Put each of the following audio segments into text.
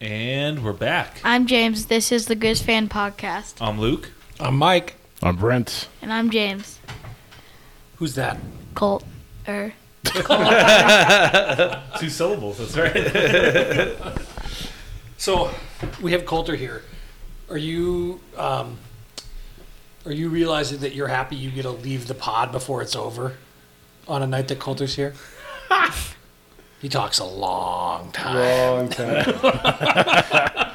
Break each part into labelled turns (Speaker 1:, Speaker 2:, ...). Speaker 1: And we're back.
Speaker 2: I'm James. This is the Grizz Fan Podcast,
Speaker 1: I'm Luke.
Speaker 3: I'm Uh, Mike.
Speaker 4: I'm Brent.
Speaker 2: and I'm James
Speaker 3: Who's that?
Speaker 2: Colt. Er,
Speaker 1: Two syllables, that's right.
Speaker 3: So, we have Coulter here. Are you um, are you realizing that you're happy you get to leave the pod before it's over on a night that Coulter's here? he talks a long time.
Speaker 4: Long time.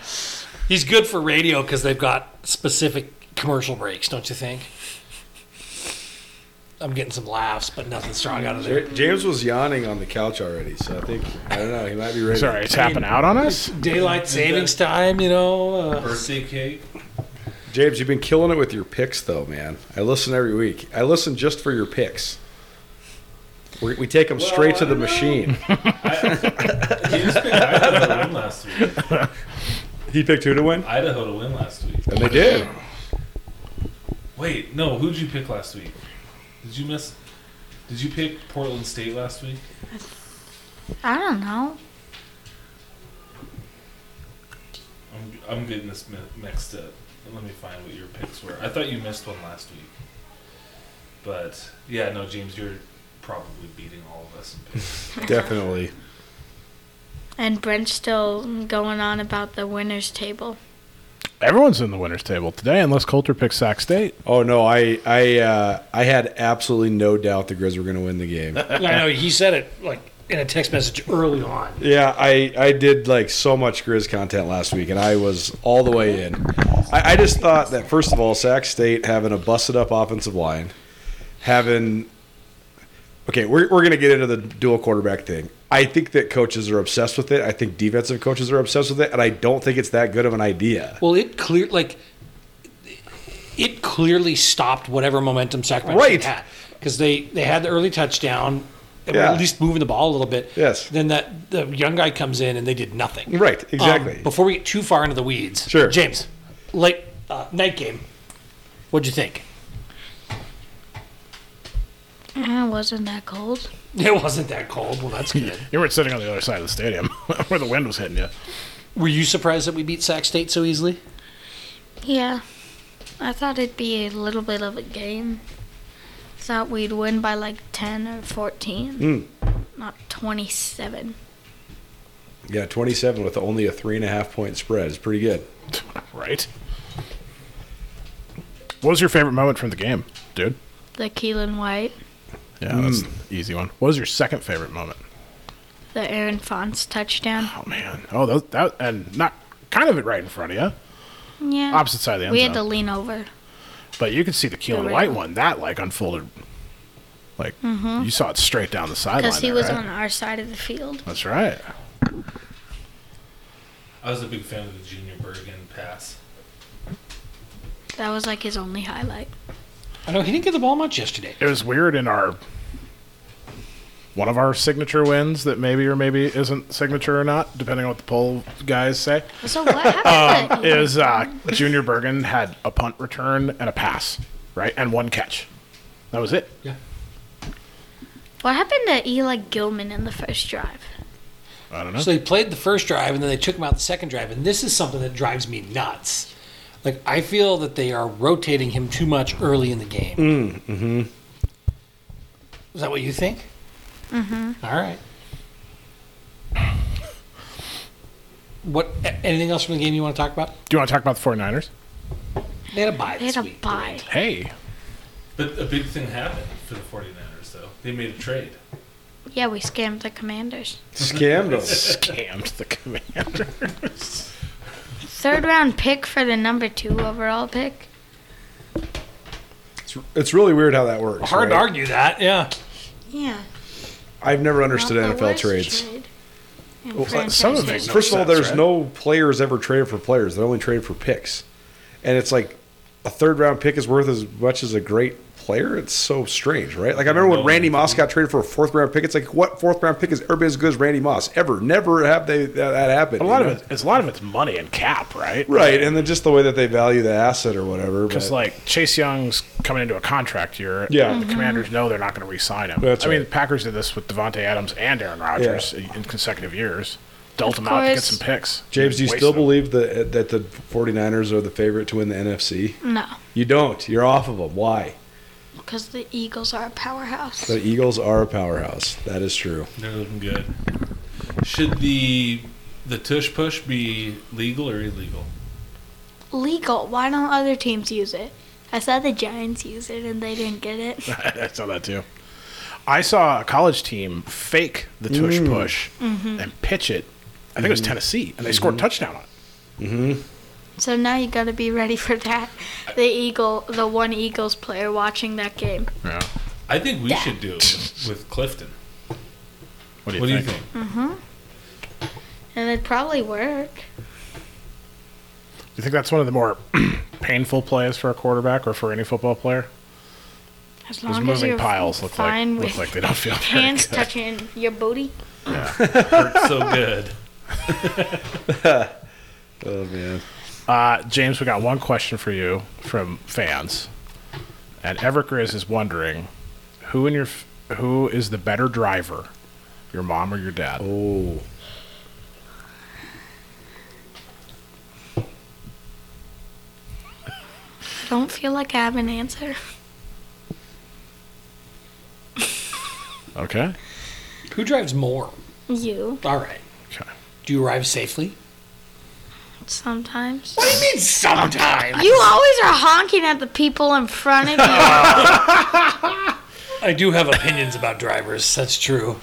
Speaker 3: He's good for radio because they've got specific commercial breaks, don't you think? I'm getting some laughs, but nothing strong out of there.
Speaker 4: James was yawning on the couch already, so I think I don't know. He might be ready.
Speaker 5: Sorry, it's happening out on us.
Speaker 3: Daylight savings time, you know. Uh,
Speaker 1: Birthday cake.
Speaker 4: James, you've been killing it with your picks, though, man. I listen every week. I listen just for your picks. We, we take them straight to the machine.
Speaker 1: James picked Idaho to win last week.
Speaker 4: he picked who to win,
Speaker 1: Idaho to win last week.
Speaker 4: and they did.
Speaker 1: Wait, no, who'd you pick last week? Did you miss? Did you pick Portland State last week?
Speaker 2: I don't know.
Speaker 1: I'm, I'm getting this mi- mixed up. Let me find what your picks were. I thought you missed one last week. But, yeah, no, James, you're probably beating all of us in picks.
Speaker 4: Definitely.
Speaker 2: And Brent's still going on about the winners table.
Speaker 5: Everyone's in the winners' table today, unless Coulter picks Sac State.
Speaker 4: Oh no, I I uh, I had absolutely no doubt the Grizz were going to win the game.
Speaker 3: I know he said it like in a text message early on.
Speaker 4: Yeah, I, I did like so much Grizz content last week, and I was all the way in. I, I just thought that first of all, Sac State having a busted up offensive line, having okay, we're we're gonna get into the dual quarterback thing. I think that coaches are obsessed with it. I think defensive coaches are obsessed with it, and I don't think it's that good of an idea.
Speaker 3: Well, it clear like it clearly stopped whatever momentum Sacramento
Speaker 4: Right.
Speaker 3: had because they they had the early touchdown. They were
Speaker 4: Yeah.
Speaker 3: at least moving the ball a little bit.
Speaker 4: Yes.
Speaker 3: Then that the young guy comes in and they did nothing.
Speaker 4: Right, exactly.
Speaker 3: Um, before we get too far into the weeds,
Speaker 4: Sure.
Speaker 3: James, late uh, night game. What'd you think?
Speaker 2: Eh, It wasn't that cold.
Speaker 3: It wasn't that cold. Well, that's good.
Speaker 5: You weren't sitting on the other side of the stadium where the wind was hitting you.
Speaker 3: Were you surprised that we beat Sac State so easily?
Speaker 2: Yeah, I thought it'd be a little bit of a game. Thought we'd win by like 10 or 14, not 27.
Speaker 4: Yeah, twenty seven with only a three and a half point spread is pretty good.
Speaker 5: Right? What was your favorite moment from the game, dude?
Speaker 2: The Keelan White,
Speaker 5: Yeah, that's the easy one. What was your second favorite moment?
Speaker 2: the Aaron Fonts touchdown.
Speaker 5: Oh man. Oh, that, that and not kind of it right in front of you,
Speaker 2: Yeah,
Speaker 5: opposite side of the end
Speaker 2: Hmm. we
Speaker 5: zone.
Speaker 2: had to lean over.
Speaker 5: but you could see the Keelan
Speaker 2: Right.
Speaker 5: White one that like unfolded. Like you saw it straight down the sideline.
Speaker 2: Mm-hmm. Because he
Speaker 5: there,
Speaker 2: was
Speaker 5: right?
Speaker 2: on our side of the field.
Speaker 5: That's right.
Speaker 1: I was a big fan of the Junior Bergen pass.
Speaker 2: That was like his only highlight.
Speaker 3: I know he didn't get the ball much yesterday.
Speaker 5: it was weird in our one of our signature wins that maybe or maybe isn't signature or not, depending on what the poll guys say.
Speaker 2: So what happened? that
Speaker 5: Is uh, Junior Bergen had a punt return and a pass, right, and one catch. That was it.
Speaker 3: Yeah.
Speaker 2: What happened to Eli Gilman in the first drive?
Speaker 5: I don't know.
Speaker 3: So they played the first drive and then they took him out the second drive. And this is something that drives me nuts. Like, I feel that they are rotating him too much early in the game. Mm, mm-hmm. Is that what you think? Mm-hmm. All right. What? a- Anything else from the game you want to talk about?
Speaker 5: Do you want to talk about the 49ers?
Speaker 3: They had a bye
Speaker 2: They
Speaker 3: this
Speaker 2: had a
Speaker 3: week.
Speaker 2: bye.
Speaker 5: Hey,
Speaker 1: But a big thing happened for the 49ers, though. They made a trade.
Speaker 2: Yeah, we scammed the Commanders.
Speaker 4: Scandal.
Speaker 5: scammed the commander.
Speaker 2: Third round pick for the number two overall pick.
Speaker 4: it's, it's really weird how that works.
Speaker 3: Hard to
Speaker 4: right?
Speaker 3: argue that, yeah.
Speaker 2: Yeah.
Speaker 4: I've never understood
Speaker 2: not the
Speaker 4: NFL
Speaker 2: worst
Speaker 4: trades.
Speaker 2: trade in
Speaker 5: Well, some of
Speaker 2: franchise
Speaker 5: it-
Speaker 2: history.
Speaker 4: First of all,
Speaker 5: sense,
Speaker 4: there's
Speaker 5: right?
Speaker 4: no players ever traded for players. They only traded for picks. And it's like a third round pick is worth as much as a great player. It's so strange, right? Like I remember when
Speaker 1: No.
Speaker 4: Randy Moss got traded for a fourth round pick. It's like what fourth round pick is everybody as good as Randy Moss ever? Never have they that, that happened.
Speaker 5: A lot
Speaker 4: you
Speaker 5: of
Speaker 4: know?
Speaker 5: it. It's a lot of it's money and cap, right?
Speaker 4: right? And then just the way that they value the asset or whatever.
Speaker 5: Because
Speaker 4: but-
Speaker 5: like Chase Young's coming into a contract year,
Speaker 4: Yeah.
Speaker 2: Mm-hmm.
Speaker 5: The Commanders know they're not going to re-sign him.
Speaker 4: That's
Speaker 5: I mean,
Speaker 4: right.
Speaker 5: the Packers did this with Devonte Adams and Aaron Rodgers in consecutive years. dealt
Speaker 2: Of
Speaker 5: them out to get
Speaker 2: course.
Speaker 5: some picks.
Speaker 4: James, do you
Speaker 5: Waste
Speaker 4: still
Speaker 5: them.
Speaker 4: believe that that the 49ers are the favorite to win the NFC?
Speaker 2: No,
Speaker 4: You don't. You're off of them. Why?
Speaker 2: because the Eagles are a powerhouse.
Speaker 4: The Eagles are a powerhouse. That is true.
Speaker 1: They're looking good. Should the the tush push be legal or illegal?
Speaker 2: Legal. Why don't other teams use it? I saw the Giants use it and they didn't get it.
Speaker 5: I saw that too. I saw a college team fake the tush
Speaker 4: Mm.
Speaker 5: push
Speaker 2: Mm-hmm.
Speaker 5: and pitch it. I think it
Speaker 4: Mm-hmm.
Speaker 5: was Tennessee, and they scored a touchdown on it.
Speaker 2: So now you got to be ready for that. The Eagle, the one Eagles player watching that game.
Speaker 5: Yeah.
Speaker 1: I think we
Speaker 2: Yeah.
Speaker 1: should do it with, with Clifton.
Speaker 5: What do you
Speaker 1: What do you
Speaker 5: think?
Speaker 1: think?
Speaker 2: And it'd probably work.
Speaker 5: Do you think that's one of the more painful plays for a quarterback or for any football player?
Speaker 2: As
Speaker 5: Those
Speaker 2: long as
Speaker 5: moving
Speaker 2: you're
Speaker 5: piles look like
Speaker 2: fine
Speaker 5: look
Speaker 2: with
Speaker 5: like they don't feel very
Speaker 2: hands
Speaker 5: good.
Speaker 2: touching your booty.
Speaker 1: Hurts so good.
Speaker 4: Oh man.
Speaker 5: Uh, James, we got one question for you from fans, and Everett Grizz is wondering who in your f- who is the better driver, your mom or your dad?
Speaker 4: Oh.
Speaker 2: I don't feel like I have an answer.
Speaker 3: Oh.
Speaker 5: Okay,
Speaker 3: Who drives more?
Speaker 2: You
Speaker 3: All right.
Speaker 5: okay.
Speaker 3: Do you arrive safely?
Speaker 2: sometimes.
Speaker 3: What do you mean sometimes?
Speaker 2: You always are honking at the people in front of you.
Speaker 3: I do have opinions about drivers. That's true.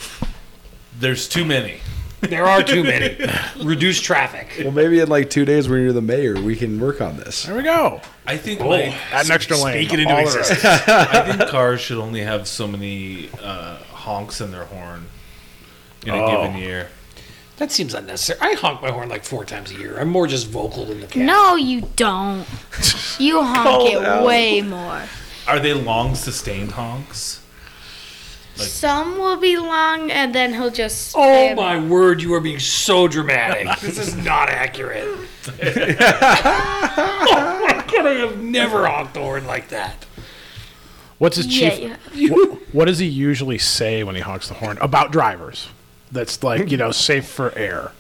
Speaker 1: There's too many.
Speaker 3: There are too many. Reduce traffic.
Speaker 4: Well, maybe in like two days when you're the mayor, we can work on this.
Speaker 5: There we go.
Speaker 1: I think
Speaker 5: Oh,
Speaker 1: like
Speaker 5: add an extra lane.
Speaker 3: Speak it into
Speaker 5: All the
Speaker 3: existence.
Speaker 5: roads.
Speaker 1: I think cars should only have so many uh, honks in their horn in a
Speaker 5: Oh.
Speaker 1: given year.
Speaker 3: That seems unnecessary. I honk my horn like four times a year. I'm more just vocal than the cat.
Speaker 2: No, you don't. You honk it
Speaker 4: out.
Speaker 2: way more.
Speaker 1: Are they long sustained honks? Like-
Speaker 2: Some will be long, and then he'll just.
Speaker 3: Oh
Speaker 2: spam.
Speaker 3: my word, you are being so dramatic. this is not accurate. oh my god, I have never honked the horn like that.
Speaker 5: What's his
Speaker 2: Yeah,
Speaker 5: chief?
Speaker 2: yeah.
Speaker 5: wh- what does he usually say when he honks the horn about drivers? That's like you know safe for air.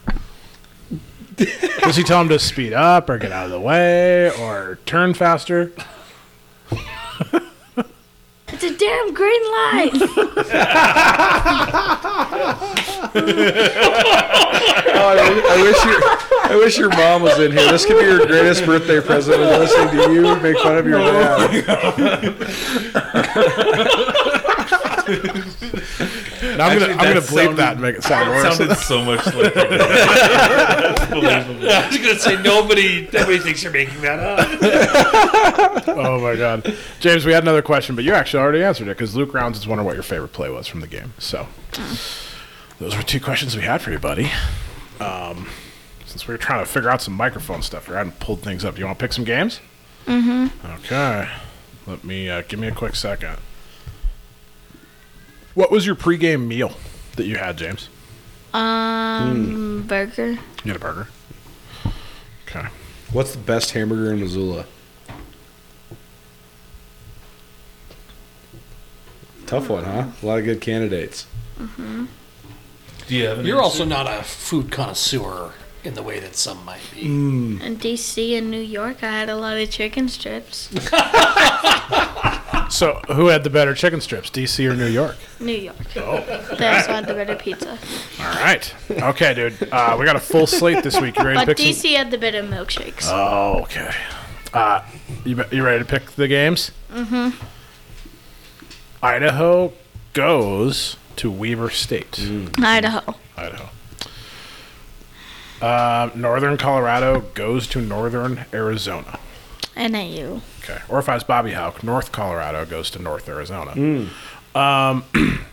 Speaker 5: Does he tell him to speed up or get out of the way or turn faster?
Speaker 2: It's a damn green light.
Speaker 4: Oh, I, wish, I wish your I wish your mom was in here. This could be your greatest birthday present. Is listening to you make fun of your dad.
Speaker 5: And I'm
Speaker 1: Actually,
Speaker 5: gonna
Speaker 1: that
Speaker 5: I'm gonna bleep
Speaker 1: sounded-
Speaker 5: that and make it sound
Speaker 1: It
Speaker 5: worse.
Speaker 1: sounded so much like That's believable.
Speaker 3: I was gonna say nobody nobody thinks you're making that up.
Speaker 5: Oh my god, James, we had another question, but you actually already answered it because Luke Rounds is wondering what your favorite play was from the game. So those were two questions we had for you, buddy. Um, since we were trying to figure out some microphone stuff, here, I hadn't pulled things up. Do you want to pick some games? Mm-hmm. Okay, let me uh, give me a quick second. What was your pregame meal that you had, James? Hmm.
Speaker 2: Um, burger.
Speaker 5: You had a burger. Okay.
Speaker 4: What's the best hamburger in Missoula? Tough one, huh? A lot of good candidates.
Speaker 1: Do you have an
Speaker 3: You're
Speaker 1: answer?
Speaker 3: also not a food connoisseur in the way that some might be.
Speaker 2: In D.C. and New York, I had a lot of chicken strips.
Speaker 5: So, who had the better chicken strips, DC or New York?
Speaker 2: New York.
Speaker 5: Oh.
Speaker 2: They also had the better pizza.
Speaker 5: All right. Okay, dude. Uh, we got a full slate this week. You ready to
Speaker 2: But
Speaker 5: pick some?
Speaker 2: D.C. had the better milkshakes.
Speaker 3: Um,
Speaker 5: Oh, okay. Uh, you, be- you ready to pick the games? Mm-hmm. Idaho goes to Weaver State,
Speaker 2: Mm. Idaho.
Speaker 5: Idaho. Uh, Northern Colorado goes to Northern Arizona.
Speaker 2: NAU.
Speaker 5: Okay. Or if I was Bobby Houck, North Colorado goes to North Arizona. Um,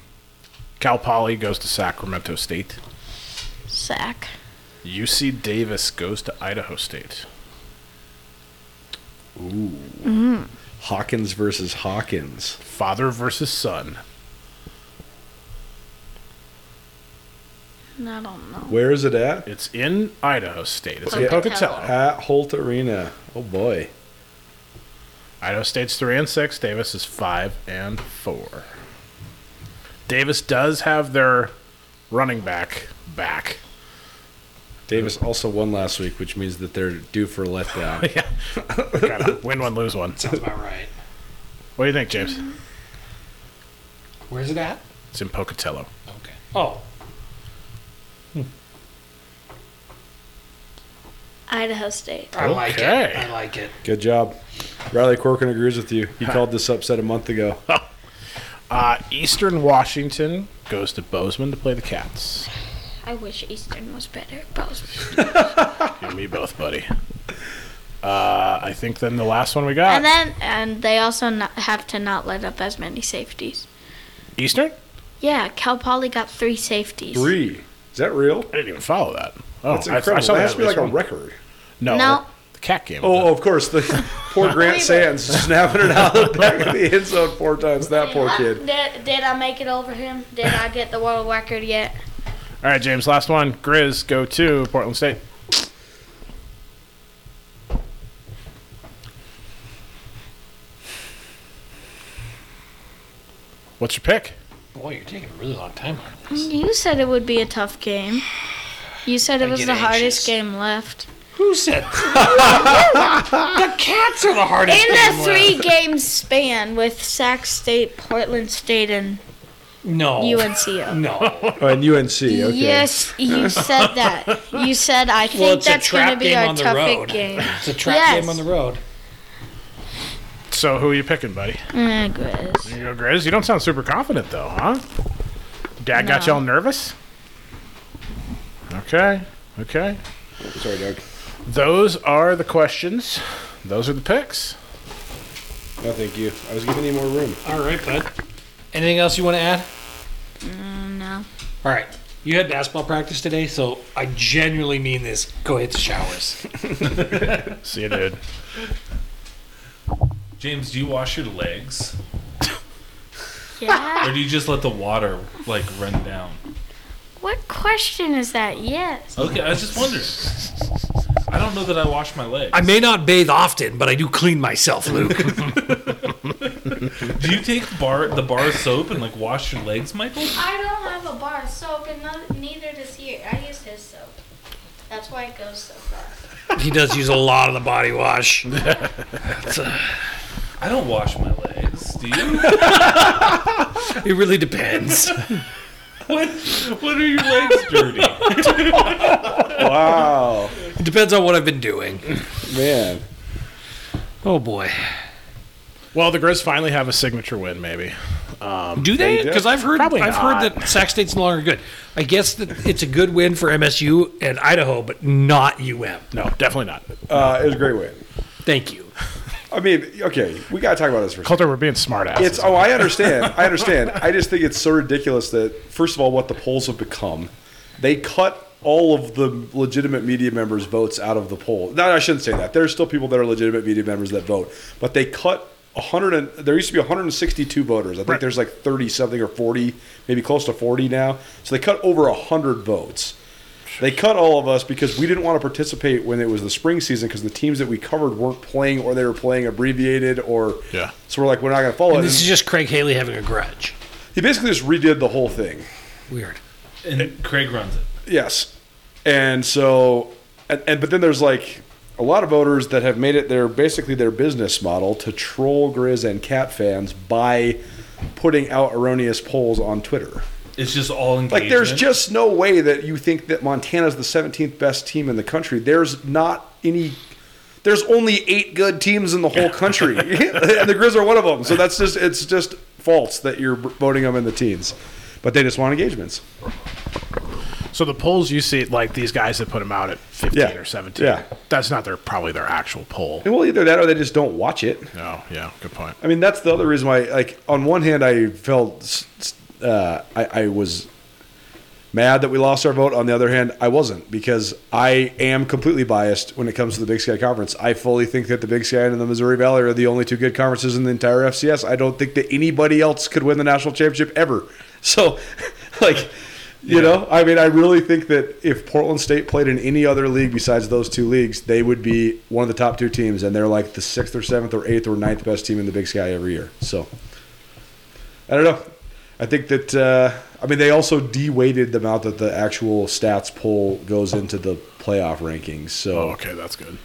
Speaker 5: Cal Poly goes to Sacramento State.
Speaker 2: SAC.
Speaker 5: UC Davis goes to Idaho State.
Speaker 4: Hawkins versus Hawkins.
Speaker 5: Father versus son.
Speaker 2: I don't know.
Speaker 4: Where is it at?
Speaker 5: It's in Idaho State. It's in
Speaker 2: Yeah.
Speaker 5: Pocatello.
Speaker 4: At Holt Arena. Oh boy.
Speaker 5: Idaho State's three and six. Davis is five and four. Davis does have their running back back.
Speaker 4: Davis also won last week, which means that they're due for a letdown.
Speaker 5: yeah. Gotta win one, lose one.
Speaker 3: Sounds about right.
Speaker 5: What do you think, James?
Speaker 3: Where's it at?
Speaker 5: It's in Pocatello.
Speaker 3: Okay. Oh, Hmm.
Speaker 2: Idaho State.
Speaker 3: I like it.
Speaker 5: Okay.
Speaker 3: I like it.
Speaker 4: Good job. Riley Corcoran agrees with you. He called this upset a month ago.
Speaker 5: Uh, Eastern Washington goes to Bozeman to play the Cats.
Speaker 2: I wish Eastern was better. Both.
Speaker 5: You and me both, buddy. Uh, I think then the last one we got
Speaker 2: And then, and they also not, have to not let up as many safeties.
Speaker 5: Eastern.
Speaker 2: Yeah, Cal Poly got three safeties.
Speaker 4: Three. Is that real?
Speaker 5: I didn't even follow that. Oh,
Speaker 4: That's
Speaker 5: I- I
Speaker 4: incredible.
Speaker 5: saw
Speaker 4: that
Speaker 5: that
Speaker 4: has to be
Speaker 5: at least
Speaker 4: like a
Speaker 5: one.
Speaker 4: record.
Speaker 5: No,
Speaker 2: No.
Speaker 5: the cat game.
Speaker 4: Oh, of course. The poor Grant Sands snapping it out of the back of the end zone four times. That poor kid.
Speaker 2: Did, did I make it over him? Did I get the world record yet?
Speaker 5: All right, James. Last one. Grizz go to Portland State. What's your pick?
Speaker 3: Boy, you're taking a really long time on it.
Speaker 2: You said it would be a tough game. You said it
Speaker 3: I
Speaker 2: was
Speaker 3: get
Speaker 2: the
Speaker 3: anxious.
Speaker 2: hardest game left.
Speaker 3: Who said the cats are the hardest?
Speaker 2: In
Speaker 3: thing
Speaker 2: the
Speaker 3: left.
Speaker 2: three game span with Sac State, Portland State, and
Speaker 3: No.
Speaker 2: UNCO.
Speaker 3: No.
Speaker 4: Oh, and UNC. Oh. Okay.
Speaker 2: Yes, you said that. You said I think
Speaker 3: Well, it's a
Speaker 2: that's going to
Speaker 3: trap
Speaker 2: be
Speaker 3: game
Speaker 2: our
Speaker 3: on the
Speaker 2: toughest
Speaker 3: road.
Speaker 2: game.
Speaker 3: It's a trap
Speaker 2: Yes.
Speaker 3: game on the road.
Speaker 5: So who are you picking, buddy?
Speaker 2: Eh, Grizz.
Speaker 5: You go, Grizz. You don't sound super confident, though, huh? Dad got
Speaker 2: No.
Speaker 5: y'all nervous? Okay. Okay.
Speaker 4: Sorry, Doug.
Speaker 5: Those are the questions. Those are the picks.
Speaker 4: No, thank you. I was giving you more room.
Speaker 3: All right, bud. Anything else you want to add?
Speaker 2: No.
Speaker 3: All right. You had basketball practice today, so I genuinely mean this. Go hit the showers.
Speaker 5: See you, dude.
Speaker 1: James, do you wash your legs,
Speaker 2: Yeah.
Speaker 1: or do you just let the water like run down?
Speaker 2: what question is that? Yes.
Speaker 1: Okay, I was just wondering. I don't know that I wash my legs.
Speaker 3: I may not bathe often, but I do clean myself, Luke.
Speaker 1: Do you take bar the bar soap and like wash your legs, Michael?
Speaker 2: I don't have a bar of soap, and neither does he. I use his soap. That's why it goes so far.
Speaker 3: he does use a lot of the body wash.
Speaker 1: I don't wash my legs. Do you?
Speaker 3: It really depends.
Speaker 1: What? What are your legs dirty?
Speaker 4: Wow.
Speaker 3: It depends on what I've been doing.
Speaker 4: Man.
Speaker 3: Oh boy.
Speaker 5: Well, the Grizz finally have a signature win, maybe.
Speaker 3: Do they? Because I've heard
Speaker 5: Probably
Speaker 3: I've heard
Speaker 5: not.
Speaker 3: that Sac State's no longer good. I guess that it's a good win for MSU and Idaho, but not UM.
Speaker 5: No, definitely not.
Speaker 4: Uh, it was a great win.
Speaker 3: Thank you.
Speaker 4: I mean, okay, we got to talk about this for a second.
Speaker 5: Coulter, we're being smart asses.
Speaker 4: It's, oh, I understand. I understand. I just think it's so ridiculous that, first of all, what the polls have become. They cut all of the legitimate media members' votes out of the poll. No, I shouldn't say that. There's still people that are legitimate media members that vote, but they cut 100 and there used to be 162 voters. I think
Speaker 5: Right.
Speaker 4: there's like 30 something or 40, maybe close to 40 now. So they cut over 100 votes. They cut all of us because we didn't want to participate when it was the spring season because the teams that we covered weren't playing or they were playing abbreviated or
Speaker 5: Yeah.
Speaker 4: so we're like we're not going to follow
Speaker 3: And
Speaker 4: it.
Speaker 3: this
Speaker 4: And
Speaker 3: is just Craig Haley having a grudge.
Speaker 4: he basically just redid the whole thing.
Speaker 3: Weird.
Speaker 1: And Craig runs it.
Speaker 4: Yes, and so and, and but then there's like a lot of voters that have made it their basically their business model to troll Grizz and Cat fans by putting out erroneous polls on Twitter.
Speaker 1: It's just all engagement.
Speaker 4: Like, there's just no way that you think that Montana's the 17th best team in the country. There's not any. There's only eight good teams in the whole country, and the Grizz are one of them. So that's just it's just false that you're voting them in the teens, but they just want engagements.
Speaker 5: So the polls you see, like these guys that put them out at 15
Speaker 4: Yeah.
Speaker 5: or 17,
Speaker 4: Yeah.
Speaker 5: that's not their probably their actual poll.
Speaker 4: And well, either that or they just don't watch it.
Speaker 5: No, yeah, good point.
Speaker 4: I mean, that's the other reason why. Like, on one hand, I felt s- s- uh, I, I was mad that we lost our vote. On the other hand, I wasn't because I am completely biased when it comes to the Big Sky Conference. I fully think that the Big Sky and the Missouri Valley are the only two good conferences in the entire FCS. I don't think that anybody else could win the national championship ever. So, like. You know, I mean, I really think that if Portland State played in any other league besides those two leagues, they would be one of the top two teams, and they're like the sixth or seventh or eighth or ninth best team in the Big Sky every year. So, I don't know. I think that uh, I mean they also de-weighted the amount that the actual stats poll goes into the playoff rankings. So
Speaker 5: Oh, okay, that's good.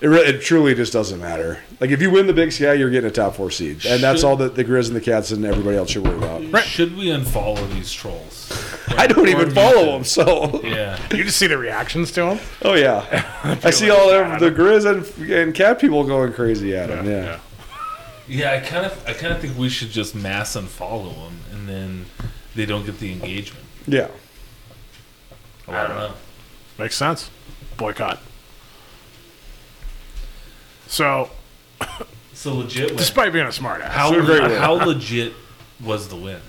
Speaker 4: it, really, it truly just doesn't matter. Like if you win the Big Sky, you're getting a top four seed, and that's
Speaker 1: Should-
Speaker 4: all that the Grizz and the Cats and everybody else should worry about.
Speaker 1: Should we unfollow these trolls?
Speaker 4: I don't even follow them, so
Speaker 1: Yeah.
Speaker 5: You just see the reactions to him.
Speaker 4: oh yeah, I see all them, the Grizz and, and Cat people going crazy at them. Yeah,
Speaker 1: Yeah, I kind of I kind of think we should just mass unfollow them, and then they don't get the engagement.
Speaker 4: yeah.
Speaker 1: I don't know.
Speaker 5: Makes sense. Boycott. So,
Speaker 1: So legit, was
Speaker 5: despite being a smart ass,
Speaker 1: how
Speaker 4: It's a great win.
Speaker 1: how legit was the win?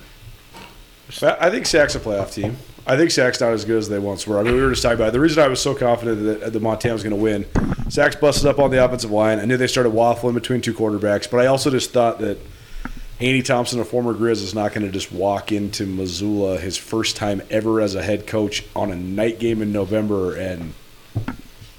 Speaker 4: But I think Sac's a playoff team. I think Sac's not as good as they once were. I mean, we were just talking about it. the reason I was so confident that, that Montana was going to win. Sac's busted up on the offensive line. I knew they started waffling between two quarterbacks, but I also just thought that Haney Thompson, a former Grizz, is not going to just walk into Missoula his first time ever as a head coach on a night game in November and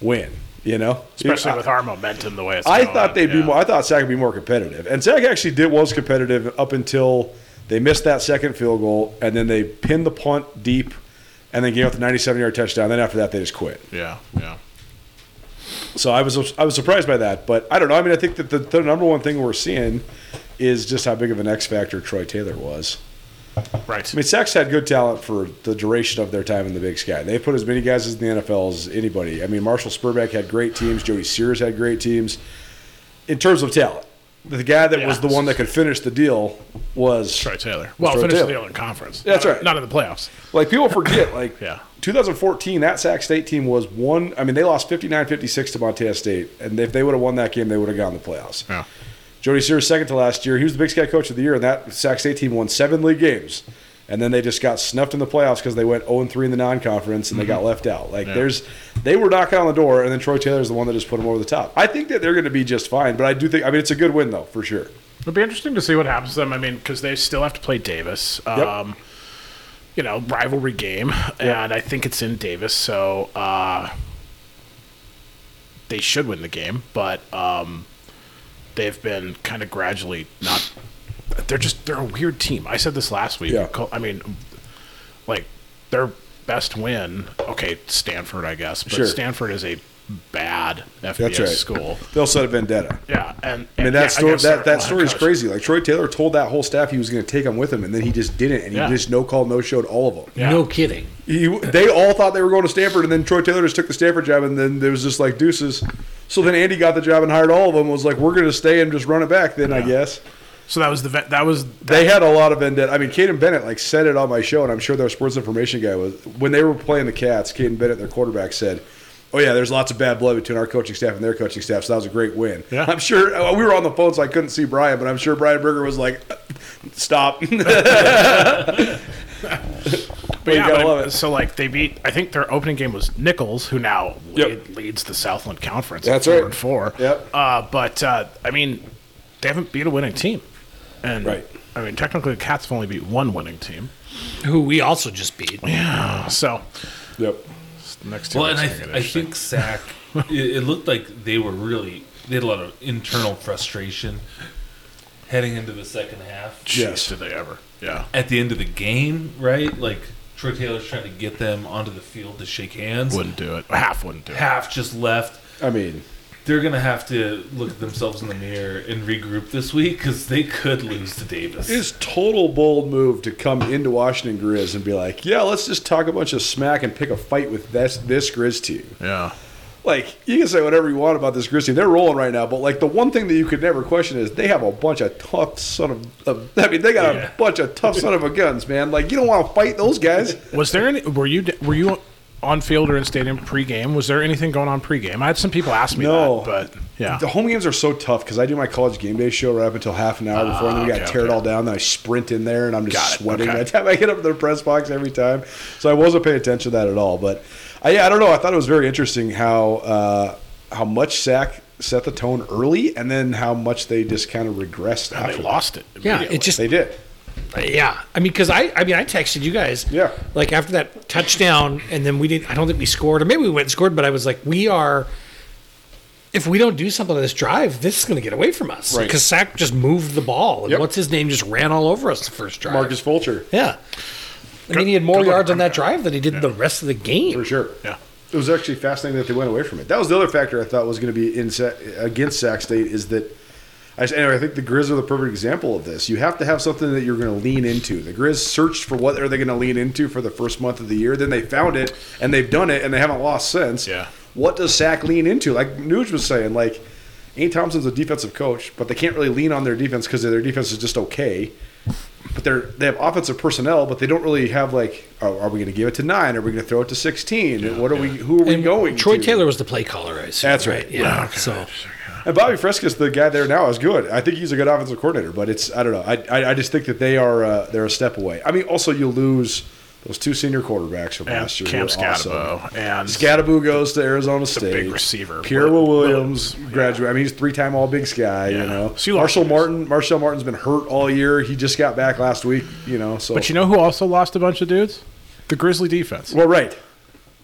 Speaker 4: win. You know,
Speaker 5: especially with our momentum the way it's
Speaker 4: I
Speaker 5: going,
Speaker 4: thought they'd be
Speaker 5: yeah.
Speaker 4: more. I thought Sac would be more competitive, and Sac actually did was competitive up until they missed that second field goal, and then they pinned the punt deep, and then gave up the 97-yard touchdown. Then after that, they just quit.
Speaker 5: Yeah, yeah.
Speaker 4: So I was I was surprised by that, but I don't know. I mean, I think that the, the number one thing we're seeing is just how big of an X factor Troy Taylor was.
Speaker 5: Right.
Speaker 4: I mean, Sac's had good talent for the duration of their time in the Big Sky. They put as many guys in the NFL as anybody. I mean, Marshall Spurbeck had great teams. Jody Sears had great teams. In terms of talent, the guy that was
Speaker 5: Yeah.
Speaker 4: the one that could finish the deal was
Speaker 5: Troy Taylor. Well,
Speaker 4: Troy
Speaker 5: finish the
Speaker 4: Taylor.
Speaker 5: deal in conference.
Speaker 4: That's
Speaker 5: Not-
Speaker 4: right.
Speaker 5: Not in the playoffs.
Speaker 4: like people forget. Like
Speaker 5: Yeah.
Speaker 4: 2014, that Sac State team was one. I mean, they lost 59-56 to Montana State, and if they would have won that game, they would have gone to the playoffs.
Speaker 5: Yeah.
Speaker 4: Jody Sears second to last year. He was the Big Sky coach of the year, and that Sac State team won seven league games. And then they just got snuffed in the playoffs because they went 0 3 in the non conference and they got left out. Like, there's, they were knocking on the door, and then Troy Taylor's the one that just put them over the top. I think that they're going to be just fine, but I do think, I mean, it's a good win, though, for sure.
Speaker 5: It'll be interesting to see what happens to them. I mean, because they still have to play Davis. Um, You know, rivalry game, and I think it's in Davis, so uh, they should win the game. But um, they've been kind of gradually not. They're just they're a weird team. I said this last week.
Speaker 4: Yeah.
Speaker 5: Co- I mean, like their best win. Okay, Stanford, I guess, but
Speaker 4: Sure.
Speaker 5: Stanford is a bad FBS
Speaker 4: right.
Speaker 5: school.
Speaker 4: They'll set a vendetta.
Speaker 5: Yeah, and,
Speaker 4: I mean,
Speaker 5: and
Speaker 4: that
Speaker 5: yeah,
Speaker 4: story,
Speaker 5: guess
Speaker 4: that,
Speaker 5: they're-
Speaker 4: that story is
Speaker 5: gosh.
Speaker 4: crazy. Like, Troy Taylor told that whole staff he was going to take them with him, and then he just didn't, and he
Speaker 5: Yeah.
Speaker 4: just no call, no showed all of them.
Speaker 5: Yeah.
Speaker 3: No kidding.
Speaker 4: He, they all thought they were going to Stanford, and then Troy Taylor just took the Stanford job, and then there was just like deuces. So then Andy got the job and hired all of them. Was like, we're going to stay and just run it back. Then I guess
Speaker 5: So that was the vet. That was
Speaker 4: they had a lot of vendetta. I mean, Caden Bennett like said it on my show, and I'm sure their sports information guy was when they were playing the Cats. Caden Bennett, their quarterback, said. Oh yeah, there's lots of bad blood between our coaching staff and their coaching staff. So that was a great win.
Speaker 5: Yeah.
Speaker 4: I'm sure uh, we were on the phone, so I couldn't see Brian, but I'm sure Brian Berger was like, "Stop."
Speaker 5: but yeah,
Speaker 4: gotta
Speaker 5: but-
Speaker 4: love it.
Speaker 5: So like they beat. I think their opening game was Nichols, who now
Speaker 4: Yep.
Speaker 5: lead, leads the Southland Conference.
Speaker 4: That's
Speaker 5: at four
Speaker 4: right.
Speaker 5: And four.
Speaker 4: Yep.
Speaker 5: Uh, but uh, I mean, they haven't beat a winning team, and
Speaker 4: Right.
Speaker 5: I mean, technically, the Cats have only beat one winning team.
Speaker 3: Who we also just beat.
Speaker 5: So
Speaker 4: yep.
Speaker 5: next year,
Speaker 1: Well, and
Speaker 5: it's
Speaker 1: I,
Speaker 5: gonna get
Speaker 1: th- I
Speaker 5: interesting.
Speaker 1: think Sac, it, it looked like they were really they had a lot of internal frustration heading into the second half.
Speaker 5: Jeez,
Speaker 4: Yes.
Speaker 5: did they ever? Yeah.
Speaker 1: At the end of the game, right? Like Troy Taylor's trying to get them onto the field to shake hands.
Speaker 5: Wouldn't do it. Half wouldn't do it.
Speaker 1: Half just left.
Speaker 4: I mean,
Speaker 1: They're gonna have to look at themselves in the mirror and regroup this week because they could lose to Davis.
Speaker 4: His total bold move to come into Washington Grizz and be like, yeah, let's just talk a bunch of smack and pick a fight with this, this Grizz team.
Speaker 5: Yeah.
Speaker 4: Like, you can say whatever you want about this Grizz team. They're rolling right now, but, like, the one thing that you could never question is they have a bunch of tough son of, of I mean, they got
Speaker 1: Yeah.
Speaker 4: a bunch of tough son of a guns, man. Like, you don't want to fight those guys.
Speaker 5: Was there any? Were you? Were you? On field or in stadium pregame, was there anything going on pregame? I had some people ask me
Speaker 4: No.
Speaker 5: that, but yeah,
Speaker 4: The home games are so tough because I do my college game day show right up until half an hour before, and then we got to
Speaker 5: Ah, okay,
Speaker 4: tear it
Speaker 5: okay.
Speaker 4: all down. Then I sprint in there, and I'm
Speaker 5: Got
Speaker 4: just
Speaker 5: it,
Speaker 4: sweating
Speaker 5: okay.
Speaker 4: by the time I get up to the press box every time. So I wasn't paying attention to that at all. But uh, I, I don't know. I thought it was very interesting how uh, how much Sack set the tone early, and then how much they just kind of regressed
Speaker 5: and
Speaker 4: after.
Speaker 5: they
Speaker 4: that.
Speaker 5: lost it.
Speaker 3: Yeah,
Speaker 5: immediately.
Speaker 3: it just
Speaker 4: They did.
Speaker 3: yeah. I mean, because I I mean I texted you guys.
Speaker 4: Yeah.
Speaker 3: Like after that touchdown, and then we didn't. I don't think we scored, or maybe we went and scored, but I was like, we are. If we don't do something on this drive, this is going to get away from us.
Speaker 4: Right.
Speaker 3: Because Sack just moved the ball, and
Speaker 4: Yep.
Speaker 3: what's his name just ran all over us the first drive.
Speaker 4: Marcus Fulcher
Speaker 3: Yeah. I mean, he had
Speaker 5: good
Speaker 3: more
Speaker 5: luck,
Speaker 3: yards on that
Speaker 5: Marcus.
Speaker 3: drive than he did the rest of the game.
Speaker 4: for sure.
Speaker 5: Yeah.
Speaker 4: it was actually fascinating that they went away from it. That was the other factor I thought was going to be in Sa- against Sac State is that. I, just- anyway, I think the Grizz are the perfect example of this. You have to have something that you're going to lean into. The Grizz searched for what are they going to lean into for the first month of the year. Then they found it and they've done it and they haven't lost since.
Speaker 5: Yeah.
Speaker 4: What does Sac lean into? Like Nuge was saying, like Ian Thompson's a defensive coach, but they can't really lean on their defense because their defense is just okay but they're they have offensive personnel, but they don't really have like, oh, are, are we going to give it to nine? Are we going to throw it to sixteen? what are we? Who are we
Speaker 6: And
Speaker 4: going?
Speaker 6: Troy
Speaker 4: to?
Speaker 6: Taylor was the play caller, I assume,
Speaker 4: That's right.
Speaker 6: Yeah. So
Speaker 4: and Bobby Fresca's the guy there now is good. I think he's a good offensive coordinator, but it's I don't know. I I, I just think that they are uh, they're a step away. I mean, also you lose those two senior quarterbacks from
Speaker 5: And
Speaker 4: last year.
Speaker 5: Cam uh,
Speaker 4: who were awesome.
Speaker 5: Scadabo and
Speaker 4: Scadaboo goes to Arizona State.
Speaker 5: big receiver,
Speaker 4: Pierre
Speaker 5: Will-
Speaker 4: Williams graduate. I mean, he's three-time All-Big Sky.
Speaker 5: Yeah.
Speaker 4: You know,
Speaker 5: So you lost
Speaker 4: Marshall
Speaker 5: guys.
Speaker 4: Martin. Marshall Martin's been hurt all year. He just got back last week. You know, so
Speaker 5: But you know who also lost a bunch of dudes? The Grizzly defense.
Speaker 4: well, right.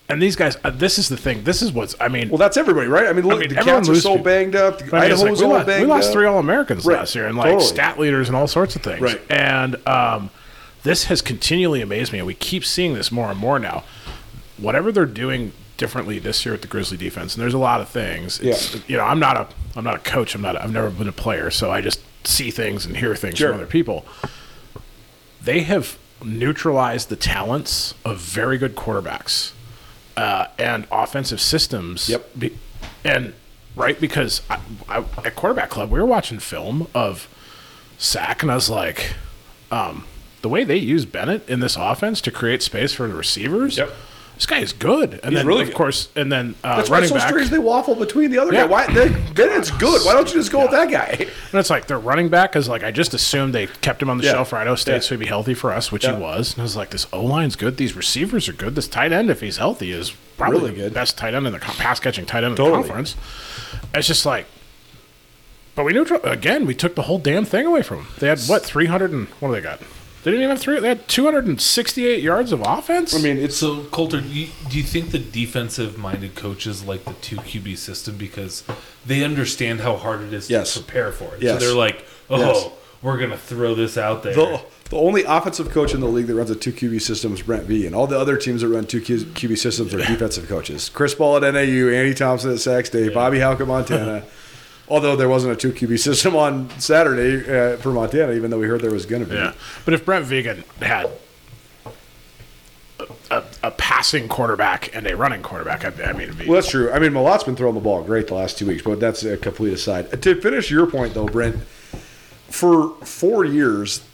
Speaker 5: And these guys, uh, this is the thing. This is what's, I mean,
Speaker 4: Well, that's everybody, right? I mean, look,
Speaker 5: mean,
Speaker 4: the
Speaker 5: everyone
Speaker 4: Cats are
Speaker 5: loses
Speaker 4: so
Speaker 5: people.
Speaker 4: banged up.
Speaker 5: I mean, it's
Speaker 4: Idaho's
Speaker 5: like, we,
Speaker 4: all
Speaker 5: lost, we
Speaker 4: banged
Speaker 5: lost
Speaker 4: up.
Speaker 5: three uh, All Americans
Speaker 4: Right.
Speaker 5: last year and like
Speaker 4: Totally.
Speaker 5: stat leaders and all sorts of things.
Speaker 4: Right.
Speaker 5: And um, this has continually amazed me, and we keep seeing this more and more now. Whatever they're doing differently this year with the Grizzly defense, and there's a lot of things. It's,
Speaker 4: Yeah.
Speaker 5: You know, I'm not a I'm not a coach. I'm not. A, I've never been a player, so I just see things and hear things
Speaker 4: Sure.
Speaker 5: from other people. They have neutralized the talents of very good quarterbacks uh, and offensive systems.
Speaker 4: Yep.
Speaker 5: Be- and right because I, I, at quarterback club we were watching film of sack and I was like, um, the way they use Bennett in this offense to create space for the receivers.
Speaker 4: Yep.
Speaker 5: This guy is good, and then
Speaker 4: really
Speaker 5: of
Speaker 4: good.
Speaker 5: course, and then uh,
Speaker 4: That's why
Speaker 5: running
Speaker 4: it's so
Speaker 5: back.
Speaker 4: strange they waffle between the other
Speaker 5: Yeah.
Speaker 4: guy. Why they, then it's good. Why don't you just go with that guy?
Speaker 5: And it's like their running back is like I just assumed they kept him on the
Speaker 4: Yeah.
Speaker 5: shelf for Idaho State
Speaker 4: Yeah.
Speaker 5: so he'd be healthy for us, which
Speaker 4: Yeah.
Speaker 5: he was. And I was like, this O line's good, these receivers are good, this tight end, if he's healthy, is probably
Speaker 4: Really
Speaker 5: the
Speaker 4: good.
Speaker 5: best tight end in the co- pass catching tight end in
Speaker 4: Totally.
Speaker 5: the conference. It's just like, but we neutral again. We took the whole damn thing away from them. They had what three hundred and what do they got? They didn't even have three. They had two hundred and sixty-eight yards of offense.
Speaker 4: I mean, it's
Speaker 1: So Coulter, do you, do you think the defensive-minded coaches like the two QB system because they understand how hard it is
Speaker 4: Yes.
Speaker 1: to prepare for it?
Speaker 4: Yes.
Speaker 1: So they're like, oh,
Speaker 4: Yes.
Speaker 1: we're gonna throw this out there.
Speaker 4: the the only offensive coach in the league that runs a two QB system is Brent V, and all the other teams that run two Q- QB systems are defensive coaches. Chris Ball at NAU, Andy Thompson at Sac State, Bobby Houck at Montana. Although there wasn't a two QB system on Saturday uh, for Montana, even though we heard there was going to be.
Speaker 5: Yeah, but if Brent Vegan had a, a, a passing quarterback and a running quarterback, I, I mean, it'd be,
Speaker 4: Well, that's true. I mean, Malat's been throwing the ball great the last two weeks, but that's a complete aside. Uh, To finish your point, though, Brent, for four years,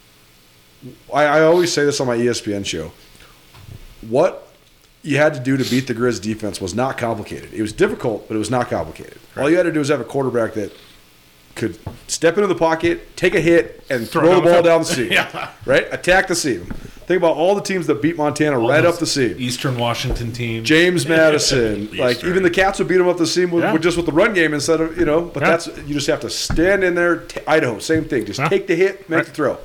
Speaker 4: I, I always say this on my E ESPN show. What you had to do to beat the Grizz defense was not complicated. It was difficult, but it was not complicated. All you had to do was have a quarterback that could step into the pocket, take a hit, and
Speaker 5: Throw
Speaker 4: throw,
Speaker 5: it
Speaker 4: the
Speaker 5: down the field.
Speaker 4: ball down the seam.
Speaker 5: Yeah.
Speaker 4: Right? Attack the seam. Think about all the teams that beat Montana
Speaker 1: All
Speaker 4: right
Speaker 1: those
Speaker 4: up the seam.
Speaker 1: Eastern Washington team.
Speaker 4: James Madison, like
Speaker 5: Eastern.
Speaker 4: even the Cats would beat him up the seam with,
Speaker 5: Yeah.
Speaker 4: with just with the run game instead of you know. But
Speaker 5: Yeah.
Speaker 4: that's you just have to stand in there. T- Idaho, same thing. Just
Speaker 5: Yeah.
Speaker 4: take the hit, make
Speaker 5: Right.
Speaker 4: the throw.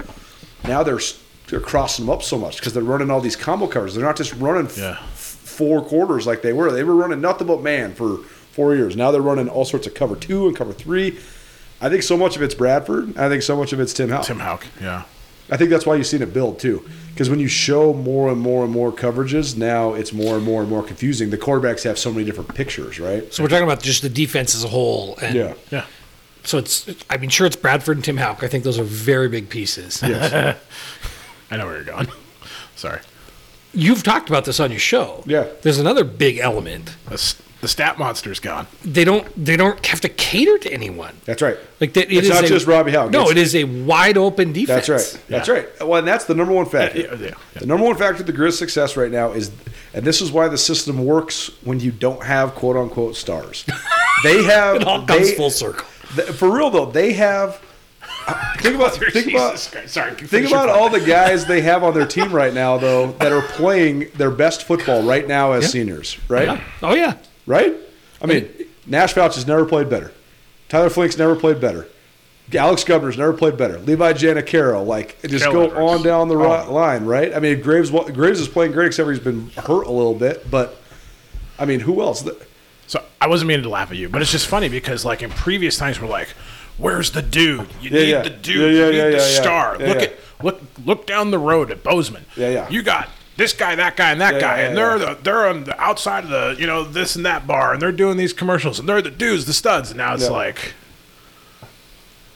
Speaker 4: Now they're s- they're crossing them up so much because they're running all these combo covers. They're not just running f-
Speaker 5: Yeah.
Speaker 4: f- four quarters like they were. They were running nothing but man for four years. Now they're running all sorts of cover two and cover three. I think so much of it's Bradford. I think so much of it's Tim Howe.
Speaker 5: Tim Houck. Yeah.
Speaker 4: I think that's why you've seen it build too. Because when you show more and more and more coverages, now it's more and more and more confusing. The quarterbacks have so many different pictures, right?
Speaker 6: so we're talking about just the defense as a whole. And
Speaker 4: Yeah.
Speaker 5: Yeah.
Speaker 6: So it's, I mean, sure, it's Bradford and Tim Houck. I think those are very big pieces.
Speaker 5: I know where you're going. Sorry.
Speaker 6: You've talked about this on your show.
Speaker 4: Yeah.
Speaker 6: There's another big element.
Speaker 5: The, s- the stat monster's gone.
Speaker 6: They don't, they don't have to cater to anyone.
Speaker 4: That's right.
Speaker 6: Like that, it
Speaker 4: It's
Speaker 6: is
Speaker 4: not
Speaker 6: a-
Speaker 4: just Robbie Houck.
Speaker 6: No,
Speaker 4: It's-
Speaker 6: it is a wide open defense.
Speaker 4: That's right. That's
Speaker 5: Yeah.
Speaker 4: right. Well, and that's the number one factor.
Speaker 5: Yeah, yeah, yeah.
Speaker 4: The number one factor of the Grizz success right now is, and this is why the system works when you don't have quote unquote stars. They have
Speaker 6: It all comes
Speaker 4: they-
Speaker 6: full circle.
Speaker 4: th- for real though. They have. uh, Think about think about
Speaker 5: Christ. Sorry.
Speaker 4: Think about all the guys they have on their team right now, though, that are playing their best football right now as
Speaker 6: Yeah.
Speaker 4: seniors, right?
Speaker 6: Yeah. Oh yeah.
Speaker 4: Right? I mean, Nash Fouch has never played better. Tyler Flink's never played better. Alex Governor's never played better. Levi Janicaro, like just
Speaker 5: Kel
Speaker 4: go
Speaker 5: Evers.
Speaker 4: on down the ri- line, right? I mean, Graves wa- Graves is playing great, except for he's been hurt a little bit. But I mean, who else? The-
Speaker 5: So I wasn't meaning to laugh at you, but it's just funny because like in previous times we're like, "Where's the dude? You
Speaker 4: Yeah,
Speaker 5: need
Speaker 4: yeah.
Speaker 5: the
Speaker 4: Yeah,
Speaker 5: dude.
Speaker 4: yeah,
Speaker 5: you need
Speaker 4: yeah,
Speaker 5: the
Speaker 4: yeah, yeah.
Speaker 5: star.
Speaker 4: Yeah,
Speaker 5: look
Speaker 4: yeah.
Speaker 5: at look look down the road at Bozeman.
Speaker 4: Yeah, yeah.
Speaker 5: You got this guy, that guy, and that
Speaker 4: Yeah,
Speaker 5: guy,
Speaker 4: yeah,
Speaker 5: and
Speaker 4: yeah.
Speaker 5: they're the, they're on the outside of the you know this and that bar, and they're doing these commercials, and they're the dudes, the studs. And now it's
Speaker 4: Yeah.
Speaker 5: like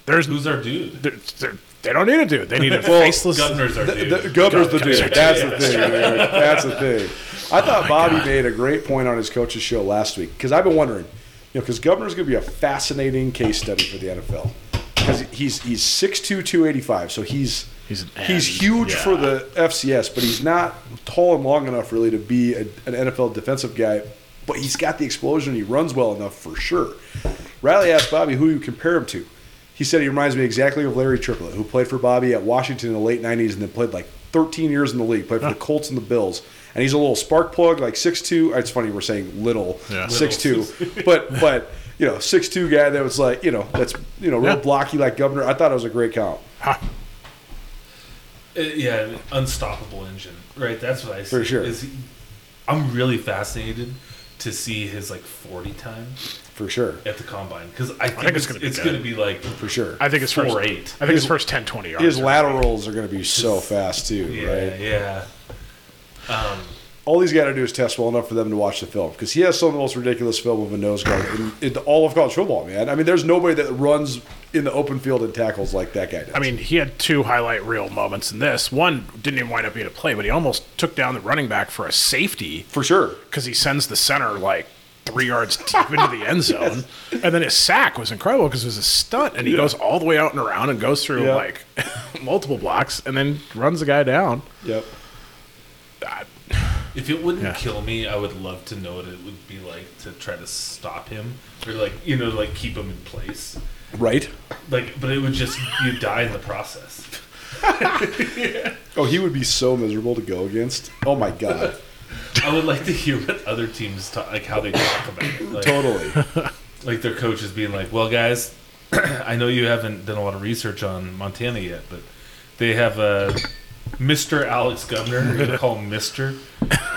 Speaker 5: there's
Speaker 1: Who's our dude?
Speaker 5: they're, they're, they don't need a dude. They need a faceless.
Speaker 1: Governor's our dude.
Speaker 4: The, the governor's the
Speaker 5: Governor's
Speaker 4: dude.
Speaker 5: our
Speaker 4: That's
Speaker 5: dude. Oh
Speaker 4: the thing. man. That's the thing. I thought Bobby made a great point on his coach's show last week because I've been wondering, you know, because governor's going to be a fascinating case study for the NFL because he's he's 6'2", 285, so he's
Speaker 5: He's an
Speaker 4: he's
Speaker 5: end,
Speaker 4: huge
Speaker 5: yeah.
Speaker 4: for the FCS, but he's not tall and long enough really to be a, an NFL defensive guy. But he's got the explosion. He runs well enough for sure. Riley asked Bobby who you compare him to. He said he reminds me exactly of Larry Triplett, who played for Bobby at Washington in the late 90s and then played like 13 years in the league, played for the Colts and the Bills. And he's a little spark plug, like 6'2. It's funny we're saying little,
Speaker 5: Yeah.
Speaker 4: six two, but, but, you know, 6'2 guy that was like, you know, that's, you know, real
Speaker 5: Yeah.
Speaker 4: blocky like Governor. I thought it was a great count.
Speaker 1: Uh, yeah, an unstoppable engine, right? That's what I see.
Speaker 4: For sure.
Speaker 1: Is he, I'm really fascinated to see his like 40 time
Speaker 4: For sure.
Speaker 1: at the combine because I think,
Speaker 5: think it's
Speaker 1: it's,
Speaker 5: gonna be
Speaker 1: it's
Speaker 5: good.
Speaker 1: going to be like
Speaker 4: For sure.
Speaker 5: I think it's first.
Speaker 1: Four
Speaker 5: I
Speaker 1: eight.
Speaker 5: think it's first 10, 20 yards.
Speaker 4: His
Speaker 5: are-
Speaker 4: laterals are going to be so fast too,
Speaker 1: yeah,
Speaker 4: right?
Speaker 1: yeah.
Speaker 4: All he's got to do is test well enough for them to watch the film because he has some of the most ridiculous film of a nose guard in, in all of college football, man. I mean, there's nobody that runs in the open field and tackles like that guy does.
Speaker 5: I mean, he had two highlight reel moments in this. One didn't even wind up being a play, but he almost took down the running back for a safety
Speaker 4: for sure.
Speaker 5: because he sends the center like three yards deep into the end zone. And then his sack was incredible because it was a stunt, and he goes all the way out and around and goes through
Speaker 4: Yeah.
Speaker 5: like multiple blocks and then runs the guy down.
Speaker 4: Yep.
Speaker 1: If it wouldn't
Speaker 5: Yeah.
Speaker 1: kill me, I would love to know what it would be like to try to stop him or like you know like keep him in place.
Speaker 4: Right.
Speaker 1: Like, but it would just you die in the process.
Speaker 4: Oh, he would be so miserable to go against. Oh my god.
Speaker 1: I would like to hear what other teams talk, like how they talk about it. Like,
Speaker 4: totally.
Speaker 1: like their coaches being like, "Well, guys, I know you haven't done a lot of research on Montana yet, but they have a Mr. Alex Governor. We're gonna call him Mister,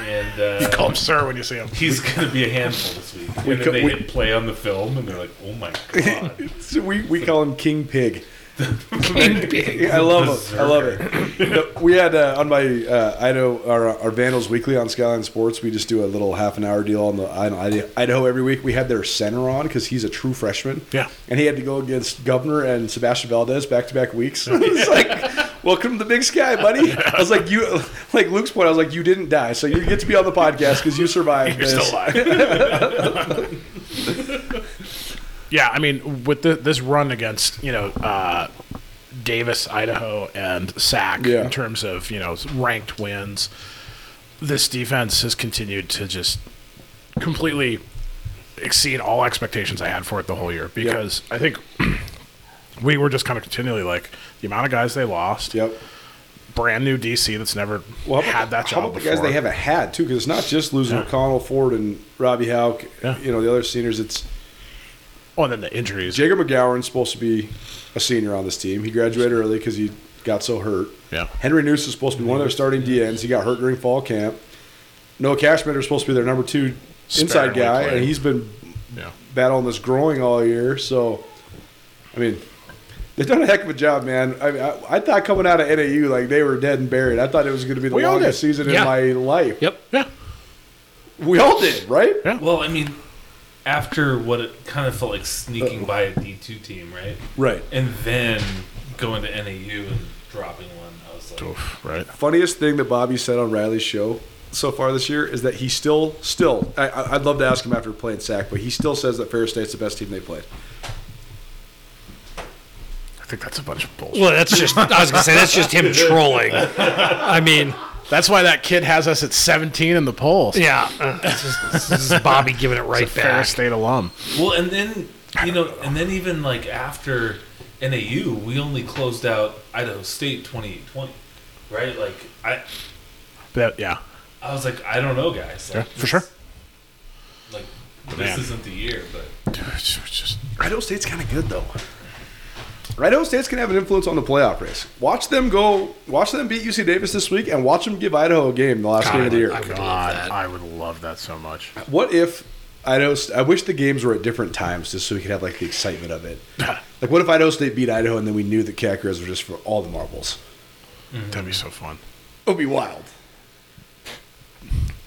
Speaker 1: and uh,
Speaker 5: Call him sir when you see him.
Speaker 1: he's gonna be a handful this week." And then
Speaker 4: co-
Speaker 1: they
Speaker 4: we-
Speaker 1: hit play on the film, and they're like, "Oh my god!"
Speaker 4: So we, we call him King Pig. King Pig. I love him. I love it. No, we had uh, on my uh, Idaho our, our Vandals Weekly on Skyline Sports. We just do a little half an hour deal on the on Ida- Idaho every week. We had their center on because he's a true freshman.
Speaker 5: Yeah.
Speaker 4: and he had to go against Governor and Sebastian Valdez back to back weeks. it's like, welcome to the Big Sky, buddy. I was like, you like Luke's point. I was like, you didn't die, so you get to be on the podcast because you survived.
Speaker 5: You're
Speaker 4: this.
Speaker 5: still alive. yeah, I mean, with the, this run against you know uh, Davis, Idaho, and Sac
Speaker 4: Yeah.
Speaker 5: in terms of you know ranked wins, this defense has continued to just completely exceed all expectations I had for it the whole year because I think. We were just kind of continually like the amount of guys they lost,
Speaker 4: Yep.
Speaker 5: brand new DC that's never
Speaker 4: Well, how about,
Speaker 5: had that job
Speaker 4: how about the guys
Speaker 5: before.
Speaker 4: they haven't had too? Because it's not just losing O'Connell, Ford, and Robbie Hauk.
Speaker 5: Yeah.
Speaker 4: You know the other seniors. It's
Speaker 5: Oh, and then the injuries.
Speaker 4: Jacob McGowan's supposed to be a senior on this team. He graduated early because he got so hurt.
Speaker 5: Yeah.
Speaker 4: Henry Noose is supposed to be one of their starting DNs. He got hurt during fall camp. Noah Cashman is supposed to be their number two inside
Speaker 5: Sparingly
Speaker 4: guy,
Speaker 5: played.
Speaker 4: and he's been
Speaker 5: yeah.
Speaker 4: battling this growing all year. So, I mean, they've done a heck of a job, man. I, mean, I, I thought coming out of NAU like they were dead and buried. I thought it was going to be the
Speaker 5: We all
Speaker 4: longest
Speaker 5: did.
Speaker 4: season
Speaker 5: Yeah.
Speaker 4: in my life.
Speaker 6: Yep.
Speaker 5: Yeah.
Speaker 4: We all did, right?
Speaker 1: Well, I mean, after what it kind of felt like sneaking by a D two team, right?
Speaker 4: Right.
Speaker 1: And then going to NAU and dropping one, I was like,
Speaker 5: Oof, right.
Speaker 4: Funniest thing that Bobby said on Riley's show so far this year is that he still, still, I, I- I'd love to ask him after playing sack, but he still says that Ferris State's the best team they played.
Speaker 5: I think that's a bunch of bullshit.
Speaker 6: Well, that's just. I was gonna say that's just him trolling. I mean,
Speaker 5: That's why that kid has us at 17 in the polls.
Speaker 6: yeah. uh, It's just, it's just Bobby giving it right
Speaker 5: Ferris
Speaker 6: back.
Speaker 5: State alum.
Speaker 1: Well, and then you know, and then even like after NAU, we only closed out Idaho State twenty eight twenty, right? Like I,
Speaker 5: But yeah.
Speaker 1: I was like, I don't know, guys. Like,
Speaker 5: Yeah, for sure.
Speaker 1: this- Like this
Speaker 5: Man.
Speaker 1: isn't the year, but
Speaker 5: It's just-
Speaker 4: Idaho State's kind of good, though. Idaho State's going to have an influence on the playoff race. Watch them go, watch them beat UC Davis this week, and watch them give Idaho a game the last game of the year.
Speaker 6: I would love
Speaker 5: God,
Speaker 6: that.
Speaker 5: I would love that so much.
Speaker 4: What if Idaho? St- I wish the games were at different times just so we could have like the excitement of it. like, what if Idaho State beat Idaho and then we knew that Cacras were just for all the marbles?
Speaker 5: That'd be so fun.
Speaker 4: It would be wild.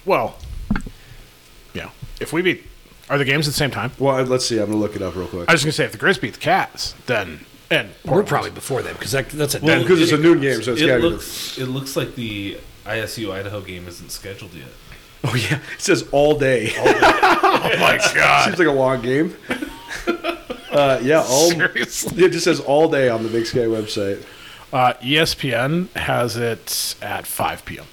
Speaker 5: Well, yeah. If we beat, are the games at the same time?
Speaker 4: Well, let's see. I'm gonna look it up real quick.
Speaker 5: I was gonna say if the Grizz beat the Cats, then and
Speaker 3: We're
Speaker 5: Portland-
Speaker 3: probably before them because that, that's a
Speaker 1: Well,
Speaker 3: dead-
Speaker 4: because it's a noon game, so it's gotta
Speaker 1: it
Speaker 4: be the-
Speaker 1: looks it looks like the ISU Idaho game isn't scheduled yet.
Speaker 4: Oh yeah, it says all day.
Speaker 5: Oh my god!
Speaker 4: Seems like a long game. Uh, yeah, all
Speaker 5: Seriously.
Speaker 4: it just says all day on the Big Sky website.
Speaker 5: Uh, ESPN has it at 5 p.m.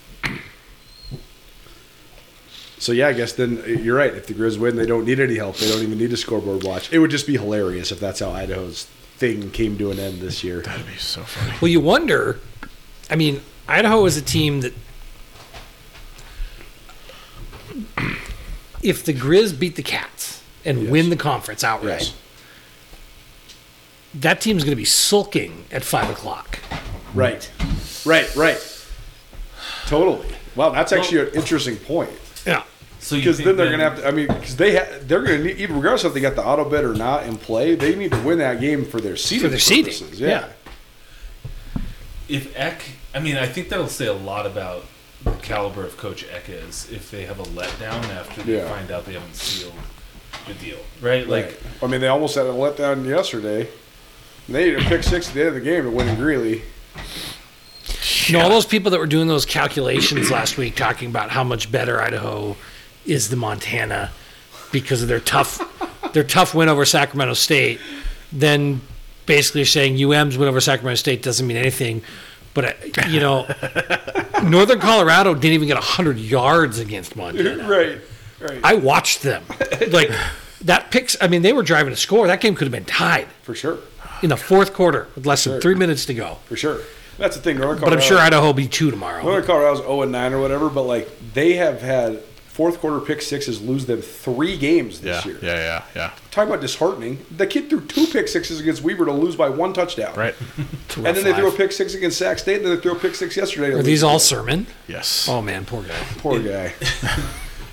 Speaker 4: So yeah, I guess then uh, you're right. If the Grizz win, they don't need any help. They don't even need a scoreboard watch. It would just be hilarious if that's how Idaho's thing came to an end this year.
Speaker 5: That'd be so funny.
Speaker 3: Well, you wonder. I mean, Idaho is a team that. If the Grizz beat the Cats and win the conference outright,
Speaker 4: Yes.
Speaker 3: that team's going to be sulking at five o'clock.
Speaker 4: Right, right, right. Totally. Wow, that's actually an interesting point.
Speaker 5: Yeah.
Speaker 1: So you
Speaker 4: Because
Speaker 1: think
Speaker 4: then they're going to have to. I mean, because they ha- they're going to need, even regardless if they got the auto bid or not in play, they need to win that game for their seeding.
Speaker 3: their seeding,
Speaker 4: purposes.
Speaker 3: yeah.
Speaker 1: if Eck. I mean, I think that'll say a lot about the caliber of Coach Eck is if they have a letdown after they
Speaker 4: Yeah.
Speaker 1: find out they haven't sealed the deal, right? Like,
Speaker 4: Right. I mean, they almost had a letdown yesterday. And They needed a pick six at the end of the game to win in Greeley.
Speaker 3: You know, all those people that were doing those calculations last week talking about how much better Idaho is than Montana because of their tough their tough win over Sacramento State, then basically saying UM's win over Sacramento State doesn't mean anything. But uh, you know, Northern Colorado didn't even get hundred yards against Montana.
Speaker 4: Right. Right.
Speaker 3: I watched them like that picks. I mean, they were driving to score. That game could have been tied
Speaker 4: For sure.
Speaker 3: in the fourth quarter with less than
Speaker 4: Sure.
Speaker 3: three minutes to go.
Speaker 4: For sure. That's the thing. Northern
Speaker 3: But I'm
Speaker 4: Colorado-
Speaker 3: sure Idaho will be two tomorrow.
Speaker 4: Northern Colorado's 0 and 9 or whatever, but like they have had fourth quarter pick sixes lose them three games
Speaker 5: Yeah.
Speaker 4: this
Speaker 5: Yeah.
Speaker 4: year.
Speaker 5: Yeah. Yeah.
Speaker 4: Talking about disheartening. The kid threw two pick sixes against Weber to lose by one touchdown.
Speaker 5: Right.
Speaker 4: And then they threw a pick six against Sac State, and then they threw a pick six yesterday. to
Speaker 3: Are
Speaker 4: lose.
Speaker 3: these all sermon?
Speaker 5: Yes.
Speaker 3: Oh man, poor guy.
Speaker 4: poor guy?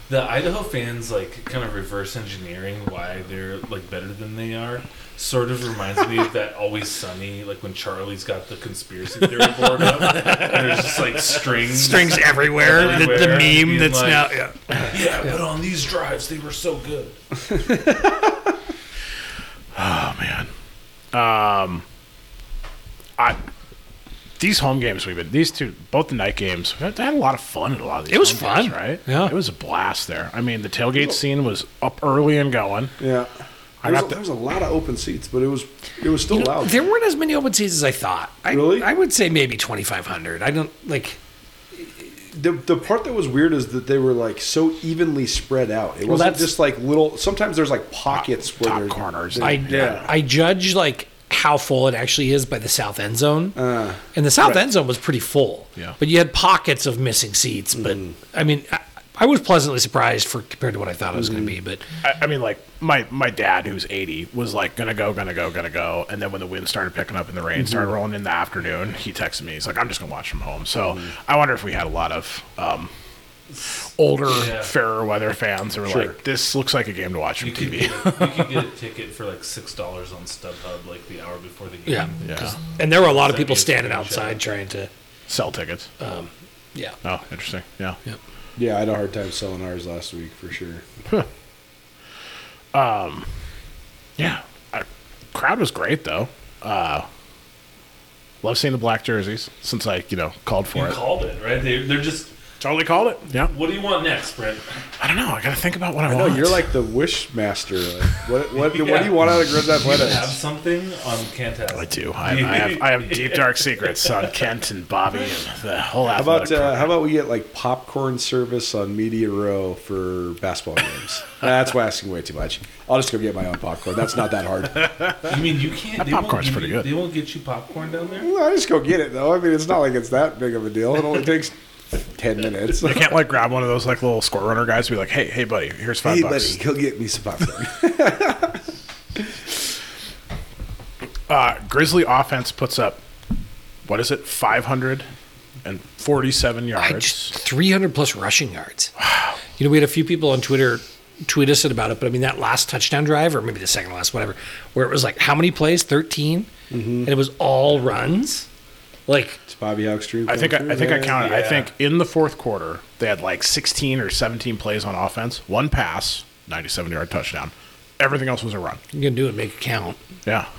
Speaker 1: the Idaho fans like kind of reverse engineering why they're like better than they are. Sort of reminds me of that Always Sunny, like when Charlie's got the conspiracy theory board up, and there's just like strings,
Speaker 3: Strings everywhere.
Speaker 1: The- the Everywhere. meme Being that's like- now-
Speaker 3: Yeah.
Speaker 1: Yeah, but on these drives they were so good.
Speaker 5: Oh man. Um, I these home games we've been these two both the night games. They had a lot of fun in a lot of these.
Speaker 3: It was
Speaker 5: home games,
Speaker 3: fun.
Speaker 5: right?
Speaker 3: Yeah.
Speaker 5: It was a blast there. I mean, the tailgate scene was up early and going.
Speaker 4: Yeah.
Speaker 5: I
Speaker 4: There
Speaker 5: got
Speaker 4: was,
Speaker 5: the-
Speaker 4: there was a lot of open seats, but it was it was still loud.
Speaker 3: There weren't as many open seats as I thought. I,
Speaker 4: Really?
Speaker 3: I would say maybe twenty five hundred. I don't like.
Speaker 4: The, the part that was weird is that they were like so evenly spread out. It wasn't
Speaker 3: that's-
Speaker 4: just like little. Sometimes there's like pockets where
Speaker 5: top
Speaker 4: they're-
Speaker 5: corners.
Speaker 4: they're-
Speaker 3: I
Speaker 4: yeah.
Speaker 3: I judge like how full it actually is by the south end zone, and the south end zone was pretty full.
Speaker 5: Yeah.
Speaker 3: But you had pockets of missing seats. But I mean, I, I was pleasantly surprised for compared to what I thought it was going to be. But
Speaker 5: I, I mean, like my my dad, who's eighty, was like gonna go, gonna go, gonna go, and then when the wind started picking up and the rain started rolling in the afternoon, he texted me. He's like, "I'm just gonna watch from home." So I wonder if we had a lot of um, older,
Speaker 1: Yeah.
Speaker 5: fairer weather fans who were
Speaker 4: Sure.
Speaker 5: like, "This looks like a game to watch from
Speaker 1: You could, get,
Speaker 5: TV."
Speaker 1: you could get a ticket for like six dollars on StubHub like the hour before the game.
Speaker 3: yeah,
Speaker 5: yeah,
Speaker 3: and there were a lot of
Speaker 1: Send me
Speaker 3: people
Speaker 1: a
Speaker 3: standing
Speaker 1: screenshot.
Speaker 3: outside trying to.
Speaker 5: sell tickets.
Speaker 3: Yeah.
Speaker 5: Oh, interesting. Yeah.
Speaker 3: Yeah.
Speaker 4: yeah, I had a hard time selling ours last week for sure.
Speaker 5: Um, Yeah. I, crowd was great though. Uh, love seeing the black jerseys since I, you know, called for
Speaker 1: You
Speaker 5: it.
Speaker 1: called it right. They, they're just.
Speaker 5: totally called it. Yeah.
Speaker 1: What do you want next, Brent?
Speaker 5: I don't know. I gotta think about what I,
Speaker 4: I know
Speaker 5: want.
Speaker 4: you're like the wish master. Like, what what, what
Speaker 1: Yeah.
Speaker 4: do you want out of Grizz
Speaker 1: Do you have
Speaker 4: Athletics?
Speaker 1: something on Cantas?
Speaker 5: I do. I, I have I have deep dark secrets on Kent and Bobby and the whole
Speaker 4: How about
Speaker 5: athletic
Speaker 4: uh,
Speaker 5: program.
Speaker 4: how about we get like popcorn service on Media Row for basketball games? That's why asking way too much. I'll just go get my own popcorn. That's not that hard.
Speaker 1: You mean you can't?
Speaker 5: That
Speaker 1: they won't
Speaker 5: popcorn's
Speaker 1: give
Speaker 5: pretty
Speaker 1: you-
Speaker 5: good.
Speaker 1: They won't get you popcorn down there.
Speaker 4: I just go get it though. I mean, it's not like it's that big of a deal. It only takes ten minutes.
Speaker 5: I can't like grab one of those like little score runner guys and be like, hey, hey buddy, here's five
Speaker 4: Hey,
Speaker 5: bucks.
Speaker 4: buddy, go get me some popcorn.
Speaker 5: Uh, Grizzly offense puts up what is it, five hundred and forty-seven
Speaker 3: I
Speaker 5: yards.
Speaker 3: just 300 plus rushing yards. You know, we had a few people on Twitter tweet us about it, but I mean, that last touchdown drive, or maybe the second last, whatever, where it was like how many plays? 13? And it was all runs. Like
Speaker 4: It's Bobby Hawk's dream.
Speaker 5: I think I, I think I counted. I
Speaker 1: Yeah.
Speaker 5: think in the fourth quarter they had like 16 or 17 plays on offense, one pass, 97 yard touchdown. Everything else was a run.
Speaker 3: you can do it, make it count.
Speaker 5: Yeah,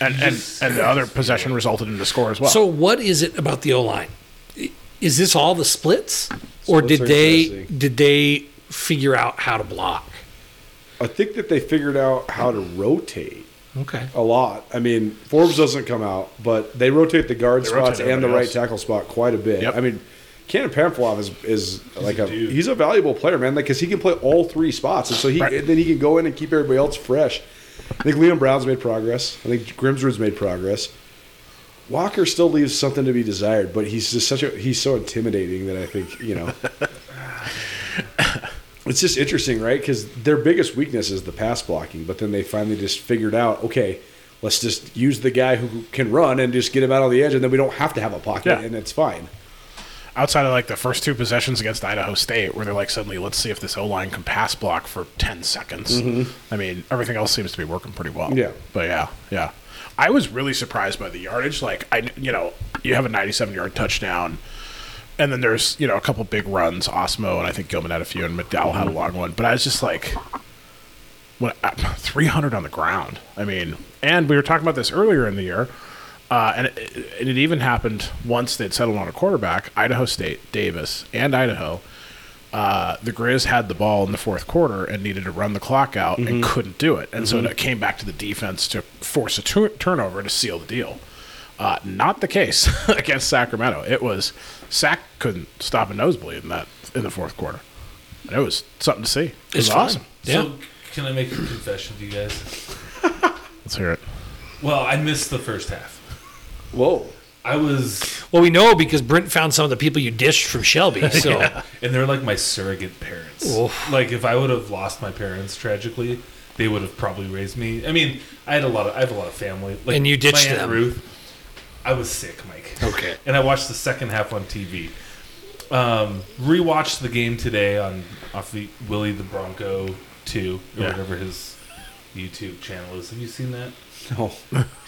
Speaker 5: and and and the other possession resulted in a score as well.
Speaker 3: So what is it about the O line? Is this all the splits, or
Speaker 4: Splits
Speaker 3: did
Speaker 4: are
Speaker 3: they
Speaker 4: interesting.
Speaker 3: did they figure out how to block?
Speaker 4: I think that they figured out how to rotate
Speaker 3: Okay.
Speaker 4: a lot. I mean, Forbes doesn't come out, but they rotate the guard
Speaker 5: They rotate
Speaker 4: spots and the
Speaker 5: everybody
Speaker 4: right
Speaker 5: else.
Speaker 4: tackle spot quite a bit.
Speaker 5: Yep.
Speaker 4: I mean, Cannon Pamphilov is is like
Speaker 1: a
Speaker 4: a,
Speaker 1: dude.
Speaker 4: he's a valuable player, man, because he can play all three spots, and so he
Speaker 5: Right.
Speaker 4: and then he can go in and keep everybody else fresh. I think Liam Brown's made progress. I think Grimswood's made progress. Walker still leaves something to be desired, but he's just such a he's so intimidating that I think you know. It's just interesting, right? Because their biggest weakness is the pass blocking, but then they finally just figured out, okay, let's just use the guy who can run and just get him out on the edge, and then we don't have to have a pocket,
Speaker 5: Yeah.
Speaker 4: and it's fine.
Speaker 5: outside of like the first two possessions against Idaho State, where they're like suddenly, let's see if this O line can pass block for ten seconds. I mean, everything else seems to be working pretty well.
Speaker 4: Yeah.
Speaker 5: but yeah, yeah. I was really surprised by the yardage. Like I, you know, you have a 97 yard touchdown, and then there's you know a couple big runs. Osmo and I think Gilman had a few, and McDowell had a long one. But I was just like, what 300 on the ground. I mean, and we were talking about this earlier in the year, uh, and it, and it even happened once they'd settled on a quarterback. Idaho State, Davis, and Idaho. Uh, the Grizz had the ball in the fourth quarter and needed to run the clock out and couldn't do it, and so it came back to the defense to force a tu- turnover to seal the deal. Uh, not the case against Sacramento. It was Sac couldn't stop a nosebleed in that in the fourth quarter. And it was something to see. It was
Speaker 3: fun.
Speaker 5: awesome.
Speaker 3: Yeah.
Speaker 1: So, can I make a confession to you guys?
Speaker 5: Let's hear it.
Speaker 1: Well, I missed the first half.
Speaker 4: Whoa.
Speaker 1: I was,
Speaker 3: well, we know because Brent found some of the people you dished from Shelby. So
Speaker 1: and they're like my surrogate parents.
Speaker 3: Oof.
Speaker 1: Like, if I would have lost my parents tragically, they would have probably raised me. I mean, I had a lot of, I have a lot of family. Like,
Speaker 3: And you ditched
Speaker 1: my Aunt
Speaker 3: them.
Speaker 1: Ruth. I was sick, Mike.
Speaker 3: okay.
Speaker 1: and I watched the second half on TV. Um, rewatched the game today on off the Willie the Bronco two or
Speaker 5: Yeah.
Speaker 1: whatever his YouTube channel is. Have you seen that?
Speaker 4: No.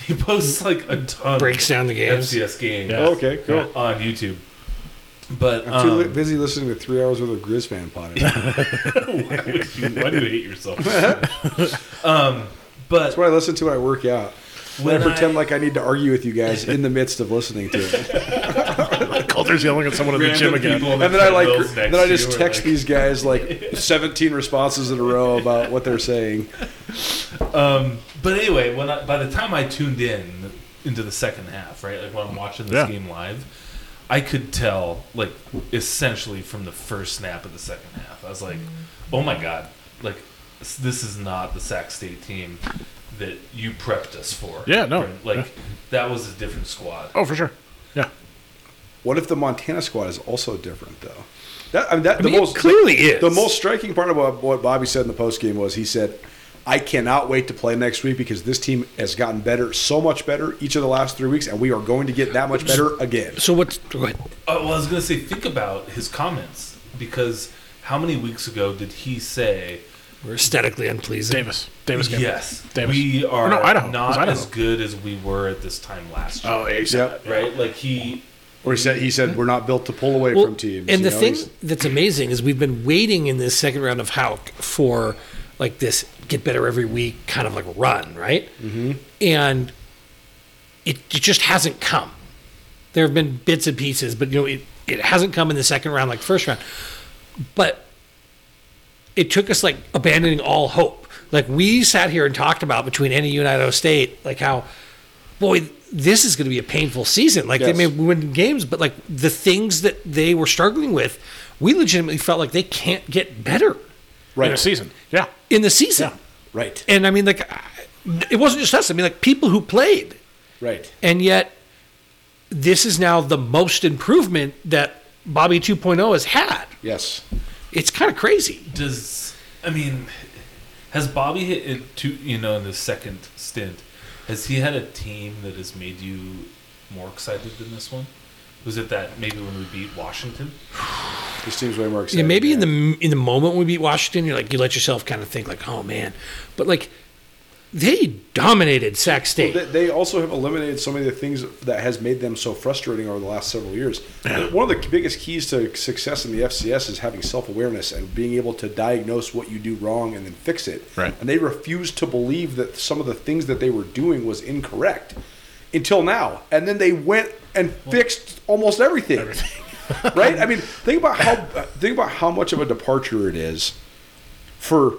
Speaker 1: He posts like a ton
Speaker 3: Breaks down the
Speaker 1: of
Speaker 3: games.
Speaker 1: FCS games
Speaker 5: Yeah.
Speaker 4: Okay, cool.
Speaker 1: on YouTube. But
Speaker 4: I'm too li-
Speaker 1: um,
Speaker 4: busy listening to three hours worth of Grizz fan podcast.
Speaker 1: why, would you, why do you hate yourself? um, but
Speaker 4: That's what I listen to when I work out. When I
Speaker 1: When
Speaker 4: pretend
Speaker 1: I-
Speaker 4: like I need to argue with you guys in the midst of listening to it,
Speaker 5: Coulter's yelling at someone in the
Speaker 1: random
Speaker 5: gym again.
Speaker 1: people on the
Speaker 4: and then I like,
Speaker 1: treadmills next
Speaker 4: then I
Speaker 1: to
Speaker 4: just
Speaker 1: you are
Speaker 4: text
Speaker 1: like-
Speaker 4: these guys like 17 responses in a row about what they're saying.
Speaker 1: But anyway, when I, by the time I tuned in into the second half, right, like when I'm watching this
Speaker 5: Yeah.
Speaker 1: game live, I could tell, like, essentially from the first snap of the second half, I was like, "Oh my god, like, s- this is not the Sac State team that you prepped us for."
Speaker 5: Yeah, no.
Speaker 1: like
Speaker 5: Yeah.
Speaker 1: that was a different squad.
Speaker 5: Oh, for sure. Yeah.
Speaker 4: What if the Montana squad is also different though? That, I mean, that,
Speaker 3: I
Speaker 4: the
Speaker 3: mean, it
Speaker 4: most
Speaker 3: clearly is.
Speaker 4: The most striking part about what Bobby said in the post game was he said, "I cannot wait to play next week because this team has gotten better, so much better each of the last three weeks, and we are going to get that much better again."
Speaker 3: So what's go ahead.
Speaker 1: Oh, well, I was gonna say, think about his comments because how many weeks ago did he say?
Speaker 3: we're aesthetically unpleasing?
Speaker 5: Davis. Davis game.
Speaker 1: Yes,
Speaker 5: Davis.
Speaker 1: we are
Speaker 5: no, Idaho. It was
Speaker 1: not
Speaker 5: Idaho.
Speaker 1: as good as we were at this time last year.
Speaker 5: Oh, yeah, you said
Speaker 4: Yep.
Speaker 5: that.
Speaker 1: right? Like he,
Speaker 4: Or he said, "He said we're not built to pull away
Speaker 3: Well,
Speaker 4: from teams."
Speaker 3: And the
Speaker 4: you know,
Speaker 3: thing
Speaker 4: he's-
Speaker 3: that's amazing is we've been waiting in this second round of Hauk for like this get better every week kind of like run, right? Mm-hmm. And it, it just hasn't come. There have been bits and pieces, but you know it, it hasn't come in the second round like first round. But it took us like abandoning all hope. Like we sat here and talked about between NAU and Idaho State, like how, boy, this is going to be a painful season. Like
Speaker 4: Yes.
Speaker 3: they may win games, but like the things that they were struggling with, we legitimately felt like they can't get better
Speaker 5: Right. In a season. Yeah.
Speaker 3: in the season.
Speaker 4: right,
Speaker 3: And I mean, like I- it wasn't just us. I mean, like people who played,
Speaker 4: right.
Speaker 3: and yet this is now the most improvement that Bobby 2.0 has had.
Speaker 4: Yes,
Speaker 3: It's kind of crazy.
Speaker 1: does I mean, has Bobby hit it to you know in the second stint? Has he had a team that has made you more excited than this one? Was it that maybe when we beat Washington?
Speaker 4: this team's way more
Speaker 3: Yeah,
Speaker 4: exciting.
Speaker 3: maybe in
Speaker 4: man.
Speaker 3: the in the moment when we beat Washington, you're like you let yourself kind of think like, oh man, but like they dominated Sac State.
Speaker 4: They, they also have eliminated so many of the things that has made them so frustrating over the last several years. One of the biggest keys to success in the FCS is having self awareness and being able to diagnose what you do wrong and then fix it.
Speaker 5: Right.
Speaker 4: And they refused to believe that some of the things that they were doing was incorrect until now. And then they went and fixed almost everything. right? I mean, think about how think about how much of a departure it is for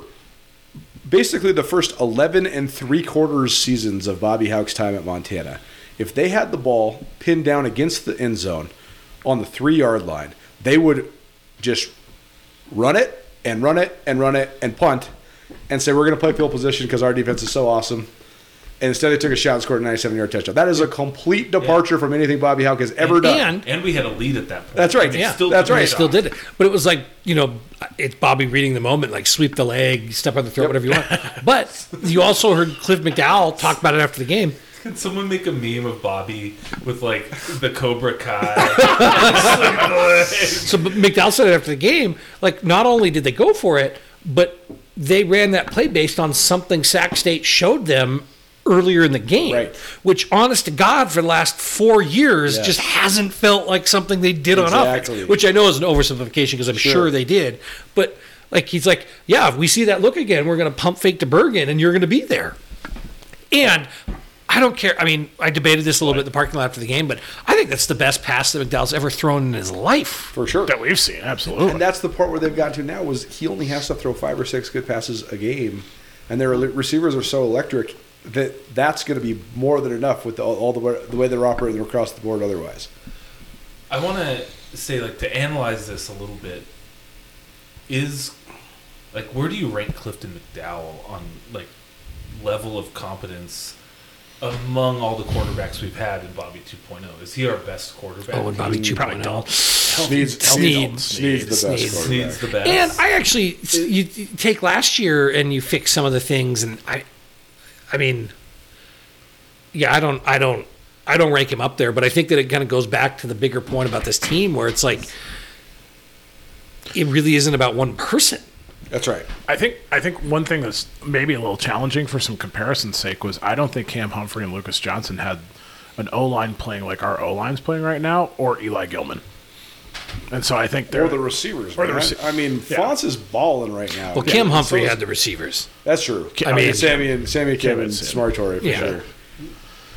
Speaker 4: basically the first 11 and three quarters seasons of Bobby Houck's time at Montana, if they had the ball pinned down against the end zone on the three yard line, they would just run it and run it and run it and punt and say, We're going to play field position because our defense is so awesome. And instead, they took a shot and scored a 97 yard touchdown. That is a complete departure from anything Bobby Houck has ever done.
Speaker 3: And
Speaker 1: And we had a lead at that point.
Speaker 4: That's right.
Speaker 1: They
Speaker 4: Yeah.
Speaker 1: still
Speaker 4: That's
Speaker 1: took a
Speaker 4: right.
Speaker 3: they
Speaker 1: shot.
Speaker 3: still did it. But it was like, you know, it's Bobby reading the moment, like sweep the leg, step on the throat, whatever you want. But you also heard Cliff McDowell talk about it after the game.
Speaker 1: Could someone make a meme of Bobby with like the Cobra Kai?
Speaker 3: So but McDowell said it after the game, like not only did they go for it, but they ran that play based on something Sac State showed them earlier in the game,
Speaker 4: Right.
Speaker 3: which, honest to God, for the last four years,
Speaker 4: Yeah.
Speaker 3: just hasn't felt like something they did on
Speaker 4: Exactly.
Speaker 3: offense. Which I know is an oversimplification because I'm sure. they did, but like he's like, yeah, if we see that look again, we're going to pump fake to Bergen, and you're going to be there. And I don't care. I mean, I debated this a little bit in the parking lot after the game, but I think that's the best pass that McDowell's ever thrown in his life.
Speaker 4: For sure.
Speaker 5: that we've seen. Absolutely.
Speaker 4: And that's the part where they've gotten to now is he only has to throw five or six good passes a game, and their ele- receivers are so electric that that's going to be more than enough with all, all the, way, the way they're operating across the board. Otherwise,
Speaker 1: I want to say, like, to analyze this a little bit, is like, where do you rank Clifton McDowell on like level of competence among all the quarterbacks we've had in Bobby 2.0? Is he our best quarterback?
Speaker 3: Oh, and Bobby 2.0.
Speaker 4: Sneed's,
Speaker 3: Sneed.
Speaker 4: Sneed's the best.
Speaker 3: Sneed.
Speaker 4: quarterback.
Speaker 1: Needs the best.
Speaker 3: And I actually, you you take last year and you fix some of the things, and I, I mean, yeah, I don't, I don't, I don't rank him up there, but I think that it kind of goes back to the bigger point about this team, where it's like, it really isn't about one person.
Speaker 4: That's right.
Speaker 5: I think I think one thing that's maybe a little challenging for some comparison's sake was I don't think Cam Humphrey and Lucas Johnson had an O line playing like our O line's playing right now, or Eli Gilman. And so I think they're
Speaker 4: Or the receivers.
Speaker 5: Or the
Speaker 4: man.
Speaker 5: rece-
Speaker 4: I mean,
Speaker 5: Yeah.
Speaker 4: Fonz is balling right now.
Speaker 3: Well,
Speaker 4: Yeah,
Speaker 3: Kim
Speaker 4: so
Speaker 3: Humphrey
Speaker 4: is-
Speaker 3: had the receivers.
Speaker 4: That's true.
Speaker 5: I
Speaker 4: I
Speaker 5: mean,
Speaker 4: mean, Sammy and Sammy Kim and
Speaker 5: and Sam.
Speaker 4: Smartori for
Speaker 3: Yeah.
Speaker 4: sure.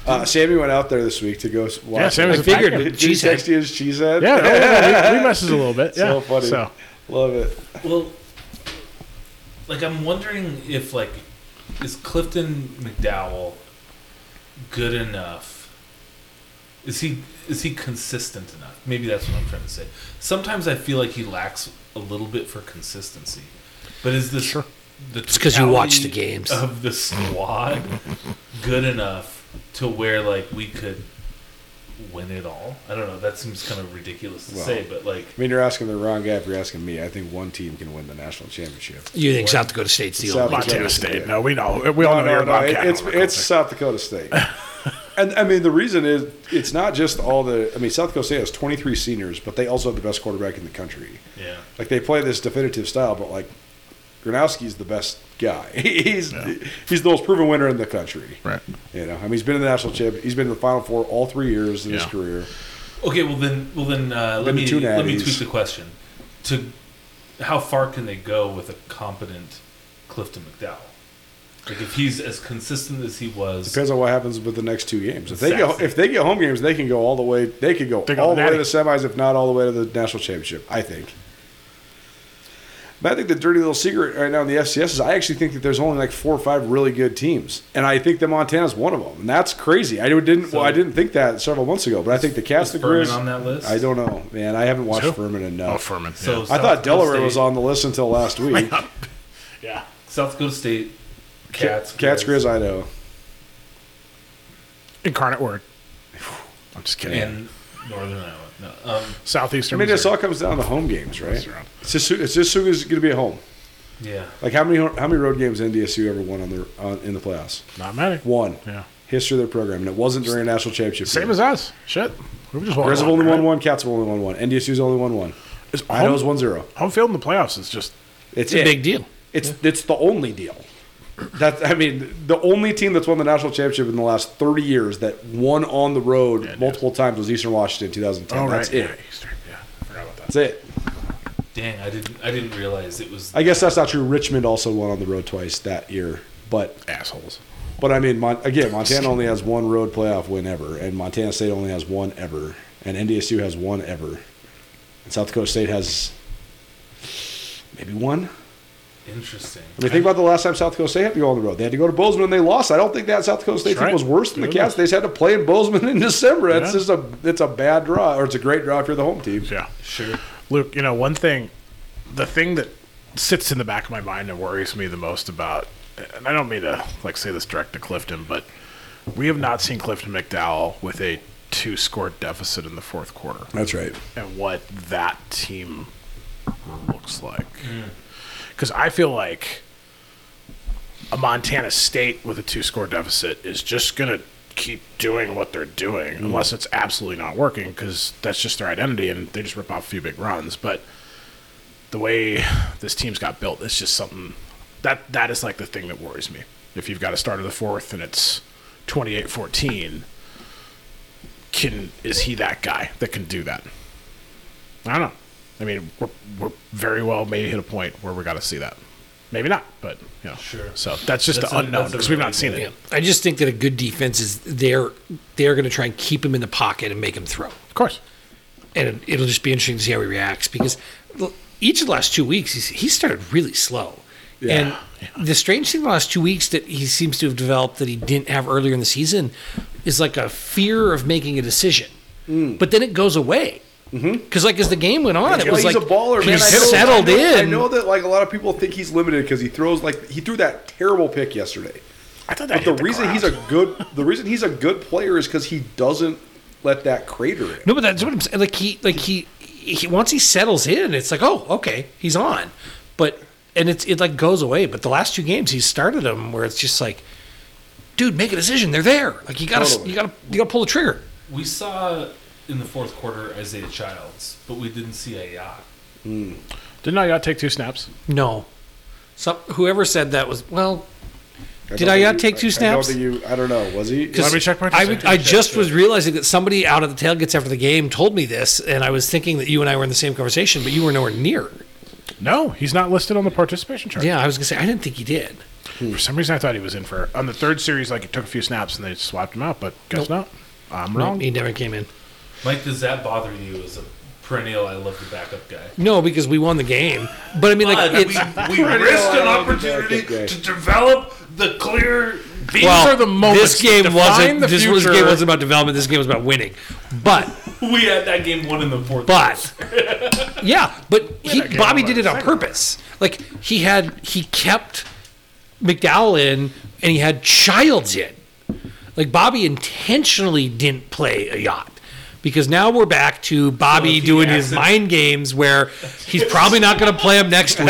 Speaker 4: Uh, Sammy went out there this week to go s- watch.
Speaker 5: Sammy's
Speaker 3: I
Speaker 5: a
Speaker 3: figured
Speaker 5: backup.
Speaker 3: with
Speaker 4: Did he
Speaker 3: Cheesehead.
Speaker 4: text you his cheese head?
Speaker 5: Yeah, no, no, no, we, we messes a little bit. Yeah.
Speaker 4: so funny.
Speaker 5: So
Speaker 4: Love it.
Speaker 1: Well, like I'm wondering if like is Clifton McDowell good enough? Is he is he consistent enough? Maybe that's what I'm trying to say. Sometimes I feel like he lacks a little bit for consistency. But is this
Speaker 5: Sure.
Speaker 1: the
Speaker 3: It's 'cause you watch the
Speaker 1: totality
Speaker 3: games.
Speaker 1: of the squad good enough to where like we could win it all? I don't know. That seems kind of ridiculous to
Speaker 4: Well,
Speaker 1: say, but like
Speaker 4: I mean, you're asking the wrong guy if you're asking me. I think one team can win the national championship.
Speaker 3: You think South Dakota State's the
Speaker 4: South
Speaker 3: only?
Speaker 4: Dakota.
Speaker 5: Montana
Speaker 4: Johnson,
Speaker 5: State.
Speaker 4: yeah.
Speaker 5: No, we know. We all know you're about
Speaker 4: it-
Speaker 5: Cat
Speaker 4: it's
Speaker 5: Oliver
Speaker 4: it's
Speaker 5: Culture.
Speaker 4: South Dakota State, and I mean the reason is it's not just all the. I mean South Dakota State has 23 seniors, but they also have the best quarterback in the country.
Speaker 1: yeah.
Speaker 4: Like they play this definitive style, but like Gronowski's the best guy. he's he's the most proven winner in the country.
Speaker 5: right.
Speaker 4: You know, I mean he's been in the national champ. He's been in the Final Four all three years in his
Speaker 5: Yeah.
Speaker 4: career.
Speaker 1: Okay, well then, well then, uh, let
Speaker 4: Then the
Speaker 1: me
Speaker 4: two
Speaker 1: let me
Speaker 4: natties.
Speaker 1: tweak the question to how far can they go with a competent Clifton McDowell? Like if he's as consistent as he was,
Speaker 4: Depends on what happens with the next two games. If they get
Speaker 1: Exactly.
Speaker 4: if they get home games, they can go all the way. They could go
Speaker 5: They go
Speaker 4: all the way to
Speaker 5: natty.
Speaker 4: the semis, if not all the way to the national championship. I think. But I think the dirty little secret right now in the FCS is I actually think that there's only like four or five really good teams, and I think that Montana's one of them, and that's crazy. I didn't
Speaker 1: So-
Speaker 4: well, I didn't think that several months ago, but I think the
Speaker 1: was
Speaker 4: cast the
Speaker 1: Furman
Speaker 4: Grizz.
Speaker 1: on that list.
Speaker 4: I don't know, man. I haven't watched
Speaker 5: Who?
Speaker 4: Furman
Speaker 5: Oh,
Speaker 4: enough.
Speaker 5: Furman.
Speaker 1: So
Speaker 5: yeah.
Speaker 4: I
Speaker 1: South
Speaker 4: thought
Speaker 1: Dakota
Speaker 4: Delaware
Speaker 1: State-
Speaker 4: was on the list until last week.
Speaker 5: yeah.
Speaker 1: South Dakota State,
Speaker 4: Cats,
Speaker 1: Cats,
Speaker 4: Cats, Grizz, Idaho.
Speaker 5: Incarnate Word. I'm just kidding.
Speaker 1: and Northern Iowa. No, um,
Speaker 4: I
Speaker 5: Southeastern.
Speaker 4: mean, this
Speaker 5: Missouri.
Speaker 4: all comes down to home games, right?
Speaker 5: Missouri.
Speaker 4: It's just who- it's just who is going to be at home.
Speaker 1: yeah,
Speaker 4: Like how many how many road games NDSU ever won on their on, in the playoffs?
Speaker 5: Not many.
Speaker 4: One.
Speaker 5: Yeah.
Speaker 4: History of their program, and it wasn't during a national championship.
Speaker 5: Same
Speaker 4: year.
Speaker 5: as us. Shit. We just
Speaker 4: Grizz have only
Speaker 5: right?
Speaker 4: won one. Cats have only won one. NDSU's only won one.
Speaker 5: It's home,
Speaker 4: Idaho's one zero.
Speaker 5: home field in the playoffs is just
Speaker 3: It's
Speaker 4: It's,
Speaker 3: a
Speaker 4: it.
Speaker 3: big deal.
Speaker 4: It's it's the only deal. That's I mean the only team that's won the national championship in the last 30 years that won on the road multiple times was Eastern Washington in 2010.
Speaker 5: Oh,
Speaker 4: that's
Speaker 5: right.
Speaker 4: it.
Speaker 5: Yeah, Eastern. Yeah, I forgot about that.
Speaker 4: That's it.
Speaker 1: Dang, I didn't. I didn't realize it was.
Speaker 4: I guess that's not true. Richmond also won on the road twice that year, but
Speaker 5: Assholes.
Speaker 4: but I mean Mon- again Montana only has one road playoff win ever, and Montana State only has one ever, and NDSU has one ever, and South Dakota State has maybe one.
Speaker 1: Interesting.
Speaker 4: I mean, think about the last time South Dakota State had to go on the road. They had to go to Bozeman and they lost. I don't think that South Dakota State
Speaker 5: That's
Speaker 4: team
Speaker 5: right.
Speaker 4: was worse than the
Speaker 5: Really?
Speaker 4: Cats. They just had to play in Bozeman in December. It's
Speaker 5: Yeah.
Speaker 4: just a it's a bad draw, or it's a great draw if you're the home team.
Speaker 5: Yeah.
Speaker 1: Sure.
Speaker 5: Luke, you know, one thing, the thing that sits in the back of my mind and worries me the most about, and I don't mean to like say this direct to Clifton, but we have not seen Clifton McDowell with a two score deficit in the fourth quarter
Speaker 4: That's right.
Speaker 5: and what that team looks like. Because I feel like a Montana State with a two score deficit is just going to keep doing what they're doing unless it's absolutely not working because that's just their identity and they just rip off a few big runs. But the way this team's got built is just something that that is like the thing that worries me. If you've got a start of the fourth and it's 28 14, can is he that guy that can do that? I don't know. I mean, we're, we're very well maybe hit a point where we got to see that. Maybe not, but you know.
Speaker 1: Sure.
Speaker 5: So that's just
Speaker 1: That's
Speaker 5: the
Speaker 1: a-
Speaker 5: unknown
Speaker 1: that's a
Speaker 5: because we've
Speaker 1: really
Speaker 5: not seen
Speaker 1: good-
Speaker 5: it.
Speaker 3: Yeah. I just think that a good defense is they're they're going to try and keep him in the pocket and make him throw.
Speaker 5: Of course.
Speaker 3: and it'll just be interesting to see how he reacts because l- each of the last two weeks he's, he started really slow. And the strange thing the last two weeks that he seems to have developed that he didn't have earlier in the season is like a fear of making a decision,
Speaker 4: Mm.
Speaker 3: but then it goes away. Because like as the game went on, it
Speaker 4: Well,
Speaker 3: was
Speaker 4: Mm-hmm. he's
Speaker 3: like
Speaker 4: a baller,
Speaker 3: he
Speaker 4: man. I know-
Speaker 3: settled
Speaker 4: I know,
Speaker 3: in.
Speaker 4: I know that like a lot of people think he's limited because he throws like he threw that terrible pick yesterday.
Speaker 5: I thought that
Speaker 4: But the reason he's a good the reason he's a good player is because he doesn't let that crater in.
Speaker 3: No, but that's what I'm saying. Like he, like he, he once he settles in, it's like, oh, okay, he's on. But and it's it like goes away. But the last two games, he started them where it's just like, dude, make a decision. They're there. Like you gotta,
Speaker 4: Totally.
Speaker 3: you gotta, you gotta pull the trigger.
Speaker 1: We saw in the fourth quarter Isaiah Childs, but we didn't see Ayat.
Speaker 5: Didn't I got take two snaps?
Speaker 3: No, some whoever said that was well.
Speaker 4: I
Speaker 3: Did
Speaker 4: don't
Speaker 3: I
Speaker 4: think
Speaker 3: not
Speaker 4: you-
Speaker 3: take two
Speaker 4: I-
Speaker 3: snaps?
Speaker 4: I don't, think you, I don't know. Was he?
Speaker 5: Let me check my
Speaker 3: I,
Speaker 5: percentage.
Speaker 3: would- I just was realizing that somebody out of the tailgates after the game told me this, and I was thinking that you and I were in the same conversation, but you were nowhere near.
Speaker 5: No, he's not listed on the participation chart.
Speaker 3: Yeah, I was gonna say I didn't think he did.
Speaker 5: For some reason, I thought he was in for on the third series. Like it took a few snaps and they swapped him out, but guess not. I'm
Speaker 3: No,
Speaker 5: wrong.
Speaker 3: he never came in.
Speaker 1: Mike, does that bother you as a perennial? I love the backup guy.
Speaker 3: No, because we won the game. But I mean, like,
Speaker 1: But
Speaker 3: it's,
Speaker 1: we, we risked an
Speaker 4: I love the
Speaker 1: opportunity
Speaker 4: backup guy.
Speaker 1: to develop the clear.
Speaker 5: These
Speaker 3: well,
Speaker 5: are the moments.
Speaker 3: This game
Speaker 5: that
Speaker 3: wasn't.
Speaker 5: define the
Speaker 3: This was-
Speaker 5: future.
Speaker 3: game wasn't about development. This game was about winning. But
Speaker 1: We had that game won in the fourth.
Speaker 3: but yeah, but he,
Speaker 5: that game
Speaker 3: Bobby
Speaker 5: won
Speaker 3: did it on purpose. Like he had he kept McDowell in and he had Childs in. Like Bobby intentionally didn't play a yacht. Because now we're back to Bobby
Speaker 1: if he
Speaker 3: doing his
Speaker 1: accident-
Speaker 3: mind games where he's probably not going to play him next week.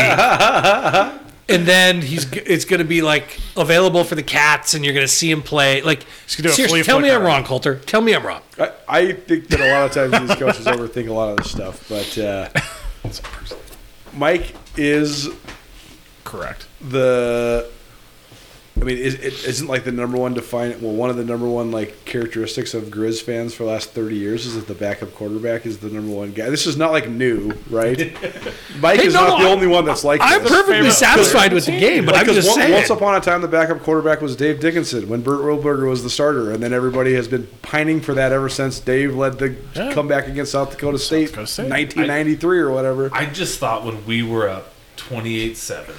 Speaker 3: and then he's g- it's going to be like available for the cats and you're going to see him play like
Speaker 5: gonna do a
Speaker 3: seriously,
Speaker 5: flea
Speaker 3: tell me
Speaker 5: flicker.
Speaker 3: I'm wrong, Coulter. Tell me I'm wrong.
Speaker 4: I, I think that a lot of times these coaches overthink a lot of this stuff, but uh, Mike is
Speaker 5: correct.
Speaker 4: the. I mean, is, it isn't like the number one define. Well, one of the number one like characteristics of Grizz fans for the last thirty years is that the backup quarterback is the number one guy. This is not like new, right? Mike
Speaker 3: Hey,
Speaker 4: is
Speaker 3: no,
Speaker 4: not
Speaker 3: no,
Speaker 4: the
Speaker 3: I-
Speaker 4: only one that's like.
Speaker 3: I'm
Speaker 4: this.
Speaker 3: perfectly satisfied with the game, but I'm
Speaker 4: Because
Speaker 3: just
Speaker 4: on-
Speaker 3: saying.
Speaker 4: Once upon a time, the backup quarterback was Dave Dickinson when Burt Wilberger was the starter, and then everybody has been pining for that ever since Dave led the
Speaker 5: Yeah.
Speaker 4: comeback against South Dakota State,
Speaker 5: Dakota State.
Speaker 4: 1993 or whatever.
Speaker 1: I just thought when we were up twenty-eight-seven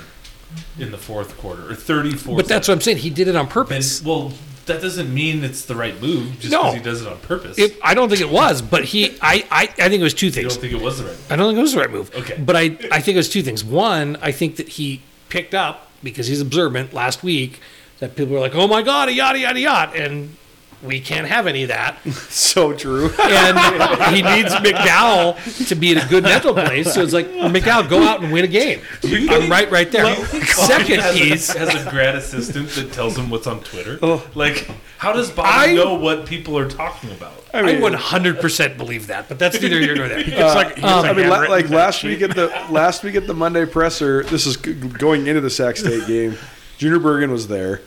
Speaker 1: in the fourth quarter or thirty-four.
Speaker 3: but that's what I'm saying. He did it on purpose.
Speaker 1: well, that doesn't mean it's the right move just
Speaker 3: No.
Speaker 1: because he does it on purpose.
Speaker 3: It, I don't think it was, but he, I, I, I think it was two
Speaker 1: you
Speaker 3: things.
Speaker 1: don't think it was the right move.
Speaker 3: I don't think it was the right move.
Speaker 1: Okay.
Speaker 3: But I, I think it was two things. One, I think that he picked up because he's observant last week that people were like, oh my God, a yada, yada, yada. And we can't have any of that.
Speaker 4: so true.
Speaker 3: And he needs McDowell to be in a good mental place. So it's like, McDowell, go out and win a game. I'm right, right there. Second
Speaker 1: has
Speaker 3: piece. Oh.
Speaker 1: a, has a grad assistant that tells him what's on Twitter. Like, how does Bobby
Speaker 3: I-
Speaker 1: know what people are talking about?
Speaker 3: I, Uh,
Speaker 4: mean-
Speaker 3: would 100% believe that, but that's neither here nor there.
Speaker 5: It's like he
Speaker 3: um,
Speaker 5: was
Speaker 4: I mean, la-
Speaker 5: handwritten
Speaker 4: like
Speaker 5: note
Speaker 4: last
Speaker 5: sheet.
Speaker 4: week at the last week at the Monday presser. This is g- going into the Sac State game. Junior Bergen was there.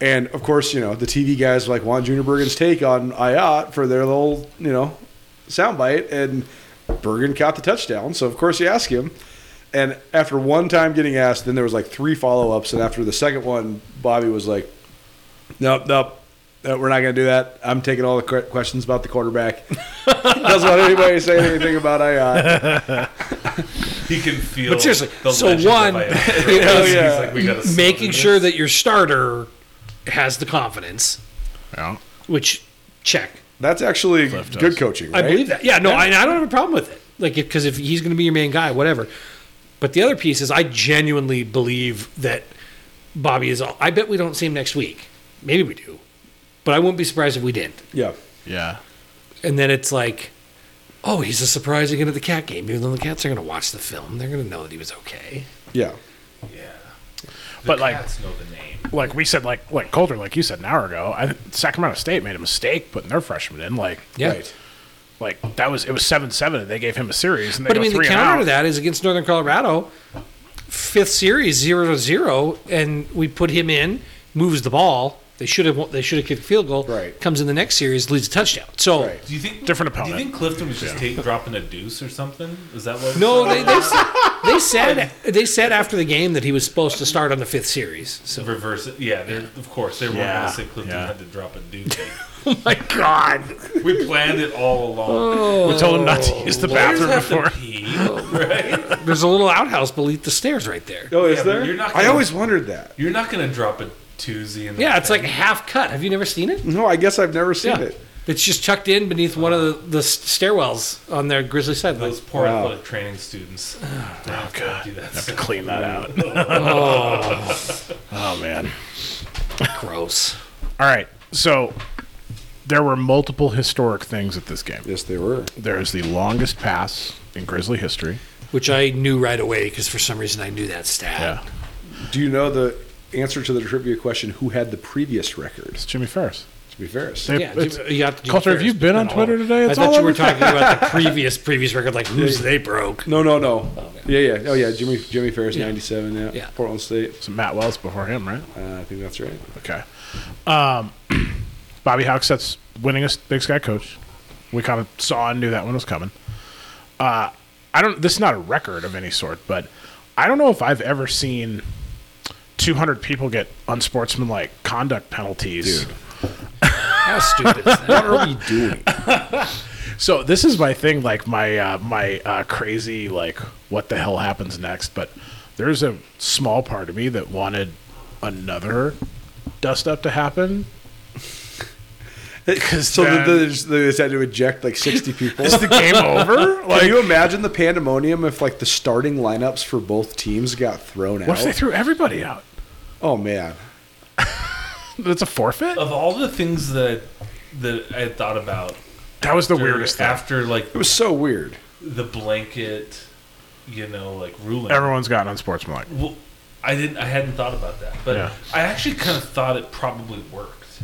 Speaker 4: And of course, you know, the TV guys like want Junior Bergen's take on Ayat for their little, you know, soundbite. And Bergen caught the touchdown. So of course you ask him. And after one time getting asked, then there was like three follow ups. And after the second one, Bobby was like, nope, nope. No, we're not going to do that. I'm taking all the que- questions about the quarterback. Doesn't want anybody saying anything about Ayat.
Speaker 1: He can feel.
Speaker 3: But seriously,
Speaker 1: the
Speaker 3: so
Speaker 1: legend of
Speaker 3: one,
Speaker 1: Iona.
Speaker 3: it
Speaker 4: Hell
Speaker 3: was
Speaker 4: yeah.
Speaker 1: we gotta settle
Speaker 3: making
Speaker 1: this.
Speaker 3: sure that your starter has the confidence,
Speaker 5: Yeah.
Speaker 3: which check.
Speaker 4: That's actually
Speaker 5: does.
Speaker 4: good coaching,
Speaker 3: I
Speaker 4: right?
Speaker 3: believe that. Yeah, no, I, I don't have a problem with it. Like, because if he's going to be your main guy, whatever. But the other piece is, I genuinely believe that Bobby is. All, I bet we don't see him next week. Maybe we do, but I wouldn't be surprised if we didn't.
Speaker 4: Yeah.
Speaker 5: Yeah.
Speaker 3: And then it's like, oh, he's a surprise again at the cat game. Even though the cats are going to watch the film, they're going to know that he was okay.
Speaker 4: Yeah.
Speaker 1: Yeah.
Speaker 5: But, like-
Speaker 1: cats know the name.
Speaker 5: Like we said, like like Coulter, like you said an hour ago, I, Sacramento State made a mistake putting their freshman in. Like
Speaker 3: Yeah.
Speaker 4: Right.
Speaker 5: like that was it was seven seven, and they gave him a series. And they
Speaker 3: But I
Speaker 5: go
Speaker 3: mean, the
Speaker 5: three and
Speaker 3: counter to
Speaker 5: out.
Speaker 3: that is against Northern Colorado, fifth series zero to zero, and we put him in, moves the ball. They should have they should have kicked a field goal.
Speaker 4: Right.
Speaker 3: Comes in the next series, leads a touchdown. So
Speaker 4: Right.
Speaker 1: Do you think
Speaker 5: Different
Speaker 1: Do you
Speaker 5: opponent.
Speaker 1: think Clifton was just take, dropping a deuce or something? Is that what?
Speaker 3: no, they they, they said they said after the game that he was supposed to start on the fifth series. So
Speaker 1: reverse it. Yeah, they're, of course they were
Speaker 5: Yeah,
Speaker 1: going to say Clifton
Speaker 5: yeah.
Speaker 1: had to drop a deuce.
Speaker 3: my God,
Speaker 1: we planned it all along.
Speaker 5: we told him not to use the
Speaker 1: Players
Speaker 5: bathroom
Speaker 1: have to
Speaker 5: before.
Speaker 1: pee, right?
Speaker 3: there's a little outhouse beneath the stairs right there.
Speaker 4: Oh, is
Speaker 1: Yeah, but
Speaker 4: there?
Speaker 1: you're not
Speaker 4: I
Speaker 1: gonna-
Speaker 4: always wondered that.
Speaker 1: You're not going to drop a twosie in.
Speaker 3: Yeah,
Speaker 1: that
Speaker 3: it's like
Speaker 1: thing.
Speaker 3: half cut. Have you never seen it?
Speaker 4: No, I guess I've never seen
Speaker 3: Yeah,
Speaker 4: it.
Speaker 3: it's just tucked in beneath one of the, the stairwells on their Grizzly side. Like,
Speaker 1: those poor
Speaker 4: Wow.
Speaker 1: athletic training students. Oh,
Speaker 5: God.
Speaker 1: do that
Speaker 5: have to
Speaker 1: stuff.
Speaker 5: clean that out. oh man.
Speaker 3: gross.
Speaker 5: All right. So there were multiple historic things at this game.
Speaker 4: Yes, they were.
Speaker 5: There is the longest pass in Grizzly history.
Speaker 3: which I knew right away because for some reason I knew that stat.
Speaker 5: Yeah.
Speaker 4: Do you know the answer to the trivia question? Who had the previous record?
Speaker 5: It's Jimmy Ferris.
Speaker 4: To be fair,
Speaker 5: They-
Speaker 3: Yeah,
Speaker 5: it's-
Speaker 3: you got to do
Speaker 5: Coulter, have
Speaker 3: first,
Speaker 5: you been
Speaker 3: but
Speaker 5: on
Speaker 3: no.
Speaker 5: Twitter today?
Speaker 3: I
Speaker 5: It's
Speaker 3: thought
Speaker 5: all
Speaker 3: you were
Speaker 5: over-
Speaker 3: talking about the previous previous record, like who's they broke.
Speaker 4: no, no, no. yeah. yeah, Oh, yeah. Jimmy Jimmy Ferris, ninety-seven. Yeah.
Speaker 3: Yeah.
Speaker 4: Portland State.
Speaker 5: It's Matt Wells before him, right?
Speaker 4: Uh, I think that's right.
Speaker 5: Okay. Um, Bobby Hawk sets winning a Big Sky coach. We kind of saw and knew that one was coming. Uh, I don't. This is not a record of any sort, but I don't know if I've ever seen 200 people get unsportsmanlike conduct penalties.
Speaker 3: How stupid is that?
Speaker 4: What are we doing?
Speaker 5: So this is my thing, like my uh, my uh, crazy, like what the hell happens next. But there's a small part of me that wanted another dust up to happen.
Speaker 4: so
Speaker 5: then-
Speaker 4: that they, just, they just had to eject like sixty people.
Speaker 5: Is the game over? Like,
Speaker 4: Can you imagine the pandemonium if like the starting lineups for both teams got thrown
Speaker 5: what if they
Speaker 4: out?
Speaker 5: threw everybody out?
Speaker 4: oh man.
Speaker 5: That's a forfeit.
Speaker 1: of all the things that that I had thought about.
Speaker 5: That was the
Speaker 1: after-
Speaker 5: weirdest thing.
Speaker 1: after like
Speaker 4: It was so weird.
Speaker 1: the blanket, you know, like ruling.
Speaker 5: Everyone's gotten unsportsmanlike.
Speaker 1: Well, I didn't. I hadn't thought about that, but
Speaker 5: Yeah.
Speaker 1: I actually kind of thought it probably worked.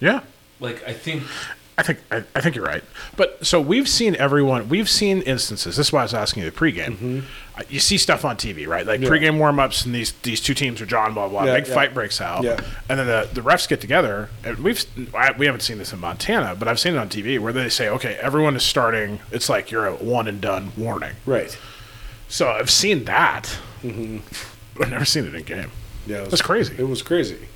Speaker 5: Yeah.
Speaker 1: Like I think
Speaker 5: I think I, I think you're right. But so we've seen everyone. We've seen instances. This is why I was asking you the pregame.
Speaker 4: Mm-hmm.
Speaker 5: Uh, You see stuff on TV, right? Like pregame warm ups, and these these two teams are John blah blah.
Speaker 4: Yeah,
Speaker 5: big
Speaker 4: yeah.
Speaker 5: fight breaks out,
Speaker 4: Yeah.
Speaker 5: and then the, the refs get together. And we've I, we haven't seen this in Montana, but I've seen it on TV where they say, okay, everyone is starting. It's like you're a one and done warning.
Speaker 4: Right.
Speaker 5: So I've seen that. I've never seen it in game.
Speaker 4: Mm-hmm. Yeah, it
Speaker 5: That's crazy.
Speaker 4: It was crazy.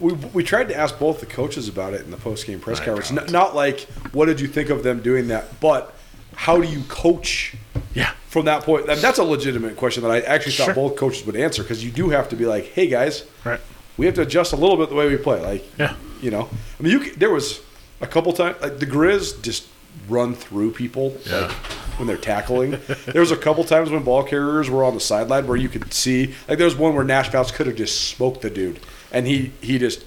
Speaker 4: We, we tried to ask both the coaches about it in the post game press
Speaker 5: My
Speaker 4: conference.
Speaker 5: God.
Speaker 4: N- not like what did you think of them doing that, but how do you coach
Speaker 5: Yeah.
Speaker 4: from that point? That- That's a legitimate question that I actually
Speaker 5: Sure.
Speaker 4: thought both coaches would answer because you do have to be like, hey guys,
Speaker 5: Right.
Speaker 4: we have to adjust a little bit the way we play. Like,
Speaker 5: Yeah.
Speaker 4: you know, I mean, you c- there was a couple times like the Grizz just run through people like,
Speaker 5: Yeah.
Speaker 4: when they're tackling. there was a couple times when ball carriers were on the sideline where you could see like there was one where Nash Fouts could have just smoked the dude, and he he just.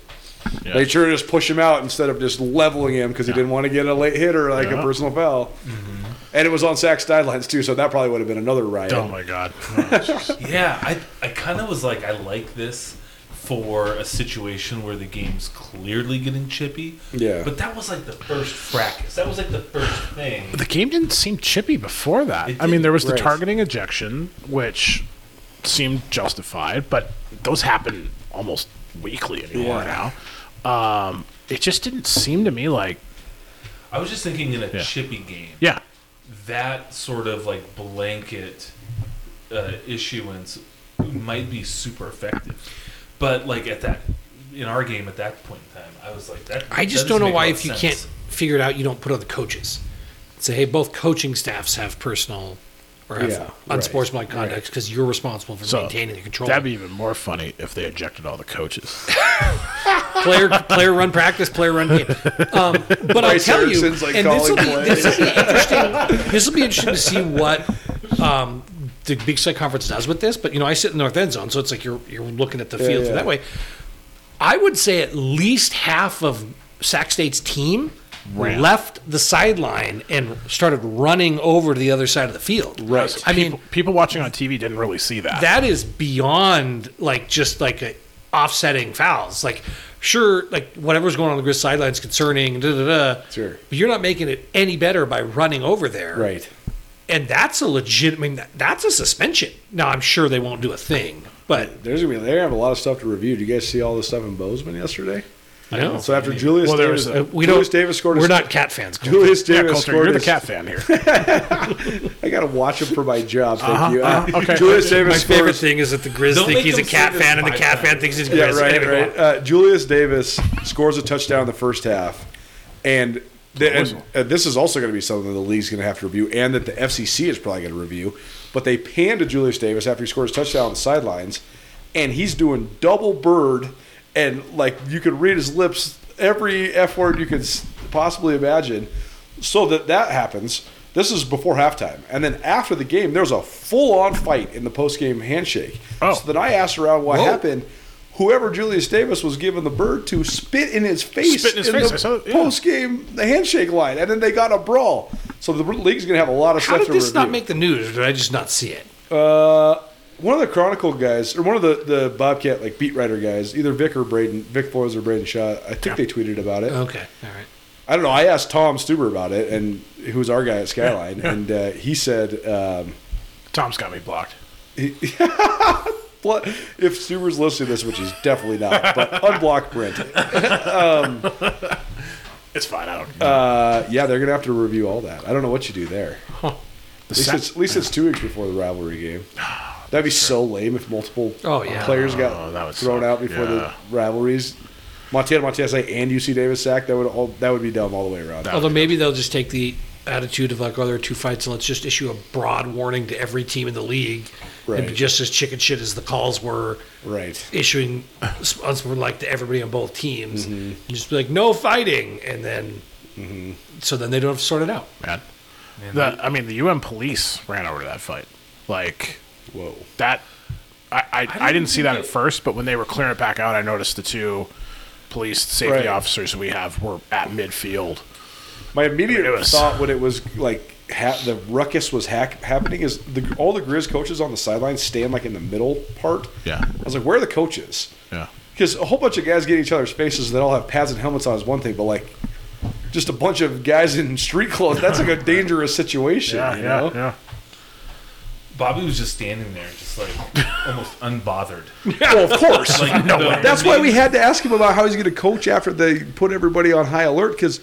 Speaker 5: Yeah.
Speaker 4: Made sure to just push him out instead of just leveling him because he didn't want to get a late hitter like
Speaker 5: Yeah. Mm-hmm.
Speaker 4: a personal foul. And it was on Sack's sidelines too, so that probably would have been another riot.
Speaker 5: Oh my god.
Speaker 1: yeah, I I kind of was like I like this for a situation where the game's clearly getting chippy.
Speaker 4: Yeah.
Speaker 1: But that was like the first fracas. That was like the first thing.
Speaker 5: The game didn't seem chippy before that.
Speaker 1: It
Speaker 5: I mean, there was the
Speaker 4: didn't, right.
Speaker 5: targeting ejection, which seemed justified, but those happen almost weekly anymore now. Um, it just didn't seem to me like
Speaker 1: I was just thinking in a
Speaker 5: Yeah.
Speaker 1: chippy game,
Speaker 5: yeah,
Speaker 1: that sort of like blanket uh, issuance might be super effective. But like at that in our game at that point in time, I was like that.
Speaker 3: I just
Speaker 1: that doesn't
Speaker 3: don't know
Speaker 1: make a
Speaker 3: why
Speaker 1: lot
Speaker 3: if
Speaker 1: of
Speaker 3: you
Speaker 1: sense.
Speaker 3: can't figure it out, you don't put other coaches. Say, hey, both coaching staffs have personal or have
Speaker 4: Yeah,
Speaker 3: unsportsmanlike conduct because you're responsible for
Speaker 5: so
Speaker 3: maintaining the control.
Speaker 5: That'd be even more funny if they ejected all the coaches.
Speaker 3: player player run practice, player run game. Um, but I'll
Speaker 4: Bryce
Speaker 3: tell
Speaker 4: Erickson's,
Speaker 3: you,
Speaker 4: like,
Speaker 3: and this will be
Speaker 4: calling
Speaker 3: this will be interesting. This will be interesting to see what um, the Big Sky Conference does with this. But you know, I sit in the north end zone, so it's like you're you're looking at the field
Speaker 4: yeah.
Speaker 3: that way. I would say at least half of Sac State's team
Speaker 5: Ran.
Speaker 3: left the sideline and started running over to the other side of the field.
Speaker 5: Right.
Speaker 3: I mean,
Speaker 5: people, people watching on TV didn't really see that.
Speaker 3: that is beyond like just like a offsetting fouls. Like, sure, like whatever's going on the grid sidelines concerning da da da.
Speaker 4: Sure.
Speaker 3: But you're not making it any better by running over there.
Speaker 4: Right.
Speaker 3: And that's a legit. I mean, that, that's a suspension. Now I'm sure they won't do a thing, but
Speaker 4: There's gonna be they have a lot of stuff to review. Do you guys see all the stuff in Bozeman yesterday?
Speaker 3: I know. Uh,
Speaker 4: So after Julius
Speaker 5: Well, there
Speaker 4: Davis,
Speaker 5: was a-
Speaker 3: we
Speaker 4: Julius
Speaker 3: don't.
Speaker 4: Davis scored.
Speaker 3: we're
Speaker 4: a,
Speaker 3: not cat fans. Colton.
Speaker 4: Julius
Speaker 5: yeah,
Speaker 4: Davis
Speaker 5: Coulter,
Speaker 4: scored.
Speaker 5: you're the
Speaker 4: his-
Speaker 5: cat fan here.
Speaker 4: I gotta watch him for my job. Thank you.
Speaker 5: uh-huh, okay.
Speaker 4: Julius Davis
Speaker 3: My
Speaker 4: scores.
Speaker 3: favorite thing is that the Grizz
Speaker 1: Don't
Speaker 3: think
Speaker 1: make
Speaker 3: he's a
Speaker 1: them
Speaker 3: cat
Speaker 1: say this
Speaker 3: fan, and the
Speaker 1: five
Speaker 3: cat fan
Speaker 1: times.
Speaker 3: thinks he's a
Speaker 4: Yeah,
Speaker 3: Grizz.
Speaker 4: right,
Speaker 3: Anyway,
Speaker 4: right. Uh, Julius Davis scores a touchdown in the first half, and, the, and uh, this is also going to be something the league's going to have to review, and that the FCC is probably going to review. But they panned to Julius Davis after he scores a touchdown on the sidelines, and he's doing double bird, and like you could read his lips every f word you could s- possibly imagine. So that that happens. This is before halftime, and then after the game, there's a full-on fight in the post-game handshake.
Speaker 5: Oh.
Speaker 4: So then I asked around what happened. Whoever Julius Davis was giving the bird to spit in his face
Speaker 5: Spit in his face, I saw
Speaker 4: the
Speaker 5: it, yeah.
Speaker 4: post game the handshake line, and then they got a brawl. So the league's going to have a lot of
Speaker 3: How
Speaker 4: stuff
Speaker 3: did
Speaker 4: to
Speaker 3: this
Speaker 4: review.
Speaker 3: not make the news? Or did I just not see it?
Speaker 4: uh, one of the Chronicle guys, or one of the, the Bobcat like beat writer guys, either Vic or Braden, Vic Flores or Braden Shaw. I think they tweeted about it.
Speaker 3: Okay, all right.
Speaker 4: I don't know. I asked Tom Stuber about it, and who's our guy at Skyline, and uh, he said. Um,
Speaker 5: Tom's got me blocked.
Speaker 4: Blo- if Subaru's listening to this, which he's definitely not, but unblock Brent.
Speaker 5: It's fine. I don't.
Speaker 4: Uh, yeah, they're gonna have to review all that. I don't know what you do there.
Speaker 5: the
Speaker 4: At least,
Speaker 5: Sac-
Speaker 4: it's, at least it's two weeks before the rivalry game. That'd be so lame if multiple
Speaker 3: Oh, yeah.
Speaker 4: players got
Speaker 5: Oh, that would
Speaker 4: thrown
Speaker 5: suck.
Speaker 4: out before
Speaker 5: Yeah.
Speaker 4: the rivalries. Montana, Montana State, and UC Davis sack. That would all that would be dumb all the way around.
Speaker 3: Although maybe they'll just take the attitude of like, oh, there are two fights, and let's just issue a broad warning to every team in the league, and be
Speaker 4: Right.
Speaker 3: just as chicken shit as the calls were
Speaker 4: Right.
Speaker 3: issuing sponsor like to everybody on both teams,
Speaker 4: Mm-hmm.
Speaker 3: and just be like, no fighting, and then so then they don't have to sort it out.
Speaker 5: man. The, I mean, the UN police ran over to that fight. Like,
Speaker 4: Whoa.
Speaker 5: that I, I, I, didn't see that at first, but when they were clearing it back out, I noticed the two police safety
Speaker 4: Right.
Speaker 5: officers we have were at midfield.
Speaker 4: My immediate
Speaker 5: It was-
Speaker 4: thought when it was like ha- the ruckus was hack- happening is the, all the Grizz coaches on the sidelines stand like in the middle part.
Speaker 5: Yeah.
Speaker 4: I was like, where are the coaches?
Speaker 5: Yeah.
Speaker 4: Because a whole bunch of guys get in each other's faces, and they all have pads and helmets on is one thing, but like just a bunch of guys in street clothes, that's like a dangerous situation. you know?
Speaker 5: yeah.
Speaker 1: Bobby was just standing there, just like almost unbothered.
Speaker 4: Well, of course.
Speaker 1: Like, no way.
Speaker 4: that's why we had to ask him about how he's going to coach after they put everybody on high alert. Because,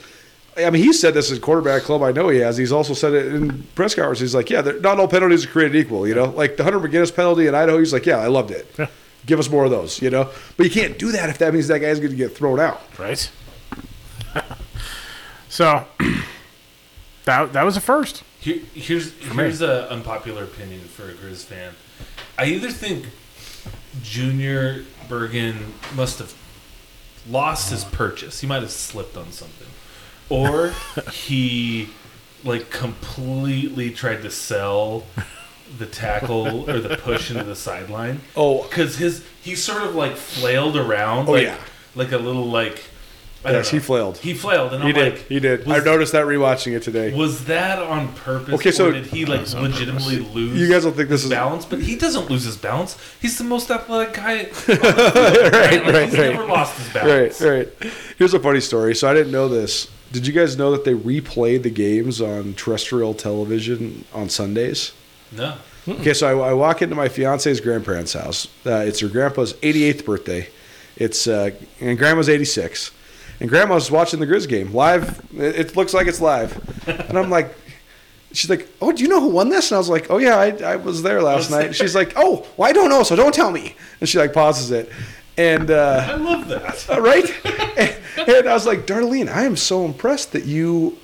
Speaker 4: I mean, he said this in quarterback club. I know he has. He's also said it in press conferences. He's like, yeah, they're- not all penalties are created equal. You know, like the Hunter McGinnis penalty in Idaho. He's like, yeah, I loved it. Give us more of those. You know, but you can't do that if that means that guy's going to get thrown out.
Speaker 5: Right? so that that was a first.
Speaker 1: Here, here's here's an unpopular opinion for a Grizz fan. I either think Junior Bergen must have lost his purchase. He might have slipped on something, or he like completely tried to sell the tackle or the push into the sideline.
Speaker 4: Oh.
Speaker 1: because his he sort of like flailed around.
Speaker 4: Oh,
Speaker 1: like,
Speaker 4: yeah.
Speaker 1: like a little like. I
Speaker 4: Yes,
Speaker 1: don't know.
Speaker 4: he flailed.
Speaker 1: He flailed, and
Speaker 4: He
Speaker 1: I'm
Speaker 4: did.
Speaker 1: like,
Speaker 4: he did.
Speaker 1: was
Speaker 4: I noticed that rewatching it today.
Speaker 1: was that on purpose?
Speaker 4: Okay, so-
Speaker 1: or did he like legitimately lose?
Speaker 4: You guys don't think this
Speaker 1: his
Speaker 4: is-
Speaker 1: balance, but he doesn't lose his balance. He's the most athletic guy. on the field, right, Like,
Speaker 4: right,
Speaker 1: He's
Speaker 4: right.
Speaker 1: never lost his
Speaker 4: Right,
Speaker 1: balance.
Speaker 4: right. Here's a funny story. So I didn't know this. Did you guys know that they replayed the games on terrestrial television on Sundays?
Speaker 1: No,
Speaker 4: Okay, so I, I walk into my fiance's grandparents' house. Uh, it's her grandpa's 88th birthday. It's uh, and Grandma's 86, and Grandma's watching the Grizz game live. It, it looks like it's live, and I'm like, she's like, oh, do you know who won this? And I was like, oh yeah, I, I was there last night. She's like, oh, well I don't know, so don't tell me. And she like pauses it, and. Uh,
Speaker 1: I love that.
Speaker 4: uh, right? and, and I was like, Darlene, I am so impressed that you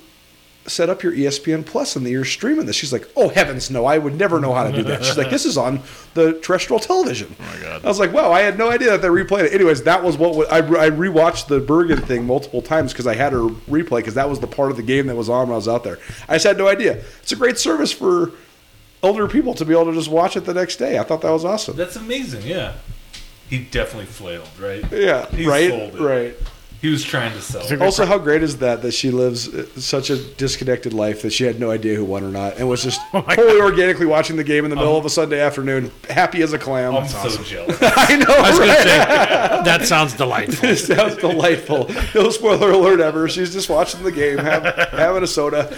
Speaker 4: set up your E ESPN Plus and that you're streaming this. She's like, Oh heavens, no! I would never know how to do that. She's like, This is on the terrestrial television. Oh my
Speaker 5: God.
Speaker 4: I was like, Wow, I had no idea that they replayed it. Anyways, that was what wa- I, I rewatched the Bergen thing multiple times because I had her replay because that was the part of the game that was on when I was out there. I just had no idea. It's a great service for older people to be able to just watch it the next day. I thought that was awesome.
Speaker 1: That's amazing. Yeah. He definitely flailed, right?
Speaker 4: Yeah,
Speaker 1: He
Speaker 4: right,
Speaker 1: sold it.
Speaker 4: right.
Speaker 1: He was trying to sell. it.
Speaker 4: Also, how great is that that she lives uh, such a disconnected life that she had no idea who won or not, and was just
Speaker 3: Oh
Speaker 4: totally organically watching the game in the middle
Speaker 3: Um,
Speaker 4: of a Sunday afternoon, happy as a clam.
Speaker 1: I'm so jealous.
Speaker 4: I know.
Speaker 3: I was
Speaker 4: right?
Speaker 3: going to say, that sounds delightful.
Speaker 4: It sounds delightful. No spoiler alert ever. She's just watching the game, have, having a soda.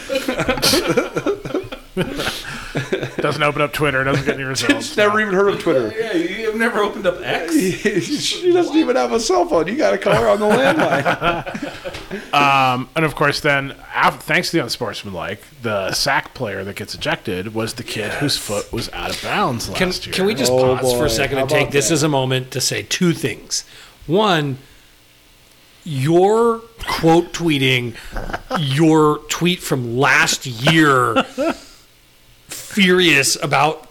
Speaker 5: Doesn't open up Twitter. Doesn't get any results.
Speaker 4: She's never even heard of Twitter.
Speaker 1: yeah, you've never opened up X.
Speaker 4: she doesn't even have a cell phone. You got to call her on the landline.
Speaker 5: Um, and of course, then af- thanks to the unsportsmanlike, the sack player that gets ejected was the kid whose foot was out of bounds last
Speaker 3: Can,
Speaker 5: year.
Speaker 3: can we just
Speaker 4: Oh,
Speaker 3: pause for
Speaker 4: boy.
Speaker 3: a second and
Speaker 4: How about
Speaker 3: take this
Speaker 4: that?
Speaker 3: as a moment to say two things? One, your quote tweeting your tweet from last year, furious about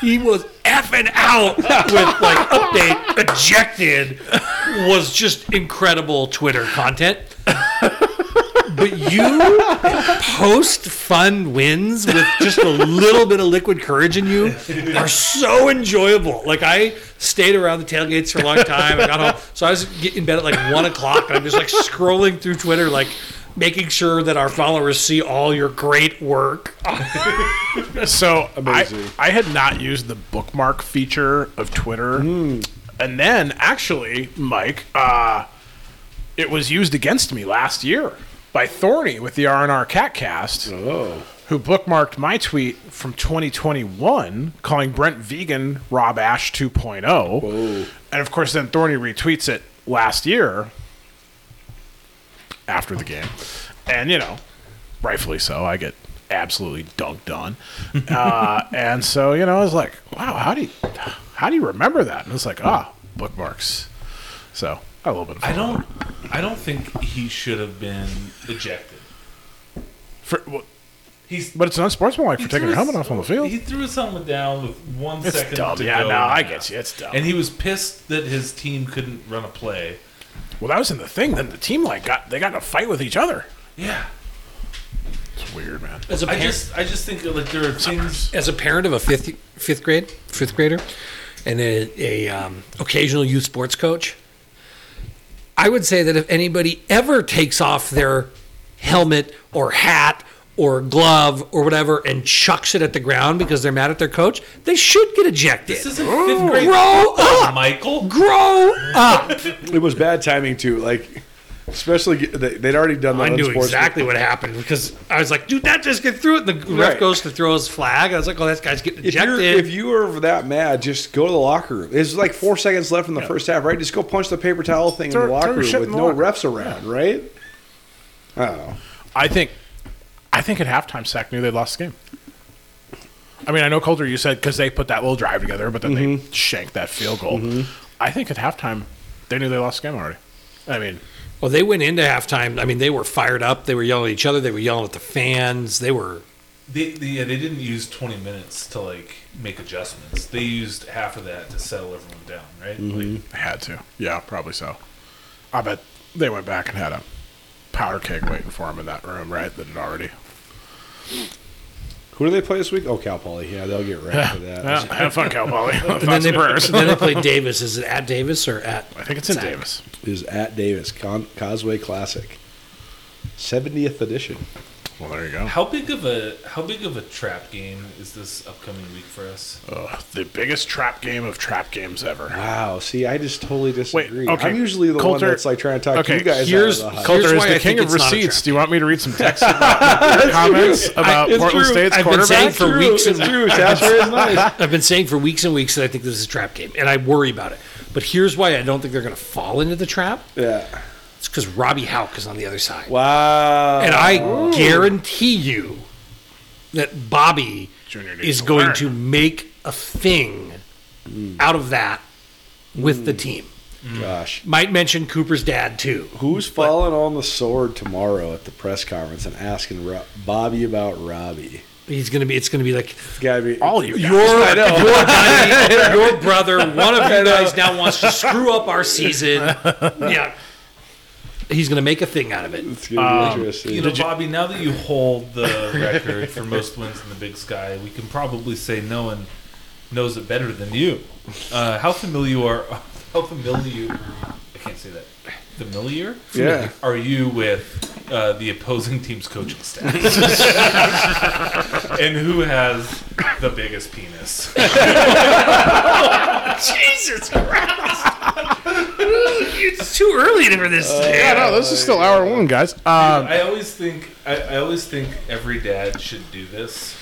Speaker 3: he was effing out with like update ejected, was just incredible Twitter content. But you post fun wins with just a little bit of liquid courage in you are so enjoyable. Like I stayed around the tailgates for a long time. I got home, so I was get- in bed at like one o'clock, and I'm just like scrolling through Twitter, like making sure that our followers see all your great work.
Speaker 5: So I, I had not used the bookmark feature of Twitter, and then actually, Mike, uh, it was used against me last year by Thorny with the R and R Catcast,
Speaker 4: Oh.
Speaker 5: who bookmarked my tweet from 2021 calling Brent Vegan Rob Ash 2.0, and of course, then Thorny retweets it last year after the game, and you know, rightfully so. I get absolutely dunked on, uh, and so you know, I was like, "Wow, how do you how do you remember that?" And it's like, "Ah, bookmarks." So a little bit. Of
Speaker 1: I
Speaker 5: fun.
Speaker 1: don't. I don't think he should have been ejected.
Speaker 5: For, well,
Speaker 1: He's
Speaker 5: but it's unsportsmanlike for
Speaker 1: he
Speaker 5: taking
Speaker 1: threw
Speaker 5: your helmet
Speaker 1: his-
Speaker 5: off on the field.
Speaker 1: He threw his helmet down with one second
Speaker 5: It's dumb.
Speaker 1: to
Speaker 5: Yeah,
Speaker 1: go
Speaker 5: no,
Speaker 1: and a
Speaker 5: I
Speaker 1: half.
Speaker 5: get you. It's dumb.
Speaker 1: And he was pissed that his team couldn't run a play.
Speaker 5: well, that was in the thing. Then the team like got they got in a fight with each other.
Speaker 1: Yeah,
Speaker 5: It's weird, man.
Speaker 3: As a
Speaker 1: I just, I just think that, like there are things.
Speaker 3: as a parent of a fifth fifth grade fifth grader and a, a um, occasional youth sports coach, I would say that if anybody ever takes off their helmet or hat or glove or whatever and chucks it at the ground because they're mad at their coach, they should get ejected.
Speaker 1: This isn't fifth grade.
Speaker 3: Grow
Speaker 5: Ah!
Speaker 1: football,
Speaker 3: up,
Speaker 1: Michael.
Speaker 3: grow up.
Speaker 4: It was bad timing, too. Like, especially, g- they- they'd already done that.
Speaker 3: I knew
Speaker 4: unsportsman-
Speaker 3: exactly what happened because I was like, dude, that just get through it. And the ref
Speaker 4: Right.
Speaker 3: goes to throw his flag. I was like, oh, that guy's getting
Speaker 4: If, you're,
Speaker 3: ejected.
Speaker 4: if you are that mad, just go to the locker room. There's like four seconds left in the first half, right? Just go punch the paper towel thing
Speaker 5: Throw-
Speaker 4: in the locker
Speaker 5: throw your
Speaker 4: room
Speaker 5: shit
Speaker 4: with
Speaker 5: in the
Speaker 4: no
Speaker 5: locker.
Speaker 4: refs around, right? I don't know.
Speaker 5: I think, I think at halftime, Sack knew they lost the game. I mean, I know Coulter, you said because they put that little drive together, but then they shanked that field goal. I think at halftime, they knew they lost the game already. I mean,
Speaker 3: Well, they went into halftime. I mean, they were fired up. They were yelling at each other. They were yelling at the fans. They were.
Speaker 1: They, they, yeah, they didn't use twenty minutes to like make adjustments. They used half of that to settle everyone down, right? Like,
Speaker 5: they had to. Yeah, probably so. I bet they went back and had a powder keg waiting for them in that room, right? That had already.
Speaker 4: Who do they play this week? Oh, Cal Poly. Yeah, they'll get wrecked for that.
Speaker 5: Yeah, have fun, Cal Poly.
Speaker 3: And then
Speaker 5: Thoughts
Speaker 3: they,
Speaker 5: and prayers.
Speaker 3: then they played Davis. Is it at Davis or at?
Speaker 5: I think it's in Davis.
Speaker 4: Is at Davis Con- Causeway Classic, seventieth edition.
Speaker 5: Well, there you go.
Speaker 1: How big of a how big of a trap game is this upcoming week for us?
Speaker 5: Ugh, the biggest trap game of trap games ever.
Speaker 4: Wow. See, I just totally disagree.
Speaker 5: okay.
Speaker 4: I'm usually the
Speaker 5: Coulter-
Speaker 4: one that's like trying to talk
Speaker 5: okay,
Speaker 4: to you guys.
Speaker 3: here's-
Speaker 4: out of the hype.
Speaker 3: Here's
Speaker 5: Uh, Coulter is
Speaker 3: why
Speaker 5: the
Speaker 3: I
Speaker 5: king
Speaker 3: think
Speaker 5: of
Speaker 3: it's not a
Speaker 5: receipts.
Speaker 3: trap.
Speaker 5: Do you want me to read some text about comments about
Speaker 3: it's
Speaker 5: Uh, Portland
Speaker 3: true.
Speaker 5: State's
Speaker 3: I've been saying
Speaker 5: quarterback?
Speaker 3: for weeks and
Speaker 4: True, Sasser is nice.
Speaker 3: I've been saying for weeks and weeks that I think this is a trap game, and I worry about it But here's why I don't think they're going to fall into the trap.
Speaker 4: Yeah.
Speaker 3: It's because Robbie Houck is on the other side.
Speaker 4: Wow.
Speaker 3: And I guarantee you that Bobby
Speaker 5: Junior needs
Speaker 3: is
Speaker 5: to
Speaker 3: going
Speaker 5: learn. Hmm.
Speaker 3: to make a thing out of that with the team.
Speaker 4: Gosh.
Speaker 3: Might mention Cooper's dad too.
Speaker 4: Who's falling on the sword tomorrow at the press conference and asking Ro- Bobby about Robbie?
Speaker 3: He's gonna be. It's gonna be like
Speaker 4: It's gotta be
Speaker 5: All you guys.
Speaker 3: your your, guy, your brother. One of you guys now wants to screw up our season. Yeah, he's gonna make a thing out of it.
Speaker 4: It's gonna be interesting.
Speaker 1: You know, Bobby, now that you hold the record for most wins in the Big Sky, we can probably say no one knows it better than you. Uh, how familiar you are? How familiar you? I can't say that. Familiar?
Speaker 4: Yeah.
Speaker 1: Are you with uh, the opposing team's coaching staff? and who has the biggest penis?
Speaker 3: Jesus Christ! it's too early for this.
Speaker 5: Yeah, no, this is still hour one, guys. Um,
Speaker 1: I always think I, I always think every dad should do this.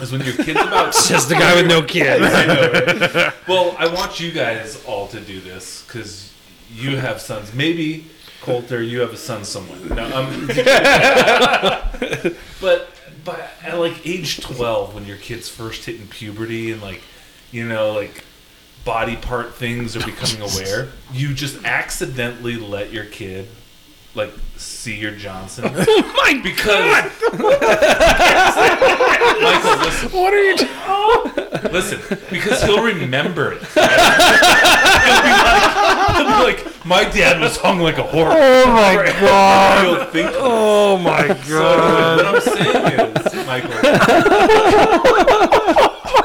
Speaker 1: Is when your kid's about
Speaker 3: Says the guy with no kids.
Speaker 1: Well, I want you guys all to do this because you have sons. Maybe Coulter, you have a son somewhere. No, um, but but at like age twelve, when your kid's first hitting puberty and like you know like body part things are becoming aware, you just accidentally let your kid like see your Johnson
Speaker 3: Oh my
Speaker 1: because Michael, listen.
Speaker 3: What are you?
Speaker 1: Listen, because he'll remember it. he'll, be like, he'll be like, my dad was hung like a horse.
Speaker 5: oh my god!
Speaker 1: He'll think
Speaker 5: Oh my
Speaker 1: so. What I'm saying is, Michael. oh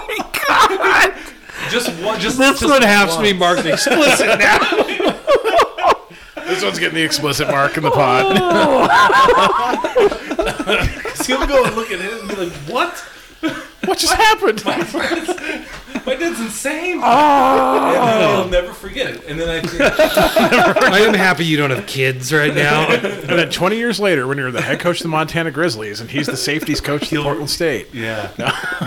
Speaker 1: my god! Just one. Just
Speaker 3: This
Speaker 1: just
Speaker 3: one has to
Speaker 1: one.
Speaker 3: be marked explicit now.
Speaker 5: This one's getting the explicit mark in the pod.
Speaker 1: 'Cause He'll go and look at it and be like, "What?
Speaker 5: What just happened?
Speaker 1: My dad's insane." And then he'll never forget it. And then I think,
Speaker 3: I am happy you don't have kids right now.
Speaker 5: And then 20 years later, when you're the head coach of the Montana Grizzlies and he's the safeties coach of the Portland State,
Speaker 1: yeah,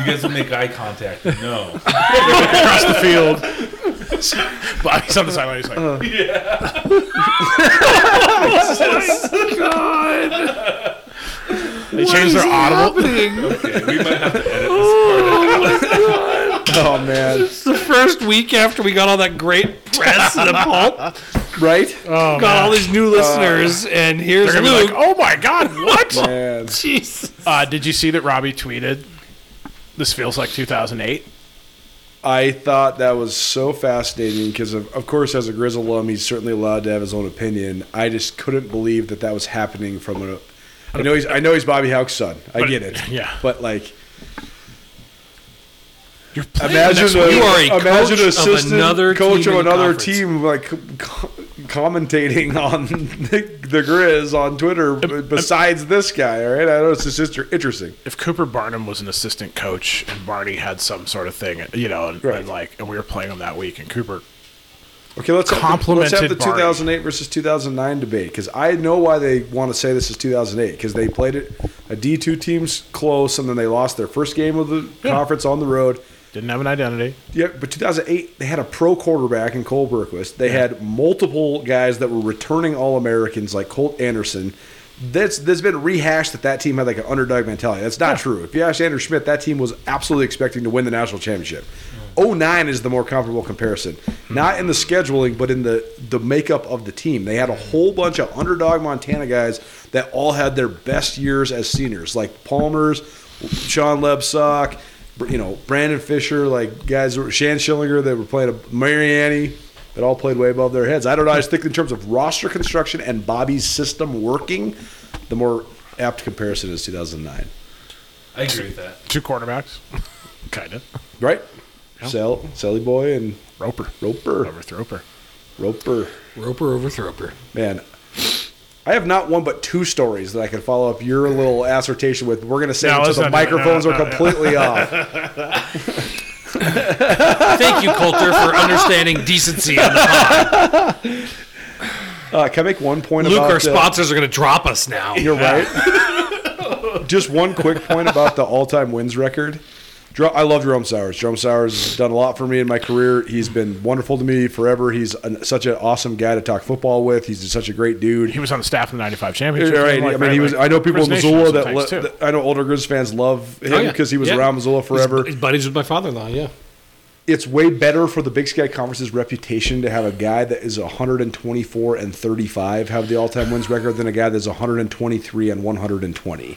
Speaker 1: you guys will make eye contact. No,
Speaker 5: across the field, Uh. Bobby's on the sideline. He's like, They changed their audible.
Speaker 1: okay, we might have to edit this.
Speaker 4: oh man,
Speaker 3: It's the first week after we got all that great press and the pulp, got
Speaker 4: right?
Speaker 3: all these new listeners, and here's
Speaker 5: They're gonna be
Speaker 3: Luke.
Speaker 5: like, "Oh my God, what?"
Speaker 4: Man.
Speaker 3: "Oh, Jesus.
Speaker 5: Uh, did you see that Robbie tweeted? This feels like 2008.
Speaker 4: I thought that was so fascinating because, of, of course, as a Grizzle alum, he's certainly allowed to have his own opinion. I just couldn't believe that that was happening from a. I know he's I know he's Bobby Houck's son. I
Speaker 5: But-
Speaker 4: get it.
Speaker 5: yeah.
Speaker 4: but like
Speaker 5: You're playing
Speaker 4: imagine
Speaker 5: next
Speaker 4: a,
Speaker 5: week.
Speaker 3: You are a
Speaker 4: imagine
Speaker 3: coach of
Speaker 4: assistant
Speaker 3: another
Speaker 4: coach
Speaker 3: team
Speaker 4: of
Speaker 3: in the
Speaker 4: another
Speaker 3: conference.
Speaker 4: team like co- commentating on the, the Grizz on Twitter b- besides this guy. All right, I know it's just inter- interesting.
Speaker 5: if Cooper Barnum was an assistant coach and Barney had some sort of thing, you know, and,
Speaker 4: Right.
Speaker 5: and like, and we were playing him that week, and Cooper,
Speaker 4: Okay, let's have the, let's have the
Speaker 5: Complimented Barney.
Speaker 4: 2008 versus 2009 debate because I know why they want to say this is 2008 because they played it a D2 team's close and then they lost their first game of the
Speaker 5: Yeah.
Speaker 4: conference on the road.
Speaker 5: didn't have an identity.
Speaker 4: Yeah, but 2008 they had a pro quarterback in Cole Berquist. They had multiple guys that were returning All Americans like Colt Anderson. That's that's been rehashed that that team had like an underdog mentality. That's not true. If you ask Andrew Schmidt, that team was absolutely expecting to win the national championship. 09 is the more comparable comparison, not in the scheduling, but in the the makeup of the team. They had a whole bunch of underdog Montana guys that all had their best years as seniors, like Palmer's, Sean Lebsock, you know, Brandon Fisher, like guys, who- Shan Schillinger, that were playing, a- Mariani, that all played way above their heads. I don't know. I just think in terms of roster construction and Bobby's system working, the more apt comparison is 2009,
Speaker 1: I agree with that.
Speaker 5: Two quarterbacks, kind of.
Speaker 4: right? Sell, Selly Boy and
Speaker 5: Roper,
Speaker 4: Roper,
Speaker 5: over Roper.
Speaker 4: Roper.
Speaker 3: Roper over Throper.
Speaker 4: Man, I have not one but two stories that I can follow up your little assertion with. We're going to say
Speaker 5: No,
Speaker 4: it until
Speaker 5: let's
Speaker 4: the
Speaker 5: not do it. No,
Speaker 4: microphones
Speaker 5: no,
Speaker 4: are
Speaker 5: no.
Speaker 4: completely off.
Speaker 3: Thank you, Coulter, for understanding decency. on the-
Speaker 4: Uh, can I make one point
Speaker 3: Luke,
Speaker 4: about
Speaker 3: our
Speaker 4: uh,
Speaker 3: sponsors are going to drop us now.
Speaker 4: You're right. Just one quick point about the all-time wins record. Jer- I love Jerome Sowers. Jerome Sowers has done a lot for me in my career. He's been wonderful to me forever. He's an, such an awesome guy to talk football with. He's such a great dude.
Speaker 5: He was on the staff of the '95 championship.
Speaker 4: Right,
Speaker 5: team, like,
Speaker 4: I mean, he was.
Speaker 5: like,
Speaker 4: I know people in
Speaker 5: Grizz Nation
Speaker 4: Missoula that,
Speaker 5: sometimes,
Speaker 4: lo-
Speaker 5: too.
Speaker 4: that- I know older Grizz fans love
Speaker 3: Oh,
Speaker 4: him
Speaker 3: yeah.
Speaker 4: because he was
Speaker 3: Yeah.
Speaker 4: around Missoula forever.
Speaker 3: His, his buddies with my father-in-law. Yeah.
Speaker 4: it's way better for the Big Sky Conference's reputation to have a guy that is 124 and 35 have the all-time wins record than a guy that's 123 and 120.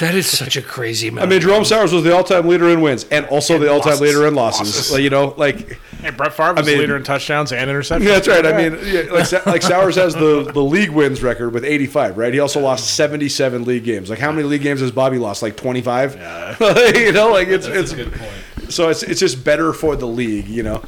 Speaker 3: That is such a crazy. Amount.
Speaker 4: I mean, Jerome Sowers was the all-time leader in wins and also the all-time
Speaker 5: losses.
Speaker 4: leader in losses. Like, you know, like
Speaker 5: Hey, Brett Favre was
Speaker 4: I mean-
Speaker 5: the leader in touchdowns and interceptions.
Speaker 4: that's right. I mean, yeah, like Sa- like Sowers has the the league wins record with 85, right? He also lost 77 league games. Like how many league games has Bobby lost? Like 25. you know, like it's
Speaker 1: That's
Speaker 4: it's
Speaker 1: a good point.
Speaker 4: So it's it's just better for the league, you know.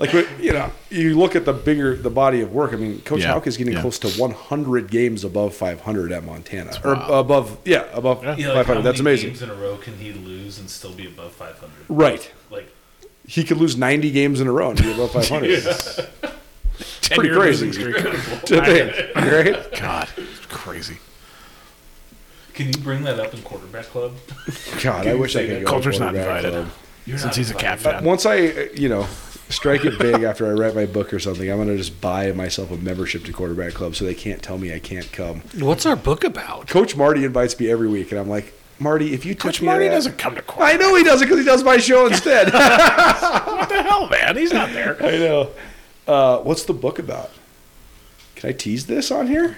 Speaker 4: Like you know, you look at the bigger the body of work. I mean, Coach
Speaker 5: Yeah,
Speaker 4: Houck is getting
Speaker 5: yeah.
Speaker 4: close to 100 games above 500 at Montana, or above yeah, above
Speaker 5: Yeah.
Speaker 1: Yeah, like
Speaker 4: 500.
Speaker 1: how
Speaker 4: That's
Speaker 1: many
Speaker 4: amazing,
Speaker 1: Games in a row can he lose and still be above 500?
Speaker 4: right?
Speaker 1: Like
Speaker 4: He could lose 90 games in a row and be above 500.
Speaker 5: it's
Speaker 4: pretty crazy. right?
Speaker 5: God, it's crazy.
Speaker 1: Can you bring that up in quarterback club?
Speaker 4: God, I wish I could. Go to
Speaker 5: Coulter's not
Speaker 4: quarterback
Speaker 5: invited.
Speaker 4: club.
Speaker 1: You're
Speaker 5: Since he's a cat
Speaker 1: invited.
Speaker 5: fan.
Speaker 4: Once I, uh, you know, strike it big after I write my book or something, I'm gonna just buy myself a membership to quarterback club so they can't tell me I can't come.
Speaker 3: what's our book about?
Speaker 4: Coach Marty invites me every week, and I'm like, Marty, if you took
Speaker 5: Coach
Speaker 4: me
Speaker 5: Marty
Speaker 4: to that-
Speaker 5: doesn't come to court.
Speaker 4: I know he doesn't because he does my show instead. I
Speaker 5: What the hell, man? He's not there.
Speaker 4: know. Uh, what's the book about? Can I tease this on here?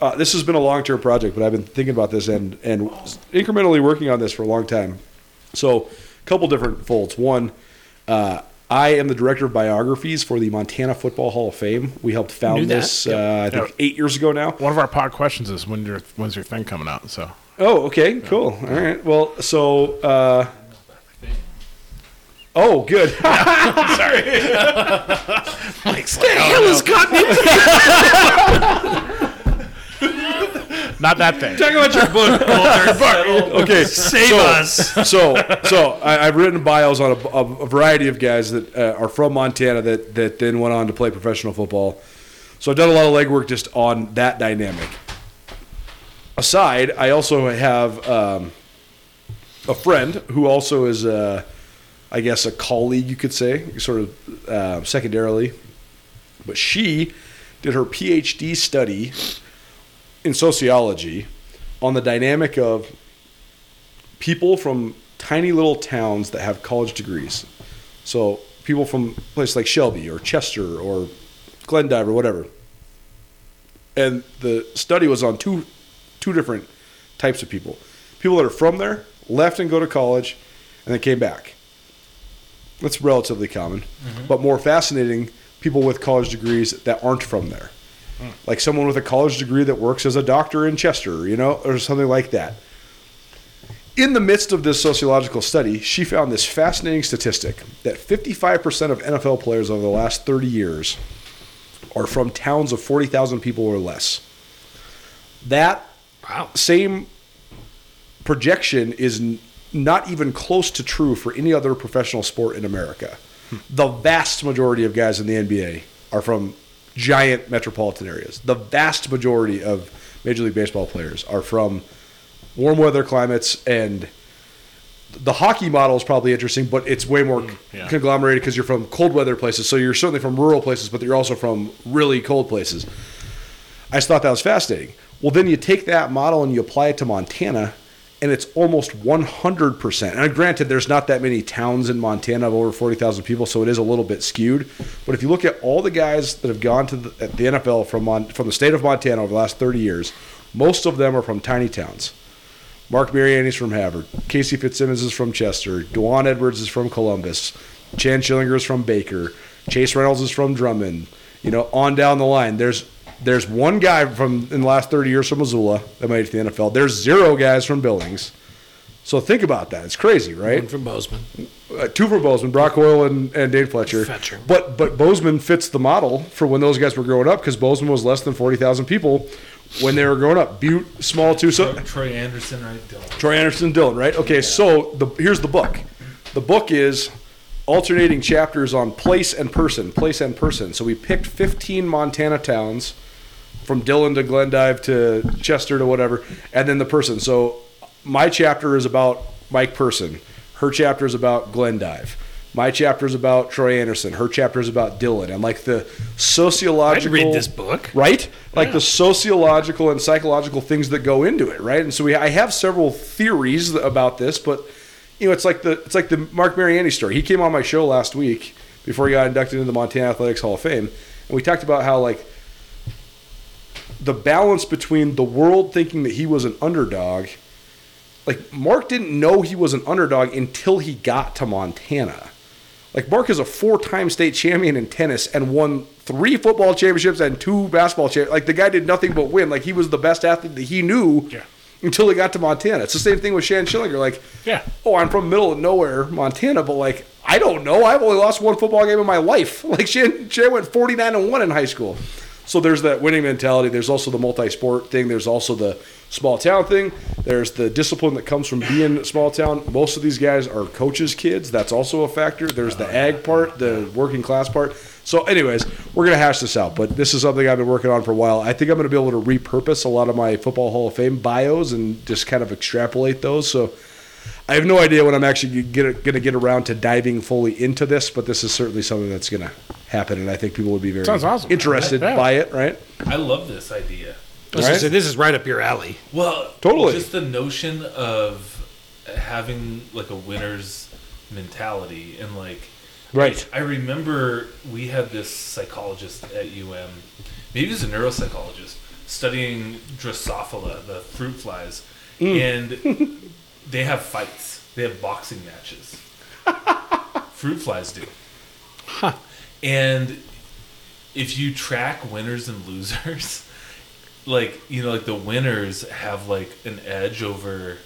Speaker 4: Uh, this has been a long term project, but I've been thinking about this and and incrementally working on this for a long time. So, a couple different folds. One, uh, I am the director of biographies for the Montana Football Hall of Fame. We helped
Speaker 3: Knew
Speaker 4: found
Speaker 3: that.
Speaker 4: this,
Speaker 3: Yep.
Speaker 4: uh, I think,
Speaker 5: Yep.
Speaker 4: eight years ago now.
Speaker 5: One of our pod questions is when your when's your thing coming out? So
Speaker 4: Oh, okay, cool. All right. Well, so. Uh, oh, good.
Speaker 5: Mike's like, hell is gotten Not that thing.
Speaker 4: Talking about your book, okay, save
Speaker 3: us.
Speaker 4: So, so I, I've written bios on a, a- a variety of guys that uh, are from Montana that that then went on to play professional football. So I've done a lot of legwork just on that dynamic. Aside, I also have um, a friend who also is a, I guess, a colleague you could say, sort of uh, secondarily, but she did her PhD study in sociology on the dynamic of people from tiny little towns that have college degrees. So people from places like Shelby or Chester or Glendive or whatever. And the study was on two two different types of people. People that are from there, left and go to college, and then came back. That's relatively common. But more fascinating, people with college degrees that aren't from there like someone with a college degree that works as a doctor in Chester, you know, or something like that. In the midst of this sociological study, she found this fascinating statistic that 55% of NFL players over the last 30 years are from towns of 40,000 people or less. That
Speaker 3: Wow.
Speaker 4: same projection is n- not even close to true for any other professional sport in America. The vast majority of guys in the NBA are from giant metropolitan areas. The vast majority of Major League Baseball players are from warm weather climates and the hockey model is probably interesting, but it's way more
Speaker 5: yeah.
Speaker 4: conglomerated because you're from cold weather places. So you're certainly from rural places, but you're also from really cold places. I just thought that was fascinating. Well, then you take that model and you apply it to Montana, and it's almost 100%. And granted, there's not that many towns in Montana of over 40,000 people, so it is a little bit skewed. But if you look at all the guys that have gone to the, at the NFL from, Mon- from the state of Montana over the last 30 years, most of them are from tiny towns. Mark Mariani's from Harvard. Casey Fitzsimmons is from Chester. Dewan Edwards is from Columbus. Chan Schillinger is from Baker. Chase Reynolds is from Drummond. You know, on down the line. There's there's one guy from in the last 30 years from Missoula that made it to the NFL. There's zero guys from Billings. So think about that. It's crazy, right?
Speaker 3: One from Bozeman.
Speaker 4: uh, two for Bozeman, Brock Oil and, and Dane Fletcher.
Speaker 3: Fletcher.
Speaker 4: But but Bozeman fits the model for when those guys were growing up because Bozeman was less than forty thousand people when they were growing up. Butte, small two. So
Speaker 1: Troy Anderson, right? Dylan.
Speaker 4: Troy Anderson Dillon, right? Okay, so the here's the book. The book is alternating chapters on place and person, place and person. So we picked 15 Montana towns from Dillon to Glendive to Chester to whatever, and then the person. So my chapter is about Mike Person. Her chapter is about Glendive. My chapter is about Troy Anderson. Her chapter is about Dylan and like the
Speaker 3: I'd
Speaker 4: sociological.
Speaker 3: read this book.
Speaker 4: Right? Like the sociological and psychological things that go into it, right? And so we, I have several theories about this, but you know, it's like the it's like the Mark Mariani story. He came on my show last week before he got inducted into the Montana Athletics Hall of Fame, and we talked about how like the balance between the world thinking that he was an underdog. Like Mark didn't know he was an underdog until he got to Montana. Like Mark is a four-time state champion in tennis and won three football championships and two basketball championships. Like the guy did nothing but win. Like he was the best athlete that he knew
Speaker 5: Yeah.
Speaker 4: until he got to Montana. It's the same thing with Shan Schillinger. Like,
Speaker 5: Yeah.
Speaker 4: oh, I'm from middle of nowhere, Montana, but like I don't know. I've only lost one football game in my life. Like Shan, Shan went 49 and one in high school. So there's that winning mentality. There's also the multi-sport thing. There's also the small town thing. There's the discipline that comes from being a small town. Most of these guys are coaches' kids. That's also a factor. There's the ag part, the working class part. So, anyways, we're gonna hash this out. But this is something I've been working on for a while. I think I'm gonna be able to repurpose a lot of my football Hall of Fame bios and just kind of extrapolate those. So, I have no idea when I'm actually get, gonna get around to diving fully into this, but this is certainly something that's gonna happen, and I think people would be very
Speaker 5: Sounds awesome.
Speaker 4: interested
Speaker 5: Yeah.
Speaker 4: by it, right?
Speaker 1: I love this idea.
Speaker 3: I was gonna
Speaker 4: Right?
Speaker 3: say, this is right up your alley.
Speaker 1: Well,
Speaker 4: Totally.
Speaker 1: Just the notion of having like a winner's mentality and like
Speaker 4: Right.
Speaker 1: I remember we had this psychologist at UM, maybe he's a neuropsychologist, studying Drosophila, the fruit flies,
Speaker 4: Mm.
Speaker 1: and they have fights. They have boxing matches. fruit flies do. And if you track winners and losers, like you know, like the winners have like an edge over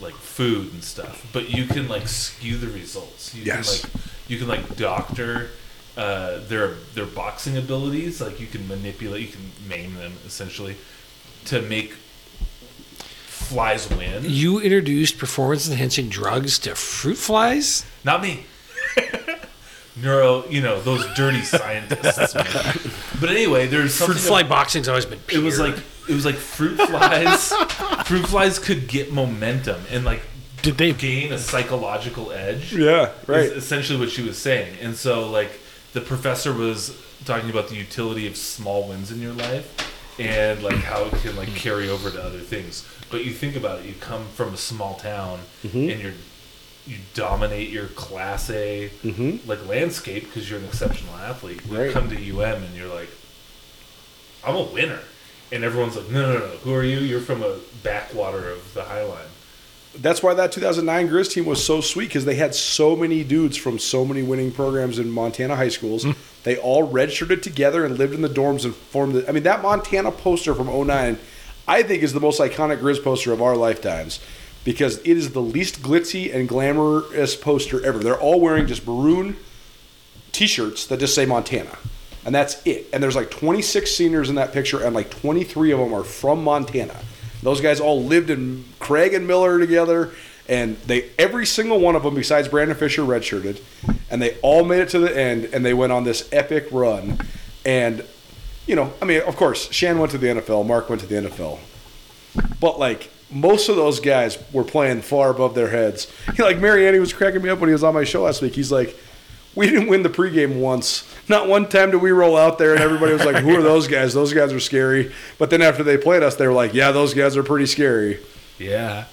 Speaker 1: like food and stuff, but you can like skew the results. You
Speaker 4: Yes.
Speaker 1: can like you can like doctor uh, their their boxing abilities. Like you can manipulate, you can maim them essentially to make flies win.
Speaker 3: You introduced performance enhancing drugs to fruit flies?
Speaker 1: Not me. Neuro, you know those dirty scientists. man. But anyway, there's something
Speaker 3: Fruit fly boxing's always been
Speaker 1: it
Speaker 3: pure.
Speaker 1: was like it was like fruit flies fruit flies could get momentum and like
Speaker 5: Did they?
Speaker 1: gain a psychological edge
Speaker 4: Yeah. Right.
Speaker 1: is essentially what she was saying and so like the professor was talking about the utility of small wins in your life and like how it can like carry over to other things but you think about it you come from a small town
Speaker 4: Mm-hmm.
Speaker 1: and you're you dominate your class A like landscape because you're an exceptional athlete. You
Speaker 4: Mm-hmm. Right.
Speaker 1: come to UM and you're like, I'm a winner, and everyone's like, No, no, no. Who are you? You're from a backwater of the Highline.
Speaker 4: That's why that 2009 Grizz team was so sweet because they had so many dudes from so many winning programs in Montana high schools. They all redshirted together and lived in the dorms and formed. The, I mean, that Montana poster from 09, I think, is the most iconic Grizz poster of our lifetimes because it is the least glitzy and glamorous poster ever. They're all wearing just maroon t-shirts that just say Montana. And that's it. And there's like 26 seniors in that picture and like 23 of them are from Montana. Those guys all lived in Craig and Miller together and they every single one of them besides Brandon Fisher redshirted and they all made it to the end and they went on this epic run and you know, I mean, of course, Shan went to the NFL, Mark went to the NFL. But like most of those guys were playing far above their heads. He, like Mariani was cracking me up when he was on my show last week. He's like, "We didn't win the pregame once. Not one time did we roll out there." And everybody was like, "Who are those guys? Those guys are scary." But then after they played us, they were like, "Yeah, those guys are pretty scary."
Speaker 1: Yeah.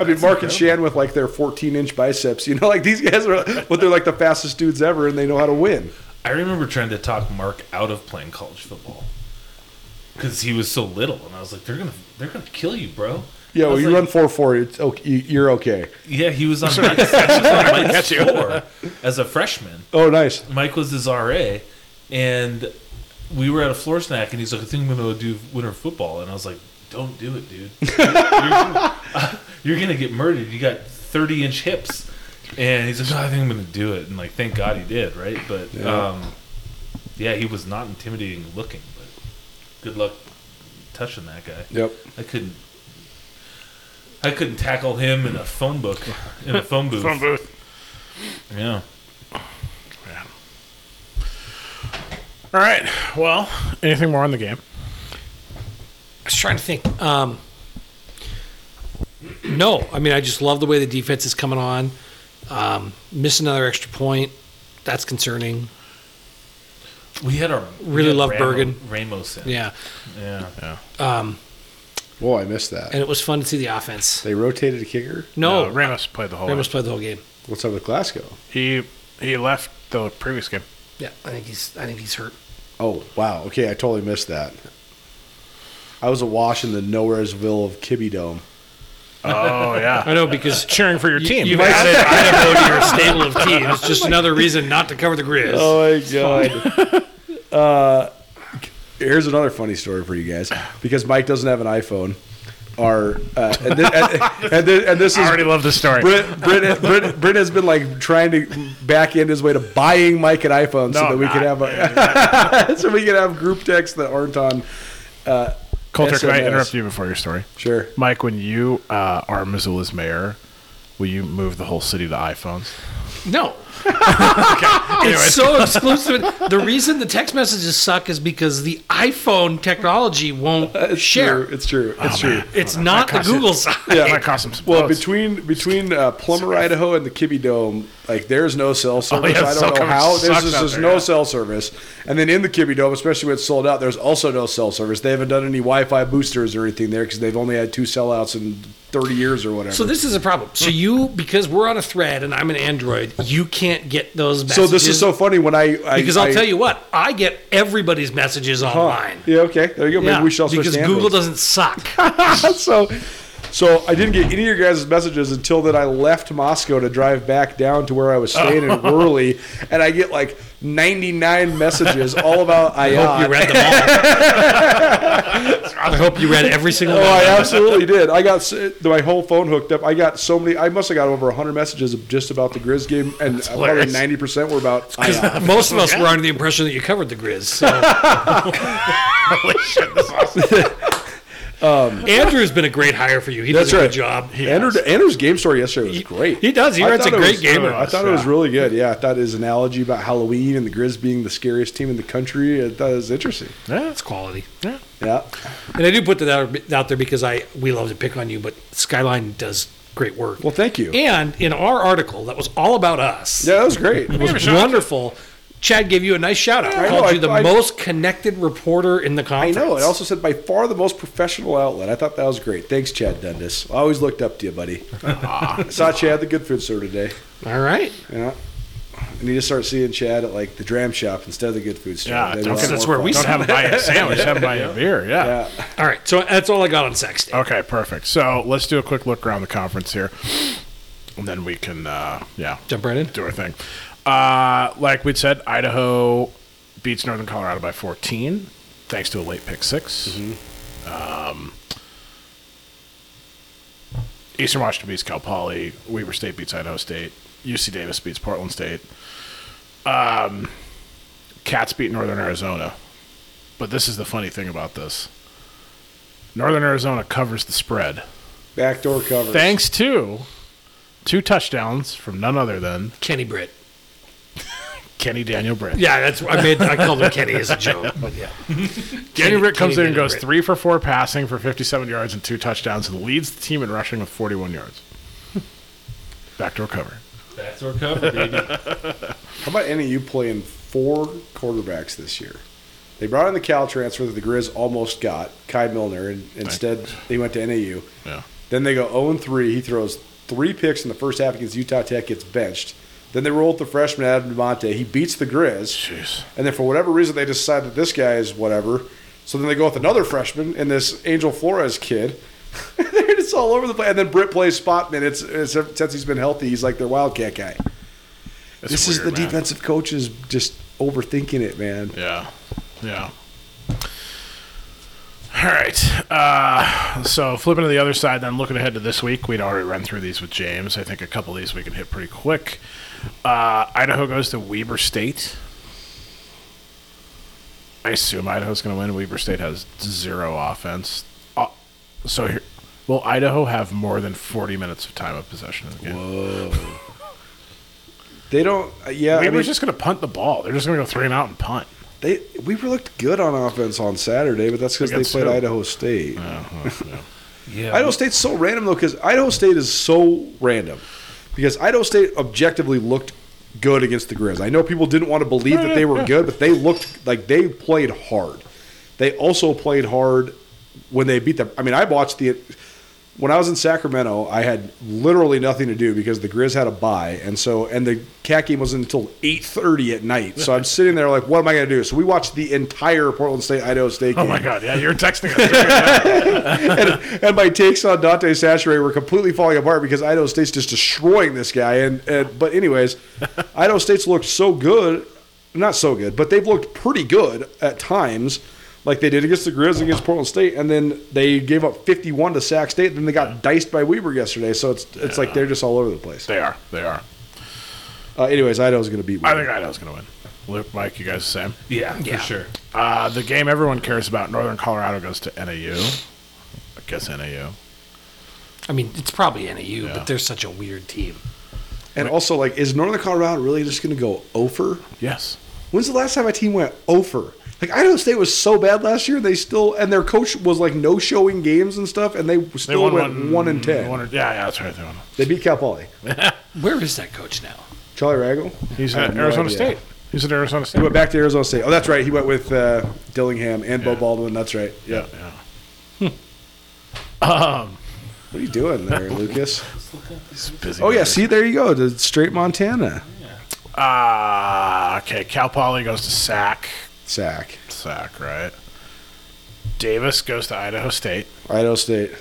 Speaker 4: I mean, Mark and Shan with like their 14 inch biceps, you know, like these guys are, but they're like the fastest dudes ever, and they know how to win.
Speaker 1: I remember trying to talk Mark out of playing college football because he was so little, and I was like, "They're gonna, they're gonna kill you, bro."
Speaker 4: Yeah,
Speaker 1: I
Speaker 4: well,
Speaker 1: was
Speaker 4: you
Speaker 1: like-
Speaker 4: run four four, it's okay, you- you're okay.
Speaker 1: Yeah, he was on Mike's, he was on Mike's floor as a freshman.
Speaker 4: Oh, nice.
Speaker 1: Mike was his RA, and we were at a floor snack, and he's like, "I think I'm gonna do winter football," and I was like, "Don't do it, dude. You're, you're gonna get murdered. You got 30 inch hips." And he's like, "No, I think I'm gonna do it." And like, thank God he did, right? But yeah, um, yeah he was not intimidating looking, but good luck touching that guy.
Speaker 4: Yep.
Speaker 1: I couldn't. I couldn't tackle him in a phone book, in a phone booth.
Speaker 5: Phone booth.
Speaker 1: Yeah.
Speaker 5: All right. Well, anything more on the game?
Speaker 3: I was trying to think. Um, no, I mean, I just love the way the defense is coming on. Um, miss another extra point. That's concerning.
Speaker 1: We had our we
Speaker 3: Really
Speaker 1: had
Speaker 3: love
Speaker 1: Ramo-
Speaker 3: Bergen.
Speaker 1: Ramos in.
Speaker 3: Yeah.
Speaker 1: yeah.
Speaker 3: Um,
Speaker 4: Whoa, I missed that.
Speaker 3: and it was fun to see the offense.
Speaker 4: They rotated a kicker.
Speaker 3: No,
Speaker 5: Uh, Ramos played the whole.
Speaker 3: Ramos played the whole game.
Speaker 4: What's up with Glasgow?
Speaker 5: He he left the previous game.
Speaker 3: Yeah, I think he's. I think he's hurt.
Speaker 4: Oh wow. Okay, I totally missed that. I was awash in the Nowheresville of Kibby Dome.
Speaker 5: Oh yeah,
Speaker 3: I know because
Speaker 5: cheering for your team.
Speaker 3: You might say Idaho to your stable of teams. Just another reason not to cover the Grizz.
Speaker 4: Oh my god. uh, here's another funny story for you guys because Mike doesn't have an iPhone. Our uh, and, thi- and, and, thi- and this
Speaker 5: I
Speaker 4: is
Speaker 5: already love this story.
Speaker 4: Brent, Brent, Brent, Brent has been like trying to back end his way to buying Mike an iPhone so
Speaker 5: No,
Speaker 4: that we
Speaker 5: I'm
Speaker 4: can
Speaker 5: not.
Speaker 4: have a, so we can have group texts that aren't on.
Speaker 5: Coulter, can I
Speaker 4: SMS.
Speaker 5: interrupt you before your story?
Speaker 4: Sure.
Speaker 5: Mike, when you uh, are Missoula's mayor, will you move the whole city to iPhones?
Speaker 3: No. Oh, It's so exclusive. The reason the text messages suck is because the iPhone technology won't share.
Speaker 4: True, It's true. It's
Speaker 5: Oh,
Speaker 4: true.
Speaker 3: It's not the Google side.
Speaker 5: Yeah, might cost him some
Speaker 4: Well,
Speaker 5: votes.
Speaker 4: between between uh, Plumber, Idaho, and the Kibby Dome, like there's no cell
Speaker 3: Oh,
Speaker 4: service.
Speaker 5: yeah,
Speaker 4: I
Speaker 5: cell
Speaker 4: don't know
Speaker 5: coverage
Speaker 4: how. There's
Speaker 5: sucks
Speaker 4: just
Speaker 5: out
Speaker 4: there's
Speaker 5: there,
Speaker 4: no
Speaker 5: yeah.
Speaker 4: cell service, and then in the Kibby Dome, especially when it's sold out, there's also no cell service. They haven't done any Wi-Fi boosters or anything there because they've only had two sellouts in 30 years or whatever.
Speaker 3: So this is a problem. So you, because we're on a thread and I'm an Android, you can't get those
Speaker 4: So
Speaker 3: messages.
Speaker 4: this is so funny when I, I
Speaker 3: Because I'll
Speaker 4: I-
Speaker 3: tell you what, I get everybody's messages
Speaker 4: Huh.
Speaker 3: online.
Speaker 4: Yeah, okay. There you go. Maybe
Speaker 3: Yeah,
Speaker 4: we shall switch
Speaker 3: because
Speaker 4: to
Speaker 3: Google
Speaker 4: Android.
Speaker 3: doesn't suck.
Speaker 4: so, so I didn't get any of your guys' messages until then I left Moscow to drive back down to where I was staying in Worley, and I get like 99 messages all about
Speaker 3: I hope you
Speaker 4: Ayan.
Speaker 3: read them all. I hope you read every single
Speaker 4: Oh,
Speaker 3: one.
Speaker 4: I absolutely did. I got s- my whole phone hooked up. I got so many. I must have got over 100 messages just about the Grizz game, and probably
Speaker 5: hilarious.
Speaker 4: 90 percent were about Ayan.
Speaker 3: Most of us were under the impression that you covered the Grizz. So. Andrew's been a great hire for you. He does
Speaker 4: That's
Speaker 3: a
Speaker 4: right.
Speaker 3: good job.
Speaker 4: Andrew, Andrew's game story yesterday was great.
Speaker 3: He does. He
Speaker 4: I
Speaker 3: writes a
Speaker 4: thought it
Speaker 3: great
Speaker 4: was- uh,
Speaker 3: game.
Speaker 4: I thought it was really good. Yeah, I thought his analogy about Halloween and the Grizz being the scariest team in the country, I thought it was interesting.
Speaker 5: yeah,
Speaker 3: It's quality.
Speaker 4: Yeah.
Speaker 3: And I do put that out, out there because I we love to pick on you, but Skyline does great work.
Speaker 4: Well, thank you.
Speaker 3: and in our article that was all about us,
Speaker 4: Yeah, that was great.
Speaker 3: it was wonderful. Chad gave you a nice shout out.
Speaker 4: Yeah, I
Speaker 3: called
Speaker 4: know.
Speaker 3: you the
Speaker 4: I- I-
Speaker 3: most connected reporter in the
Speaker 4: I
Speaker 3: conference.
Speaker 4: know. It also said by far the most professional outlet. I thought that was great. Thanks, Chad Dundas. I always looked up to you, buddy.
Speaker 3: Ah.
Speaker 4: I saw Chad at the Good Food Store today.
Speaker 3: All right.
Speaker 4: Yeah. I need to start seeing Chad at like the Dram Shop instead of the Good Food Store.
Speaker 5: Yeah,
Speaker 4: That'd be
Speaker 5: don't
Speaker 4: a
Speaker 5: get-
Speaker 4: lot
Speaker 3: that's
Speaker 4: more
Speaker 3: where we
Speaker 4: fun.
Speaker 5: don't have him buy a sandwich. Have him buy a beer. Yeah.
Speaker 4: Yeah.
Speaker 3: All right. So that's all I got on Sax Day.
Speaker 5: Okay, perfect. So let's do a quick look around the conference here, and then we can uh, yeah
Speaker 3: Jump right in.
Speaker 5: do our thing. Uh, like we said, Idaho beats Northern Colorado by 14, thanks to a late pick Um, 6 Um, Eastern Washington beats Cal Poly. Weber State beats Idaho State. UC Davis beats Portland State. Um, Cats beat Northern Arizona. But this is the funny thing about this Northern Arizona covers the spread
Speaker 4: Backdoor cover.
Speaker 5: thanks to two touchdowns from none other than
Speaker 3: Kenny Britt.
Speaker 5: Kenny Daniel Britt.
Speaker 3: Yeah, that's I made. I called him Kenny as a joke. But yeah.
Speaker 5: Daniel Britt comes in
Speaker 3: Kenny
Speaker 5: and goes
Speaker 3: Britt.
Speaker 5: three for four passing for 57 yards and two touchdowns and leads the team in rushing with 41 yards. Backdoor cover.
Speaker 1: That's our cover, baby.
Speaker 4: How about any of you playing four quarterbacks this year? They brought in the Cal transfer that the Grizz almost got, Kai Milner, and instead they went to NAU.
Speaker 5: Yeah.
Speaker 4: Then they go 0 3. He throws three picks in the first half against Utah Tech, gets benched. Then they roll with the freshman, Adam Devontae. He beats the Grizz.
Speaker 5: Jeez.
Speaker 4: And then for whatever reason, they decide that this guy is whatever. So then they go with another freshman and this Angel Flores kid. They're just all over the place. And then Britt plays spot minutes uh, since he's been healthy. He's like their Wildcat guy.
Speaker 5: It's
Speaker 4: this is
Speaker 5: weird,
Speaker 4: the
Speaker 5: man.
Speaker 4: defensive coaches just overthinking it, man.
Speaker 5: Yeah. Yeah. All right. Uh, so flipping to the other side, then looking ahead to this week, we'd already run through these with James. I think a couple of these we can hit pretty quick. Uh, Idaho goes to Weber State. I assume Idaho's going to win. Weber State has zero offense. Uh, so here, will Idaho have more than forty minutes of time of possession in the game?
Speaker 4: They don't. uh, Yeah, I
Speaker 5: Weber's
Speaker 4: mean,
Speaker 5: just going to punt the ball. They're just going to go three and out and punt.
Speaker 4: they we were looked good on offense on Saturday, but that's because they
Speaker 5: Against
Speaker 4: played
Speaker 5: who?
Speaker 4: Idaho State. Oh,
Speaker 5: Yeah, well, yeah.
Speaker 1: Yeah.
Speaker 4: Idaho State's so random though, because Idaho State is so random. because Idaho State objectively looked good against the Grizz. I know people didn't want to believe that they were good, but they looked like they played hard. They also played hard when they beat them. I mean, I watched the when I was in Sacramento, I had literally nothing to do because the Grizz had a bye, and so and the cat game wasn't until eight thirty at night. So I'm sitting there like, what am I going to do? So we watched the entire Portland State Idaho State game.
Speaker 5: Oh my god, yeah, you're texting us.
Speaker 4: and, and my takes on Dante Sachere were completely falling apart because Idaho State's just destroying this guy. And, and but anyways, Idaho State's looked so good, not so good, but they've looked pretty good at times, like they did against the Grizz and against Portland State, and then they gave up 51 to Sac State. And then they got diced by Weber yesterday. So it's it's like they're just all over the place.
Speaker 5: they are. They are.
Speaker 4: Uh, anyways, Idaho's going to beat.
Speaker 5: I
Speaker 4: Weber.
Speaker 5: think Idaho's gonna win. Luke, Mike, you guys the same.
Speaker 1: Yeah, for sure.
Speaker 5: Uh, the game everyone cares about, Northern Colorado goes to NAU. I guess NAU.
Speaker 6: I mean, it's probably NAU,
Speaker 5: Yeah.
Speaker 6: but they're such a weird team.
Speaker 4: and also, like, is Northern Colorado really just going to go over?
Speaker 5: Yes.
Speaker 4: When's the last time a team went over? Like Idaho State was so bad last year, they still and their coach was like no showing games and stuff, and they still went one, and ten.
Speaker 5: one or- yeah, yeah, that's right. They won.
Speaker 4: They beat Cal Poly.
Speaker 6: Where is that coach now?
Speaker 4: Charlie Raggle.
Speaker 5: He's
Speaker 4: I
Speaker 5: at
Speaker 4: have no
Speaker 5: Uh, Arizona
Speaker 4: idea.
Speaker 5: State. He's at Arizona
Speaker 4: He
Speaker 5: State.
Speaker 4: went back to Arizona State. Oh, that's right. He went with uh, Dillingham and Bo
Speaker 5: Yeah.
Speaker 4: Baldwin. That's right.
Speaker 5: Yeah, yeah.
Speaker 4: What are you doing there, Lucas?
Speaker 5: He's busy.
Speaker 4: Oh yeah,
Speaker 5: man.
Speaker 4: see there you go. The straight Montana
Speaker 5: Ah, okay. Cal Poly goes to Sac.
Speaker 4: sack.
Speaker 5: Sac, right? Davis goes to Idaho State.
Speaker 4: Idaho State.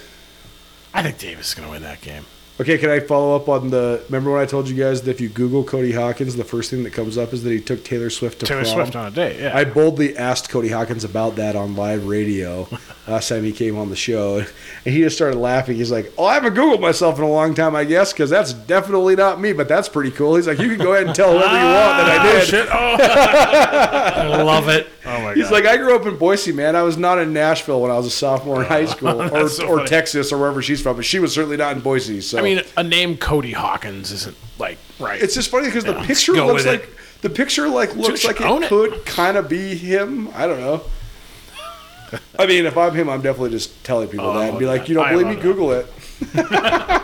Speaker 5: I think Davis is going to win that game.
Speaker 4: Okay, can I follow up on the? Remember when I told you guys that if you Google Cody Hawkins, the first thing that comes up is that he took Taylor Swift to
Speaker 5: Taylor
Speaker 4: prom?
Speaker 5: Swift on a date. Yeah.
Speaker 4: I boldly asked Cody Hawkins about that on live radio last time he came on the show, and he just started laughing. He's like, "Oh, I haven't googled myself in a long time, I guess, because that's definitely not me, but that's pretty cool." He's like, "You can go ahead and tell whoever you want that I did."
Speaker 5: Shit. Oh.
Speaker 3: I love it.
Speaker 5: Oh, my
Speaker 4: He's
Speaker 5: God.
Speaker 4: like, "I grew up in Boise, man. I was not in Nashville when I was a sophomore in high school, or,
Speaker 5: so
Speaker 4: or
Speaker 5: funny.
Speaker 4: Texas, or wherever she's from, but she was certainly not in Boise." So
Speaker 5: I mean, a name Cody Hawkins isn't like right.
Speaker 4: it's just funny because the picture
Speaker 5: go
Speaker 4: looks
Speaker 5: with it.
Speaker 4: like the picture like looks
Speaker 5: should
Speaker 4: like
Speaker 5: own
Speaker 4: it
Speaker 5: it.
Speaker 4: could kind of be him. I don't know. I mean, if I'm him, I'm definitely just telling people that and be like, you don't
Speaker 5: I
Speaker 4: believe me?
Speaker 5: love Oh, that.
Speaker 4: Google it.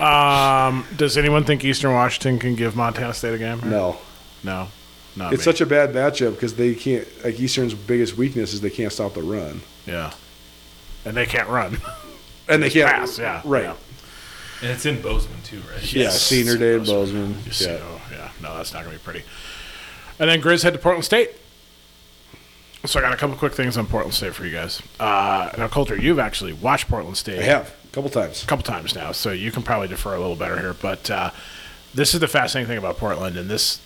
Speaker 5: um, does anyone think Eastern Washington can give Montana State a game?
Speaker 4: No,
Speaker 5: no, not
Speaker 4: it's such a bad matchup because they can't. Like Eastern's biggest weakness is they can't stop the run,
Speaker 5: yeah, and they can't run.
Speaker 4: and they can't
Speaker 5: Pass, yeah,
Speaker 4: right.
Speaker 5: yeah.
Speaker 1: And it's in Bozeman too, right?
Speaker 4: Yeah, senior day in Bozeman.
Speaker 5: You see-
Speaker 4: Yeah.
Speaker 5: oh, yeah, no, that's not gonna be pretty. And then Grizz head to Portland State. So I got a couple quick things on Portland State for you guys. Uh, now, Coulter, you've actually watched Portland State.
Speaker 4: I have a couple times.
Speaker 5: couple times now, so you can probably defer a little better here. But uh, this is the fascinating thing about Portland, and this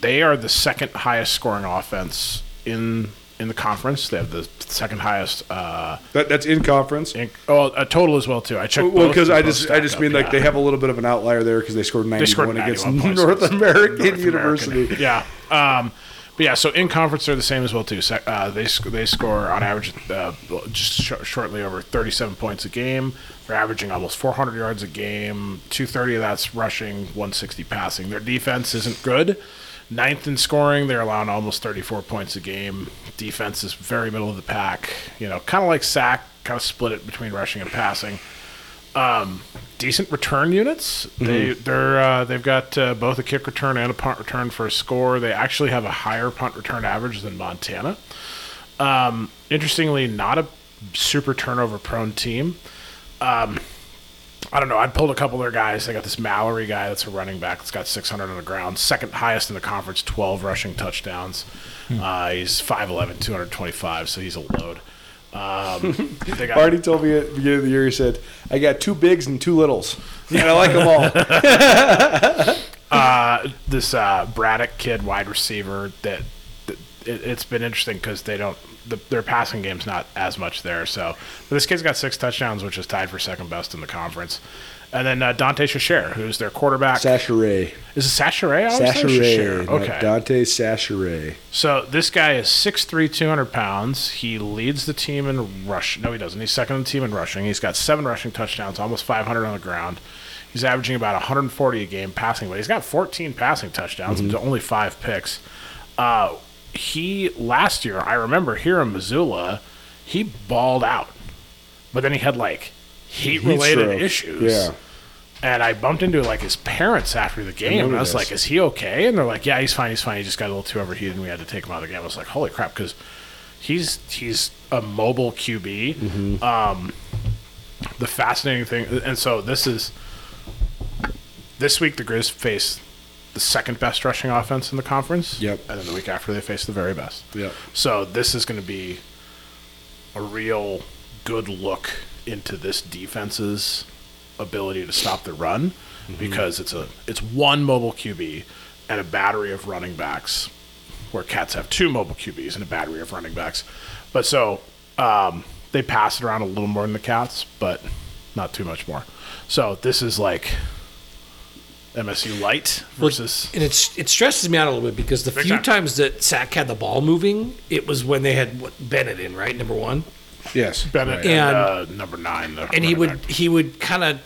Speaker 5: they are the second highest scoring offense in in the conference. They have the second highest. Uh,
Speaker 4: That, that's in conference.
Speaker 5: in, oh, a total as well too. I checked.
Speaker 4: Well,
Speaker 5: both,
Speaker 4: because
Speaker 5: and
Speaker 4: I
Speaker 5: both
Speaker 4: just I
Speaker 5: stacked
Speaker 4: just
Speaker 5: up,
Speaker 4: mean like
Speaker 5: yeah.
Speaker 4: they have a little bit of an outlier there because they scored 91
Speaker 5: They scored
Speaker 4: against
Speaker 5: 91 points
Speaker 4: North
Speaker 5: against
Speaker 4: American
Speaker 5: North American.
Speaker 4: University.
Speaker 5: Yeah. Um, but yeah, so in conference they're the same as well too. Sec- Uh, they sc- they score on average uh, just sh- shortly over 37 points a game. They're averaging almost 400 yards a game. 230 of that's rushing, 160 passing. Their defense isn't good. Ninth in scoring, they're allowing almost 34 points a game. Defense is very middle of the pack. You know, kind of like sack, kind of split it between rushing and passing decent return units. They they're uh, they've got uh, both a kick return and a punt return for a score. They actually have a higher punt return average than Montana. Um, interestingly, not a super turnover prone team. Um, I don't know. I pulled a couple of their guys. They got this Mallory guy that's a running back that's got 600 on the ground, second highest in the conference, 12 rushing touchdowns. Uh, he's 5'11, 225, so he's a load. Um, they got,
Speaker 4: Barney told me at the beginning of the year, he said, I got two bigs and two littles, and I like them
Speaker 5: Oh,
Speaker 4: all.
Speaker 5: uh, this uh, Braddock kid wide receiver that, that it, it's been interesting because they don't the, their passing game's not as much there. So but this kid's got six touchdowns, which is tied for second best in the conference. And then uh, Dante Shasher, who's their quarterback,
Speaker 4: Sachere.
Speaker 5: is it Sachere?
Speaker 4: Sachere.
Speaker 5: Okay.
Speaker 4: Dante Sachere.
Speaker 5: So this guy is 6'3", 200 pounds. He leads the team in rush. No, he doesn't. He's second in the team in rushing. He's got seven rushing touchdowns, almost 500 on the ground. He's averaging about 140 a game passing, but he's got 14 passing touchdowns and only five picks. Uh, he last year, I remember here in Missoula, he balled out, but then he had like heat related
Speaker 4: stroke.
Speaker 5: issues.
Speaker 4: Yeah.
Speaker 5: And I bumped into like his parents after the game. And I was
Speaker 4: this.
Speaker 5: like, "Is he okay?" And they're like, "Yeah, he's fine. He's fine. He just got a little too overheated, and we had to take him out of the game." I was like, "Holy crap!" Because he's he's a mobile QB.
Speaker 4: Mm-hmm.
Speaker 5: Um, the fascinating thing, and so this is this week the Grizz face the second best rushing offense in the conference.
Speaker 4: Yep.
Speaker 5: And then the week after they face the very best.
Speaker 4: Yep.
Speaker 5: So this is going to be a real good look into this defense's ability to stop the run
Speaker 3: Mm-hmm.
Speaker 5: because it's a it's one mobile QB and a battery of running backs where cats have two mobile QBs and a battery of running backs. But so um, they pass it around a little more than the cats, but not too much more. So this is like MSU light versus
Speaker 3: and it's it stresses me out a little bit because the
Speaker 5: Big
Speaker 3: few
Speaker 5: time.
Speaker 3: times that Sack had the ball moving, it was when they had what, Bennett in right number one,
Speaker 4: Yes.
Speaker 5: Bennett
Speaker 3: Right. And-
Speaker 5: and, uh, number nine. the
Speaker 3: and he
Speaker 5: running
Speaker 3: would
Speaker 5: back.
Speaker 3: he would kind of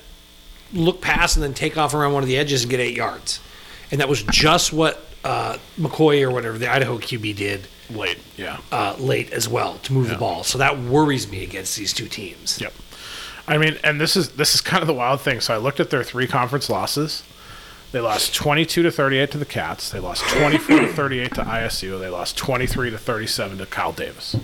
Speaker 3: look past and then take off around one of the edges and get eight yards, and that was just what uh, McCoy or whatever the Idaho QB did
Speaker 5: late. Yeah.
Speaker 3: uh, late as well to move the ball. So that worries me against these two teams.
Speaker 5: Yep. I mean, and this is this is kind of the wild thing. So I looked at their three conference losses. They lost 22 to 38 to the Cats. They lost 24 to 38 to ISU. They lost 23 to 37 to Kyle Davis.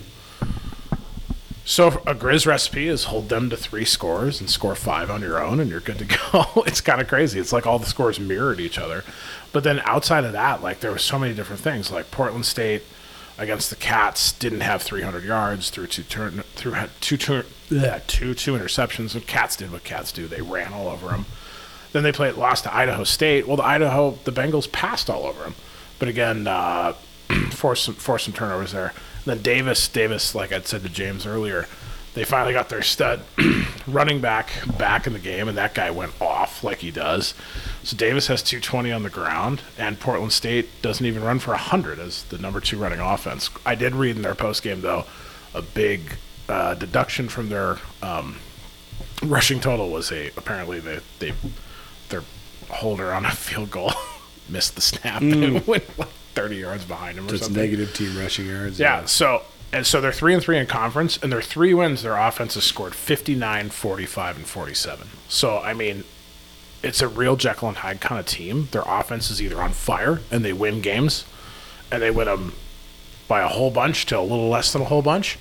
Speaker 5: So a Grizz recipe is hold them to three scores and score five on your own, and you're good to go. it's kind of crazy. It's like all the scores mirrored each other. But then outside of that, like there were so many different things. Like Portland State against the Cats didn't have 300 yards through two turn through had two turn bleh, two two interceptions. And Cats did what Cats do. They ran all over them. Then they played lost to Idaho State. Well, the Idaho the Bengals passed all over them, but again, uh, forced some forced some turnovers there. And then Davis Davis, like I'd said to James earlier, they finally got their stud running back back in the game, and that guy went off like he does. So Davis has 220 on the ground, and Portland State doesn't even run for 100 as the number two running offense. I did read in their postgame though a big uh, deduction from their um, rushing total was a apparently they they their holder on a field goal missed the snap and went like 30 yards behind him or
Speaker 4: Mm. So it's
Speaker 5: something.
Speaker 4: negative team rushing yards.
Speaker 5: Yeah, so and so they're 3 and 3 in conference and their three wins their offense has scored 59, 45 and 47. So I mean it's a real Jekyll and Hyde kind of team. Their offense is either on fire and they win games and they win them by a whole bunch to a little less than a whole bunch,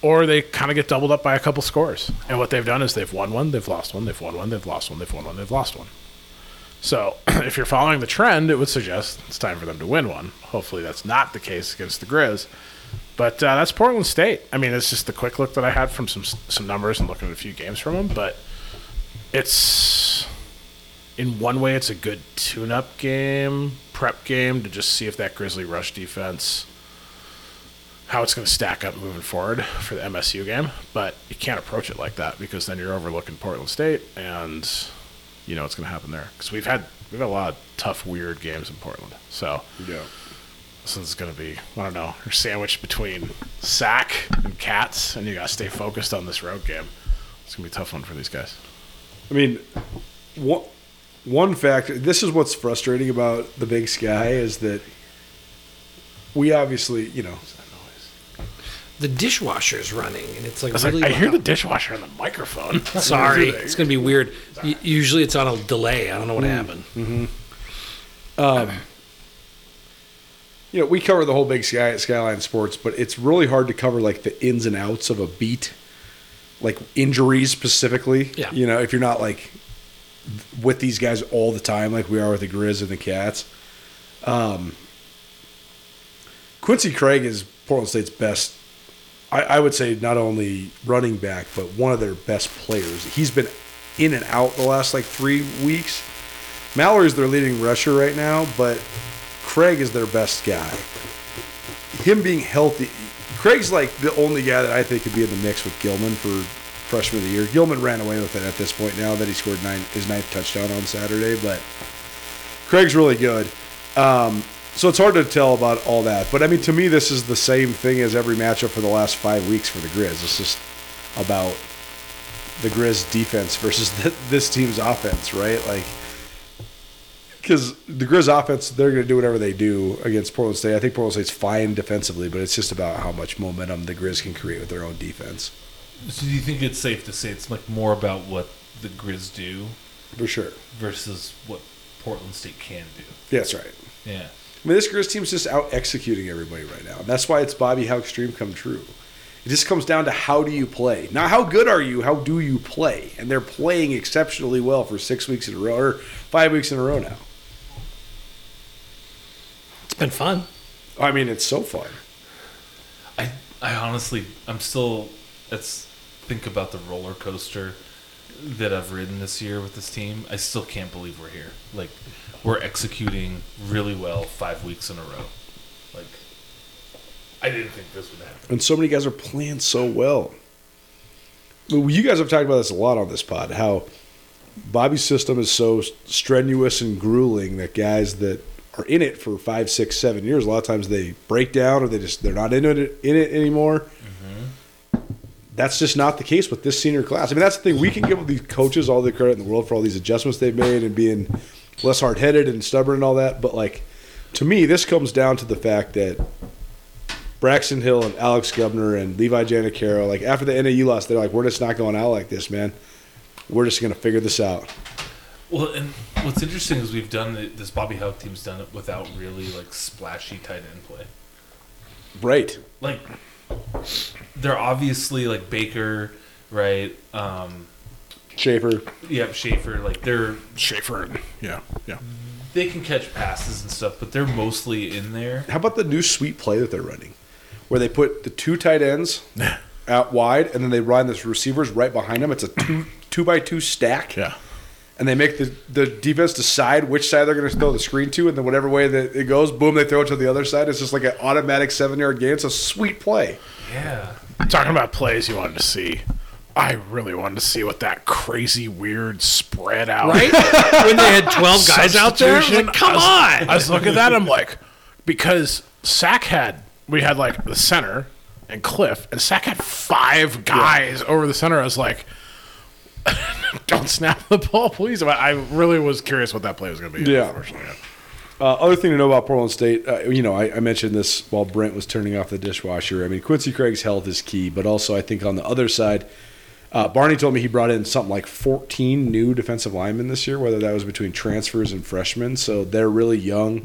Speaker 5: or they kind of get doubled up by a couple scores. And what they've done is they've won one, they've lost one, they've won one, they've lost one, they've won one, they've lost one. So if you're following the trend, it would suggest it's time for them to win one. Hopefully, that's not the case against the Grizz. But uh, that's Portland State. I mean, it's just the quick look that I had from some some numbers and looking at a few games from them. But it's in one way, it's a good tune-up game, prep game to just see if that Grizzly rush defense how it's going to stack up moving forward for the MSU game, but you can't approach it like that because then you're overlooking Portland State, and you know what's going to happen there. Because we've had we've had a lot of tough, weird games in Portland. So
Speaker 4: Yeah.
Speaker 5: this one's going to be I don't know, you're sandwiched between Sack and Cats, and you got to stay focused on this road game. It's going to be a tough one for these guys.
Speaker 4: I mean, one, one factor, this is what's frustrating about the big sky is that we obviously, you know,
Speaker 3: The dishwasher's running, and it's like
Speaker 5: I was
Speaker 3: really
Speaker 5: like, I hear the
Speaker 3: loud.
Speaker 5: dishwasher on the microphone.
Speaker 3: Sorry, it's gonna be weird. U- usually, it's on a delay. I don't
Speaker 5: Hmm.
Speaker 3: know what happened.
Speaker 4: you know, we cover the whole big sky at Skyline Sports, but it's really hard to cover like the ins and outs of a beat, like injuries specifically.
Speaker 3: Yeah.
Speaker 4: You know, if you're not like with these guys all the time, like we are with the Grizz and the Cats. Um, Quincy Craig is Portland State's best. I, I would say not only running back, but one of their best players. He's been in and out the last like three weeks. Mallory's their leading rusher right now, but Craig is their best guy. Him being healthy, Craig's like the only guy that I think could be in the mix with Gilman for freshman of the year. Gilman ran away with it at this point now that he scored nine his ninth touchdown on Saturday, but Craig's really good. Um, so it's hard to tell about all that, but I mean, to me, this is the same thing as every matchup for the last five weeks for the Grizz. It's just about the Grizz defense versus th this team's offense, right? Like because the Grizz offense, they're going to do whatever they do against Portland State. I think Portland State's fine defensively, but it's just about how much momentum the Grizz can create with their own defense.
Speaker 1: So do you think it's safe to say it's like more about what the Grizz do
Speaker 4: for sure.
Speaker 1: versus what Portland State can do.
Speaker 4: Yeah, that's right.
Speaker 1: Yeah.
Speaker 4: I mean, this Grizz team's just out executing everybody right now. And that's why it's Bobby Houck's dream come true. It just comes down to how do you play, not how good are you, how do you play? And they're playing exceptionally well for six weeks in a row or five weeks in a row now.
Speaker 3: It's been fun.
Speaker 4: I mean, it's so fun.
Speaker 1: I I honestly I'm still let's think about the roller coaster that I've ridden this year with this team. I still can't believe we're here. Like we're executing really well five weeks in a row. Like I didn't think this would happen.
Speaker 4: And so many guys are playing so well. Well, You guys have talked about this a lot on this pod how Bobby's system is so strenuous and grueling that guys that are in it for five, six, seven years, a lot of times they break down or they just they're not in it in it anymore. That's just not the case with this senior class. I mean, that's the thing. We can give these coaches all the credit in the world for all these adjustments they've made and being less hard headed and stubborn and all that. But like, to me, this comes down to the fact that Braxton Hill and Alex Gubner and Levi Janicaro, like after the NAU loss, they're like, we're just not going out like this, man. We're just going to figure this out.
Speaker 1: Well, and what's interesting is we've done it, this Bobby Houck team's done it without really like splashy tight end play.
Speaker 4: Right.
Speaker 1: like they're obviously like Baker, right? Um
Speaker 4: Schaefer.
Speaker 1: yep, Schaefer, like they're
Speaker 5: Schaefer. and- Yeah, yeah.
Speaker 1: they can catch passes and stuff, but they're mostly in there.
Speaker 4: How about the new sweet play that they're running where they put the two tight ends out wide and then they run this receivers right behind them? It's a two, two by two stack.
Speaker 5: Yeah.
Speaker 4: And they make the, the defense decide which side they're going to throw the screen to. And then whatever way that it goes, boom, they throw it to the other side. It's just like an automatic seven yard gain. It's a sweet play.
Speaker 1: Yeah.
Speaker 5: Talking about plays you wanted to see. I really wanted to see what that crazy, weird spread out.
Speaker 3: Right? when they had 12 guys out there? I was
Speaker 5: Substitution.
Speaker 3: Like, come
Speaker 5: I was-
Speaker 3: on.
Speaker 5: I was looking at that. I'm like, because Sack had we had like the center and Cliff, and Sack had five guys over the center. I was like, don't snap the ball, please. I I really was curious what that play was going to be.
Speaker 4: Yeah.
Speaker 5: unfortunately.
Speaker 4: Uh, other thing to know about Portland State, uh, you know, I, I mentioned this while Brent was turning off the dishwasher. I mean, Quincy Craig's health is key, but also I think on the other side, uh, Barney told me he brought in something like 14 new defensive linemen this year, whether that was between transfers and freshmen. So they're really young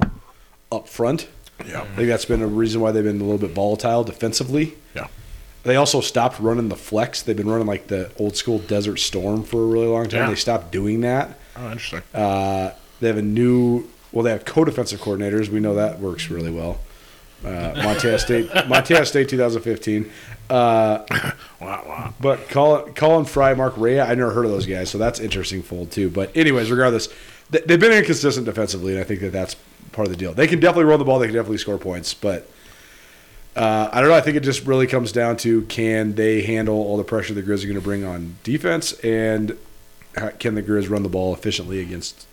Speaker 4: up front.
Speaker 5: Yeah.
Speaker 4: I think that's been a reason why they've been a little bit volatile defensively.
Speaker 5: Yeah.
Speaker 4: They also stopped running the flex. They've been running like the old school Desert Storm for a really long time.
Speaker 5: Yeah.
Speaker 4: They stopped doing that.
Speaker 5: Oh, interesting.
Speaker 4: Uh, they have a new. Well, they have co-defensive coordinators. We know that works really well. Uh, Montana State, Montana State, 2015. Uh,
Speaker 5: Wow, wow.
Speaker 4: but Colin, Colin Fry, Mark Rea, I never heard of those guys, so that's interesting fold too. But anyways, regardless, they, they've been inconsistent defensively, and I think that that's part of the deal. They can definitely roll the ball. They can definitely score points, but. Uh, I don't know. I think it just really comes down to can they handle all the pressure the Grizz are going to bring on defense, and how- can the Grizz run the ball efficiently against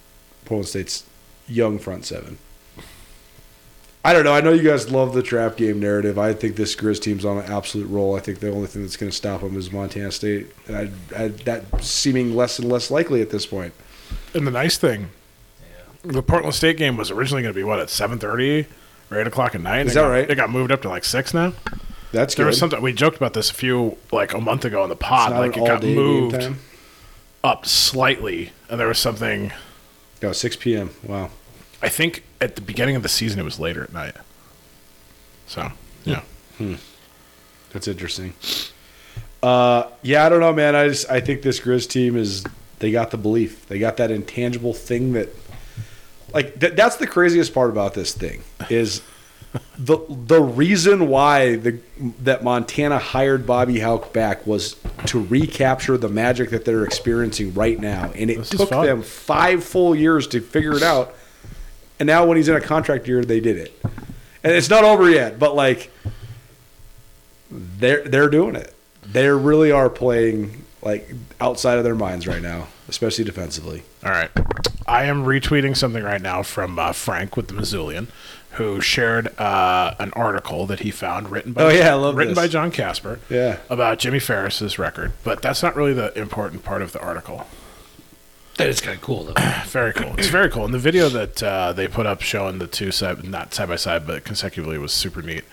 Speaker 4: Portland State's young front seven? I don't know. I know you guys love the trap game narrative. I think this Grizz team's on an absolute roll. I think the only thing that's going to stop them is Montana State. And I, I, that seeming less and less likely at this point.
Speaker 5: And the nice thing, the Portland State game was originally going to be what at seven thirty or eight o'clock at night.
Speaker 4: Is
Speaker 5: It
Speaker 4: that
Speaker 5: got-
Speaker 4: right?
Speaker 5: It got moved up to like six now.
Speaker 4: That's
Speaker 5: There
Speaker 4: good.
Speaker 5: was something we joked about this a few like a month ago in the pod.
Speaker 4: It's not
Speaker 5: Like
Speaker 4: an
Speaker 5: it got
Speaker 4: all-day game
Speaker 5: moved
Speaker 4: time.
Speaker 5: up slightly, and there was something.
Speaker 4: No, 6 p.m. Wow.
Speaker 5: I think at the beginning of the season it was later at night. So yeah,
Speaker 4: That's interesting. Uh, yeah, I don't know, man. I just I think this Grizz team is they got the belief. They got that intangible thing that like th- that's the craziest part about this thing is the the reason why the that Montana hired Bobby Houck back was to recapture the magic that they're experiencing right now, and it
Speaker 5: This is
Speaker 4: took
Speaker 5: fun.
Speaker 4: them five full years to figure it out. And now when he's in a contract year, they did it, and it's not over yet. But like they're they're doing it. They really are playing like outside of their minds right now, especially defensively.
Speaker 5: all right. I am retweeting something right now from uh, Frank with the Missoulian, who shared uh, an article that he found written by
Speaker 4: Oh, yeah, I love
Speaker 5: written
Speaker 4: this.
Speaker 5: by John Casper
Speaker 4: Yeah.
Speaker 5: about Jimmy Ferris's record, but that's not really the important part of the article.
Speaker 3: That is kind of cool, though.
Speaker 5: Very cool. It's very cool. And the video that uh, they put up showing the two side, not side by side, but consecutively was super neat.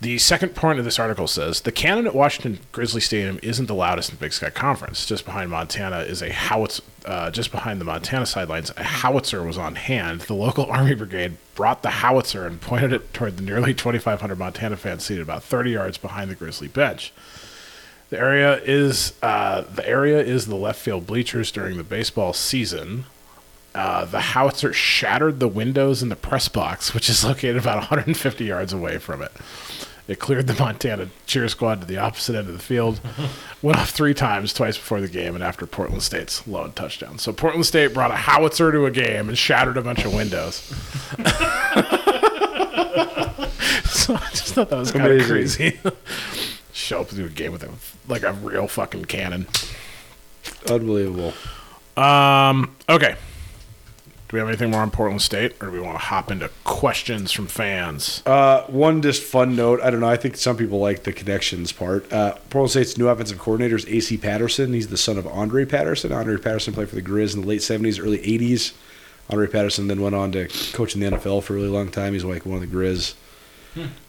Speaker 5: The second point of this article says the cannon at Washington Grizzly Stadium isn't the loudest in Big Sky Conference. Just behind Montana is a howitzer. Uh, just behind the Montana sidelines, a howitzer was on hand. The local Army Brigade brought the howitzer and pointed it toward the nearly 2,500 Montana fans seated about 30 yards behind the Grizzly bench. The area is uh, the area is the left field bleachers during the baseball season. Uh, the howitzer shattered the windows in the press box, which is located about 150 yards away from it. It cleared the Montana cheer squad to the opposite end of the field, went off three times, twice before the game and after Portland State's lone touchdown. So Portland State brought a howitzer to a game and shattered a bunch of windows. so I just thought that was kind of
Speaker 4: Amazing.
Speaker 5: crazy. Show up to a game with a, like a real fucking cannon.
Speaker 4: Unbelievable.
Speaker 5: Um. Okay. Do we have anything more on Portland State, or do we want to hop into questions from fans?
Speaker 4: Uh, one just fun note. I don't know. I think some people like the connections part. Uh, Portland State's new offensive coordinator is AC Patterson. He's the son of Andre Patterson. Andre Patterson played for the Grizz in the late seventies, early eighties. Andre Patterson then went on to coach in the NFL for a really long time. He's like one of the Grizz.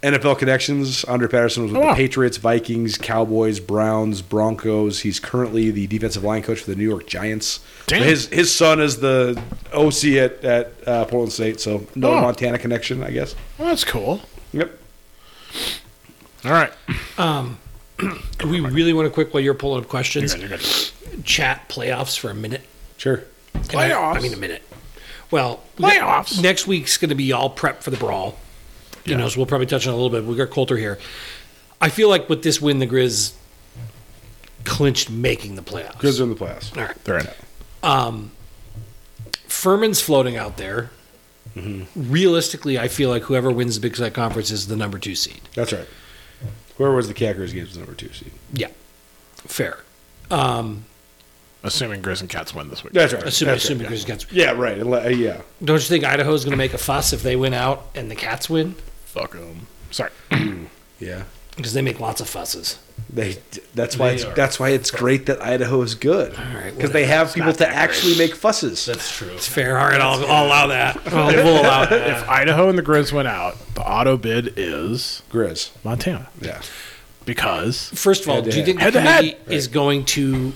Speaker 4: NFL connections. Andre Patterson was with
Speaker 5: Hmm. Oh, wow.
Speaker 4: the Patriots, Vikings, Cowboys, Browns, Broncos. He's currently the defensive line coach for the New York Giants. So
Speaker 5: Damn.
Speaker 4: his his son is the OC at, at uh, Portland State, so no
Speaker 5: Oh.
Speaker 4: Montana connection, I guess.
Speaker 5: Well, that's cool.
Speaker 4: Yep.
Speaker 5: All right.
Speaker 3: Do we really want to quick while you're pulling up questions?
Speaker 5: You're good.
Speaker 3: Chat playoffs for a minute.
Speaker 4: Sure.
Speaker 3: And I- I,
Speaker 5: Playoffs?
Speaker 3: mean, a minute. Well,
Speaker 5: Playoffs?
Speaker 3: ne- next week's going to be all prep for the brawl. You know, so we'll probably touch on it a little bit. We got Coulter here. I feel like with this win, the Grizz clinched making the playoffs.
Speaker 4: Grizz are in the playoffs.
Speaker 3: All right.
Speaker 5: They're in.
Speaker 3: Furman's floating out there. Realistically, I feel like whoever wins the Big Sky Conference is the number two seed.
Speaker 4: That's right. Whoever was the Cackers game was number two seed.
Speaker 3: Yeah, fair.
Speaker 5: Assuming Grizz and Cats win this week.
Speaker 4: That's right.
Speaker 3: Assuming,
Speaker 4: That's right,
Speaker 3: assuming
Speaker 4: yeah.
Speaker 3: Grizz gets.
Speaker 4: Yeah, right. Ele- uh, yeah.
Speaker 3: Don't you think Idaho's going to make a fuss if they win out and the Cats win?
Speaker 5: Fuck them. Sorry.
Speaker 4: Yeah.
Speaker 3: Because they make lots of fusses.
Speaker 4: They that's why
Speaker 1: They
Speaker 4: it's
Speaker 1: are-
Speaker 4: that's why it's great that Idaho is good.
Speaker 3: right,
Speaker 4: Because they have people to actually make fusses.
Speaker 1: That's true.
Speaker 3: Fair. All right, I'll, I'll allow that. I'll, we'll allow it.
Speaker 5: If Idaho and the Grizz went out, the auto bid is
Speaker 4: Grizz.
Speaker 5: Montana
Speaker 4: Yeah.
Speaker 5: because
Speaker 3: First of all, do you think the
Speaker 5: Head to head.
Speaker 3: committee is going to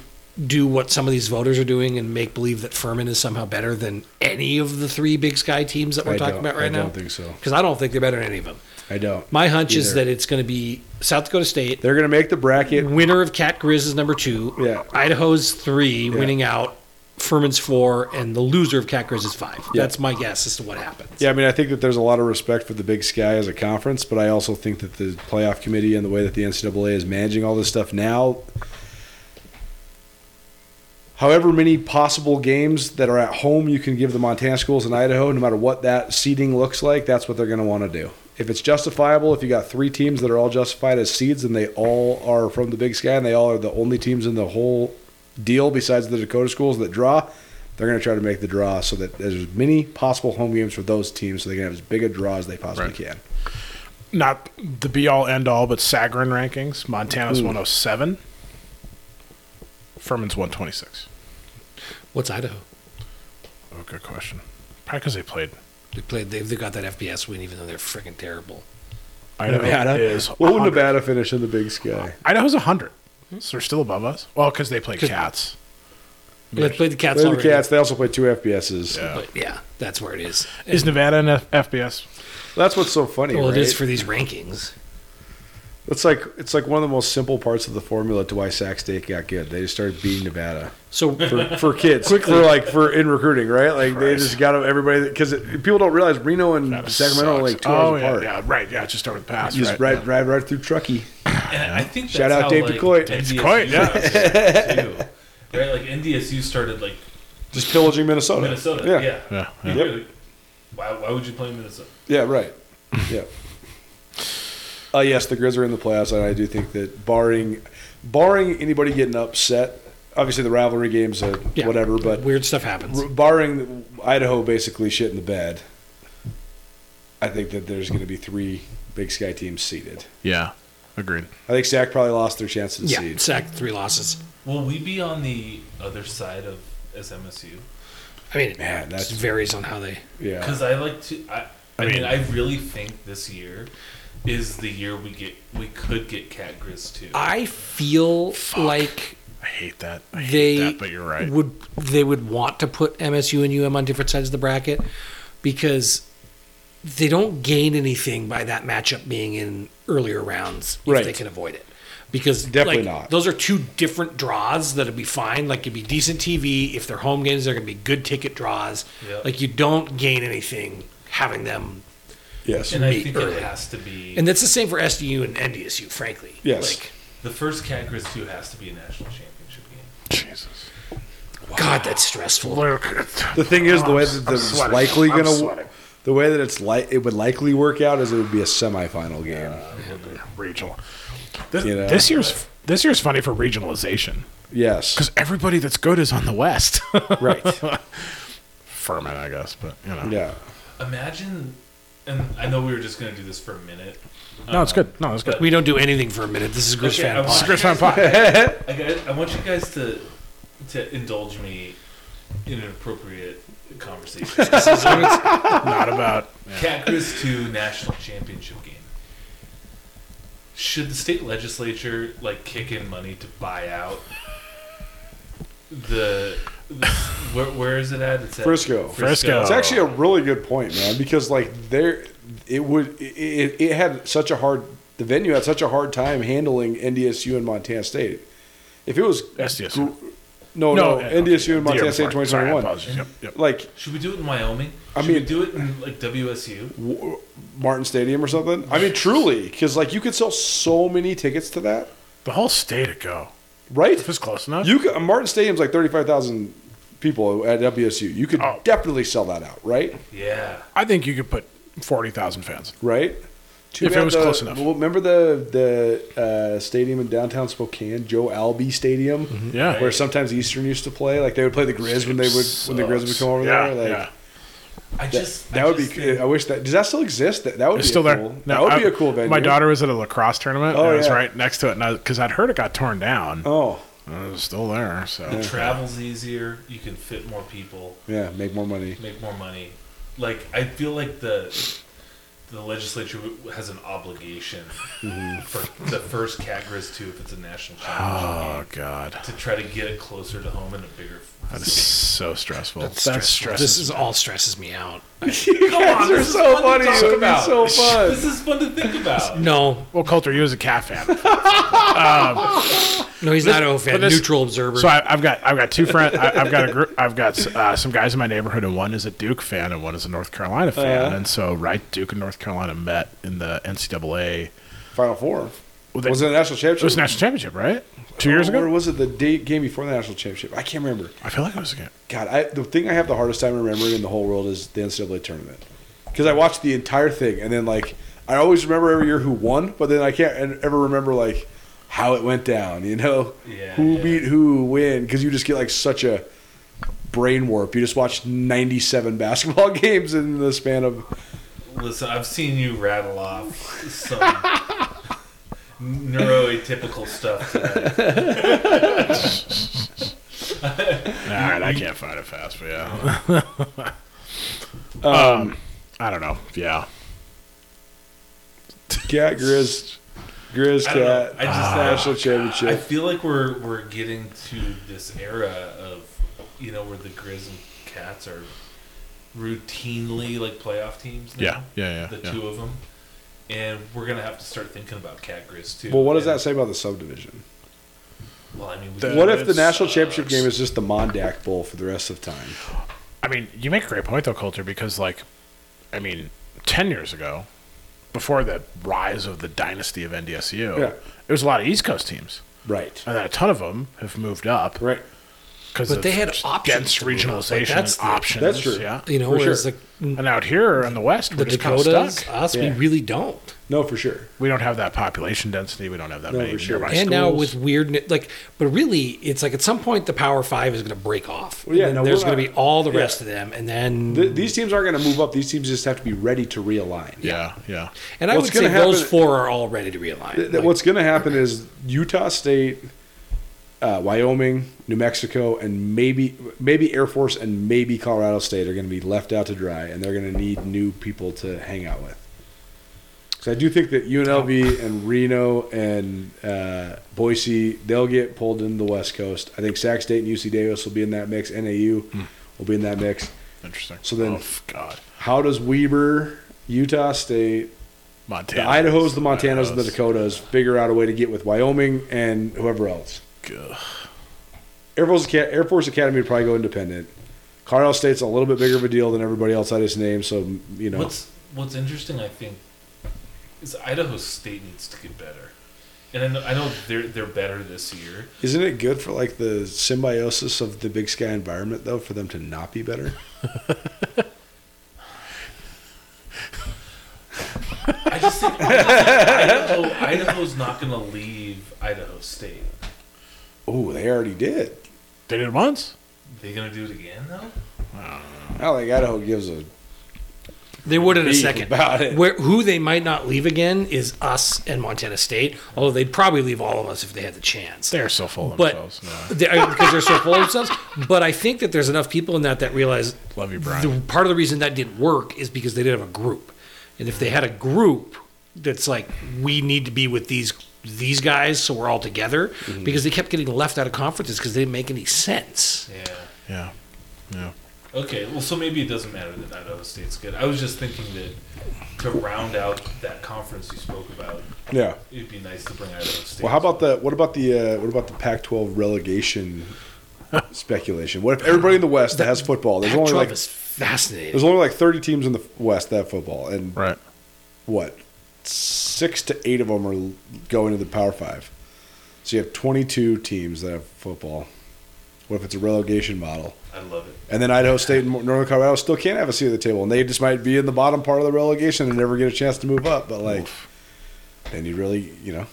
Speaker 3: do what some of these voters are doing and make believe that Furman is somehow better than any of the three Big Sky teams that we're
Speaker 4: I
Speaker 3: talking
Speaker 4: don't-
Speaker 3: about right
Speaker 4: I
Speaker 3: now?
Speaker 4: don't think so.
Speaker 3: Because I don't think they're better than any of them.
Speaker 4: I don't.
Speaker 3: My hunch is
Speaker 4: Either.
Speaker 3: that it's going to be South Dakota State.
Speaker 4: They're gonna make the bracket.
Speaker 3: Winner of Cat Grizz is number two.
Speaker 4: Yeah.
Speaker 3: Idaho's three, winning out. Furman's four, and the loser of Cat Grizz is five. That's my guess as to what happens.
Speaker 4: Yeah, I mean, I think that there's a lot of respect for the Big Sky as a conference, but I also think that the playoff committee and the way that the NCAA is managing all this stuff now, however many possible games that are at home you can give the Montana schools in Idaho, no matter what that seeding looks like, that's what they're going to want to do. If it's justifiable, if you got three teams that are all justified as seeds and they all are from the Big Sky and they all are the only teams in the whole deal besides the Dakota schools that draw, they're going to try to make the draw so that there's as many possible home games for those teams so they can have as big a draw as they possibly
Speaker 5: Right.
Speaker 4: can.
Speaker 5: not the be all end all, but Sagarin rankings. Montana's 107. Furman's 126.
Speaker 3: What's Idaho?
Speaker 5: Oh, good question. Probably because they played.
Speaker 3: They played. They've, they've got that FBS win, even though they're freaking terrible.
Speaker 5: Idaho is
Speaker 4: What would
Speaker 5: 100.
Speaker 4: Nevada finish in the Big Sky?
Speaker 5: Idaho's 100. So they're still above us. Well, because they play cats.
Speaker 3: They played the Cats.
Speaker 4: They the
Speaker 3: already.
Speaker 4: Cats. They also play two FBSs.
Speaker 3: But yeah, that's where it is.
Speaker 5: Is Nevada an F- FBS?
Speaker 4: That's what's so funny.
Speaker 3: Well,
Speaker 4: right?
Speaker 3: it is for these rankings.
Speaker 4: It's like it's like one of the most simple parts of the formula to why Sac State got good. They just started beating Nevada
Speaker 3: So
Speaker 4: for, for kids, for like for in recruiting, right? Like they just got everybody because people don't realize Reno and
Speaker 5: That
Speaker 4: Sacramento are
Speaker 5: sucks. Oh,
Speaker 4: like two hours
Speaker 5: yeah,
Speaker 4: apart.
Speaker 5: Yeah, right. Yeah, just over the pass.
Speaker 4: You just
Speaker 5: right.
Speaker 4: ride, ride right through Truckee.
Speaker 1: And I think that's
Speaker 4: Shout out
Speaker 1: how,
Speaker 4: Dave
Speaker 1: like,
Speaker 4: DeCoit.
Speaker 1: NDSU
Speaker 5: DeCoit,
Speaker 1: started, too. right, like NDSU started like
Speaker 4: Just pillaging Minnesota.
Speaker 1: Minnesota.
Speaker 4: Yeah.
Speaker 1: Yeah. yeah.
Speaker 5: Yeah, yeah.
Speaker 1: You're like, Why, why would you play Minnesota?
Speaker 4: Yeah, right. Yeah. Uh, yes, the Grizz are in the playoffs, and I do think that barring barring anybody getting upset, obviously the rivalry games, uh,
Speaker 3: yeah,
Speaker 4: whatever, but
Speaker 3: weird stuff happens.
Speaker 4: r- barring Idaho basically shit in the bed, I think that there's going to be three Big Sky teams seeded.
Speaker 5: Yeah, agreed.
Speaker 4: I think Sac probably lost their chance to
Speaker 3: Yeah,
Speaker 4: seed.
Speaker 3: sack three losses.
Speaker 1: Will we be on the other side of SMSU?
Speaker 3: I mean, it
Speaker 4: Man, that's-
Speaker 3: varies on how they.
Speaker 4: Yeah,
Speaker 1: Because I like to. I, I, mean, I really think this year is the year we get we could get Cat Grizz too.
Speaker 3: I feel like
Speaker 5: I hate that. I hate
Speaker 3: they
Speaker 5: that, but you're right.
Speaker 3: would they would want to put MSU and UM on different sides of the bracket because they don't gain anything by that matchup being in earlier rounds if
Speaker 4: Right.
Speaker 3: they can avoid it. Because
Speaker 4: Definitely
Speaker 3: like,
Speaker 4: not.
Speaker 3: Those are two different draws that'll be fine. Like it'd be decent TV if they're home games. They're gonna be good ticket draws.
Speaker 1: Yeah.
Speaker 3: Like you don't gain anything having them.
Speaker 4: Yes.
Speaker 1: and I
Speaker 3: meet
Speaker 1: think
Speaker 3: early.
Speaker 1: it has to be
Speaker 3: And that's the same for SDU and NDSU. Frankly,
Speaker 4: Yes.
Speaker 3: Like,
Speaker 1: the first Cat Grizz two has to be a national championship game.
Speaker 5: Jesus.
Speaker 3: God, that's stressful.
Speaker 4: The thing is, the way that
Speaker 5: I'm
Speaker 4: it's
Speaker 5: sweating.
Speaker 4: likely
Speaker 5: I'm
Speaker 4: going to,
Speaker 5: sweating.
Speaker 4: the way that it's like, it would likely work out is it would be a semifinal game.
Speaker 5: Regional. This,
Speaker 4: You know?
Speaker 5: this year's this year's funny for regionalization
Speaker 4: Yes.
Speaker 5: because everybody that's good is on the west.
Speaker 4: Right.
Speaker 5: Furman, I guess, but you know.
Speaker 4: Yeah.
Speaker 1: Imagine, and I know we were just gonna do this for a minute.
Speaker 5: No, it's good. No, it's good.
Speaker 3: We don't do anything for a minute. This is Grizz
Speaker 1: Okay,
Speaker 3: fan.
Speaker 1: I
Speaker 3: Pod.
Speaker 1: want-
Speaker 5: Chris on Pie.
Speaker 1: I, got- I want you guys to to indulge me in an appropriate conversation.
Speaker 5: Not about.
Speaker 1: Cat Grizz 2 national championship game. Should the state legislature like kick in money to buy out the, the- where, where is it at? It's at
Speaker 4: Frisco.
Speaker 5: Frisco.
Speaker 4: It's actually a really good point, man, because like there, it would it, it had such a hard the venue had such a hard time handling NDSU and Montana State. If it was
Speaker 5: SDSU.
Speaker 4: gr- no, no, NDSU and
Speaker 5: The year
Speaker 4: Montana State
Speaker 5: before. Sorry,
Speaker 4: 2021.
Speaker 5: apologies. Yep, yep.
Speaker 4: Like
Speaker 1: Should we do it in Wyoming?
Speaker 4: I
Speaker 1: Should we
Speaker 4: mean-
Speaker 1: do it in like WSU?
Speaker 4: w- Martin Stadium or something. I mean, truly, because like you could sell so many tickets to that,
Speaker 5: The whole state would go.
Speaker 4: right?
Speaker 5: If it's close enough.
Speaker 4: You could, Martin Stadium's like thirty five thousand people at WSU. You could
Speaker 5: Oh.
Speaker 4: definitely sell that out, right?
Speaker 1: Yeah.
Speaker 5: I think you could put 40,000 fans.
Speaker 4: right? Too
Speaker 5: If it
Speaker 4: bad
Speaker 5: was
Speaker 4: the-
Speaker 5: close enough.
Speaker 4: Well, remember the the uh, stadium in downtown Spokane, Joe Albee Stadium,
Speaker 5: Mm-hmm. Yeah.
Speaker 4: where sometimes Eastern used to play. Like they would play the Grizz when they would when the Grizz would come over
Speaker 5: yeah,
Speaker 4: there. Like
Speaker 5: yeah.
Speaker 1: I just
Speaker 4: that
Speaker 1: I
Speaker 4: would be.
Speaker 1: just think-
Speaker 4: I wish that does that still exist? That that would
Speaker 5: It's
Speaker 4: be
Speaker 5: still
Speaker 4: a
Speaker 5: there.
Speaker 4: Cool,
Speaker 5: No,
Speaker 4: that would
Speaker 5: I-
Speaker 4: be a cool venue.
Speaker 5: My daughter was at a lacrosse tournament.
Speaker 4: Oh,
Speaker 5: and I was
Speaker 4: yeah.
Speaker 5: right next to it, and because I'd heard it got torn down.
Speaker 4: Oh
Speaker 5: And It was still there. So
Speaker 1: travel's easier. You can fit more people,
Speaker 4: yeah, make more money.
Speaker 1: make more money. Like I feel like the the legislature w- has an obligation
Speaker 4: Mm-hmm.
Speaker 1: for the first Cat Grizz 2 if it's a national championship.
Speaker 5: Oh God,
Speaker 1: to try to get it closer to home in a bigger.
Speaker 5: that is so stressful. That's, stressful.
Speaker 3: This is all stresses me out.
Speaker 4: You guys are
Speaker 1: this is
Speaker 4: so
Speaker 1: fun to talk
Speaker 4: funny. It would be
Speaker 1: about.
Speaker 4: so fun.
Speaker 1: This is fun to think about.
Speaker 3: No,
Speaker 5: well, Coulter, you was a cat fan.
Speaker 3: no, he's not a fan.
Speaker 5: but this-
Speaker 3: Neutral observer.
Speaker 5: So I, I've got I've got two friends. I've got a group. I've got uh, some guys in my neighborhood, and one is a Duke fan, and one is a North Carolina fan.
Speaker 4: Uh-huh.
Speaker 5: and so, right, Duke and North Carolina met in the NCAA.
Speaker 4: Final four.
Speaker 5: Well, they-
Speaker 4: was it the national championship?
Speaker 5: It was national championship, right? Two years
Speaker 4: Or
Speaker 5: ago.
Speaker 4: was it the day, game before the national championship? I can't remember.
Speaker 5: I feel like it was again.
Speaker 4: God, I, the thing I have the hardest time remembering in the whole world is the NCAA tournament because I watched the entire thing and then like I always remember every year who won, but then I can't en- ever remember like how it went down. You know,
Speaker 1: Yeah,
Speaker 4: who
Speaker 1: yeah.
Speaker 4: beat who, when, because you just get like such a brain warp. You just watch ninety-seven basketball games in the span of
Speaker 1: Listen, I've seen you rattle off some neuroatypical stuff. Today.
Speaker 5: All right, I can't find it fast, but yeah. um,
Speaker 4: Um,
Speaker 5: I don't know. Yeah,
Speaker 4: Cat Grizz, Grizz
Speaker 1: I don't know.
Speaker 4: Cat Ah,
Speaker 1: I just-
Speaker 4: national
Speaker 1: I
Speaker 4: championship.
Speaker 1: feel like we're we're getting to this era of you know where the Grizz and Cats are routinely like playoff teams. Now,
Speaker 5: yeah, yeah, yeah.
Speaker 1: the
Speaker 5: yeah.
Speaker 1: two of them, and we're gonna have to start thinking about Cat Grizz too.
Speaker 4: Well, what does
Speaker 1: And-
Speaker 4: that say about the subdivision?
Speaker 1: Well, I mean, we
Speaker 5: The-
Speaker 4: What if the
Speaker 5: That
Speaker 4: national
Speaker 5: sucks.
Speaker 4: championship game is just the Mondak Bowl for the rest of time?
Speaker 5: I mean, you make a great point though, Coulter, because like, I mean, ten years ago, before the rise of the dynasty of NDSU,
Speaker 4: Yeah.
Speaker 5: it was a lot of East Coast teams,
Speaker 4: Right.
Speaker 5: and then a ton of them have moved up
Speaker 4: Right.
Speaker 5: because
Speaker 3: But they had options
Speaker 5: dense
Speaker 3: to move up. Like,
Speaker 5: regionalization.
Speaker 3: that's the-
Speaker 5: options.
Speaker 4: That's true.
Speaker 5: Yeah,
Speaker 3: you know,
Speaker 4: for
Speaker 3: whereas
Speaker 4: sure.
Speaker 3: the,
Speaker 5: and out here in the West,
Speaker 3: the
Speaker 5: we're just kind of
Speaker 3: Dakotas,
Speaker 5: stuck.
Speaker 3: us, we
Speaker 4: Yeah.
Speaker 3: really don't.
Speaker 4: No, for sure.
Speaker 5: We don't have that population density. We don't have that
Speaker 4: No,
Speaker 5: many
Speaker 4: for sure.
Speaker 5: nearby
Speaker 3: and now
Speaker 5: schools.
Speaker 3: with weird, like, but really, it's like at some point the Power Five is going to break off.
Speaker 4: Well, yeah,
Speaker 3: And
Speaker 4: no,
Speaker 3: there's
Speaker 4: we're
Speaker 3: going to
Speaker 4: not-
Speaker 3: be all the
Speaker 4: yeah.
Speaker 3: rest of them, and then
Speaker 4: Th- these teams aren't going to move up. These teams just have to be ready to realign.
Speaker 5: yeah, yeah,
Speaker 3: and I
Speaker 4: what's
Speaker 3: would say
Speaker 4: gonna
Speaker 3: those
Speaker 4: happen-
Speaker 3: four are all ready to realign.
Speaker 4: Th- th-
Speaker 3: Like,
Speaker 4: What's going to happen is Utah State, uh, Wyoming, New Mexico, and maybe maybe Air Force and maybe Colorado State are going to be left out to dry, and they're going to need new people to hang out with. Because I do think that UNLV and Reno and uh, Boise, they'll get pulled into the West Coast. I think Sac State and UC Davis will be in that mix. NAU will be in that mix.
Speaker 5: Interesting.
Speaker 4: So then-
Speaker 5: oh f- God,
Speaker 4: How does Weber, Utah State, the
Speaker 5: Montana,
Speaker 4: Idaho's, the Montanas, and the Dakotas figure out a way to get with Wyoming and whoever else?
Speaker 5: Dakota.
Speaker 4: Air Force, Aca- Air Force Academy would probably go independent. Colorado State's a little bit bigger of a deal than everybody else I just named, so you know.
Speaker 1: What's What's interesting, I think, is Idaho State needs to get better, and I know, I know they're they're better this year.
Speaker 4: Isn't it good for like the symbiosis of the big sky environment though for them to not be better?
Speaker 1: I just think Idaho, Idaho's not going to leave Idaho State.
Speaker 4: Oh, they already did.
Speaker 5: They did it once.
Speaker 1: They going to do it again though?
Speaker 4: Not like Idaho gives a
Speaker 3: They would in a
Speaker 4: beef
Speaker 3: second.
Speaker 4: about it.
Speaker 3: Where who they might not leave again is us and Montana State. Although they'd probably leave all of us if they had the chance.
Speaker 5: They're so full of
Speaker 3: but
Speaker 5: themselves. No.
Speaker 3: they- I- because they're so full of themselves. But I think that there's enough people in that that realize
Speaker 5: Love you, Brian.
Speaker 3: the, part of the reason that didn't work is because they didn't have a group. And if they had a group that's like, we need to be with these these guys, so we're all together, because they kept getting left out of conferences because they didn't make any sense.
Speaker 1: Yeah.
Speaker 5: yeah, yeah.
Speaker 1: Okay. Well, so maybe it doesn't matter that Idaho State's good. I was just thinking that to round out that conference you spoke about,
Speaker 4: Yeah.
Speaker 1: it'd be nice to bring Idaho State.
Speaker 4: Well, how about the what about the uh, what about the Pac-12 relegation speculation? What if everybody in the West that has football? There's
Speaker 3: Pac-12
Speaker 4: only like
Speaker 3: is fascinating.
Speaker 4: there's only like 30 teams in the West that have football, and
Speaker 5: Right.
Speaker 4: what six to eight of them are going to the Power Five. So you have 22 teams that have football. What if it's a relegation model?
Speaker 1: I love it.
Speaker 4: And then Idaho State and Northern Colorado still can't have a seat at the table, and they just might be in the bottom part of the relegation and never get a chance to move up. But like, then you really, you know,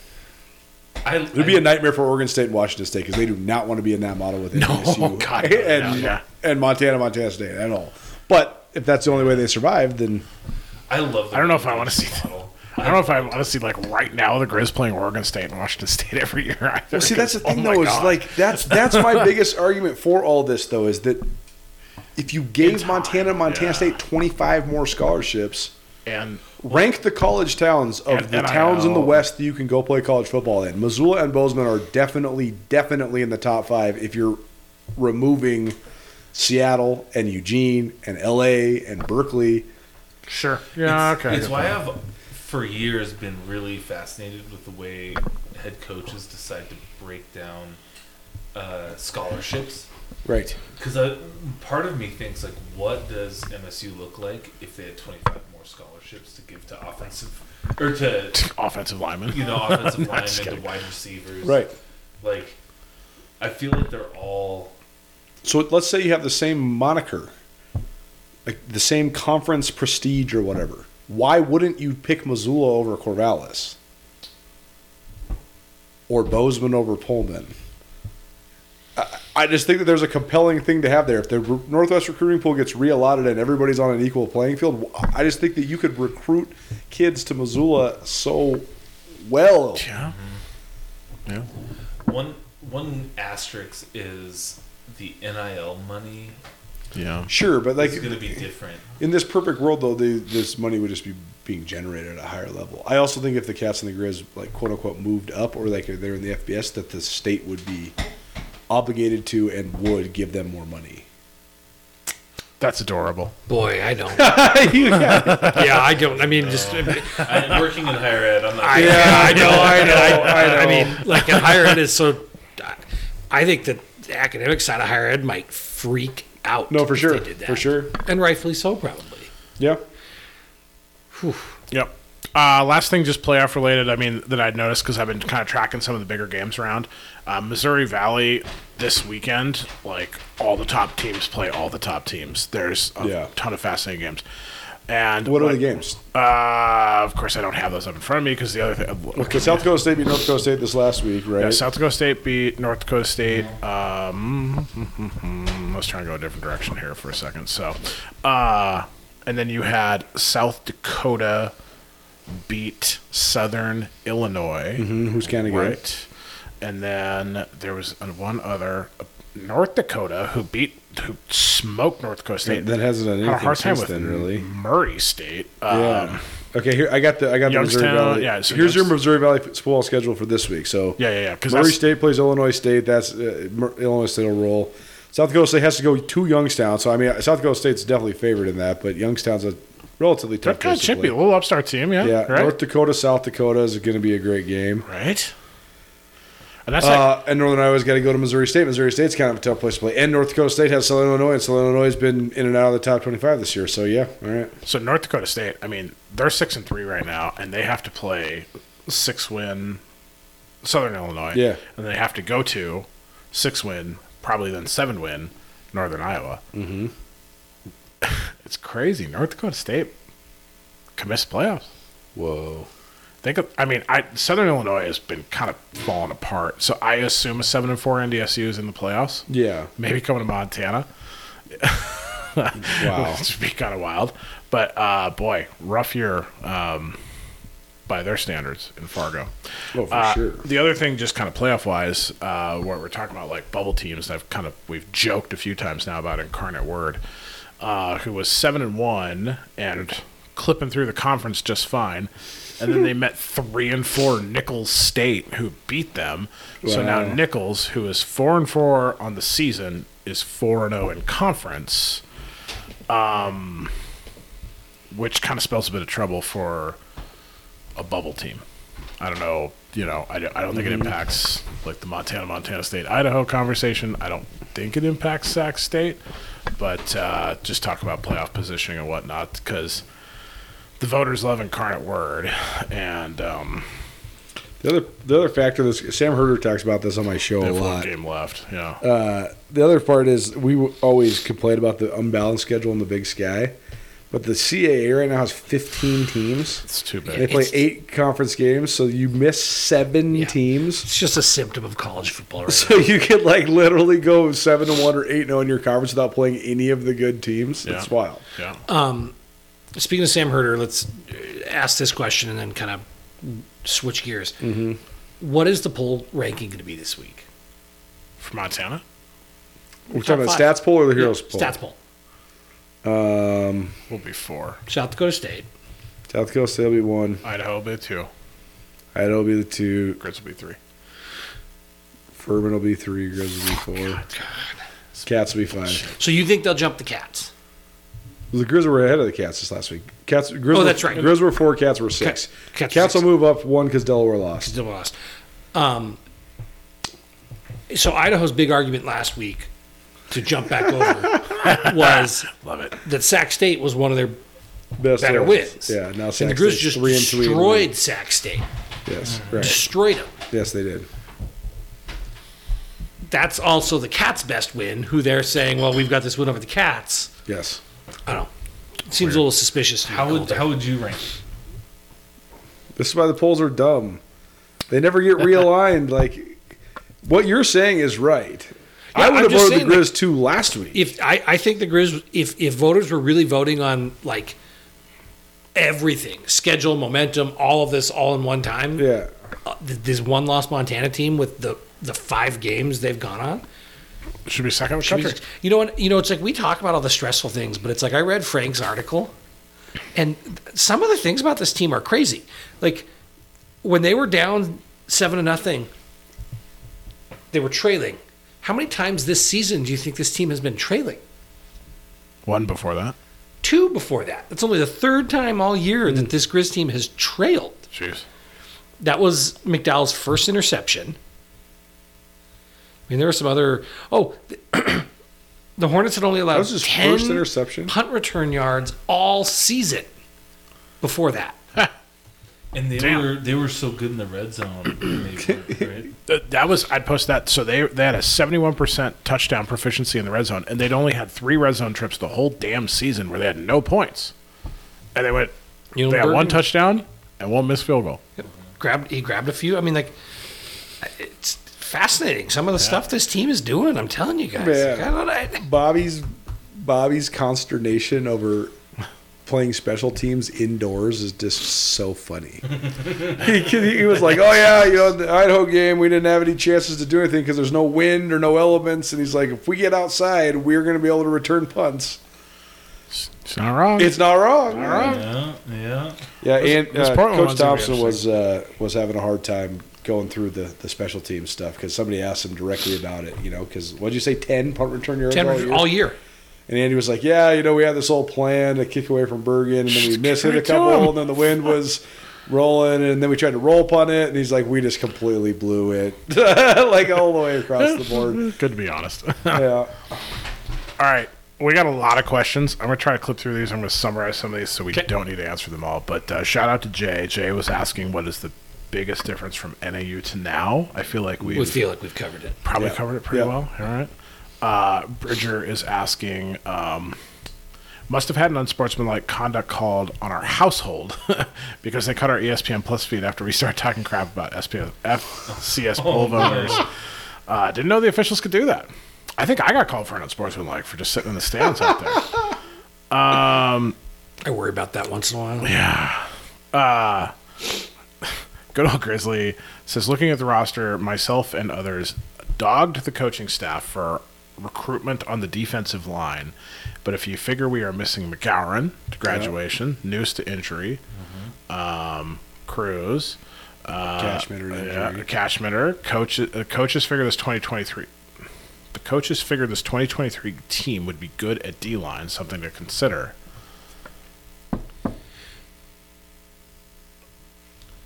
Speaker 1: I,
Speaker 4: it would be a nightmare for Oregon State and Washington State because they do not want to be in that model with NSU
Speaker 5: God, no,
Speaker 4: and
Speaker 5: yeah.
Speaker 4: and Montana, Montana State at all. But if that's the only way they survive, then
Speaker 1: I love. The
Speaker 5: I don't know if I want to see that.
Speaker 1: model.
Speaker 5: I don't know if I want to see like right now the Grizz playing Oregon State and Washington State every year. Either,
Speaker 4: Well, see, that's the
Speaker 5: because-
Speaker 4: thing,
Speaker 5: oh my
Speaker 4: though. Is
Speaker 5: God.
Speaker 4: like that's that's my biggest argument for all this, though, is that if you gave Montana and Montana
Speaker 5: yeah.
Speaker 4: State twenty five more scholarships,
Speaker 5: and
Speaker 4: rank the college towns of
Speaker 5: And
Speaker 4: the
Speaker 5: NIL.
Speaker 4: towns in the West that you can go play college football in. Missoula and Bozeman are definitely, definitely in the top five if you're removing Seattle and Eugene and L.A. and Berkeley.
Speaker 5: sure, yeah,
Speaker 1: it's,
Speaker 5: okay.
Speaker 1: It's why I've for years been really fascinated with the way head coaches decide to break down uh, scholarships.
Speaker 4: Right.
Speaker 1: Because part of me thinks like, what does MSU look like if they had 25 more scholarships to give to offensive or to
Speaker 5: offensive lineman.
Speaker 1: you know offensive
Speaker 5: No, I'm
Speaker 1: linemen,
Speaker 5: just
Speaker 1: to
Speaker 5: kidding.
Speaker 1: wide receivers,
Speaker 4: Right.
Speaker 1: Like, I feel like they're all
Speaker 4: So let's say you have the same moniker, like the same conference prestige or whatever. Why wouldn't you pick Missoula over Corvallis? Or Bozeman over Pullman? I, I just think that there's a compelling thing to have there. If the R- Northwest recruiting pool gets reallocated and everybody's on an equal playing field, I just think that you could recruit kids to Missoula so well.
Speaker 5: Yeah.
Speaker 1: one. One asterisk is the NIL money
Speaker 5: Yeah.
Speaker 4: Sure, but like
Speaker 1: is going to be different.
Speaker 4: In this perfect world, though, the, this money would just be being generated at a higher level. I also think if the Cats and the Grizz, like quote unquote, moved up or like they're in the FBS, that the state would be obligated to and would give them more money.
Speaker 5: That's adorable.
Speaker 3: Boy, I don't. yeah, I don't. I mean, just.
Speaker 1: I'm working in higher ed. I'm not.
Speaker 3: I, yeah, I know, I know, I know. I
Speaker 4: Oh.
Speaker 3: mean, like in higher ed is so. I think that the academic side of higher ed might freak out.
Speaker 4: No, for
Speaker 3: if
Speaker 4: sure,
Speaker 3: they did that.
Speaker 4: for sure.
Speaker 3: and rightfully so, probably.
Speaker 4: Yeah,
Speaker 5: Yep. Uh, last thing, just playoff related. I mean, that I'd noticed because I've been kind of tracking some of the bigger games around. Uh, Missouri Valley this weekend, like all the top teams play all the top teams. There's a
Speaker 4: Yeah.
Speaker 5: ton of fascinating games. And
Speaker 4: What are
Speaker 5: like,
Speaker 4: the games?
Speaker 5: Uh, of course, I don't have those up in front of me because the other uh, thing.
Speaker 4: because South Dakota State beat North Dakota State this last week, right?
Speaker 5: Yeah, South Dakota State beat North Dakota State. Um, let's try and go a different direction here for a second. So, uh, and then you had South Dakota beat Southern Illinois,
Speaker 4: Mhm, who's kind of good?
Speaker 5: right? And then there was one other North Dakota who beat who smoked North Dakota State.
Speaker 4: That hasn't done
Speaker 5: Had a
Speaker 4: anything
Speaker 5: hard time
Speaker 4: since
Speaker 5: with
Speaker 4: then, really.
Speaker 5: Murray State. Um,
Speaker 4: Yeah, Okay, here I got the I got the Missouri
Speaker 5: Youngstown,
Speaker 4: Valley.
Speaker 5: yeah, so
Speaker 4: Here's your
Speaker 5: Youngst-
Speaker 4: Missouri Valley football schedule for this week. So
Speaker 5: Yeah, yeah, yeah, 'cause
Speaker 4: Murray
Speaker 5: that's-
Speaker 4: State plays Illinois State. That's uh, Mur- Illinois State will roll. South Dakota State has to go to Youngstown. So I mean, South Dakota State's definitely favored in that, but Youngstown's a relatively tough.
Speaker 5: That kind
Speaker 4: place
Speaker 5: of
Speaker 4: to
Speaker 5: chippy,
Speaker 4: play.
Speaker 5: a little upstart team, yeah.
Speaker 4: Yeah,
Speaker 5: right.
Speaker 4: North Dakota, South Dakota is going to be a great game.
Speaker 5: right. And that's like,
Speaker 4: Uh, and Northern Iowa's got to go to Missouri State. Missouri State's kind of a tough place to play. And North Dakota State has Southern Illinois, and Southern Illinois has been in and out of the top 25 this year. So, yeah, all right.
Speaker 5: so North Dakota State. I mean, they're six and three right now, and they have to play six win Southern Illinois.
Speaker 4: Yeah.
Speaker 5: and they have to go to six win, probably then seven win Northern Iowa. Mm-hmm. it's crazy. North Dakota State could miss playoffs.
Speaker 4: Whoa.
Speaker 5: Think of, I mean, I Southern Illinois has been kind of falling apart. So I assume a seven and four NDSU is in the playoffs.
Speaker 4: Yeah.
Speaker 5: Maybe coming to Montana.
Speaker 4: Wow.
Speaker 5: Which would be kind of wild. But uh, boy, rough year um, by their standards in Fargo.
Speaker 4: Oh, for
Speaker 5: Uh,
Speaker 4: sure.
Speaker 5: The other thing, just kind of playoff wise, uh, what we're talking about, like bubble teams, I've kind of we've joked a few times now about Incarnate Word, uh, who was seven and one and clipping through the conference just fine, and then they met three and four Nichols State, who beat them. So now Nichols, who is four and four on the season, is four and zero in conference um, which kind of spells a bit of trouble for a bubble team. I don't know, you know, I, don't- I don't think it impacts like the Montana, Montana State, Idaho conversation. I don't think it impacts Sac State, but uh, just talk about playoff positioning and whatnot because the voters love Incarnate Word, and um,
Speaker 4: The other the other factor that's Sam Herder talks about this on my show
Speaker 5: they
Speaker 4: a
Speaker 5: have one
Speaker 4: lot.
Speaker 5: game left. Yeah,
Speaker 4: Uh, the other part is we w- always complain about the unbalanced schedule in the Big Sky, but the CAA right now has 15 teams.
Speaker 5: it's too
Speaker 4: They
Speaker 5: bad.
Speaker 4: play eight conference games, so you miss seven teams.
Speaker 3: It's just a symptom of college football. Right
Speaker 4: So you could like literally go seven to one or eight zero in your conference without playing any of the good teams.
Speaker 5: Yeah.
Speaker 4: It's wild.
Speaker 5: Yeah,
Speaker 3: Um, Speaking of Sam Herder, let's uh, ask this question and then kind of switch gears.
Speaker 4: Mm-hmm.
Speaker 3: What is the poll ranking going to be this week?
Speaker 5: for Montana,
Speaker 4: We're talking about
Speaker 3: five.
Speaker 4: stats poll or the heroes poll.
Speaker 3: Stats poll.
Speaker 4: Um,
Speaker 5: will be four.
Speaker 3: South Dakota State.
Speaker 4: South Dakota State will be one.
Speaker 5: Idaho will be two.
Speaker 4: Idaho will be the two.
Speaker 5: Grits will be three.
Speaker 4: Furman will be three. Grizz will be four. Cats will be five.
Speaker 3: So you think they'll jump the Cats?
Speaker 4: The Grizz were ahead of the Cats this last week. Cats. Grizz
Speaker 3: Oh,
Speaker 4: were-
Speaker 3: that's right.
Speaker 4: Grizz were four. Cats were six.
Speaker 3: Cats
Speaker 4: Cats,
Speaker 3: were six.
Speaker 4: will move up one because Delaware lost.
Speaker 3: Still lost. Um, so Idaho's big argument last week to jump back over was
Speaker 5: Love it.
Speaker 3: that Sac State was one of their
Speaker 4: Best
Speaker 3: better
Speaker 4: of-
Speaker 3: wins.
Speaker 4: Yeah. Now
Speaker 3: and the
Speaker 4: Sac
Speaker 3: Grizz
Speaker 4: State's
Speaker 3: just
Speaker 4: three and three. and one.
Speaker 3: destroyed Sac State,
Speaker 4: Yes. Right.
Speaker 3: destroyed them.
Speaker 4: Yes, they did.
Speaker 3: That's also the Cats' best win. Who they're saying, well, we've got this win over the Cats.
Speaker 4: Yes.
Speaker 3: I don't. know. It seems a little suspicious. To me,
Speaker 1: How would
Speaker 3: Colter.
Speaker 1: how would you rank? it?
Speaker 4: This is why the polls are dumb. They never get realigned. like what you're saying is right. I
Speaker 3: Yeah, I'm
Speaker 4: would have
Speaker 3: just
Speaker 4: voted the
Speaker 3: saying, like,
Speaker 4: Grizz two last week.
Speaker 3: if I, I think the Grizz, if if voters were really voting on like everything, schedule, momentum, all of this, all in one time,
Speaker 4: yeah,
Speaker 3: uh, th- this one loss Montana team with the the five games they've gone on.
Speaker 5: Should be second with
Speaker 3: should be
Speaker 5: country.
Speaker 3: just- you know what? You know, it's like we talk about all the stressful things, but it's like I read Frank's article, and th- some of the things about this team are crazy. Like when they were down seven to nothing, they were trailing. How many times this season do you think this team has been trailing?
Speaker 5: One before that.
Speaker 3: two before that. That's only the third time all year that this Grizz team has trailed.
Speaker 5: Jeez.
Speaker 3: That was McDowell's first interception. I mean, there were some other. Oh, the, the Hornets had only allowed
Speaker 4: That was his
Speaker 3: 10
Speaker 4: first interception?
Speaker 3: punt return yards all season before that.
Speaker 1: And they
Speaker 5: Damn.
Speaker 1: were they were so good in the red zone. They were, right?
Speaker 5: Th- that was I'd post that. So they they had a seventy one percent touchdown proficiency in the red zone, and they'd only had three red zone trips the whole damn season where they had no points, and they went
Speaker 3: You know,
Speaker 5: they had
Speaker 3: Burton
Speaker 5: one touchdown and one missed field goal.
Speaker 3: grabbed he grabbed a few. I mean, like it's fascinating some of the stuff this team is doing. I'm telling you guys.
Speaker 4: Yeah.
Speaker 3: Like, I don't, I,
Speaker 4: Bobby's Bobby's consternation over playing special teams indoors is just so funny. he, he was like, "Oh yeah, you know, the Idaho game, we didn't have any chances to do anything because there's no wind or no elements." And he's like, "If we get outside, we're going to be able to return punts."
Speaker 5: It's not wrong.
Speaker 4: It's not wrong.
Speaker 1: Yeah, yeah.
Speaker 4: Yeah,
Speaker 5: Those-
Speaker 4: and
Speaker 5: those
Speaker 4: uh,
Speaker 5: Portland ones
Speaker 4: Coach
Speaker 5: are gonna be
Speaker 4: Thompson was uh, was having a hard time going through the, the special team stuff because somebody asked him directly about it. You know, because what'd you say, ten punt return yards
Speaker 3: Ten
Speaker 4: all
Speaker 3: ref-
Speaker 4: year?
Speaker 3: all year.
Speaker 4: And Andy was like, "Yeah, you know, we had this whole plan to kick away from Bergen, and then we missed it a
Speaker 5: Right to
Speaker 4: couple,
Speaker 5: him.
Speaker 4: and then the wind was rolling, and then we tried to roll punt it, and he's like, we just completely blew it, like all the way across the board."
Speaker 5: Good to be honest.
Speaker 4: Yeah,
Speaker 5: All right. We got a lot of questions. I'm going to try to clip through these. I'm going to summarize some of these so we don't need to answer them all. But uh, shout out to Jay. Jay was asking what is the biggest difference from NAU to now. I feel like we've
Speaker 3: We feel like we've covered it.
Speaker 5: probably covered it pretty
Speaker 4: Yeah.
Speaker 5: well. All right. Uh, Bridger is asking um, must have had an unsportsmanlike conduct called on our household because they cut our E ESPN Plus feed after we started talking crap about SPF, FCS poll voters. Uh, didn't know the officials could do that. I think I got called for an unsportsmanlike for just sitting in the stands out there.
Speaker 3: I worry about that once in a while.
Speaker 5: Uh, Good old Grizzly says, looking at the roster, myself and others dogged the coaching staff for recruitment on the defensive line. But if you figure we are missing McGowan to graduation, Noose to injury, um, Cruz, uh,
Speaker 4: Mm-hmm. Cashman to injury.
Speaker 5: Cashmitter, coach, uh, coaches figure this 2023. The coaches figure this 2023 team would be good at D line, something to consider.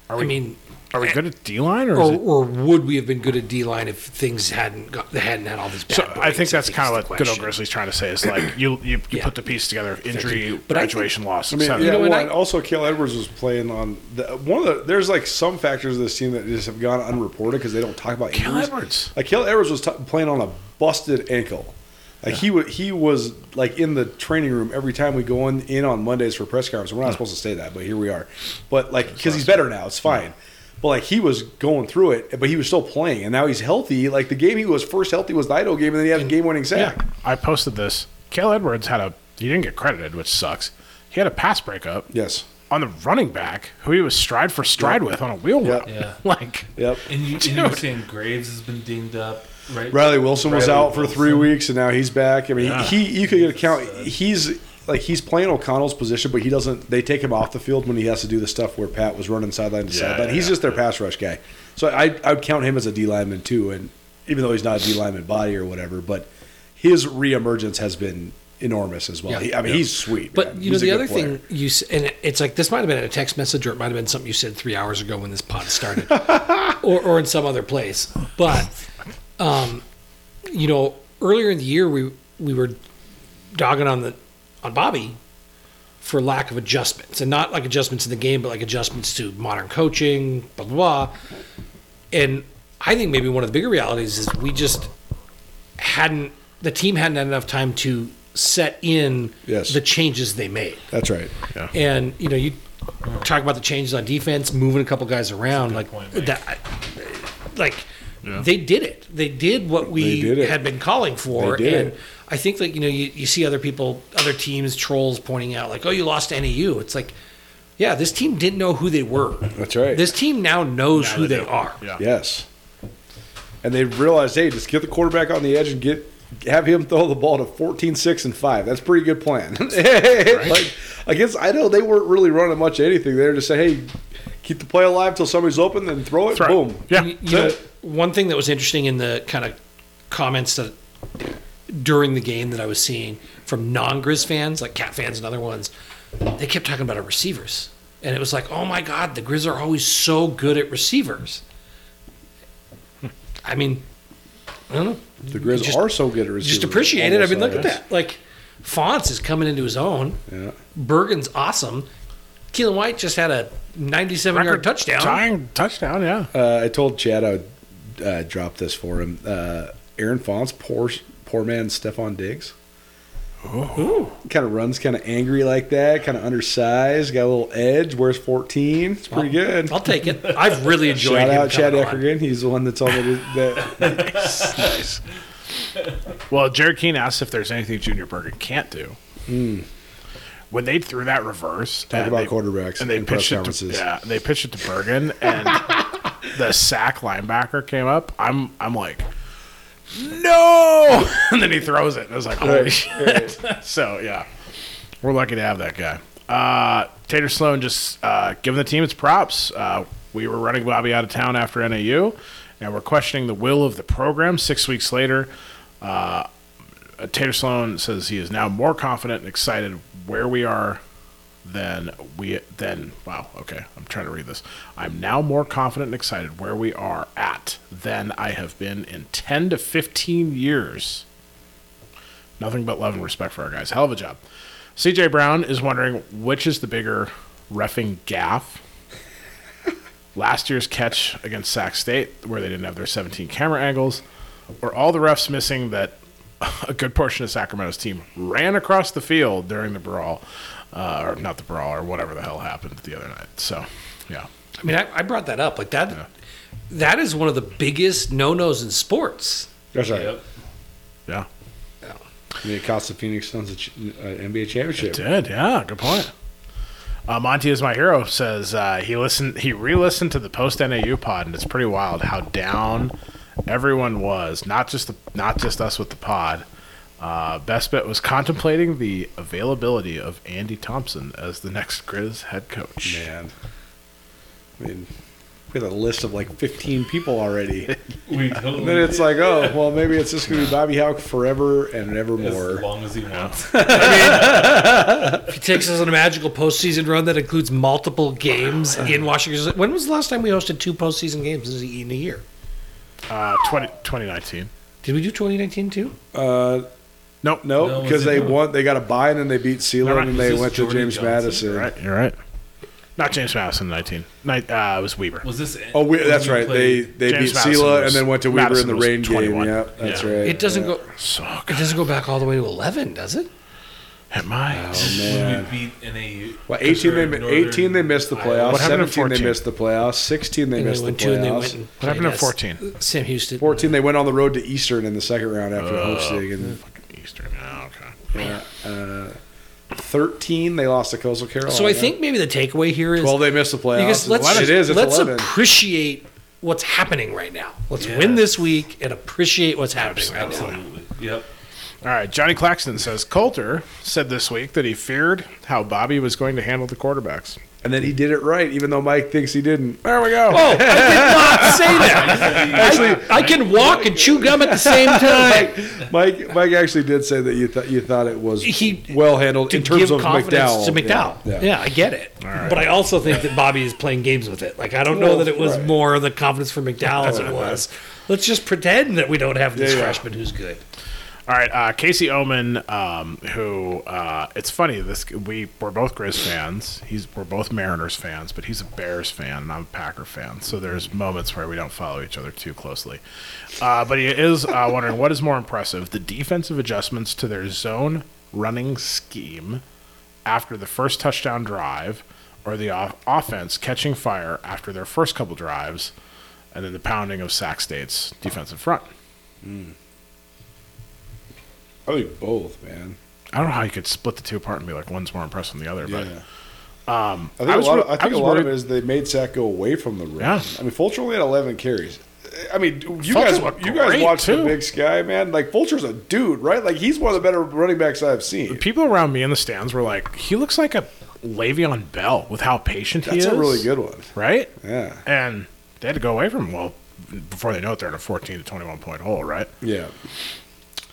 Speaker 5: Are we,
Speaker 3: I mean, eh,
Speaker 5: are we good at D line, or, is
Speaker 3: or,
Speaker 5: it
Speaker 3: or would we have been good at D line if things hadn't got, they hadn't had all these? Bad
Speaker 5: So I
Speaker 3: breaks,
Speaker 5: think that's
Speaker 3: is
Speaker 5: kind of
Speaker 3: the
Speaker 5: what Good Old
Speaker 3: question.
Speaker 5: Grizzly's trying to say is like you you, you
Speaker 3: Yeah.
Speaker 5: put the piece together of injury,
Speaker 3: But I think-
Speaker 5: graduation loss,
Speaker 4: I mean,
Speaker 5: etc.
Speaker 4: yeah.
Speaker 3: know, and
Speaker 4: well,
Speaker 3: I-
Speaker 4: and also, Kale Edwards was playing on the, one of the. There's like some factors of this team that just have gone unreported because they don't talk about
Speaker 5: Cam
Speaker 4: injuries.
Speaker 5: Edwards.
Speaker 4: Like Kale Edwards was t- playing on a busted ankle. Like he wa he was like in the training room every time we go in, in on Mondays for press conference. We're not supposed to say that, but here we are. But like because he's better now, it's fine. But like he was going through it, but he was still playing, and now he's healthy. Like the game he was first healthy was the Idaho game, and then he had a game winning sack.
Speaker 5: Yeah, I posted this. Cale Edwards had a he didn't get credited, which sucks. He had a pass breakup
Speaker 4: Yes.
Speaker 5: on the running back who he was stride for stride with on a wheel
Speaker 4: Yeah.
Speaker 5: route.
Speaker 1: Yeah.
Speaker 5: like
Speaker 4: Yep.
Speaker 1: And you, and you were saying Graves has been dinged up, right?
Speaker 4: Riley Wilson was
Speaker 1: Riley
Speaker 4: out for three
Speaker 1: Wilson.
Speaker 4: weeks, and now he's back. I mean,
Speaker 5: Yeah.
Speaker 4: he you could get a count. He's like he's playing O'Connell's position, but he doesn't. They take him off the field when he has to do the stuff where Pat was running sideline to
Speaker 5: Yeah,
Speaker 4: sideline.
Speaker 5: yeah,
Speaker 4: he's
Speaker 5: yeah.
Speaker 4: just their pass rush guy. So I I would count him as a D lineman too, and even though he's not a D lineman body or whatever, but his reemergence has been enormous as well.
Speaker 3: Yeah.
Speaker 4: He- I mean, he's sweet.
Speaker 3: But
Speaker 4: man.
Speaker 3: you know
Speaker 4: He's a
Speaker 3: the
Speaker 4: good
Speaker 3: other
Speaker 4: player.
Speaker 3: thing you s- and it's like this might have been in a text message or it might have been something you said three hours ago when this pod started, or or in some other place. But um, you know earlier in the year we we were dogging on the on Bobby for lack of adjustments and not like adjustments in the game, but like adjustments to modern coaching, blah blah blah. And I think maybe one of the bigger realities is we just hadn't the team hadn't had enough time to set in
Speaker 4: Yes.
Speaker 3: the changes they made.
Speaker 4: That's right. Yeah.
Speaker 3: And you know, you talk about the changes on defense, moving a couple guys around, like
Speaker 1: point, Mike.
Speaker 3: that. Like they did it. They did what we
Speaker 4: They did it.
Speaker 3: had been calling for,
Speaker 4: They did
Speaker 3: and
Speaker 4: it.
Speaker 3: I think that you know you, you see other people, other teams, trolls pointing out like, "Oh, you lost to NAU." It's like, yeah, this team didn't know who they were.
Speaker 4: That's right.
Speaker 3: This team now knows
Speaker 5: Now
Speaker 3: who
Speaker 5: they
Speaker 3: they,
Speaker 5: do.
Speaker 3: are.
Speaker 5: Yeah.
Speaker 4: Yes. And they realized, hey, just get the quarterback on the edge and get have him throw the ball to 14, 6, and 5. That's a pretty good plan. like, against Idaho, they weren't really running much of anything. They were just saying, hey, keep the play alive till somebody's open, then throw it,
Speaker 5: Throw it.
Speaker 4: boom.
Speaker 5: Yeah.
Speaker 3: You, you
Speaker 4: So-
Speaker 3: know, one thing that was interesting in the kind of comments that during the game that I was seeing from non Grizz fans, like Cat fans and other ones, they kept talking about our receivers. And it was like, oh my God, the Grizz are always so good at receivers. I mean, I don't know.
Speaker 4: The Grizz
Speaker 3: Just-
Speaker 4: are so good at receivers.
Speaker 3: Just appreciate it. I
Speaker 4: Almost
Speaker 3: mean, look at
Speaker 4: always.
Speaker 3: that. Like, Fonts is coming into his own.
Speaker 4: Yeah.
Speaker 3: Bergen's awesome. Keelan White just had a 97 yard touchdown.
Speaker 5: Tying touchdown, yeah.
Speaker 4: Uh, I told Chad I would uh, drop this for him. Uh, Aaron Fonz, poor, poor man Stefan Diggs. Kind of runs kind of angry like that, kind of undersized, got a little edge, wears 14. It's pretty good.
Speaker 3: I'll take it. I've really enjoyed
Speaker 4: Shout
Speaker 3: him
Speaker 4: out Chad
Speaker 3: coming on.
Speaker 4: Eckergan. He's the one that's on the. That,
Speaker 5: Well, Jared Keene asks if there's anything Junior Bergen can't do. When they threw that reverse,
Speaker 4: Talk
Speaker 5: and
Speaker 4: about
Speaker 5: they-
Speaker 4: quarterbacks
Speaker 5: and they
Speaker 4: and press
Speaker 5: pitched it to,
Speaker 4: conferences.
Speaker 5: yeah, they pitched it to Bergen, and the sack linebacker came up. I'm, I'm like, no, and then he throws it. And I was like, holy shit. so yeah, we're lucky to have that guy. Uh, Tater Sloan just uh, giving the team its props. Uh, we were running Bobby out of town after NAU, and we're questioning the will of the program six weeks later. Uh, Tater Sloan says he is now more confident and excited where we are than we than wow okay I'm trying to read this I'm now more confident and excited where we are at than I have been in 10 to 15 years nothing but love and respect for our guys hell of a job CJ Brown is wondering which is the bigger refing gaff last year's catch against Sac State where they didn't have their 17 camera angles or all the refs missing that a good portion of Sacramento's team ran across the field during the brawl, uh, or not the brawl, or whatever the hell happened the other night. So, yeah,
Speaker 3: I mean, I, I brought that up. Like that, that is one of the biggest no nos in sports.
Speaker 4: That's right.
Speaker 1: Yep.
Speaker 5: yeah,
Speaker 4: I mean, it cost the Phoenix Suns uh, an NBA championship.
Speaker 5: did yeah, good point. Uh, Monty is my hero. Says uh, he listened, he re-listened to the post NAU pod, and it's pretty wild how down everyone was. Not just the, not just us with the pod. Uh, best bet was contemplating the availability of Andy Thompson as the next Grizz head coach.
Speaker 4: Man, I mean, we had a list of like 15 people already.
Speaker 1: We
Speaker 4: And then
Speaker 1: totally
Speaker 4: it's like, oh, well, maybe it's just going to be Bobby Houck forever and
Speaker 1: as
Speaker 4: evermore.
Speaker 1: long as he wants.
Speaker 3: If he takes us on a magical postseason run that includes multiple games in Washington, when was the last time we hosted two postseason games in a year?
Speaker 5: Uh, 20, 2019.
Speaker 3: Did we do 2019 too?
Speaker 4: Uh,
Speaker 5: Nope.
Speaker 1: No,
Speaker 4: no, because
Speaker 1: was it
Speaker 4: they
Speaker 1: no?
Speaker 4: won. They got a bye and then they beat
Speaker 5: Never
Speaker 4: Sealand
Speaker 5: mind.
Speaker 4: and they
Speaker 1: This is
Speaker 4: went to
Speaker 1: Jordan
Speaker 4: James
Speaker 1: Johnson,
Speaker 4: Madison.
Speaker 5: You're right. You're right. Not James Madison, 19. Ni- uh, it was Weaver.
Speaker 1: Was this?
Speaker 4: Oh, we,
Speaker 1: when
Speaker 4: that's
Speaker 1: you
Speaker 4: right. They
Speaker 1: played-
Speaker 4: they
Speaker 5: James
Speaker 4: beat
Speaker 5: Madison
Speaker 4: Seela and
Speaker 5: was-
Speaker 4: then went to Weaver
Speaker 5: Madison
Speaker 4: in the
Speaker 5: was
Speaker 4: rain
Speaker 5: 21.
Speaker 4: game. Yep, that's
Speaker 5: Yeah.
Speaker 4: right.
Speaker 3: It doesn't
Speaker 4: yeah.
Speaker 3: go.
Speaker 5: So
Speaker 3: It doesn't go back all the way to 11, does it?
Speaker 5: It might.
Speaker 1: when
Speaker 4: Man.
Speaker 1: we beat NAU.
Speaker 4: Well,
Speaker 1: because
Speaker 4: 18 they,
Speaker 1: we're
Speaker 4: mi- 18 they
Speaker 1: Northern
Speaker 4: missed the
Speaker 1: Iowa.
Speaker 4: playoffs.
Speaker 5: What happened in
Speaker 4: 17 they
Speaker 5: 14?
Speaker 4: missed the playoffs. 16 they
Speaker 3: And
Speaker 4: missed
Speaker 3: they
Speaker 4: the
Speaker 3: went two, and they
Speaker 4: playoffs.
Speaker 3: went. And
Speaker 5: What happened
Speaker 3: played
Speaker 5: at
Speaker 3: us.
Speaker 5: 14?
Speaker 3: Sam Houston.
Speaker 4: 14 they went on the road to Eastern in the second round after
Speaker 1: Oh.
Speaker 4: hosting and
Speaker 5: Fucking Eastern. Oh, okay.
Speaker 4: Yeah, uh, 13 they lost to Coastal Carolina.
Speaker 3: So I think maybe the takeaway here is
Speaker 4: 12 they missed the playoffs.
Speaker 3: because let's
Speaker 4: it is. It's
Speaker 3: let's
Speaker 4: 11.
Speaker 3: appreciate what's happening right now. Let's
Speaker 1: Yeah.
Speaker 3: win this week and appreciate what's happening right now.
Speaker 1: Absolutely. Yep.
Speaker 5: All right. Johnny Claxton says Coulter said this week that he feared how Bobby was going to handle the quarterbacks.
Speaker 4: and then he did it right, even though Mike thinks he didn't.
Speaker 5: There we go.
Speaker 3: Oh, I did not say that. Actually, I, I can walk and chew gum at the same time.
Speaker 4: Mike Mike actually did say that you thought you thought it was
Speaker 3: He-
Speaker 4: well handled in terms of McDowell.
Speaker 3: to McDowell. Yeah,
Speaker 4: Yeah, yeah.
Speaker 3: I get it. But I also think that Bobby is playing games with it. Like I don't know
Speaker 4: Well,
Speaker 3: that it was
Speaker 4: right.
Speaker 3: more the confidence for McDowell as it was. Let's just pretend that we don't have this freshman who's good.
Speaker 5: All right, uh, Casey Oman, um, who uh, it's funny this we we're both Grizz fans. He's we're both Mariners fans, but he's a Bears fan and I'm a Packer fan. So there's moments where we don't follow each other too closely. Uh, but he is uh, wondering what is more impressive: the defensive adjustments to their zone running scheme after the first touchdown drive, or the off- offense catching fire after their first couple drives, and then the pounding of Sac State's defensive front.
Speaker 4: I think both, man.
Speaker 5: I don't know how you could split the two apart and be like one's more impressive than the other,
Speaker 4: Yeah.
Speaker 5: but um,
Speaker 4: I think
Speaker 5: I
Speaker 4: a
Speaker 5: was
Speaker 4: lot. Of,
Speaker 5: wor-
Speaker 4: I
Speaker 5: I
Speaker 4: think a
Speaker 5: was
Speaker 4: lot of
Speaker 5: worried-
Speaker 4: it is they made Sack go away from the rim.
Speaker 5: Yeah.
Speaker 4: I mean, Fulcher only had 11 carries. I mean,
Speaker 5: Fulcher
Speaker 4: you guys,
Speaker 5: looked
Speaker 4: you guys
Speaker 5: great,
Speaker 4: watch
Speaker 5: too.
Speaker 4: the Big Sky, man. Like Fulcher's a dude, right? Like he's one of the better running backs I've seen.
Speaker 5: people around me in the stands were like, "He looks like a Le'Veon Bell with how patient he
Speaker 4: That's
Speaker 5: is."
Speaker 4: a really good one.
Speaker 5: right?
Speaker 4: Yeah.
Speaker 5: And they had to go away from him. Well, before they know it, they're in a fourteen to twenty-one point hole, right?
Speaker 4: Yeah.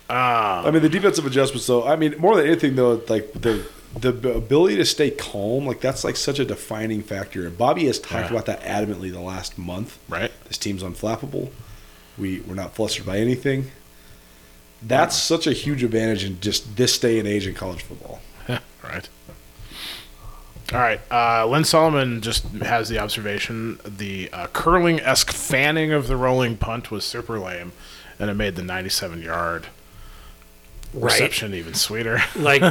Speaker 5: Ah.
Speaker 4: I mean, the defensive adjustments, though. I mean, more than anything, though, it's like the the b- ability to stay calm, like that's like such a defining factor. And Bobby has talked
Speaker 5: Yeah.
Speaker 4: about that adamantly the last month.
Speaker 5: Right.
Speaker 4: This team's unflappable. We we're not flustered by anything. That's such a huge advantage in just this day and age in college football.
Speaker 5: right. All right. Uh, Lynn Solomon just has the observation: the uh, curling-esque fanning of the rolling punt was super lame, and it made the ninety-seven yard
Speaker 3: Right?
Speaker 5: reception even sweeter.
Speaker 3: Like,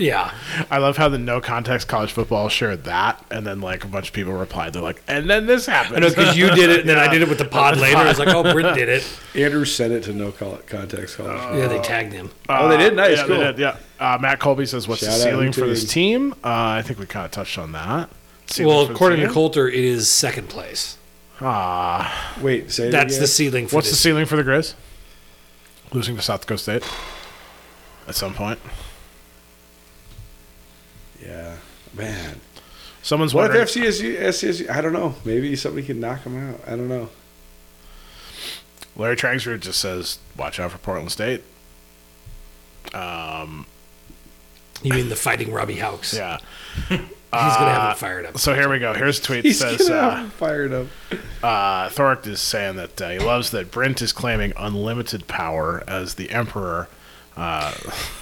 Speaker 3: yeah.
Speaker 5: I love how the no context college football shared that, and then like a bunch of people replied. They're like, and then this happened.
Speaker 3: I know because you did it, and then I did it with the pod later. I was like, oh, Britt did it.
Speaker 4: Andrew sent it to no col- context college.
Speaker 5: Uh,
Speaker 4: football.
Speaker 3: Yeah, they tagged him.
Speaker 4: oh, they did nice.
Speaker 5: yeah,
Speaker 4: cool.
Speaker 5: they did, yeah. Uh, Matt Colby says, "What's
Speaker 4: Shout
Speaker 5: the
Speaker 4: out
Speaker 5: ceiling
Speaker 4: to
Speaker 5: for this
Speaker 4: Tiggs.
Speaker 5: team?" Uh, I think we kind of touched on that. Ceiling
Speaker 3: Well,
Speaker 5: for the
Speaker 3: according to
Speaker 5: team?
Speaker 3: Coulter, it is second place.
Speaker 5: Ah,
Speaker 4: Wait, say
Speaker 3: That's the
Speaker 4: it again.
Speaker 3: ceiling for
Speaker 5: what's the
Speaker 3: this.
Speaker 5: ceiling for the Grizz? Losing to South Dakota State at some point.
Speaker 4: Yeah. I Man,
Speaker 5: Someone's
Speaker 4: what
Speaker 5: wondering.
Speaker 4: if FCSU, SCSU? I don't know. Maybe somebody can knock them out. I don't know.
Speaker 5: Larry Trangsford just says, "Watch out for Portland State." Um,
Speaker 3: You mean the fighting Robbie Hawks?
Speaker 5: yeah.
Speaker 3: He's gonna
Speaker 5: Uh,
Speaker 3: have him fired up.
Speaker 5: So here we go. Here's a tweet that
Speaker 4: He's
Speaker 5: says,
Speaker 4: gonna
Speaker 5: uh,
Speaker 4: have 'em fired up.
Speaker 5: uh, Thoric is saying that uh, he loves that Brent is claiming unlimited power as the emperor. Uh,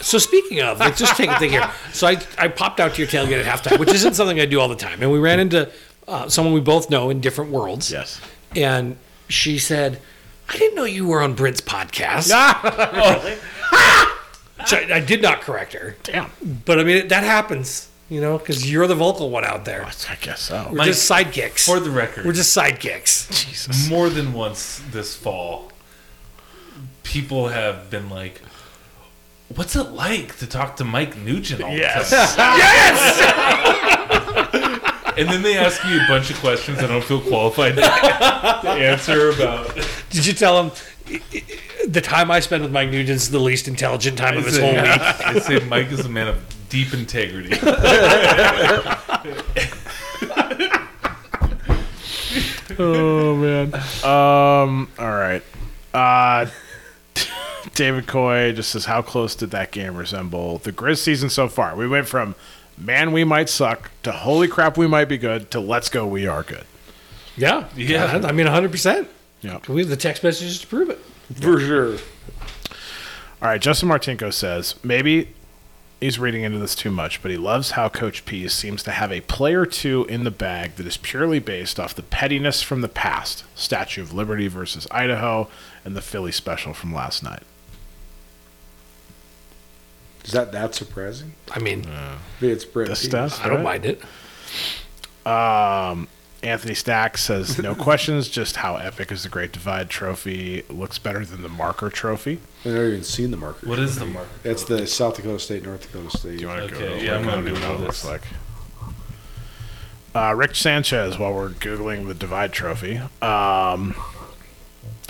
Speaker 3: So speaking of, let's just take a thing here. So I, I popped out to your tailgate at halftime, which isn't something I do all the time. And we ran into uh, someone we both know in different worlds.
Speaker 5: yes.
Speaker 3: And she said, I didn't know you were on Brent's podcast.
Speaker 1: Oh.
Speaker 3: So I, I did not correct her.
Speaker 5: Damn.
Speaker 3: But I mean, that happens, you know, because you're the vocal one out there.
Speaker 5: I guess so.
Speaker 3: We're just sidekicks.
Speaker 1: For the record,
Speaker 3: We're just sidekicks.
Speaker 1: more than once this fall, people have been like, "What's it like to talk to Mike Nugent?" All
Speaker 5: Yes.
Speaker 1: The time? yes. And then they ask you a bunch of questions I don't feel qualified to to answer about.
Speaker 3: Did you tell him "I- I- the time I spend with Mike Nugent's the least intelligent time of his whole week?
Speaker 1: I say Mike is a man of deep integrity.
Speaker 5: Oh man. Um. All right. Uh, David Coy just says, "How close did that game resemble the Grizz season so far? We went from man, we might suck to holy crap, we might be good to let's go, we are good."
Speaker 3: Yeah.
Speaker 1: Yeah.
Speaker 3: I mean, 100%.
Speaker 5: Yeah.
Speaker 3: We have the text messages to prove it.
Speaker 4: For sure.
Speaker 5: All right, Justin Martinko says maybe he's reading into this too much, but he loves how Coach P seems to have a play or two in the bag that is purely based off the pettiness from the past Statue of Liberty versus Idaho and the Philly special from last night.
Speaker 4: Is that that surprising?
Speaker 3: I mean,
Speaker 4: I think it's Brent.
Speaker 5: This
Speaker 4: Pease.
Speaker 5: stuff,
Speaker 3: I don't
Speaker 5: right?
Speaker 3: mind it.
Speaker 5: Um, Anthony Stack says no questions, just how epic is the Great Divide Trophy? Looks better than the Marker Trophy.
Speaker 4: I've never even seen the marker.
Speaker 1: What is the mark?
Speaker 4: That's the South Dakota State, North Dakota State.
Speaker 5: Do you want to
Speaker 1: Okay,
Speaker 5: go?
Speaker 1: yeah, I'm
Speaker 5: I
Speaker 1: gonna
Speaker 5: don't even know
Speaker 1: Google
Speaker 5: what it looks
Speaker 1: this.
Speaker 5: like. Uh, Rick Sanchez, while we're googling the Divide Trophy, um,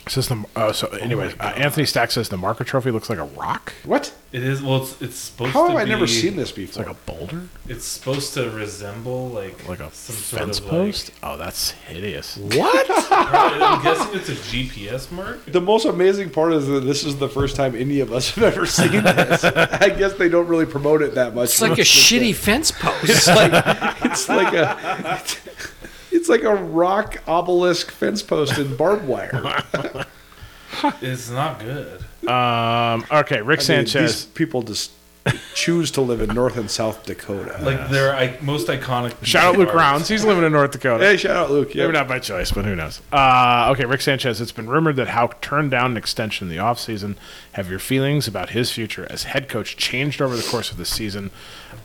Speaker 5: says the. Oh, so anyways, uh, Anthony Stack says the Marker Trophy looks like a rock.
Speaker 4: What?
Speaker 1: It is well. It's, it's supposed
Speaker 4: How
Speaker 1: to
Speaker 4: have
Speaker 1: be.
Speaker 4: I never seen this
Speaker 5: It's like
Speaker 4: before?
Speaker 5: a boulder,
Speaker 1: It's supposed to resemble like
Speaker 5: like a
Speaker 1: some
Speaker 5: fence
Speaker 1: sort of
Speaker 5: post. oh, that's hideous.
Speaker 4: What?
Speaker 1: Like, Probably- I'm guessing it's a GPS mark.
Speaker 4: the most amazing part is that this is the first time any of us have ever seen this. I guess they don't really promote it that much.
Speaker 3: It's like a shitty fence post.
Speaker 4: It's like it's like a it's like a rock obelisk fence post and barbed wire.
Speaker 1: It's not good.
Speaker 5: Um, okay, Rick
Speaker 4: I mean,
Speaker 5: Sanchez.
Speaker 4: these people just choose to live in North and South Dakota.
Speaker 1: Like their I, most iconic.
Speaker 5: Shout out Luke
Speaker 1: art.
Speaker 5: Rounds. He's living in North Dakota.
Speaker 4: hey, shout out Luke.
Speaker 5: Maybe
Speaker 4: Yep.
Speaker 5: not by choice, but who knows? Uh, okay, Rick Sanchez. It's been rumored that Hauk turned down an extension in the offseason. Have your feelings about his future as head coach changed over the course of the season?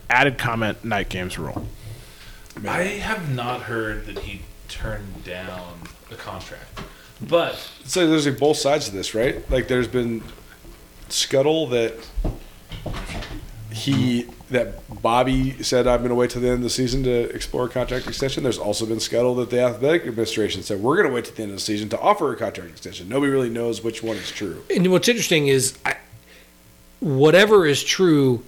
Speaker 5: Added comment, night games rule.
Speaker 1: I have not heard that he turned down a contract, but
Speaker 4: So there's like both sides of this, right? Like there's been scuttle that he that Bobby said I'm going to wait till the end of the season to explore a contract extension. There's also been scuttle that the athletic administration said we're going to wait till the end of the season to offer a contract extension. Nobody really knows which one is true.
Speaker 3: And what's interesting is, I, whatever is true,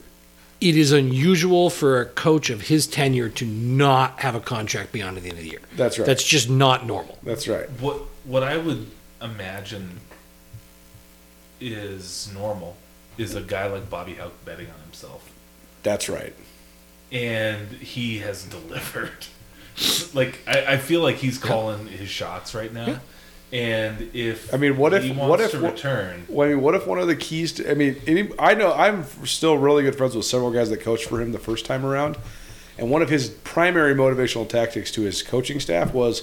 Speaker 3: it is unusual for a coach of his tenure to not have a contract beyond the end of the year.
Speaker 4: That's right.
Speaker 3: That's
Speaker 4: That's,
Speaker 3: just not normal.
Speaker 4: right.
Speaker 1: what what I would imagine is normal is a guy like Bobby Houck betting on himself,
Speaker 4: That's right.
Speaker 1: and he has delivered. like I, I feel like he's calling his shots right now, and if
Speaker 4: I mean, what if-
Speaker 1: he wants
Speaker 4: what if-
Speaker 1: to
Speaker 4: what-
Speaker 1: return?
Speaker 4: Well, I mean, what if one of the keys to? I mean, any, I know I'm still really good friends with several guys that coached for him the first time around, and one of his primary motivational tactics to his coaching staff was,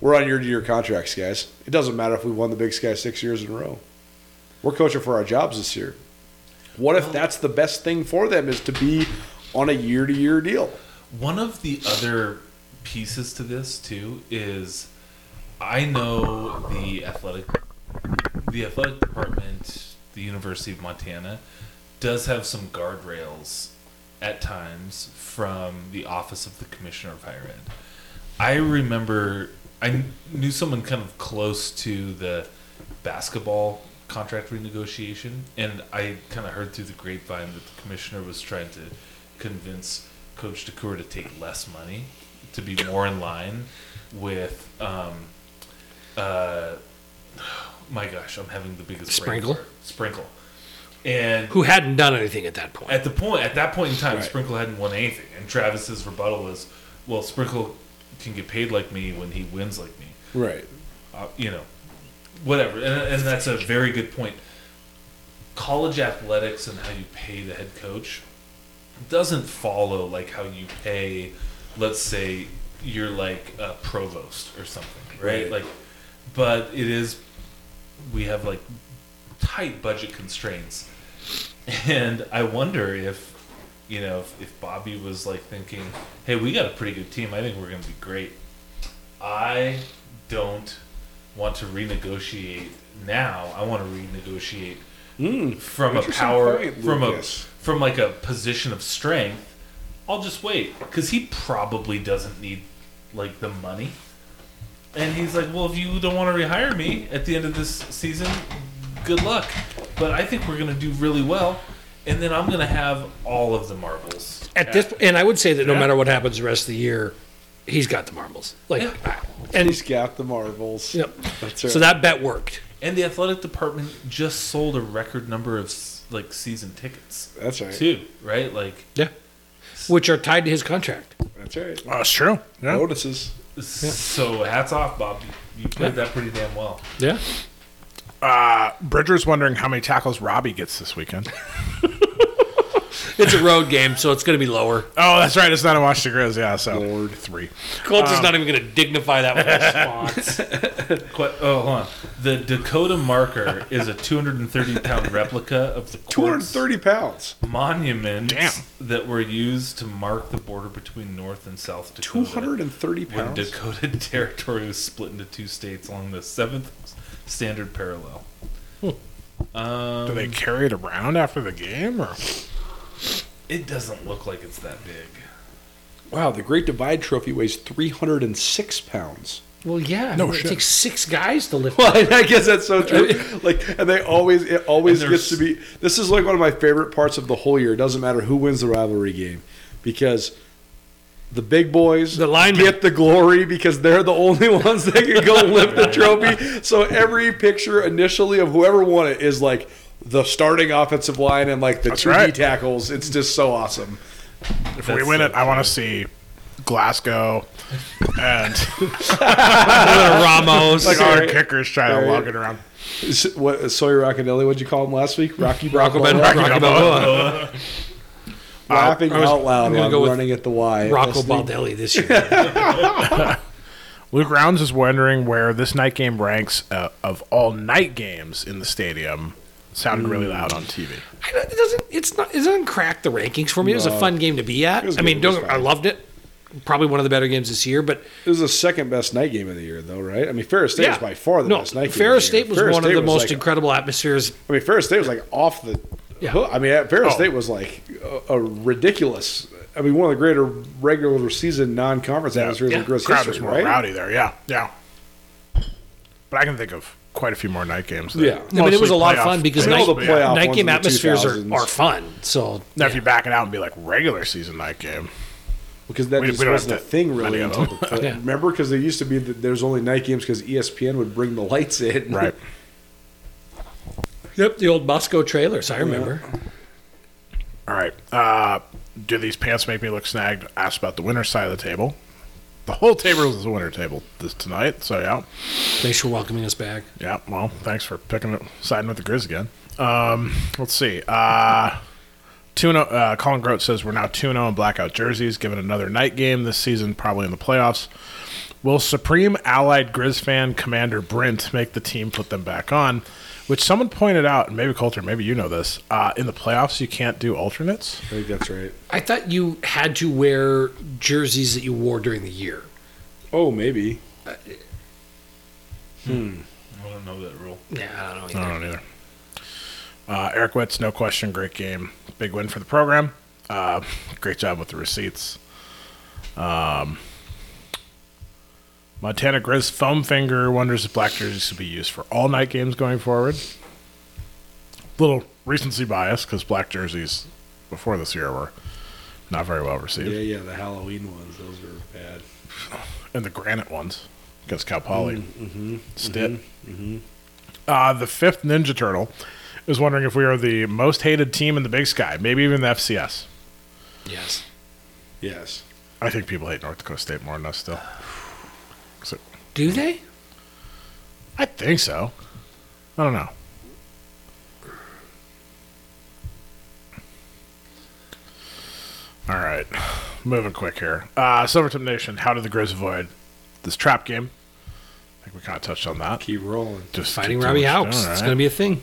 Speaker 4: "We're on year-to-year contracts, guys. It doesn't matter if we won the Big Sky six years in a row. We're coaching for our jobs this year. What if that's the best thing for them is to be on a year-to-year deal?
Speaker 1: One of the other pieces to this too is I know the athletic the athletic department, the University of Montana, does have some guardrails at times from the office of the commissioner of higher ed. I remember I kn- knew someone kind of close to the basketball contract renegotiation, and I kind of heard through the grapevine that the commissioner was trying to convince Coach Decour to take less money to be more in line with. Um, uh, my gosh, I'm having the biggest brain
Speaker 3: Sprinkle?
Speaker 1: fart. Sprinkle, and
Speaker 3: who hadn't done anything at that point.
Speaker 1: at the point at that point in time, Sprinkle hadn't won anything, and Travis's rebuttal was, "Well, Sprinkle can get paid like me when he wins like me."
Speaker 4: Right.
Speaker 1: uh, you know, whatever. And, and that's a very good point. College athletics and how you pay the head coach doesn't follow like how you pay, let's say, you're like a provost or something, right?
Speaker 4: Right.
Speaker 1: Like, but it is, we have like tight budget constraints. And I wonder if, you know, if, if Bobby was like thinking, hey, we got a pretty good team. I think we're going to be great. I don't want to renegotiate now. I want to renegotiate from a
Speaker 4: Interesting
Speaker 1: power
Speaker 4: point,
Speaker 1: from a
Speaker 4: Lucas.
Speaker 1: from like a position of strength. I'll just wait because he probably doesn't need like the money. And he's like, "Well, if you don't want to rehire me at the end of this season, good luck. But I think we're gonna do really well, and then I'm gonna have all of the marbles."
Speaker 3: At this, and I would say that no
Speaker 1: Yeah.
Speaker 3: matter what happens the rest of the year, he's got the marbles. Like,
Speaker 1: Yeah.
Speaker 3: and
Speaker 4: He's got the marbles.
Speaker 3: yep.
Speaker 4: That's right.
Speaker 3: so that bet worked.
Speaker 1: And the athletic department just sold a record number of s- like season tickets
Speaker 4: That's right.
Speaker 1: too, right? Like
Speaker 3: Yeah, which are tied to his contract.
Speaker 4: That's right.
Speaker 5: Oh, it's true. Yeah.
Speaker 4: Notices.
Speaker 1: So hats off, Bob. You played that pretty damn well.
Speaker 3: Yeah,
Speaker 5: Uh, Bridger's wondering how many tackles Robbie gets this weekend.
Speaker 3: it's a road game, so it's going to be lower.
Speaker 5: oh, that's right. It's not a watch the Grizz. Yeah, so three.
Speaker 3: Colts is not even going to dignify that with a response.
Speaker 1: Qu- oh, hold on. The Dakota marker is a 230 pound replica of the quartz
Speaker 4: 230 pounds.
Speaker 1: monuments
Speaker 5: Damn.
Speaker 1: that were used to mark the border between North and South Dakota.
Speaker 4: 230
Speaker 1: when
Speaker 4: pounds.
Speaker 1: Dakota territory was split into two states along the seventh standard parallel.
Speaker 5: Do they carry it around after the game? Or
Speaker 1: It doesn't look like it's that big.
Speaker 4: Wow, the Great Divide Trophy weighs 306 pounds.
Speaker 3: well, yeah,
Speaker 5: No
Speaker 3: it
Speaker 5: shit.
Speaker 3: takes six guys to lift.
Speaker 4: Well, I guess that's so true. Like, and they always it always
Speaker 1: And there's-
Speaker 4: gets to be. This is like one of my favorite parts of the whole year. It doesn't matter who wins the rivalry game, because the big boys
Speaker 3: The linemen.
Speaker 4: get the glory because they're the only ones that can go lift the trophy. So every picture initially of whoever won it is like the starting offensive line and like the two D
Speaker 5: right.
Speaker 4: tackles. It's just so awesome.
Speaker 5: if we win it, I want to see Glasgow and
Speaker 3: Ramos.
Speaker 5: like our kickers try to
Speaker 4: Right.
Speaker 5: log it around.
Speaker 4: Is- What Sawyer Rockadelli? What'd you call him last week? Rocky
Speaker 3: Rocco Ben-
Speaker 4: Balboa?
Speaker 3: Rocky Balboa.
Speaker 4: laughing
Speaker 3: I was-
Speaker 4: out
Speaker 3: I'm
Speaker 4: loud
Speaker 3: gonna
Speaker 4: while
Speaker 3: go with
Speaker 4: running at the Y.
Speaker 3: Rocco
Speaker 4: Listening-
Speaker 3: Baldelli this year.
Speaker 5: Luke Rounds is wondering where this night game ranks uh, of all night games in the stadium. Sounded really loud on TV.
Speaker 3: I don't- it doesn't. It's not. It doesn't crack the rankings for me. It was a fun game to be at.
Speaker 4: was
Speaker 3: I mean,
Speaker 4: good. It was
Speaker 3: don't. I
Speaker 4: fun.
Speaker 3: loved it. Probably one of the better games this year, but
Speaker 4: It was the second best night game of the year, though, right? I mean, Ferris State was by far the
Speaker 3: no,
Speaker 4: best night game.
Speaker 3: Ferris
Speaker 4: of the year.
Speaker 3: State was
Speaker 4: Ferris
Speaker 3: one
Speaker 4: State
Speaker 3: of the
Speaker 4: was,
Speaker 3: most
Speaker 4: like,
Speaker 3: incredible atmospheres.
Speaker 4: I mean, Ferris State was like off the.
Speaker 3: Yeah.
Speaker 4: hook. I mean, uh, Ferris
Speaker 5: Oh.
Speaker 4: State was like a, a ridiculous. I mean, one of the greater regular season non-conference atmospheres
Speaker 3: Yeah.
Speaker 4: in Gross
Speaker 5: crowd
Speaker 4: history,
Speaker 5: was more
Speaker 4: right?
Speaker 5: rowdy there. Yeah, yeah. But I can think of quite a few more night games. that-
Speaker 4: Yeah.
Speaker 3: I
Speaker 4: I
Speaker 3: mean, it was
Speaker 5: mostly
Speaker 3: a lot of
Speaker 5: playoff-
Speaker 3: fun because
Speaker 5: playoff-
Speaker 4: All
Speaker 3: night,
Speaker 4: the playoff
Speaker 3: night
Speaker 4: ones
Speaker 3: game
Speaker 4: in the
Speaker 3: atmospheres are,
Speaker 4: 2000s.
Speaker 3: are fun. So
Speaker 5: Now, if you back it out and be like regular season night game,
Speaker 4: Because that
Speaker 5: We-
Speaker 4: just
Speaker 5: we don't
Speaker 4: wasn't a
Speaker 5: have to-
Speaker 4: thing really.
Speaker 5: many of
Speaker 4: Until the,
Speaker 3: Yeah.
Speaker 4: Remember, because there used to be that there's only night games E because ESPN would bring the lights in.
Speaker 5: right?
Speaker 3: yep, the old Bosco trailers.
Speaker 4: Oh,
Speaker 3: I remember.
Speaker 5: All right. Uh, do these pants make me look snagged? Asked about the winner side of the table. The whole table is the winner table this tonight. So yeah,
Speaker 3: Thanks for welcoming us back.
Speaker 5: yeah. Well, thanks for picking siding with the Grizz again. Um, let's see. Uh, Tuna, uh, Colin Grote says we're now 2 0 in blackout jerseys, given another night game this season, probably in the playoffs. Will Supreme Allied Grizz fan Commander Brint make the team put them back on? Which someone pointed out, and maybe Coulter, maybe you know this. Uh, in the playoffs, you can't do alternates.
Speaker 4: I think that's right.
Speaker 3: I thought you had to wear jerseys that you wore during the year.
Speaker 4: Oh, maybe.
Speaker 1: I don't know that rule.
Speaker 3: Yeah, I don't know.
Speaker 5: I
Speaker 3: Either.
Speaker 5: don't either. Uh, Eric Witz, no question, great game, big win for the program. Uh, great job with the receipts. Um, Montana Grizz foam finger wonders if black jerseys should be used for all night games going forward. Little recency bias because black jerseys before this year were Not very well received.
Speaker 4: Yeah, yeah, the Halloween ones, those were bad.
Speaker 5: and the granite ones against Cal Poly. Stit. Uh, the fifth Ninja Turtle is wondering if we are the most hated team in the Big Sky, maybe even the FCS.
Speaker 3: Yes.
Speaker 4: Yes.
Speaker 5: I think people hate North Dakota State more than us still. So,
Speaker 3: Do they?
Speaker 5: I think so. I don't know. All right, moving quick here. Uh, Silvertip Nation, how did the Grizz avoid this trap game? I think we kind of touched on that.
Speaker 4: Keep rolling.
Speaker 5: Just
Speaker 3: Finding
Speaker 5: too
Speaker 3: Robbie
Speaker 5: much-
Speaker 3: Houks.
Speaker 5: all
Speaker 3: It's
Speaker 5: right.
Speaker 3: going to be a thing.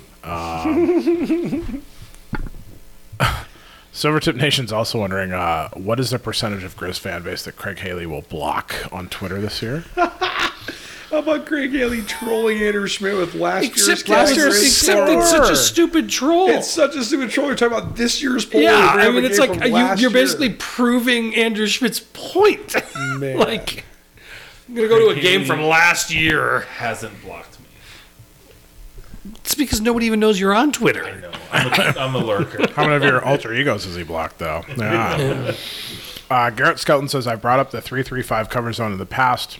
Speaker 5: Silvertip Nation's also wondering uh, what is the percentage of Grizz fan base that Craig Haley will block on Twitter this year?
Speaker 4: How about Craig Haley trolling Andrew Schmidt with last
Speaker 3: Except,
Speaker 4: year's
Speaker 3: that
Speaker 4: last
Speaker 3: was-
Speaker 4: year's
Speaker 3: except
Speaker 4: score?
Speaker 3: it's such a stupid troll.
Speaker 4: It's such a stupid troll. You're talking about this year's poll.
Speaker 3: yeah, I
Speaker 4: Graham
Speaker 3: mean, it's
Speaker 4: McKay
Speaker 3: like uh,
Speaker 4: from
Speaker 3: you,
Speaker 4: last
Speaker 3: you're
Speaker 4: year.
Speaker 3: basically proving Andrew Schmidt's point.
Speaker 4: Man.
Speaker 3: like, I'm going to go to a game from last year.
Speaker 1: Hasn't blocked me.
Speaker 3: It's because nobody even knows you're on Twitter.
Speaker 1: No, I'm a, I'm a lurker.
Speaker 5: How many of your alter egos has he blocked, though? Yeah. uh, Garrett Skelton says, I brought up the 335 cover zone in the past,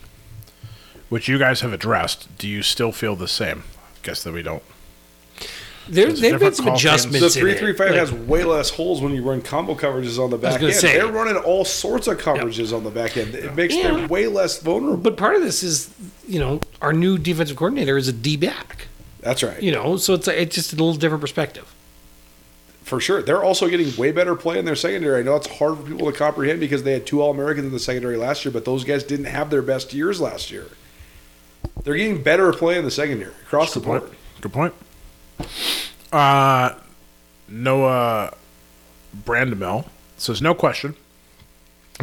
Speaker 5: which you guys have addressed. Do you still feel the same? Guess that we don't.
Speaker 3: There,
Speaker 5: There's a
Speaker 3: they've
Speaker 5: different
Speaker 3: made some
Speaker 5: call teams.
Speaker 4: The
Speaker 3: adjustments. in
Speaker 4: three
Speaker 3: it.
Speaker 4: three five
Speaker 3: Like,
Speaker 4: has way less holes when you run combo coverages on the back
Speaker 3: gonna
Speaker 4: end.
Speaker 3: say.
Speaker 4: They're running all sorts of coverages on the back end. It makes
Speaker 3: Yeah.
Speaker 4: them way less vulnerable.
Speaker 3: But part of this is, you know, our new defensive coordinator is a D back.
Speaker 4: That's right,
Speaker 3: You know, so it's a, it's just a little different perspective.
Speaker 4: for sure. They're also getting way better play in their secondary. I know it's hard for people to comprehend because they had two All Americans in the secondary last year, but those guys didn't have their best years last year. They're getting better play in the secondary across the
Speaker 5: Good point.
Speaker 4: board.
Speaker 5: Good point. Uh, Noah Brandemel says, no question,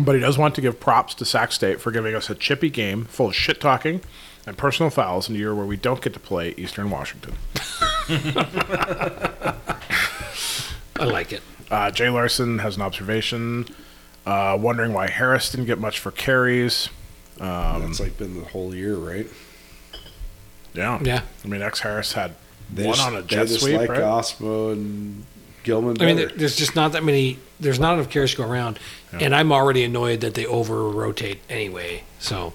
Speaker 5: but he does want to give props to Sac State for giving us a chippy game full of shit talking and personal fouls in a year where we don't get to play Eastern Washington.
Speaker 3: I like it.
Speaker 5: Uh, Jay Larson has an observation, uh, wondering why Harris didn't get much for carries.
Speaker 4: That's Um, like been the whole year, right?
Speaker 5: Yeah,
Speaker 3: Yeah.
Speaker 5: I mean, X Harris had
Speaker 4: They
Speaker 5: one
Speaker 4: just-
Speaker 5: on a
Speaker 4: they
Speaker 5: jet
Speaker 4: just
Speaker 5: sweep,
Speaker 4: like
Speaker 5: right?
Speaker 4: Osmo and Gilman.
Speaker 3: I mean, there-
Speaker 4: better.
Speaker 3: there's just not that many. There's not enough carries to go around, and I'm already annoyed that they over rotate anyway. So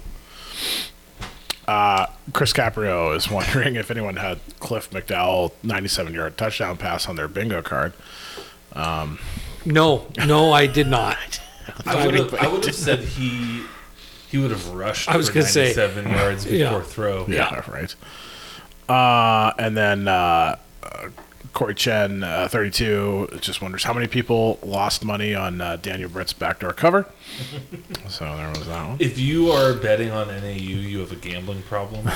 Speaker 5: Chris Caprio is wondering if anyone had Cliff McDowell 97 yard touchdown pass on their bingo card.
Speaker 3: no, no, I did not.
Speaker 1: I would have, I would have said he he would have rushed
Speaker 3: I was
Speaker 1: for
Speaker 3: gonna say-
Speaker 1: 97 yards before
Speaker 3: Yeah.
Speaker 1: throw.
Speaker 5: Yeah, right. Uh, and then uh, uh, Corey Chen, uh, 32, just wonders how many people lost money on uh, Daniel Britt's backdoor cover. so there was that one.
Speaker 1: If you are betting on NAU, you have a gambling problem.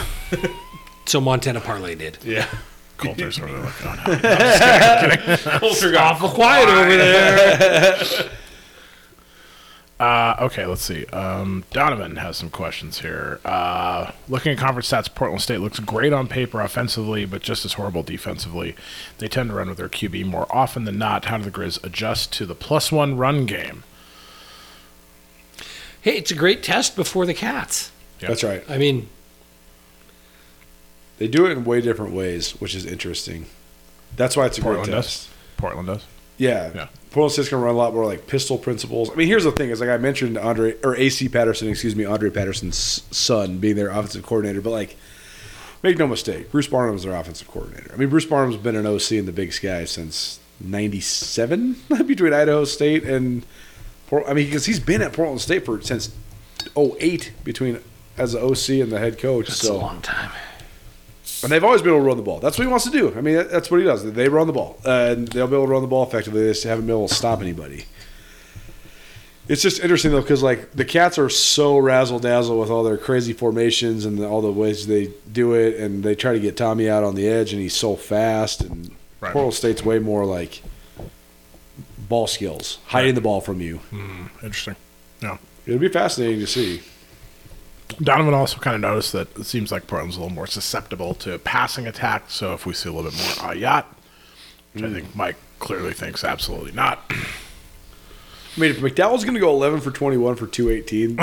Speaker 3: So Montana Parlay did.
Speaker 1: Yeah.
Speaker 5: Coulter's really like, oh no.
Speaker 1: Coulter got
Speaker 3: Awful quiet over there.
Speaker 5: Uh, okay, let's see. Um, Donovan has some questions here. Uh, looking at conference stats, Portland State looks great on paper offensively, but just as horrible defensively. They tend to run with their QB more often than not. How do the Grizz adjust to the plus one run game?
Speaker 3: Hey, it's a great test before the Cats.
Speaker 5: Yeah.
Speaker 4: That's right.
Speaker 3: I mean,
Speaker 4: They do it in way different ways, which is interesting. That's why it's a
Speaker 5: Portland
Speaker 4: great test.
Speaker 5: does. Portland does.
Speaker 4: Yeah.
Speaker 5: Yeah.
Speaker 4: Portland State's going to run a lot more like pistol principles. I mean, here's the thing: is like I mentioned Andre or AC Patterson, excuse me, Andre Patterson's son being their offensive coordinator, but like. Make no mistake, Bruce Barnum is their offensive coordinator. I mean, Bruce Barnum's been an OC in the Big Sky since '97 between Idaho State and Port- I mean, because he's been at Portland State for since 08 between as the OC and the head coach.
Speaker 3: that's a
Speaker 4: so
Speaker 3: long time.
Speaker 4: and they've always been able to run the ball. That's what he wants to do. I mean, that- that's what he does. They run the ball, uh, and they'll be able to run the ball effectively. They just haven't been able to stop anybody. It's just interesting though, because like the cats are so razzle dazzle with all their crazy formations and all the ways they do it, and they try to get Tommy out on the edge, and he's so fast. And
Speaker 5: Right.
Speaker 4: Portland State's way more like ball skills, hiding the ball from you.
Speaker 5: Interesting. Yeah.
Speaker 4: It'll be fascinating to see.
Speaker 5: Donovan also kind of noticed that it seems like Portland's a little more susceptible to passing attack. So if we see a little bit more Ayat, which I think Mike clearly thinks absolutely not,
Speaker 4: I mean, if McDowell's going to go 11 for 21 for 218,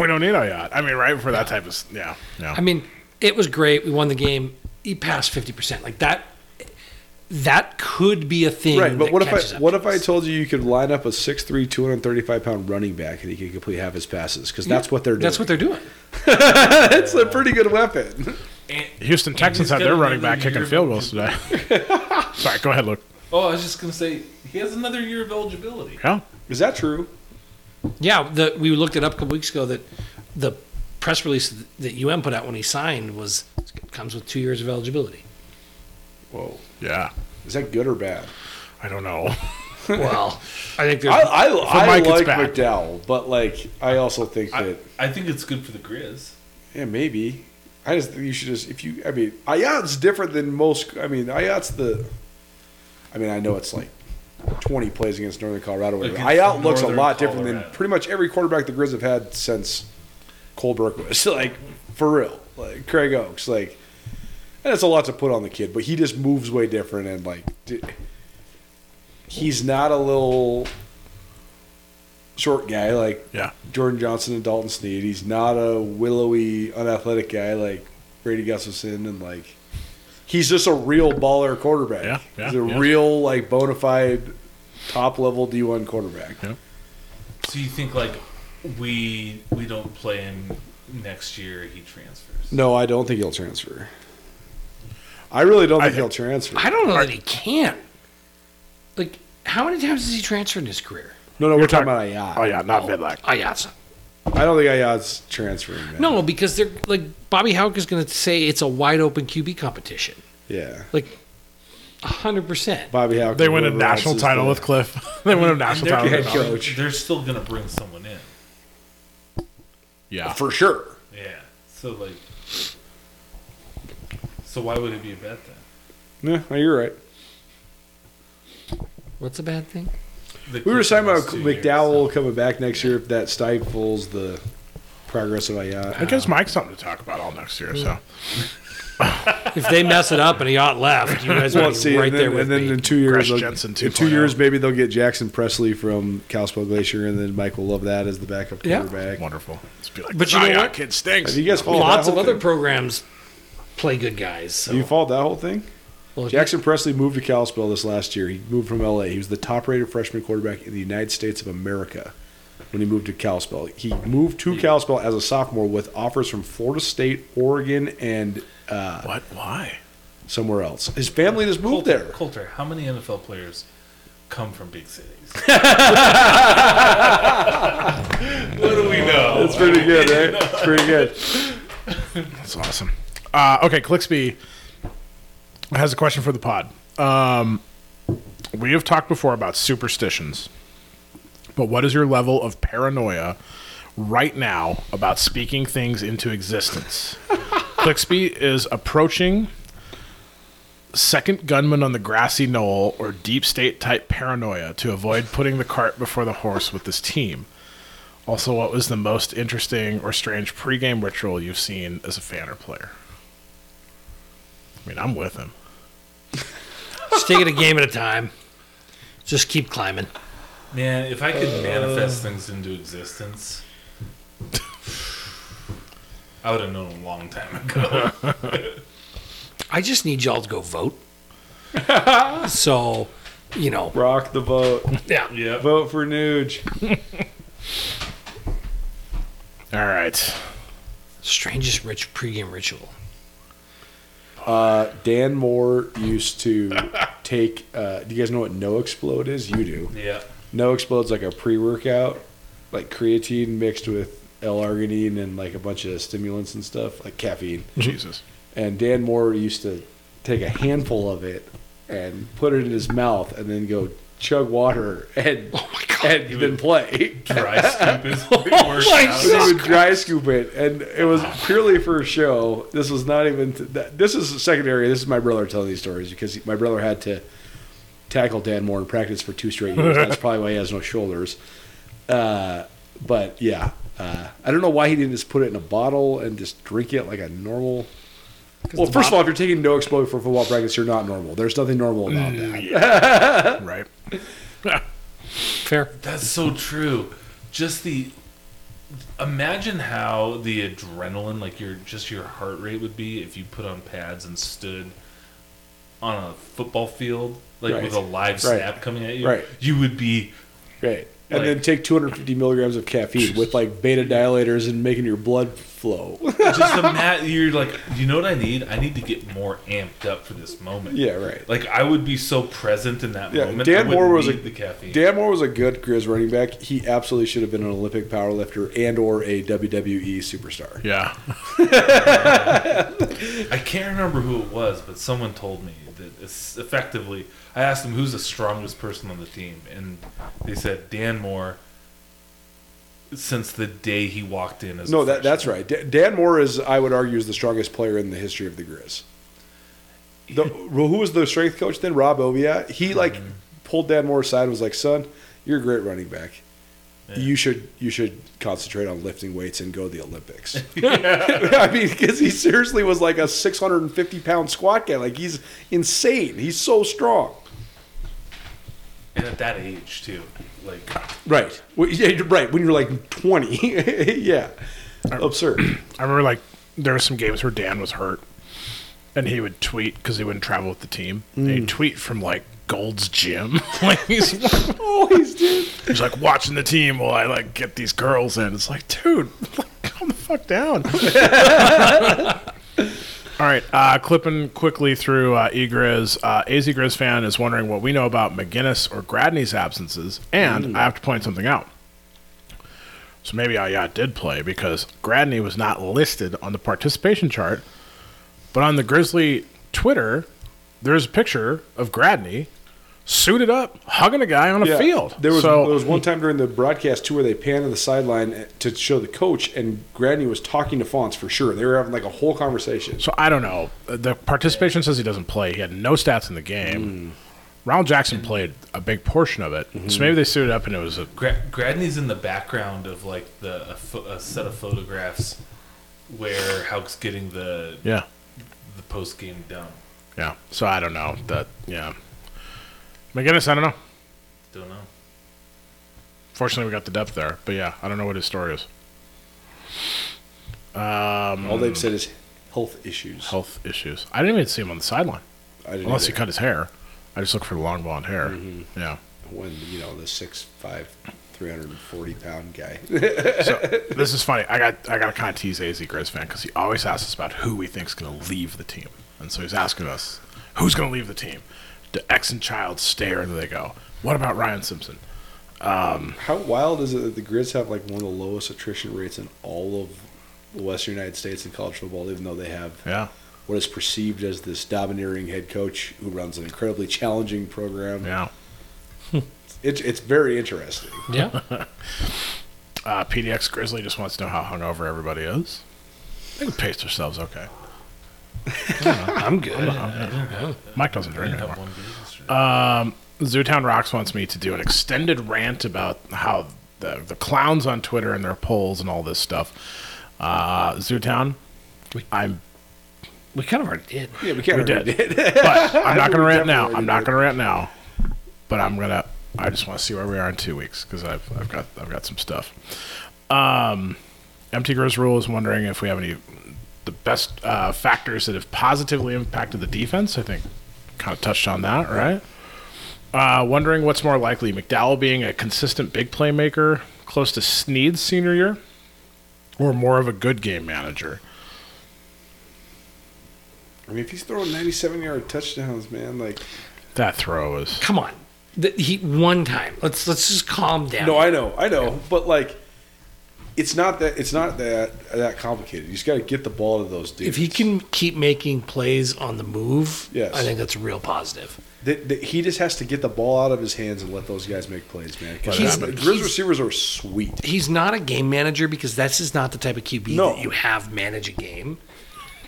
Speaker 5: we don't need Ayat. I mean, right for that type of yeah, yeah.
Speaker 3: I mean, it was great. We won the game. He passed fifty percent. Like that. that could be a thing.
Speaker 4: Right, but
Speaker 3: that
Speaker 4: what if
Speaker 3: catches
Speaker 4: I
Speaker 3: up
Speaker 4: what
Speaker 3: to
Speaker 4: if I
Speaker 3: us.
Speaker 4: told you you could line up a 6'3", 235 pound running back and he could complete half his passes because that's what they're doing.
Speaker 3: That's what they're doing.
Speaker 4: That's a pretty good weapon.
Speaker 1: And,
Speaker 5: Houston Texans had
Speaker 1: got
Speaker 5: their running
Speaker 1: another
Speaker 5: back kicking
Speaker 1: year.
Speaker 5: field goals today. Sorry, go ahead, Luke.
Speaker 1: oh, I was just gonna say he has another year of eligibility.
Speaker 5: Yeah.
Speaker 4: Is that true?
Speaker 3: Yeah, the, we looked it up a couple weeks ago that the press release that UM put out when he signed was comes with two years of eligibility.
Speaker 4: Whoa,
Speaker 5: Yeah.
Speaker 4: is that good or bad?
Speaker 5: I don't know.
Speaker 3: Well, I think there's
Speaker 4: I I, I
Speaker 5: Mike, it's
Speaker 4: like
Speaker 5: bad.
Speaker 4: McDowell, but like I also think that
Speaker 1: I think it's good for the Grizz.
Speaker 4: yeah maybe. I just think you should just if you I mean Ayat's different than most. I mean Ayat's the. I mean I know it's like. 20 plays against Northern Colorado. whatever.
Speaker 1: Against
Speaker 4: Ayat looks a
Speaker 1: Northern
Speaker 4: lot different than
Speaker 1: Colorado.
Speaker 4: pretty much every quarterback the Grizz have had since Cole Berkowitz. Like, for real. Like, Craig Oaks. Like, and it's a lot to put on the kid, but he just moves way different and, like, d- he's not a little short guy like
Speaker 5: Yeah.
Speaker 4: Jordan Johnson and Dalton Sneed. He's not a willowy, unathletic guy like Brady Gustafson, and like he's just a real baller quarterback.
Speaker 5: Yeah, yeah,
Speaker 4: he's a
Speaker 5: yeah.
Speaker 4: real like bona fide top level D one quarterback.
Speaker 1: So you think like we we don't play him next year? He transfers.
Speaker 4: No, I don't think he'll transfer. I really don't
Speaker 5: I
Speaker 4: think
Speaker 5: think-
Speaker 4: he'll transfer.
Speaker 3: I don't know that he can. Like, how many times has he transferred in his career?
Speaker 4: no, no, we're talking,
Speaker 5: talking-
Speaker 4: about
Speaker 5: Oh
Speaker 4: Ayat.
Speaker 5: yeah, not Vidlac.
Speaker 3: Ayatsa.
Speaker 4: I don't think Ayat's transferring. Man.
Speaker 3: No, because they're like Bobby Houck is going to say it's a wide open QB competition.
Speaker 4: yeah,
Speaker 3: Like, hundred percent.
Speaker 4: Bobby Howard.
Speaker 5: They win a national title with Cliff. they win a national
Speaker 1: They're,
Speaker 5: title.
Speaker 4: head
Speaker 5: With Cliff.
Speaker 4: coach.
Speaker 1: they're still gonna bring someone in.
Speaker 5: Yeah.
Speaker 4: for sure.
Speaker 1: Yeah. So like. So why would it be a bad thing?
Speaker 4: Yeah, no, you're right.
Speaker 3: What's a bad thing?
Speaker 1: The
Speaker 4: We were
Speaker 1: Clippers
Speaker 4: talking about
Speaker 1: two years,
Speaker 4: McDowell
Speaker 1: so-
Speaker 4: coming back next year if that stifles the progress of Ayat.
Speaker 5: It gives Mike something to talk about all next year. So
Speaker 3: If they mess it up and he got left, you guys
Speaker 4: Well,
Speaker 3: would
Speaker 4: see,
Speaker 3: be right
Speaker 4: and
Speaker 3: there
Speaker 4: then,
Speaker 3: with
Speaker 4: and then
Speaker 3: me.
Speaker 4: in two years,
Speaker 5: Gresh
Speaker 4: they'll-
Speaker 5: Jensen
Speaker 4: in
Speaker 5: 2.0.
Speaker 3: oh.
Speaker 4: two years maybe they'll get Jackson Presley from Kalispell Glacier, and then Mike will love that as the backup
Speaker 3: Yeah.
Speaker 4: quarterback.
Speaker 5: wonderful. It's be like,
Speaker 3: But you know
Speaker 5: "Zion
Speaker 3: what?
Speaker 5: Kid stinks.
Speaker 4: Have you guys followed
Speaker 3: Lots
Speaker 4: that
Speaker 3: of
Speaker 4: whole
Speaker 3: other
Speaker 4: thing?
Speaker 3: programs play good guys. So.
Speaker 4: Have you followed that whole thing?
Speaker 3: Well, if you-
Speaker 4: Jackson Presley moved to Kalispell this last year. He moved from LA. He was the top-rated freshman quarterback in the United States of America when he moved to Kalispell. He moved to Kalispell as a sophomore with offers from Florida State, Oregon, and uh,
Speaker 5: What? Why?
Speaker 4: somewhere else. His family just moved
Speaker 1: Coulter,
Speaker 4: there.
Speaker 1: Coulter, how many NFL players come from big cities? what do we know?
Speaker 4: That's pretty good, eh? It's pretty good.
Speaker 5: That's awesome. Uh, okay, Clixby has a question for the pod. Um, we have talked before about superstitions, but what is your level of paranoia right now about speaking things into existence? Clixby is approaching second gunman on the grassy knoll or deep state type paranoia to avoid putting the cart before the horse with this team. Also, what was the most interesting or strange pregame ritual you've seen as a fan or player? I mean, I'm with him.
Speaker 3: Just take it a game at a time. Just keep climbing.
Speaker 1: Man, if I could manifest
Speaker 4: Uh.
Speaker 1: things into existence, I would have known a long time ago.
Speaker 3: I just need y'all to go vote. so, you know,
Speaker 4: Rock the vote.
Speaker 3: yeah.
Speaker 1: yep.
Speaker 4: Vote for Nuge.
Speaker 5: All right.
Speaker 3: Strangest rich pregame ritual.
Speaker 4: Uh, Dan Moore used to take. Uh, do you guys know what No Explode is? You do.
Speaker 1: Yeah.
Speaker 4: No Explode's like a pre-workout, like creatine mixed with L-arginine and like a bunch of stimulants and stuff, like caffeine.
Speaker 5: Jesus.
Speaker 4: And Dan Moore used to take a handful of it and put it in his mouth and then go chug water and and then play.
Speaker 1: Dry scoop is
Speaker 4: Oh
Speaker 1: worse.
Speaker 4: So he would dry scoop it, and it was purely for a show. This was not even. that, this is secondary. This is my brother telling these stories because he- my brother had to tackle Dan Moore in practice for two straight years. That's probably why he has no shoulders. Uh, but yeah, uh, I don't know why he didn't just put it in a bottle and just drink it like a normal. Well, first of all, if you're taking no explode for football practice, you're not normal. There's nothing normal about that.
Speaker 5: Right.
Speaker 3: Fair.
Speaker 1: That's so true. Just the imagine how the adrenaline, like your just your heart rate would be if you put on pads and stood on a football field, like
Speaker 4: Right.
Speaker 1: with a live
Speaker 4: Right.
Speaker 1: snap coming at you,
Speaker 4: Right.
Speaker 1: you would be
Speaker 4: Right. And
Speaker 1: Like-
Speaker 4: then take 250 milligrams of caffeine with like beta dilators and making your blood flow.
Speaker 1: just a mat. You're like, you know what I need? I need to get more amped up for this moment.
Speaker 4: yeah, right.
Speaker 1: Like I would be so present in that
Speaker 4: Yeah,
Speaker 1: moment.
Speaker 4: Dan
Speaker 1: I wouldn't
Speaker 4: Moore was
Speaker 1: need
Speaker 4: a-
Speaker 1: the caffeine.
Speaker 4: Dan Moore was a good Grizz running back. He absolutely should have been an Olympic powerlifter and or a WWE superstar.
Speaker 5: Yeah.
Speaker 1: I can't remember who it was, but someone told me that it's effectively. I asked them who's the strongest person on the team, and they said Dan Moore. Since the day he walked in as a
Speaker 4: No, that, that's
Speaker 1: freshman.
Speaker 4: right. Da- Dan Moore is, I would argue, is the strongest player in the history of the Grizz. The, who was the strength coach then? Rob Oviat.
Speaker 1: Mm-hmm.
Speaker 4: He like pulled Dan Moore aside and was like, "Son, you're a great running back. You should you should concentrate on lifting weights and go to the Olympics." I mean, because he seriously was like a 650 pound squat guy. Like he's insane. He's so strong.
Speaker 1: and at that age too. Like
Speaker 4: Right. Well, yeah, you're right. When you're like 20, yeah, absurd.
Speaker 5: I remember like there were some games where Dan was hurt, and he would tweet because he wouldn't travel with the team. And he'd tweet from like Gold's Gym. like he's,
Speaker 4: Always, dude.
Speaker 5: he's like watching the team while I like get these girls in. It's like, dude, like, calm the fuck down. All right, uh, clipping quickly through uh, eGriz. Uh, AZ Grizz fan is wondering what we know about McGinnis or Gradney's absences, and
Speaker 4: Mm.
Speaker 5: I have to point something out. So maybe Ayat did play because Gradney was not listed on the participation chart, but on the Grizzly Twitter, there's a picture of Gradney suited up, hugging a guy on a
Speaker 4: Yeah.
Speaker 5: field.
Speaker 4: There was
Speaker 5: so,
Speaker 4: there was one time during the broadcast too where they panned on the sideline eh, to show the coach, and Granny was talking to Fonts for sure. They were having like a whole conversation.
Speaker 5: So I don't know. Uh, The participation says he doesn't play. He had no stats in the game. Ronald Jackson played a big portion of it, so maybe they suited up and it was a.
Speaker 1: Gra- Gradney's in the background of like the a, pho- a set of photographs where Hauk's getting the
Speaker 5: Yeah,
Speaker 1: the post game done.
Speaker 5: yeah. So I don't know that. Yeah, my goodness, I don't know.
Speaker 1: Don't know.
Speaker 5: Fortunately, we got the depth there, but yeah, I don't know what his story is.
Speaker 4: All they've said is health issues.
Speaker 5: Health issues. I didn't even see him on the sideline,
Speaker 4: I didn't
Speaker 5: unless he
Speaker 4: either.
Speaker 5: cut his hair. I just look for the long blonde hair. Yeah.
Speaker 4: when you know the six five, three hundred and forty pound guy.
Speaker 5: this is funny. I got I got to kind of tease AZ Grizz fan because he always asks us about who we think's going to leave the team, and so he's asking us who's going to leave the team. Do X and Child stay or do they go? What about Ryan Simpson?
Speaker 4: How wild is it that the Grizz have like one of the lowest attrition rates in all of the Western United States in college football, even though they have
Speaker 5: Yeah,
Speaker 4: what is perceived as this domineering head coach who runs an incredibly challenging program.
Speaker 5: yeah.
Speaker 4: It's it's very interesting.
Speaker 6: Yeah.
Speaker 5: Uh, PDX Grizzly just wants to know how hungover everybody is. They can pace themselves okay.
Speaker 3: I'm good.
Speaker 5: Mike doesn't drink
Speaker 1: Have
Speaker 5: anymore.
Speaker 1: one beer yesterday.
Speaker 5: Zootown Rocks wants me to do an extended rant about how the, the clowns on Twitter and their polls and all this stuff. Uh, Zootown, I'm
Speaker 3: We kind of already did.
Speaker 4: Yeah, we can't
Speaker 5: We
Speaker 4: already
Speaker 5: did. but I'm not gonna rant now.
Speaker 4: definitely
Speaker 5: I'm not
Speaker 4: did.
Speaker 5: gonna rant now. But I'm gonna. I just want to see where we are in two weeks because I've I've got I've got some stuff. Um, Empty Gross Rule is wondering if we have any the best uh, factors that have positively impacted the defense. I think kind of touched on that, right? Uh, wondering what's more likely, McDowell being a consistent big playmaker close to Snead's senior year, or more of a good game manager.
Speaker 4: I mean, if he's throwing 97 yard touchdowns, man, like.
Speaker 5: That throw is
Speaker 3: Come on. The, he one time. Let's let's just calm down.
Speaker 4: No, I know, I know, but like, it's not that it's not that that complicated. You just got to get the ball to those dudes.
Speaker 3: if he can keep making plays on the move,
Speaker 4: Yes.
Speaker 3: I think that's a real positive.
Speaker 4: That- that- he just has to get the ball out of his hands and let those guys make plays, man. Because
Speaker 3: He's-
Speaker 4: the Grizz
Speaker 3: he's-
Speaker 4: receivers are sweet.
Speaker 3: He's not a game manager because that's just not the type of QB
Speaker 4: No.
Speaker 3: that you have manage a game.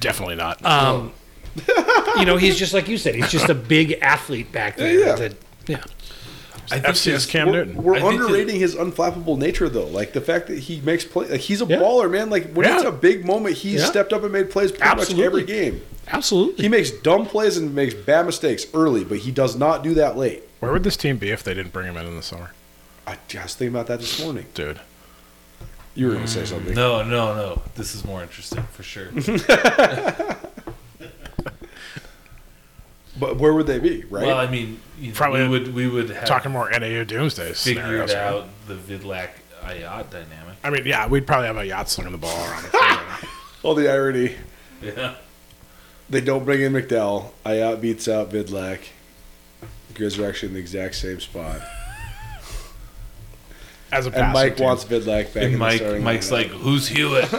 Speaker 5: definitely not.
Speaker 3: Um, you know, he's just like you said. He's just a big athlete back there.
Speaker 4: Yeah.
Speaker 3: that- yeah.
Speaker 1: I think
Speaker 5: FCS
Speaker 1: his-
Speaker 5: Cam
Speaker 4: We're,
Speaker 5: Newton.
Speaker 4: we're
Speaker 1: I think
Speaker 4: underrating his unflappable nature, though. Like the fact that he makes play, like he's a
Speaker 3: Yeah.
Speaker 4: baller, man. Like when it's
Speaker 5: Yeah.
Speaker 4: a big moment, he
Speaker 3: Yeah.
Speaker 4: stepped up and made plays pretty
Speaker 3: Absolutely.
Speaker 4: much every game.
Speaker 3: Absolutely.
Speaker 4: He makes dumb plays and makes bad mistakes early, but he does not do that late.
Speaker 5: Where would this team be if they didn't bring him in in the summer,
Speaker 4: I just thinking about that this morning.
Speaker 5: dude?
Speaker 4: You were going to say something.
Speaker 1: Mm. No, no, no. This is more interesting for sure.
Speaker 4: But where would they be, right?
Speaker 1: Well, I mean, you know,
Speaker 5: Probably
Speaker 1: we would we would have
Speaker 5: Talking more NAU doomsday
Speaker 1: figured
Speaker 5: scenarios. right?
Speaker 1: out the Vidlac Ayat dynamic.
Speaker 5: I mean, yeah, we'd probably have a yacht slinging the ball around. The
Speaker 4: oh, the irony.
Speaker 1: Yeah,
Speaker 4: They don't bring in McDowell. Ayat beats out Vidlac. The Grizz are actually in the exact same spot.
Speaker 5: as a
Speaker 4: And
Speaker 5: passing
Speaker 4: Mike
Speaker 5: team.
Speaker 4: wants Vidlac back in
Speaker 1: and
Speaker 4: the
Speaker 1: Mike
Speaker 4: starting
Speaker 1: Mike's
Speaker 4: lineup.
Speaker 1: like, who's Hewitt?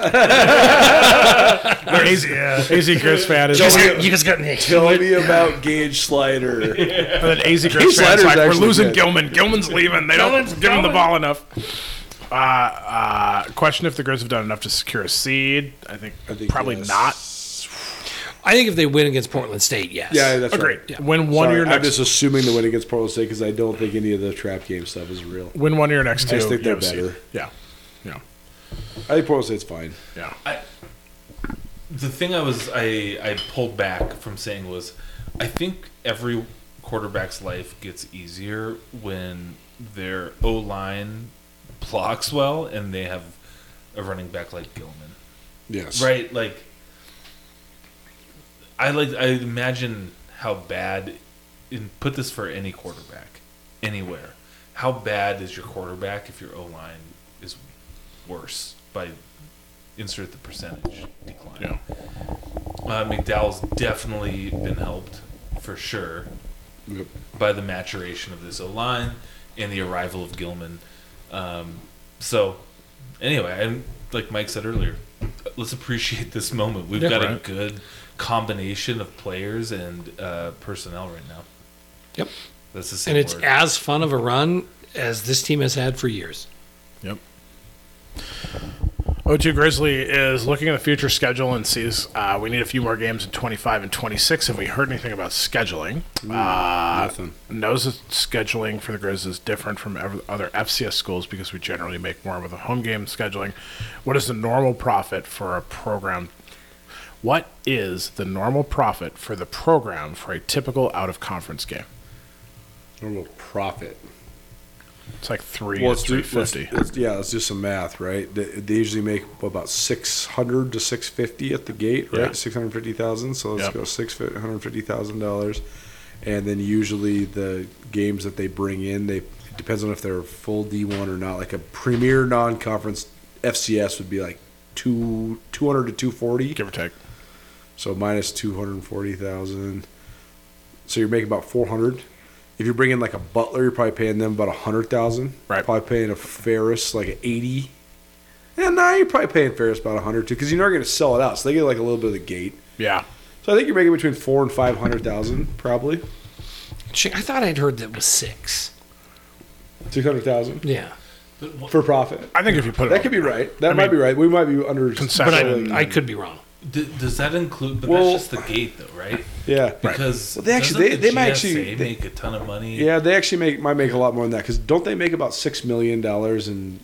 Speaker 5: AZ, AZ Grizz fan is
Speaker 3: you just got me.
Speaker 4: Tell me about Gage Slider.
Speaker 5: And then AZ
Speaker 4: Keith
Speaker 5: Grizz fans
Speaker 4: Snyder's
Speaker 5: like, we're
Speaker 4: actually
Speaker 5: losing
Speaker 4: good."
Speaker 5: Gilman. Gilman's leaving. They don't give him the ball enough. Uh, uh, question if the Grizz have done enough to secure a seed. I think,
Speaker 4: think
Speaker 5: probably
Speaker 4: yes.
Speaker 5: not.
Speaker 3: I think if they win against Portland State, yes.
Speaker 4: yeah, that's
Speaker 5: Agreed.
Speaker 4: right.
Speaker 5: Win one
Speaker 4: Sorry,
Speaker 5: of your
Speaker 4: I'm
Speaker 5: next.
Speaker 4: just assuming the win against Portland State because I don't think any of the trap game stuff is real.
Speaker 5: win one of your next two.
Speaker 4: I just think
Speaker 5: you
Speaker 4: they're
Speaker 5: have a seed.
Speaker 4: better.
Speaker 5: Yeah. Yeah.
Speaker 4: I think Portland State's fine.
Speaker 5: Yeah.
Speaker 1: the thing I was I I pulled back from saying was I think every quarterback's life gets easier when their O line blocks well and they have a running back like Gilman.
Speaker 4: Yes.
Speaker 1: Right, like I like I imagine how bad in put this for any quarterback anywhere. How bad is your quarterback if your O line is worse by insert the percentage decline?
Speaker 5: Yeah.
Speaker 1: Uh, McDowell's definitely been helped for sure
Speaker 4: Yep.
Speaker 1: by the maturation of this O line and the arrival of Gilman. Um, so, anyway, and like Mike said earlier, let's appreciate this moment. We've
Speaker 5: Yeah,
Speaker 1: got a
Speaker 5: right.
Speaker 1: good combination of players and uh, personnel right now.
Speaker 3: Yep.
Speaker 1: That's the same
Speaker 3: And it's
Speaker 1: word.
Speaker 3: as fun of a run as this team has had for years.
Speaker 5: Yep. O2 Grizzly is looking at the future schedule and sees uh, we need a few more games in 25 and 26. Have we heard anything about scheduling? uh,
Speaker 4: nothing.
Speaker 5: Knows that scheduling for the Grizz is different from ev- other FCS schools because we generally make more with a home game scheduling. What is the normal profit for a program? What is the normal profit for the program for a typical out of conference game?
Speaker 4: Normal profit.
Speaker 5: It's like three
Speaker 4: Well,
Speaker 5: well,
Speaker 4: let's do,
Speaker 5: three
Speaker 4: let's,
Speaker 5: fifty.
Speaker 4: let's- yeah, let's do some math, right? They, they usually make about 600 to 650 at the gate, right?
Speaker 5: Yeah.
Speaker 4: 650,000. So let's
Speaker 5: Yep.
Speaker 4: go $650,000. And then usually the games that they bring in, they it depends on if they're full D1 or not. Like a premier non conference FCS would be like two 200 to 240.
Speaker 5: give or take.
Speaker 4: So minus two hundred forty thousand. So you're making about four hundred. If you bring in like a Butler, you're probably paying them about a hundred thousand.
Speaker 5: Right.
Speaker 4: Probably paying a Ferris like an eighty. And now you're probably paying Ferris about a hundred too, because you're not going to sell it out. So they get like a little bit of the gate.
Speaker 5: Yeah,
Speaker 4: So I think you're making between four and five hundred thousand, probably
Speaker 3: Shit, I thought I'd heard that was six.
Speaker 4: six hundred thousand
Speaker 3: Yeah.
Speaker 4: for profit.
Speaker 5: I think if you put it,
Speaker 4: That could be right. That
Speaker 5: I
Speaker 4: might
Speaker 5: mean-
Speaker 4: be right. We might be under
Speaker 5: Consensus.
Speaker 3: But
Speaker 5: Second-
Speaker 3: I, I could be wrong.
Speaker 1: D- does that include? But
Speaker 4: Well-
Speaker 1: that's just the gate, though, right?
Speaker 4: Yeah.
Speaker 1: Because
Speaker 4: Well, they actually-
Speaker 1: doesn't the
Speaker 4: they- they might
Speaker 1: GSA
Speaker 4: actually- they-
Speaker 1: make a ton of money.
Speaker 4: Yeah, they actually make might make a lot more than that because don't they make about six million dollars in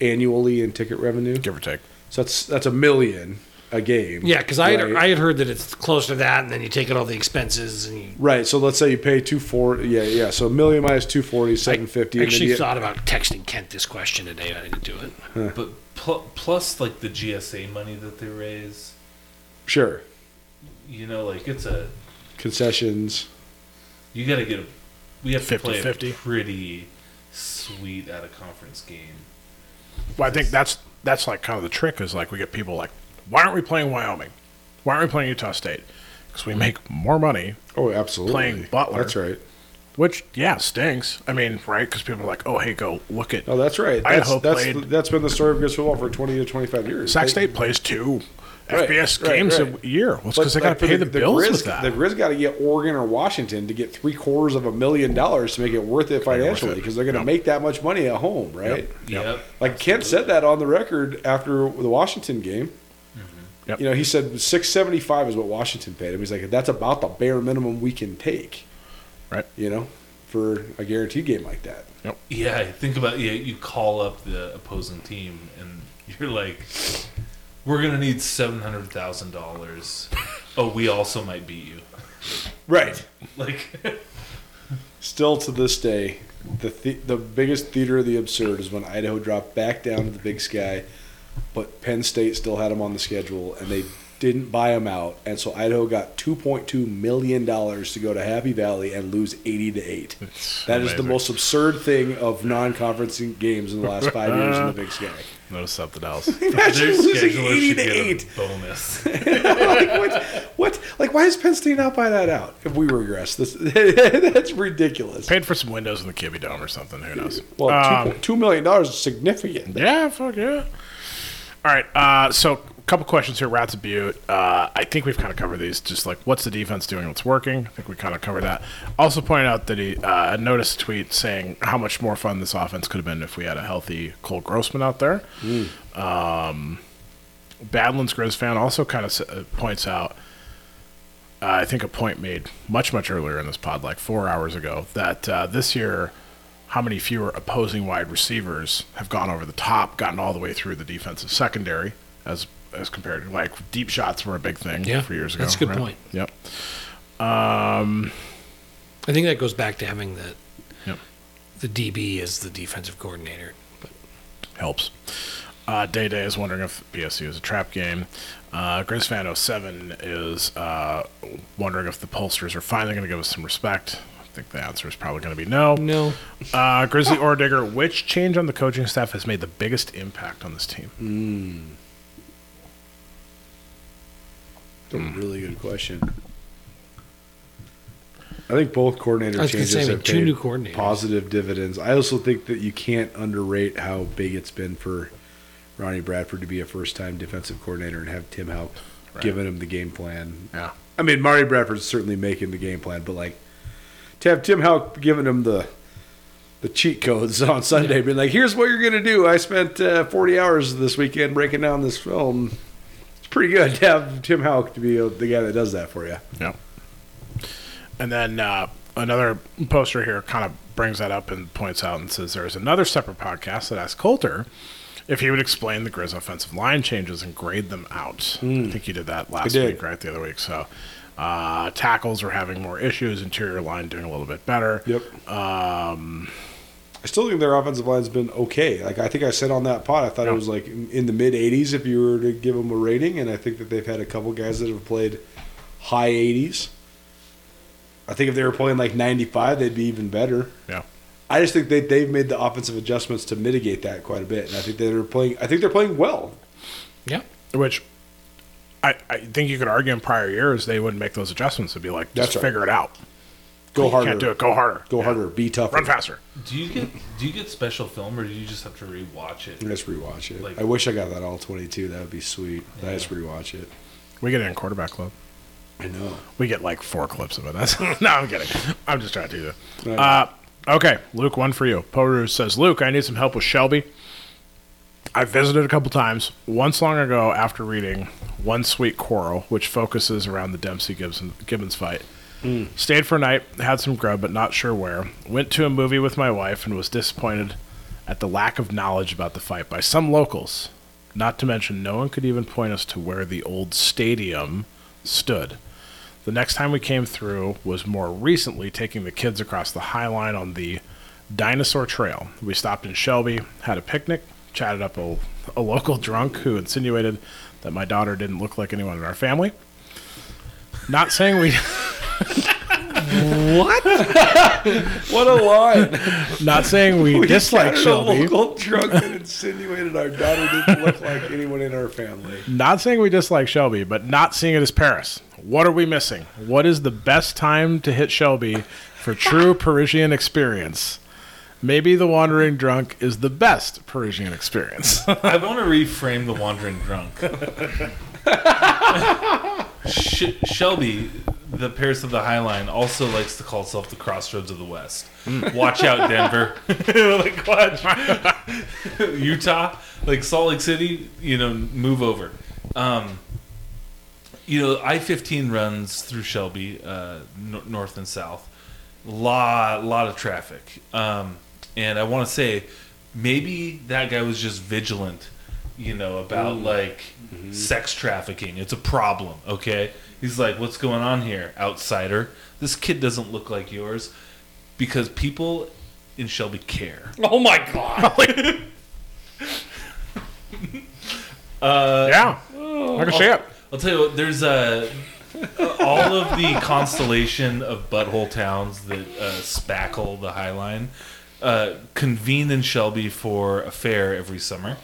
Speaker 4: annually in ticket revenue?
Speaker 5: give or take.
Speaker 4: So that's that's a million a game.
Speaker 3: Yeah, because I, had
Speaker 4: right?
Speaker 3: I had heard that it's close to that, and then you take out all the expenses, and you,
Speaker 4: right. So let's say you pay two forty. Yeah, yeah. So a million minus two forty, seven fifty.
Speaker 3: I actually thought about texting Kent this question today. I didn't do it.
Speaker 1: But pl- plus, like the GSA money that they raise,
Speaker 4: sure
Speaker 1: you know, like it's a
Speaker 4: concessions.
Speaker 1: You got to get a. We have
Speaker 5: 50,
Speaker 1: to play
Speaker 5: 50.
Speaker 1: a pretty sweet out of conference game.
Speaker 5: Well, I think that's that's like kind of the trick is like we get people like, why aren't we playing Wyoming? Why aren't we playing Utah State? Because we make more money,
Speaker 4: Oh, absolutely.
Speaker 5: Playing Butler.
Speaker 4: That's right.
Speaker 5: which yeah stinks. I mean, right? Because people are like, oh hey, go look at
Speaker 4: No, that's right. That's,
Speaker 5: Idaho
Speaker 4: that's,
Speaker 5: played-
Speaker 4: that's been the story of Grizz football for twenty to twenty five years.
Speaker 5: Sac
Speaker 4: They-
Speaker 5: State plays two
Speaker 4: Right,
Speaker 5: FBS
Speaker 4: right,
Speaker 5: games
Speaker 4: right.
Speaker 5: a year. Well, it's
Speaker 4: but
Speaker 5: because they
Speaker 4: like
Speaker 5: got to
Speaker 4: for
Speaker 5: pay the, bills
Speaker 4: Grizz,
Speaker 5: with that.
Speaker 4: The Grizz got to get Oregon or Washington to get three quarters of a million dollars to make it worth it
Speaker 5: worth
Speaker 4: financially
Speaker 5: it.
Speaker 4: because they're going to
Speaker 5: Yep.
Speaker 4: make that much money at home, right?
Speaker 1: Yep.
Speaker 4: Like Kent said that on the record after the Washington game.
Speaker 5: Mm-hmm. Yep.
Speaker 4: You know, he said six seventy five is what Washington paid him. He's like, that's about the bare minimum we can take.
Speaker 5: Right.
Speaker 4: You know, for a guaranteed game like that.
Speaker 1: Yeah. Think about yeah. You call up the opposing team and you're like, we're gonna need seven hundred thousand dollars. Oh, we also might beat you.
Speaker 4: Right.
Speaker 1: Like,
Speaker 4: Still to this day, the th- the biggest theater of the absurd is when Idaho dropped back down to the Big Sky, but Penn State still had them on the schedule and they didn't buy him out, and so Idaho got 2.2 million dollars to go to Happy Valley and lose 80 to eight. That is the
Speaker 5: amazing.
Speaker 4: most absurd thing of non-conference games in the last five years in the Big Sky.
Speaker 5: Notice something else.
Speaker 4: Imagine
Speaker 1: Their
Speaker 4: losing
Speaker 1: scheduler
Speaker 4: 80
Speaker 1: should
Speaker 4: to
Speaker 1: get
Speaker 4: eight.
Speaker 1: a bonus.
Speaker 4: like what? What? Like why is Penn State not buy that out? If we regress, this that's ridiculous.
Speaker 5: Paid for some windows in the Kibby Dome or something. Who knows?
Speaker 4: Well,
Speaker 5: Um,
Speaker 4: two two million dollars is significant.
Speaker 5: Yeah, fuck yeah. All right, uh, so a couple questions here, Rats of Butte. Uh, I think we've kind of covered these. Just like, what's the defense doing? What's working? I think we kind of covered that. Also, pointed out that he uh, noticed a tweet saying how much more fun this offense could have been if we had a healthy Cole Grossman out there. Um, Badlands Grizz fan also kind of s- uh, points out uh, I think a point made much, much earlier in this pod, like four hours ago, that uh, this year, how many fewer opposing wide receivers have gone over the top, gotten all the way through the defensive secondary as as compared to like deep shots were a big thing
Speaker 3: Yeah,
Speaker 5: for years ago.
Speaker 3: that's a good point.
Speaker 5: Yep.
Speaker 3: I think that goes back to having the
Speaker 5: Yep.
Speaker 3: the DB as the defensive coordinator. But
Speaker 5: helps. Uh, Day Day is wondering if PSU is a trap game. Uh, GrizzFan07 is uh, wondering if the pollsters are finally going to give us some respect. I think the answer is probably going to be no.
Speaker 3: No.
Speaker 5: Uh, Grizzly Ordigger, which change on the coaching staff has made the biggest impact on this team?
Speaker 4: That's a
Speaker 3: Mm.
Speaker 4: really good question. I think both coordinator
Speaker 3: I was gonna
Speaker 4: changes
Speaker 3: say, I mean,
Speaker 4: have
Speaker 3: two new
Speaker 4: paid
Speaker 3: coordinators.
Speaker 4: positive dividends. I also think that you can't underrate how big it's been for Ronnie Bradford to be a first-time defensive coordinator and have Tim help, giving him the game plan.
Speaker 5: Yeah.
Speaker 4: I mean, Marty Bradford's certainly making the game plan, but like to have Tim Houck giving him the the cheat codes on Sunday, being like, "Here's what you're gonna do." I spent uh, 40 hours this weekend breaking down this film. It's pretty good to have Tim Houck to be uh, the guy that does that for you.
Speaker 5: Yep. And then uh, another poster here kind of brings that up and points out and says there's another separate podcast that asks Coulter if he would explain the Grizz offensive line changes and grade them out. I think he did that last
Speaker 4: Hmm. did.
Speaker 5: week, right? The other week. So uh, tackles are having more issues, interior line doing a little bit better.
Speaker 4: Yep. Um, I still think their offensive line's been okay. Like I think I said on that pod, I thought
Speaker 5: Yeah.
Speaker 4: it was like in in the mid 80s if you were to give them a rating, and I think that they've had a couple guys that have played high 80s. I think if they were playing like 95, they'd be even better.
Speaker 5: Yeah.
Speaker 4: I just think that they've made the offensive adjustments to mitigate that quite a bit, and I think they're playing. I think they're playing well.
Speaker 3: yeah,
Speaker 5: Which I, I think you could argue in prior years they wouldn't make those adjustments. It'd be like, just
Speaker 4: That's right.
Speaker 5: figure it out.
Speaker 4: Go
Speaker 5: You
Speaker 4: harder.
Speaker 5: Can't do it. Go harder.
Speaker 4: Go
Speaker 5: Yeah.
Speaker 4: harder. Be tougher.
Speaker 5: Run faster.
Speaker 1: Do you get do you get special film or do you just have to rewatch it?
Speaker 4: Let's rewatch it.
Speaker 1: Like-
Speaker 4: I wish I got that all 22. That would be sweet. Let's rewatch it.
Speaker 5: We get it in quarterback club.
Speaker 4: I know.
Speaker 5: We get like four clips of it. That's, no, I'm kidding. I'm just trying to do that. Uh, okay, Luke, one for you. Poru says, Luke, I need some help with Shelby. I visited a couple times, once long ago after reading One Sweet Quarrel, which focuses around the Dempsey Gibson Gibbons fight. Stayed for a night, had some grub, but not sure where. Went to a movie with my wife and was disappointed at the lack of knowledge about the fight by some locals. Not to mention, no one could even point us to where the old stadium stood. The next time we came through was more recently, taking the kids across the High Line on the Dinosaur Trail. We stopped in Shelby, had a picnic, chatted up a, a local drunk who insinuated that my daughter didn't look like anyone in our family. Not saying we.
Speaker 4: What a line!
Speaker 5: Not saying we, dislike
Speaker 4: encountered a
Speaker 5: Shelby.
Speaker 4: local drunk that insinuated our daughter didn't look like anyone in our family.
Speaker 5: Not saying we dislike Shelby, but not seeing it as Paris. What are we missing? What is the best time to hit Shelby for true Parisian experience? Maybe the wandering drunk is the best Parisian experience.
Speaker 1: I want to reframe the wandering drunk. Sh- Shelby, the Paris of the High Line, also likes to call itself the Crossroads of the West. Watch out, Denver. like, watch. Utah, like Salt Lake City, you know, move over. Um, you know, I 15 runs through Shelby, uh, nor north and south. Lot, lot of traffic. Um, and I want to say maybe that guy was just vigilant, you know, about like sex trafficking. It's a problem, okay? He's like, what's going on here, outsider? This kid doesn't look like yours because people in Shelby care.
Speaker 3: Oh my god!
Speaker 5: yeah, I can see it.
Speaker 1: I'll tell you what. There's uh, all of the constellation of butthole towns that uh, spackle the High Line uh, convene in Shelby for a fair every summer.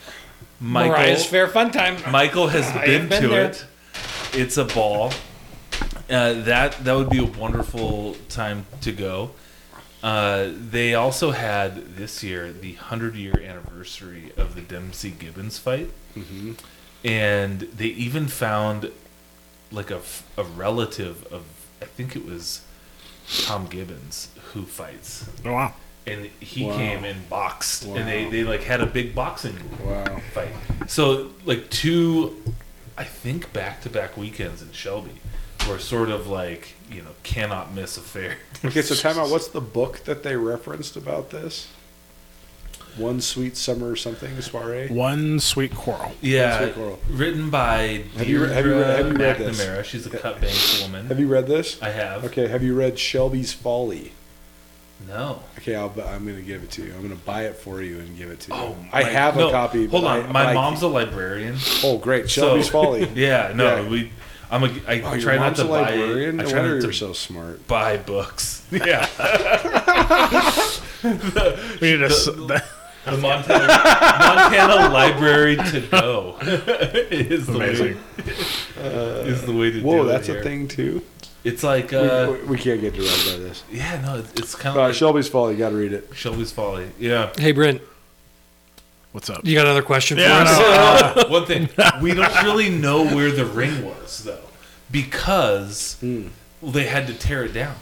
Speaker 1: Michael,
Speaker 3: Mariah's Fair Fun Time.
Speaker 1: Michael has
Speaker 3: I
Speaker 1: been,
Speaker 3: have been
Speaker 1: to
Speaker 3: there.
Speaker 1: it. It's a ball. Uh, that that would be a wonderful time to go. Uh, they also had this year the hundred year anniversary of the Dempsey Gibbons fight,
Speaker 3: Mm-hmm.
Speaker 1: and they even found like a, f- a relative of I think it was Tom Gibbons who fights,
Speaker 5: Oh, wow.
Speaker 1: and he came and boxed, and they they like had a big boxing
Speaker 4: Wow.
Speaker 1: fight. So like two, I think back to back weekends in Shelby were sort of like you know cannot miss affair.
Speaker 4: Okay, so time out. What's the book that they referenced about this? One Sweet Summer or something, soiree?
Speaker 5: One sweet quarrel.
Speaker 1: Yeah,
Speaker 4: Sweet Coral.
Speaker 1: written by
Speaker 4: Have you re- have you re-
Speaker 1: Deirdre
Speaker 4: have you read this?
Speaker 1: McNamara. She's a cut bank woman.
Speaker 4: Have you read this?
Speaker 1: I have
Speaker 4: Okay, have you read Shelby's Folly?
Speaker 1: no.
Speaker 4: Okay, I'll, bu- I'm going to give it to you. I'm going to buy it for you and give it to you.
Speaker 1: Oh,
Speaker 4: I
Speaker 1: my-
Speaker 4: have
Speaker 1: no,
Speaker 4: a copy.
Speaker 1: Hold
Speaker 4: but
Speaker 1: on,
Speaker 4: I-
Speaker 1: my
Speaker 4: I-
Speaker 1: mom's a librarian.
Speaker 4: Oh, great, Shelby's
Speaker 1: so-
Speaker 4: Folly.
Speaker 1: Yeah, no,
Speaker 4: Yeah.
Speaker 1: we. I'm a. I
Speaker 4: Oh,
Speaker 1: try
Speaker 4: your
Speaker 1: not
Speaker 4: mom's
Speaker 1: to
Speaker 4: a
Speaker 1: buy.
Speaker 4: librarian.
Speaker 1: I
Speaker 4: No
Speaker 1: try
Speaker 4: wonder
Speaker 1: not to
Speaker 4: you're so smart.
Speaker 1: buy books. Yeah,
Speaker 5: We need a s-
Speaker 1: the Montana, Montana Library to go is the
Speaker 5: Amazing.
Speaker 1: Way, is the way to do it.
Speaker 4: Whoa, that's
Speaker 1: here.
Speaker 4: a thing too.
Speaker 1: It's like,
Speaker 4: We-
Speaker 1: uh,
Speaker 4: we, we can't get derailed by this.
Speaker 1: yeah, no, it's- it's kind of
Speaker 4: Uh,
Speaker 1: like
Speaker 4: Shelby's Folly. You got to read it.
Speaker 1: Shelby's Folly. Yeah.
Speaker 3: Hey, Brent,
Speaker 5: What's up?
Speaker 3: you got another question
Speaker 5: Yeah,
Speaker 3: for us?
Speaker 1: Uh, one thing we don't really know where the ring was though, because
Speaker 4: Hmm.
Speaker 1: well, they had to tear it down.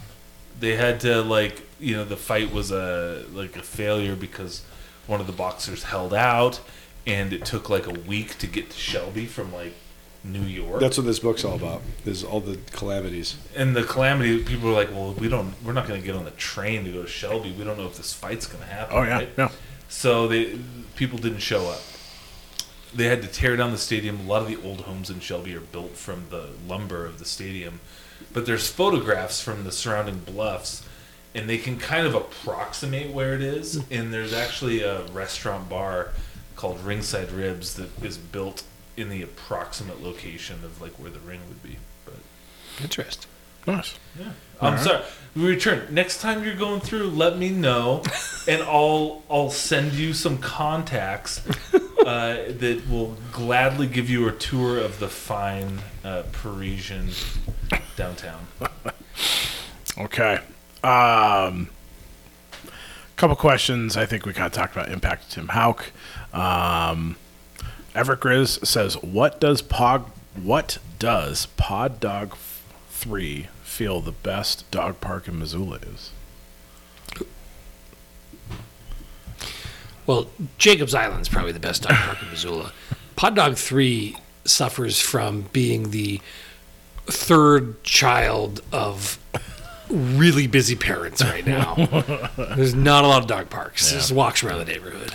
Speaker 1: They had to like you know the fight was a like a failure because one of the boxers held out, and it took like a week to get to Shelby from like New York.
Speaker 4: That's what this book's all about. Is all the calamities.
Speaker 1: and the calamity people were like, well, we don't, we're not going to get on the train to go to Shelby. We don't know if this fight's going to happen.
Speaker 5: Oh, yeah.
Speaker 1: right?
Speaker 5: Yeah.
Speaker 1: So they people didn't show up. They had to tear down the stadium. A lot of the old homes in Shelby are built from the lumber of the stadium, but there's photographs from the surrounding bluffs, and they can kind of approximate where it is. And there's actually a restaurant bar called Ringside Ribs that is built in the approximate location of like where the ring would be. But
Speaker 3: Interesting.
Speaker 5: Nice.
Speaker 1: I'm sorry. We return next time you're going through. Let me know, and I'll I'll send you some contacts uh, that will gladly give you a tour of the fine uh, Parisian downtown.
Speaker 5: Okay. Um, couple questions. I think we kind of talked about impact. Tim Hauk. Um, Everett Grizz says, "What does Pog? What does Pod Dog f- Three feel the best dog park in Missoula is?"
Speaker 3: Well, Jacobs Island's probably the best dog park in Missoula. Pod Dog 3 suffers from being the third child of really busy parents right now. There's not a lot of dog parks. Just walks around the neighborhood.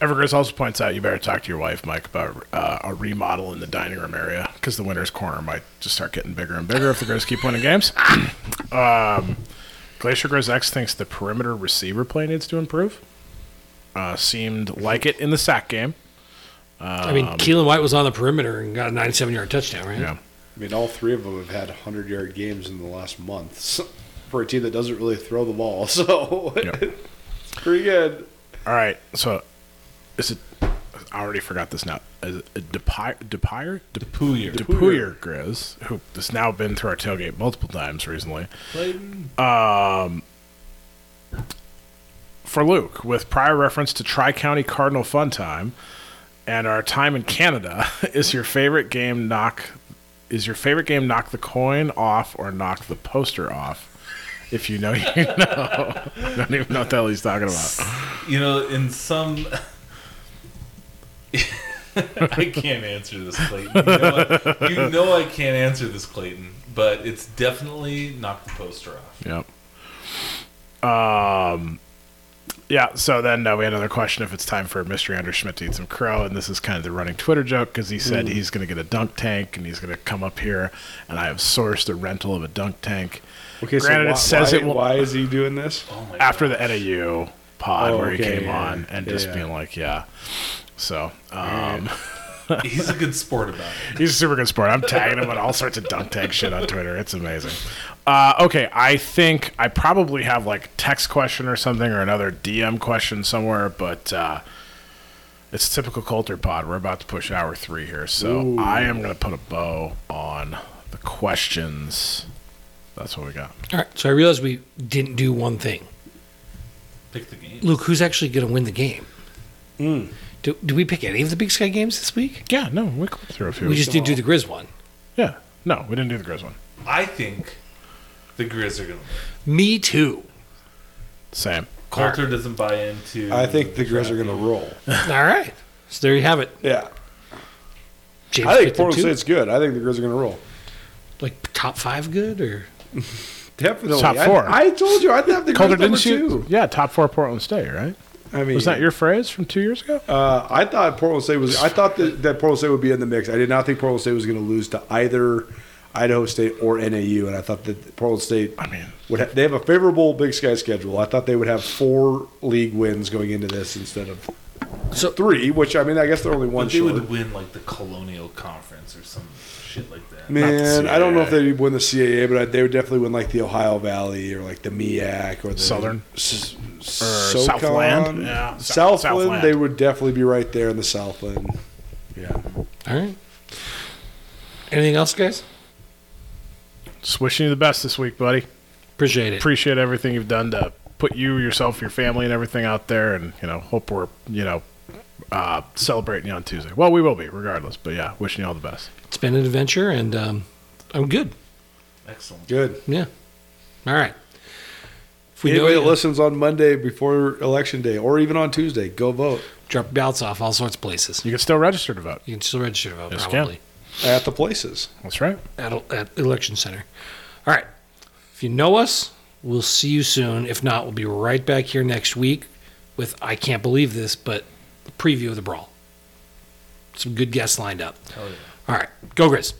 Speaker 5: Evergris also points out you better talk to your wife, Mike, about uh, a remodel in the dining room area because the winner's corner might just start getting bigger and bigger if the Grizz keep winning games. um, Glacier Grizz X thinks the perimeter receiver play needs to improve. Uh, seemed like it in the sack game.
Speaker 3: I mean, Keelan White was on the perimeter and got a 97 yard touchdown, right?
Speaker 5: Yeah.
Speaker 4: I mean, all three of them have had 100 yard games in the last month so, for a team that doesn't really throw the ball. So
Speaker 5: Yep.
Speaker 4: it's pretty good.
Speaker 5: All right. So, is it? I already forgot this now. Is it Depire? Depire?
Speaker 1: Depuyer.
Speaker 5: Depuyer Grizz, who has now been through our tailgate multiple times recently. Um,
Speaker 1: Clayton,
Speaker 5: for Luke with prior reference to Tri County Cardinal Fun Time and our time in Canada. Is your favorite game knock? Is your favorite game knock the coin off or knock the poster off? If you know, you know. I don't even know what the hell he's talking about.
Speaker 1: You know, in some. I can't answer this, Clayton. You know, I, you know I can't answer this, Clayton. But it's definitely knock the poster off.
Speaker 5: Yep. Um. Yeah. So then uh, we had another question: if it's time for Mystery Under Schmidt to eat some crow, and this is kind of the running Twitter joke because he
Speaker 4: Mm.
Speaker 5: said he's going to get a dunk tank and he's going to come up here, and I have sourced a rental of a dunk tank.
Speaker 4: Okay,
Speaker 5: Granted,
Speaker 4: so
Speaker 5: it
Speaker 4: why,
Speaker 5: says
Speaker 4: why,
Speaker 5: it will-
Speaker 4: why is he doing this?
Speaker 5: after the NAU pod
Speaker 4: Oh,
Speaker 5: where he
Speaker 4: okay,
Speaker 5: came
Speaker 4: yeah,
Speaker 5: on and just
Speaker 4: yeah.
Speaker 5: being like, yeah. So, um,
Speaker 1: He's a good sport about it.
Speaker 5: He's a super good sport. I'm tagging him on all sorts of dunk tag shit on Twitter. It's amazing. Uh, okay, I think I probably have like text question or something or another DM question somewhere, but uh, it's typical Coulter pod. We're about to push hour three here, so I am going to put a bow on the questions. That's what we got.
Speaker 3: All right. So I realized we didn't do one thing.
Speaker 1: Pick the game.
Speaker 3: Luke, who's actually going to win the game? Do, do we pick any of the Big Sky games this week?
Speaker 5: Yeah, no, we clicked through a few.
Speaker 3: We just didn't do the Grizz one.
Speaker 5: yeah, no, we didn't do the Grizz one.
Speaker 1: I think the Grizz are gonna. Win.
Speaker 3: Me too.
Speaker 5: Same.
Speaker 1: Coulter doesn't buy into.
Speaker 4: I think the Grizz are going to roll.
Speaker 3: All right. So there you have it.
Speaker 4: Yeah.
Speaker 3: James
Speaker 4: I think
Speaker 3: picked them
Speaker 4: Portland
Speaker 3: too.
Speaker 4: State's good. I think the Grizz are going to roll.
Speaker 3: like top five good or
Speaker 4: Definitely.
Speaker 5: Top
Speaker 4: I-
Speaker 5: four.
Speaker 4: I, told you. I'd have the
Speaker 5: Coulter,
Speaker 4: Grizz number
Speaker 5: didn't you?
Speaker 4: two.
Speaker 5: Yeah, top four Portland State, right?
Speaker 4: I mean,
Speaker 5: Was that your phrase from two years ago?
Speaker 4: Uh, I thought Portland State was. I thought that, that Portland State would be in the mix. I did not think Portland State was going to lose to either Idaho State or NAU, and I thought that Portland State.
Speaker 5: I mean-
Speaker 4: would ha- they have a favorable Big Sky schedule? I thought they would have four league wins going into this instead of
Speaker 3: So-
Speaker 4: three. Which I mean, I guess they're only one
Speaker 1: But they
Speaker 4: short.
Speaker 1: would win like the Colonial Conference or some shit like that.
Speaker 4: Man,
Speaker 5: the
Speaker 4: I don't know if
Speaker 5: CAA.
Speaker 4: they would win the CAA, but I, they would definitely win like the Ohio Valley or like the MEAC or the
Speaker 5: Southern?
Speaker 4: S- SoCon.
Speaker 5: Southland? Yeah, South-
Speaker 4: Southland.
Speaker 5: Southland.
Speaker 4: They would definitely be right there in the Southland. Yeah.
Speaker 3: all right. Anything else, guys?
Speaker 5: Just wishing you the best this week, buddy.
Speaker 3: Appreciate it.
Speaker 5: Appreciate everything you've done to put you, yourself, your family, and everything out there, and you know, hope we're you know uh, celebrating you on Tuesday. Well, we will be, regardless. But yeah, wishing you all the best.
Speaker 3: It's been an adventure, and um, I'm good.
Speaker 1: Excellent.
Speaker 4: Good.
Speaker 3: Yeah. All right. If we
Speaker 4: Anybody
Speaker 3: know
Speaker 4: that
Speaker 3: you,
Speaker 4: listens on Monday before election day or even on Tuesday, go vote
Speaker 3: drop ballots off all sorts of places.
Speaker 5: You can still register to vote.
Speaker 3: You can still register to vote,
Speaker 5: Yes, you can.
Speaker 3: probably
Speaker 4: at the places.
Speaker 5: That's right.
Speaker 3: at, at election center. All right. If you know us, we'll see you soon. If not, we'll be right back here next week with I can't believe this, but a preview of the brawl. Some good guests lined up. All right, go Grizz.